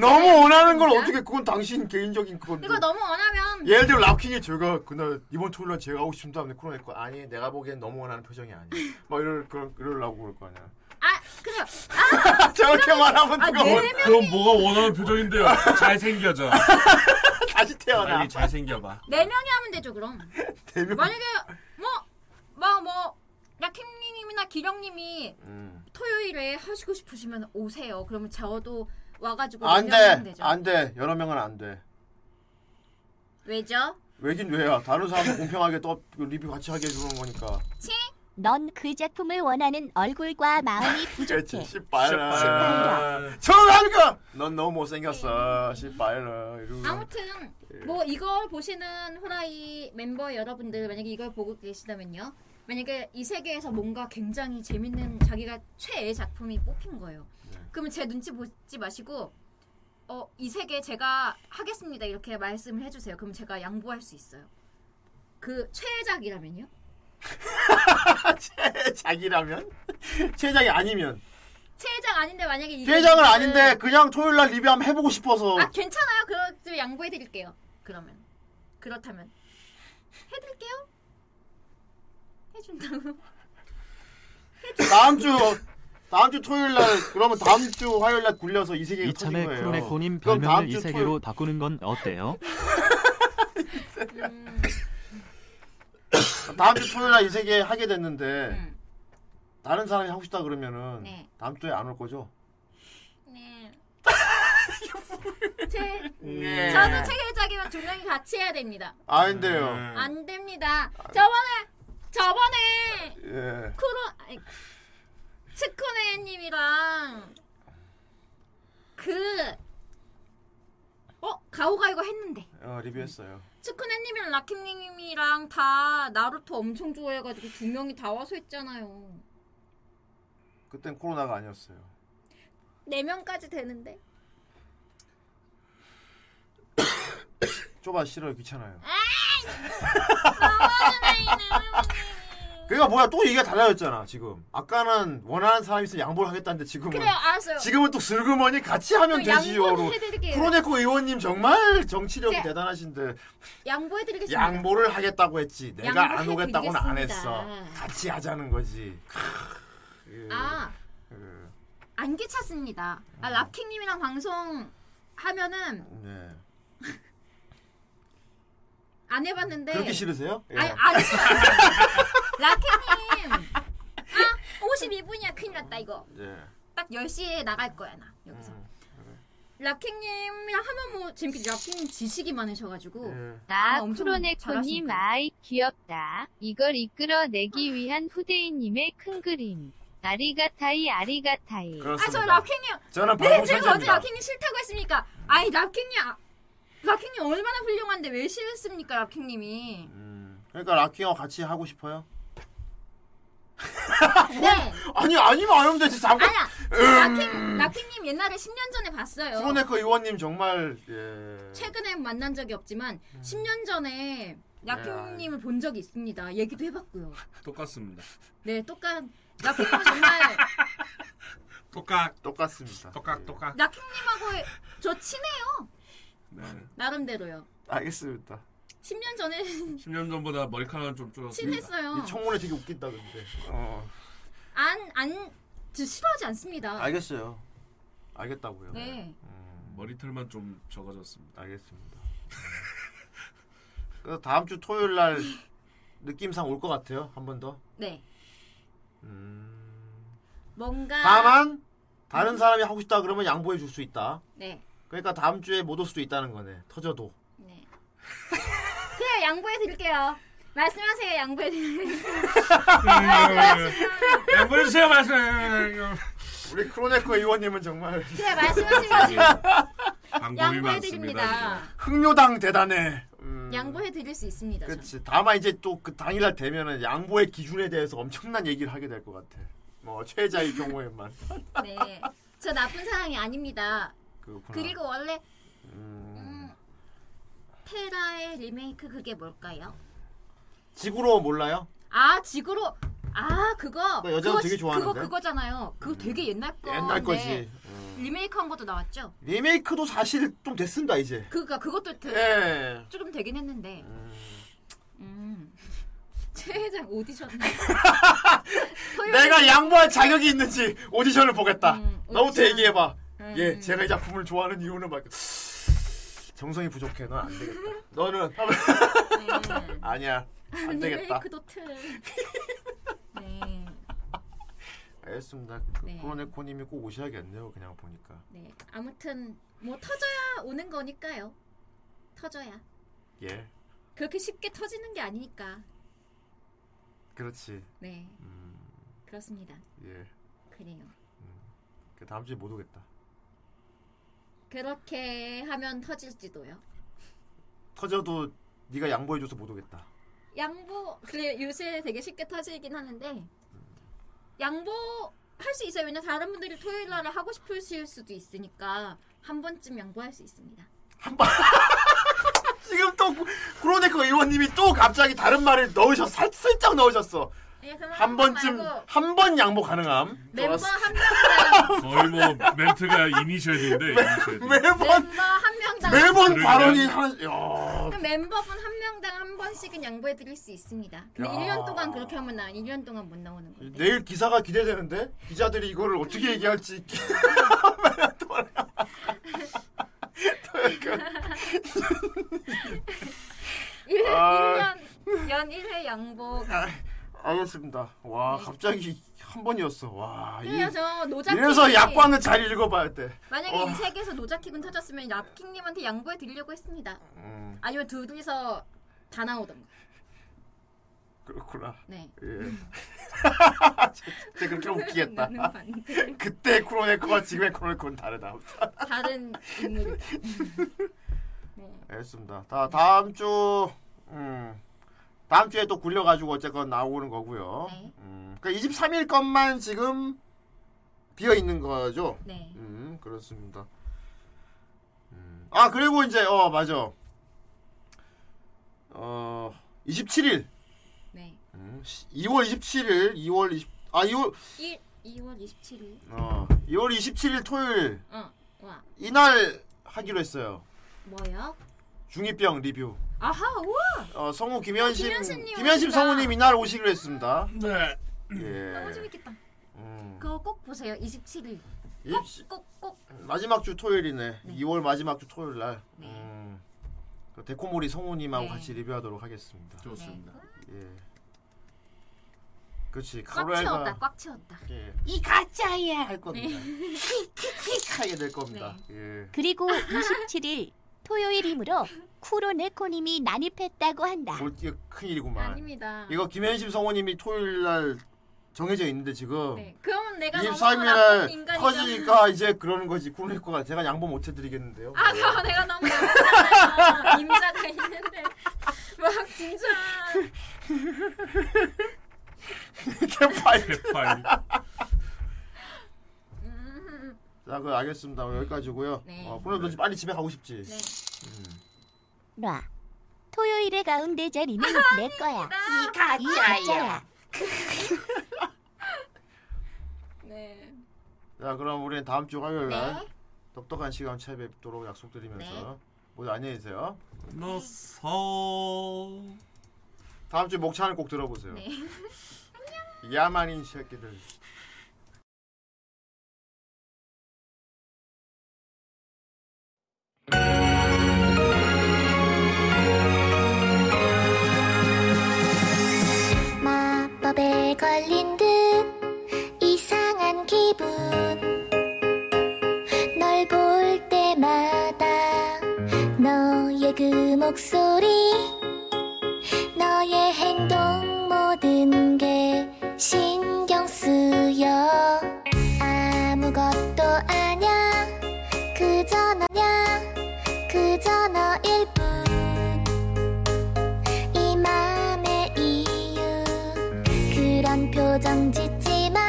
Speaker 4: [LAUGHS] 너무
Speaker 8: 잘-
Speaker 4: 원하는 걸 어떻게 그건 당신 개인적인 그건.
Speaker 8: 이거 너무 원하면
Speaker 4: 예를 들어 랍킹이 제가 그날 이번 토요일 날 제가 하고 싶습니다. 근데 코로네코 아니 내가 보기엔 너무 원하는 표정이 아니야. 막 이럴 그런 이럴라고 그럴 거 아니야. [LAUGHS]
Speaker 8: 아 그래요.
Speaker 4: 저렇게 말하면
Speaker 8: 아,
Speaker 4: 누가
Speaker 8: 네
Speaker 4: 원?
Speaker 6: 그럼 뭐가 원하는 표정인데요? [LAUGHS] 잘생겨져.
Speaker 4: 다시 태어나.
Speaker 6: 빨리 잘생겨봐.
Speaker 8: 네 명이 하면
Speaker 4: [LAUGHS]
Speaker 8: 되죠 그럼.
Speaker 4: 네 대명.
Speaker 8: 만약에 뭐, 뭐뭐뭐 라킴님이나 기령님이
Speaker 4: 음.
Speaker 8: 토요일에 하시고 싶으시면 오세요. 그러면 저도 와가지고 네 명이 하면
Speaker 4: 아, 안돼
Speaker 8: 되죠.
Speaker 4: 안돼 여러 명은 안돼
Speaker 8: 왜죠?
Speaker 4: 왜긴 왜야 다른 [LAUGHS] 사람도 공평하게 또그 리뷰 같이 하게 해주는 거니까
Speaker 29: 넌 그 작품을 원하는 얼굴과 마음이
Speaker 4: 부족해
Speaker 29: 시발라.
Speaker 4: 시발라 저라니까 넌 너무 못생겼어 시발라 [LAUGHS] 이러고
Speaker 8: 음. 아무튼 뭐 이걸 보시는 후라이 멤버 여러분들 만약에 이걸 보고 계시다면요. 만약에 이 세계에서 뭔가 굉장히 재밌는 자기가 최애 작품이 뽑힌 거예요.
Speaker 4: 네.
Speaker 8: 그러면 제 눈치 보지 마시고 어 이 세계 제가 하겠습니다 이렇게 말씀을 해주세요. 그럼 제가 양보할 수 있어요. 그 최애작이라면요?
Speaker 4: 최작이라면? 아, [LAUGHS] 최작이 아니면?
Speaker 8: 최애작 아닌데 만약에 이게
Speaker 4: 최작은
Speaker 8: 지금-
Speaker 4: 아닌데 그냥 토요일 날 리뷰 한번 해보고 싶어서
Speaker 8: 아 괜찮아요. 그거 좀 양보해 드릴게요. 그러면 그렇다면 해드릴게요. 해준다고.
Speaker 4: 다음 주 다음 주 토요일 날 그러면 다음 주 화요일 날 굴려서 이 세계가
Speaker 30: 이참에
Speaker 4: 터진 거예요.
Speaker 30: 크로네코님
Speaker 4: 그럼 다음
Speaker 30: 별명을
Speaker 4: 주
Speaker 30: 이 세계로 바꾸는 건 어때요?
Speaker 4: 토요일, [LAUGHS] 다음 주 토요일 날 이 세계 하게 됐는데 다른 사람이 하고 싶다 그러면은
Speaker 8: 네.
Speaker 4: 다음 주에 안 올 거죠?
Speaker 8: 네. 제
Speaker 4: 네. 어.
Speaker 8: 저도 체계작이랑 조명이 같이 해야 됩니다.
Speaker 4: 아닌데요.
Speaker 8: 안 됩니다. 저번에 저번에
Speaker 4: 예.
Speaker 8: 쿠로 아니, 츠쿠네님이랑 그어 어, 가오가 이거 했는데
Speaker 4: 어, 리뷰했어요.
Speaker 8: 츠쿠네님이랑 라킴님이랑 다 나루토 엄청 좋아해가지고 두 명이 다 와서 했잖아요.
Speaker 4: 그땐 코로나가 아니었어요.
Speaker 8: 네 명까지 되는데.
Speaker 4: 좁아 싫어요 귀찮아요. 그러니까 뭐야 또 얘기가 달라졌잖아 지금. 아까는 원하는 사람이 있으면 양보를 하겠다는데 지금은
Speaker 8: 그래요, 알았어요.
Speaker 4: 지금은 또 슬그머니 같이 하면
Speaker 8: 또 양보를
Speaker 4: 되지요로.
Speaker 8: 해드릴게요.
Speaker 4: 프로네코 의원님 정말 정치력이
Speaker 8: 네.
Speaker 4: 대단하신데
Speaker 8: 양보해드리겠습니다.
Speaker 4: 양보를 하겠다고 했지 내가 안
Speaker 8: 양보해드리겠습니다.
Speaker 4: 오겠다고는 안 했어. 같이 하자는 거지. 크, 예,
Speaker 8: 아
Speaker 4: 예,
Speaker 8: 안개 찼습니다. 아, 랍킹님이랑 방송 하면은
Speaker 4: 네.
Speaker 8: 안 해봤는데
Speaker 4: 그렇게 싫으세요? 예.
Speaker 8: 네. 아니 아니 [LAUGHS] 랍킹님 아 52분이야 큰일 났다 이거
Speaker 4: 예.
Speaker 8: 딱 10시에 나갈 거야 나 여기서
Speaker 4: 음,
Speaker 8: 랍킹님이랑 하면 뭐 재밌게 랍킹님 지식이 많으셔가지고
Speaker 4: 예.
Speaker 2: 아,
Speaker 8: 아, 엄청
Speaker 2: 쿠로네코님
Speaker 8: 잘하시니까.
Speaker 2: 아이 귀엽다. 이걸 이끌어내기 위한 후대인님의 큰 그림. 아리가타이 아리가타이.
Speaker 8: 아저 랍킹이요
Speaker 2: 저는
Speaker 8: 네
Speaker 2: 방송
Speaker 8: 제가 어제
Speaker 2: 천재입니다.
Speaker 8: 랍킹이 싫다고 했습니까 아니 랍킹이 아, 랍킹이 얼마나 훌륭한데 왜 싫습니까 랍킹님이
Speaker 4: 그러니까 라키와 같이 하고 싶어요?
Speaker 8: 네
Speaker 4: 아니 아니면 안 하면 되지 잠깐.
Speaker 8: 아니야. 락킹, 락킹님 옛날에 10년 전에 봤어요.
Speaker 4: 프로네코 의원님 정말 예.
Speaker 8: 최근에 만난 적이 없지만 10년 전에 락킹님을 본 적이 있습니다. 얘기도 해봤고요.
Speaker 6: 똑같습니다.
Speaker 8: 네, 똑같은 락킹님 정말
Speaker 6: 똑같
Speaker 4: 똑같습니다. 예.
Speaker 6: 똑같 똑같.
Speaker 8: 락킹님하고 저 친해요.
Speaker 6: 네.
Speaker 8: 나름대로요.
Speaker 4: 알겠습니다.
Speaker 8: 어. 10년 전에 [LAUGHS]
Speaker 6: 10년 전보다 머리카락은 좀 줄었습니다.
Speaker 8: 친했어요. 이
Speaker 4: 청문회 되게 웃긴다 근데. 어.
Speaker 8: 안안저 싫어하지 않습니다.
Speaker 4: 알겠어요. 알겠다고요.
Speaker 8: 네.
Speaker 6: 머리털만 좀 적어졌습니다.
Speaker 4: 알겠습니다. 예. 그래서 다음 주 토요일 날 느낌상 올 것 같아요. 한 번 더.
Speaker 8: 네.
Speaker 4: 음.
Speaker 8: 뭔가
Speaker 4: 다만 다른 사람이 하고 싶다 그러면 양보해 줄 수 있다.
Speaker 8: 네.
Speaker 4: 그러니까 다음 주에 못 올 수도 있다는 거네. 터져도.
Speaker 8: 그래 양보해 드릴게요. 말씀하세요. 양보해 드릴게요. [LAUGHS] 아,
Speaker 6: 네, 양보해주세요 말씀.
Speaker 4: 우리 크로네코 의원님은 [LAUGHS] 정말
Speaker 8: 그래 말씀하시면
Speaker 4: 방법이
Speaker 8: 양보해 드립니다.
Speaker 4: 흑묘당 대단해.
Speaker 8: 양보해 드릴 수 있습니다. 저는.
Speaker 4: 음. 그렇지. 다만 이제 또 그 당일날 되면은 양보의 기준에 대해서 엄청난 얘기를 하게 될 것 같아. 뭐 최자의 [LAUGHS] 경우에만.
Speaker 8: 네. 저 나쁜 사람이 아닙니다.
Speaker 4: 그렇구나.
Speaker 8: 그리고 원래
Speaker 4: 음,
Speaker 8: 테라의 리메이크 그게 뭘까요?
Speaker 4: 지구로 몰라요?
Speaker 8: 아 지구로 아 그거
Speaker 4: 나 여자도
Speaker 8: 그거
Speaker 4: 되게
Speaker 8: 지-
Speaker 4: 좋아하는데? 음.
Speaker 8: 그거 그거잖아요. 그거 되게 옛날 거
Speaker 4: 옛날 거지. 음.
Speaker 8: 리메이크한 것도 나왔죠.
Speaker 4: 리메이크도 사실 좀 됐습니다 이제.
Speaker 8: 그니까 그것도 되,
Speaker 4: 예.
Speaker 8: 조금 되긴 했는데. 음. [LAUGHS] 최회장 오디션. [LAUGHS] 토요일
Speaker 4: 내가 양보할 자격이 있는지 음, 오디션을 보겠다. 너부터 얘기해봐.
Speaker 8: 음,
Speaker 4: 예, 제가 이 작품을 좋아하는 이유는 막 정성이 부족해. 넌 안 되겠다. 너는 음. [LAUGHS] 아니야. 그 안 되겠다.
Speaker 8: 그 리메이크도
Speaker 4: [LAUGHS]
Speaker 8: 틀.
Speaker 4: 알겠습니다.
Speaker 8: 네.
Speaker 4: 코로네코님이 꼭 오셔야겠네요. 그냥 보니까.
Speaker 8: 네. 아무튼 뭐 터져야 오는 거니까요. 터져야.
Speaker 4: 예,
Speaker 8: 그렇게 쉽게 터지는 게 아니니까.
Speaker 4: 그렇지. 음.
Speaker 8: 네. 그렇습니다.
Speaker 4: 예,
Speaker 8: 그래요.
Speaker 4: 그 다음 주에 못 오겠다.
Speaker 8: 그렇게 하면 터질지도요.
Speaker 4: 터져도 네가 양보해줘서 못 오겠다.
Speaker 8: 양보 근데 요새 되게 쉽게 터지긴 하는데 양보 할 수 있어요. 왜냐 다른 분들이 토요일 날에 하고 싶으실 수도 있으니까 한 번쯤 양보할 수 있습니다.
Speaker 4: 지금 또 크로네코 의원님이 또 갑자기 다른 말을 넣으셨 살, 살짝 넣으셨어.
Speaker 8: 예, 그럼
Speaker 4: 한
Speaker 8: 번
Speaker 4: 번쯤
Speaker 8: 말고
Speaker 4: 한 번 양보 가능함.
Speaker 8: 멤버
Speaker 4: 좋았어.
Speaker 8: 한 명당
Speaker 6: 거의 뭐 멘트가 이니셜인데 이니셜.
Speaker 8: 네.
Speaker 4: 매번
Speaker 8: 멤버 한
Speaker 4: [LAUGHS]
Speaker 8: 명당
Speaker 4: 매번
Speaker 6: 그러면-
Speaker 4: 발언이 한 야.
Speaker 8: 그럼 멤버분 한 명당 한 번씩은 양보해 드릴 수 있습니다. 근데
Speaker 4: 야.
Speaker 8: 1년 동안 그렇게 하면 나 1년 동안 못 나오는 거예요.
Speaker 4: 내일 기사가 기대되는데 기자들이 이거를
Speaker 8: 네.
Speaker 4: 어떻게 얘기할지 [LAUGHS]
Speaker 8: 일
Speaker 4: 아.
Speaker 8: 1년 연 1회 양보.
Speaker 4: 알겠습니다. 와 갑자기 한 번이었어. 와
Speaker 8: 네. 그래요, 저 노자키.
Speaker 4: 이래서 약관을 잘 읽어봐야 돼.
Speaker 8: 만약에
Speaker 4: 어,
Speaker 8: 이 책에서 노자킥은 터졌으면 랍킹님한테 양보해 드리려고 했습니다.
Speaker 4: 음,
Speaker 8: 아니면 둘이서 다 나오던가.
Speaker 4: 그렇구나.
Speaker 8: 네.
Speaker 4: [LAUGHS] 예. 진짜 그렇게 웃기겠다.
Speaker 8: 나는 반대.
Speaker 4: 그때 크로네코와 지금의 크로네코는 다르다.
Speaker 8: [LAUGHS] 다른 인물.
Speaker 4: 알겠습니다. 다 다음 주 음, 다음 주에 또 굴려가지고 어쨌건 나오는 거고요.
Speaker 8: 네.
Speaker 4: 음, 그러니까 23일 것만 지금 비어 있는 거죠.
Speaker 8: 네.
Speaker 4: 음, 그렇습니다. 음, 아 그리고 이제 어 맞아. 어 27일
Speaker 8: 네.
Speaker 4: 음, 2월 27일 2월 20, 아 2월
Speaker 8: 1 2월 27일.
Speaker 4: 어 2월 27일 토요일
Speaker 8: 어. 와.
Speaker 4: 이날 하기로 했어요.
Speaker 8: 뭐요?
Speaker 4: 중이병 리뷰.
Speaker 8: 아하, 우와.
Speaker 4: 어, 성우 김현심,
Speaker 8: 어, 김현심님
Speaker 4: 김현심
Speaker 8: 오신다.
Speaker 4: 성우님 이날 오시기로 했습니다.
Speaker 6: 네.
Speaker 8: 너무
Speaker 4: 예.
Speaker 8: 어, 재밌겠다.
Speaker 4: 음,
Speaker 8: 그거 꼭 보세요. 27일. 어?
Speaker 4: 입시-
Speaker 8: 꼭꼭
Speaker 4: 마지막 주 토요일이네. 2월 마지막 주 토요일 날. 음, 그 데코모리 성우님하고
Speaker 8: 네.
Speaker 4: 같이 리뷰하도록 하겠습니다.
Speaker 6: 좋습니다.
Speaker 4: 예. 그렇지.
Speaker 8: 꽉 채웠다.
Speaker 4: 카로엘가
Speaker 8: 꽉 네. 채웠다.
Speaker 4: 예. 이 가짜야 할 겁니다. 하게 될 겁니다.
Speaker 8: 네.
Speaker 4: 예.
Speaker 2: 그리고 27일 토요일이므로 쿠로네코님이 난입했다고 한다.
Speaker 4: 볼 게 큰일이구만.
Speaker 8: 아닙니다.
Speaker 4: 네. 이거 김현심 성우님이 토요일 날 정해져 있는데 지금
Speaker 8: 네. 그러면 내가 너무 나쁜
Speaker 4: 23일에
Speaker 8: 인간이잖아.
Speaker 4: 터지니까 이제 그러는 거지 구내코가 제가 양보 못 해드리겠는데요.
Speaker 8: [LAUGHS]
Speaker 4: 네.
Speaker 8: 아, 그거 내가 너무 나쁘잖아. 임자가 있는데. [LAUGHS] 막 진짜.
Speaker 4: 개파이.
Speaker 6: 개파이.
Speaker 8: 음.
Speaker 4: 자, 그 알겠습니다. 여기까지고요.
Speaker 2: 네.
Speaker 4: 어, 그럼 너 지금 빨리 집에 가고 싶지.
Speaker 8: 네.
Speaker 2: 놔. 토요일에 가운데 자리는 내 거야. 이 가짜야.
Speaker 8: 네.
Speaker 4: 자, 그럼 우리는 다음 주 화요일 날
Speaker 8: 네.
Speaker 4: 똑똑한 시간 차에 뵙도록 약속드리면서 모두 안녕히 계세요.
Speaker 6: 너서
Speaker 4: 다음 주 목차는 꼭 들어보세요.
Speaker 8: 네. [LAUGHS]
Speaker 4: 야만인 새끼들.
Speaker 1: 마법에 걸린 듯 이상한 기분 널 볼 때마다 너의 그 목소리 너의 행동 모든 게 신경 쓰여 아무것도 아냐 그저 너냐 그저 너일 뿐 이 맘의 이유 그런 표정 짓지 마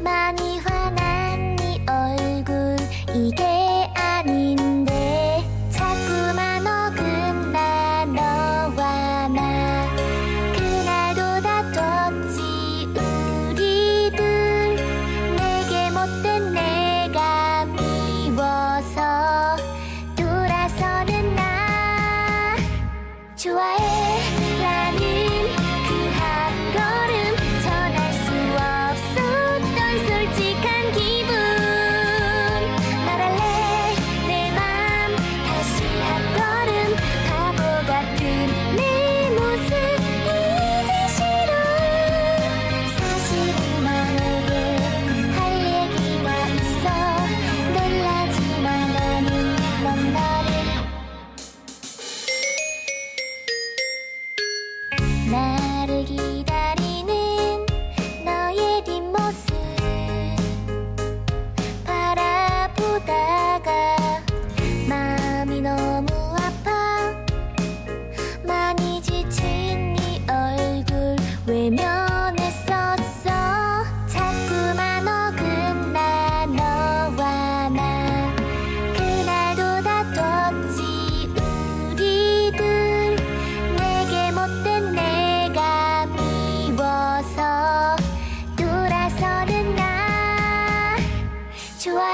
Speaker 1: 많이 화난 네 얼굴 이게 아닌데 자꾸만 어긋나 너와 나그 좋아요. 그그네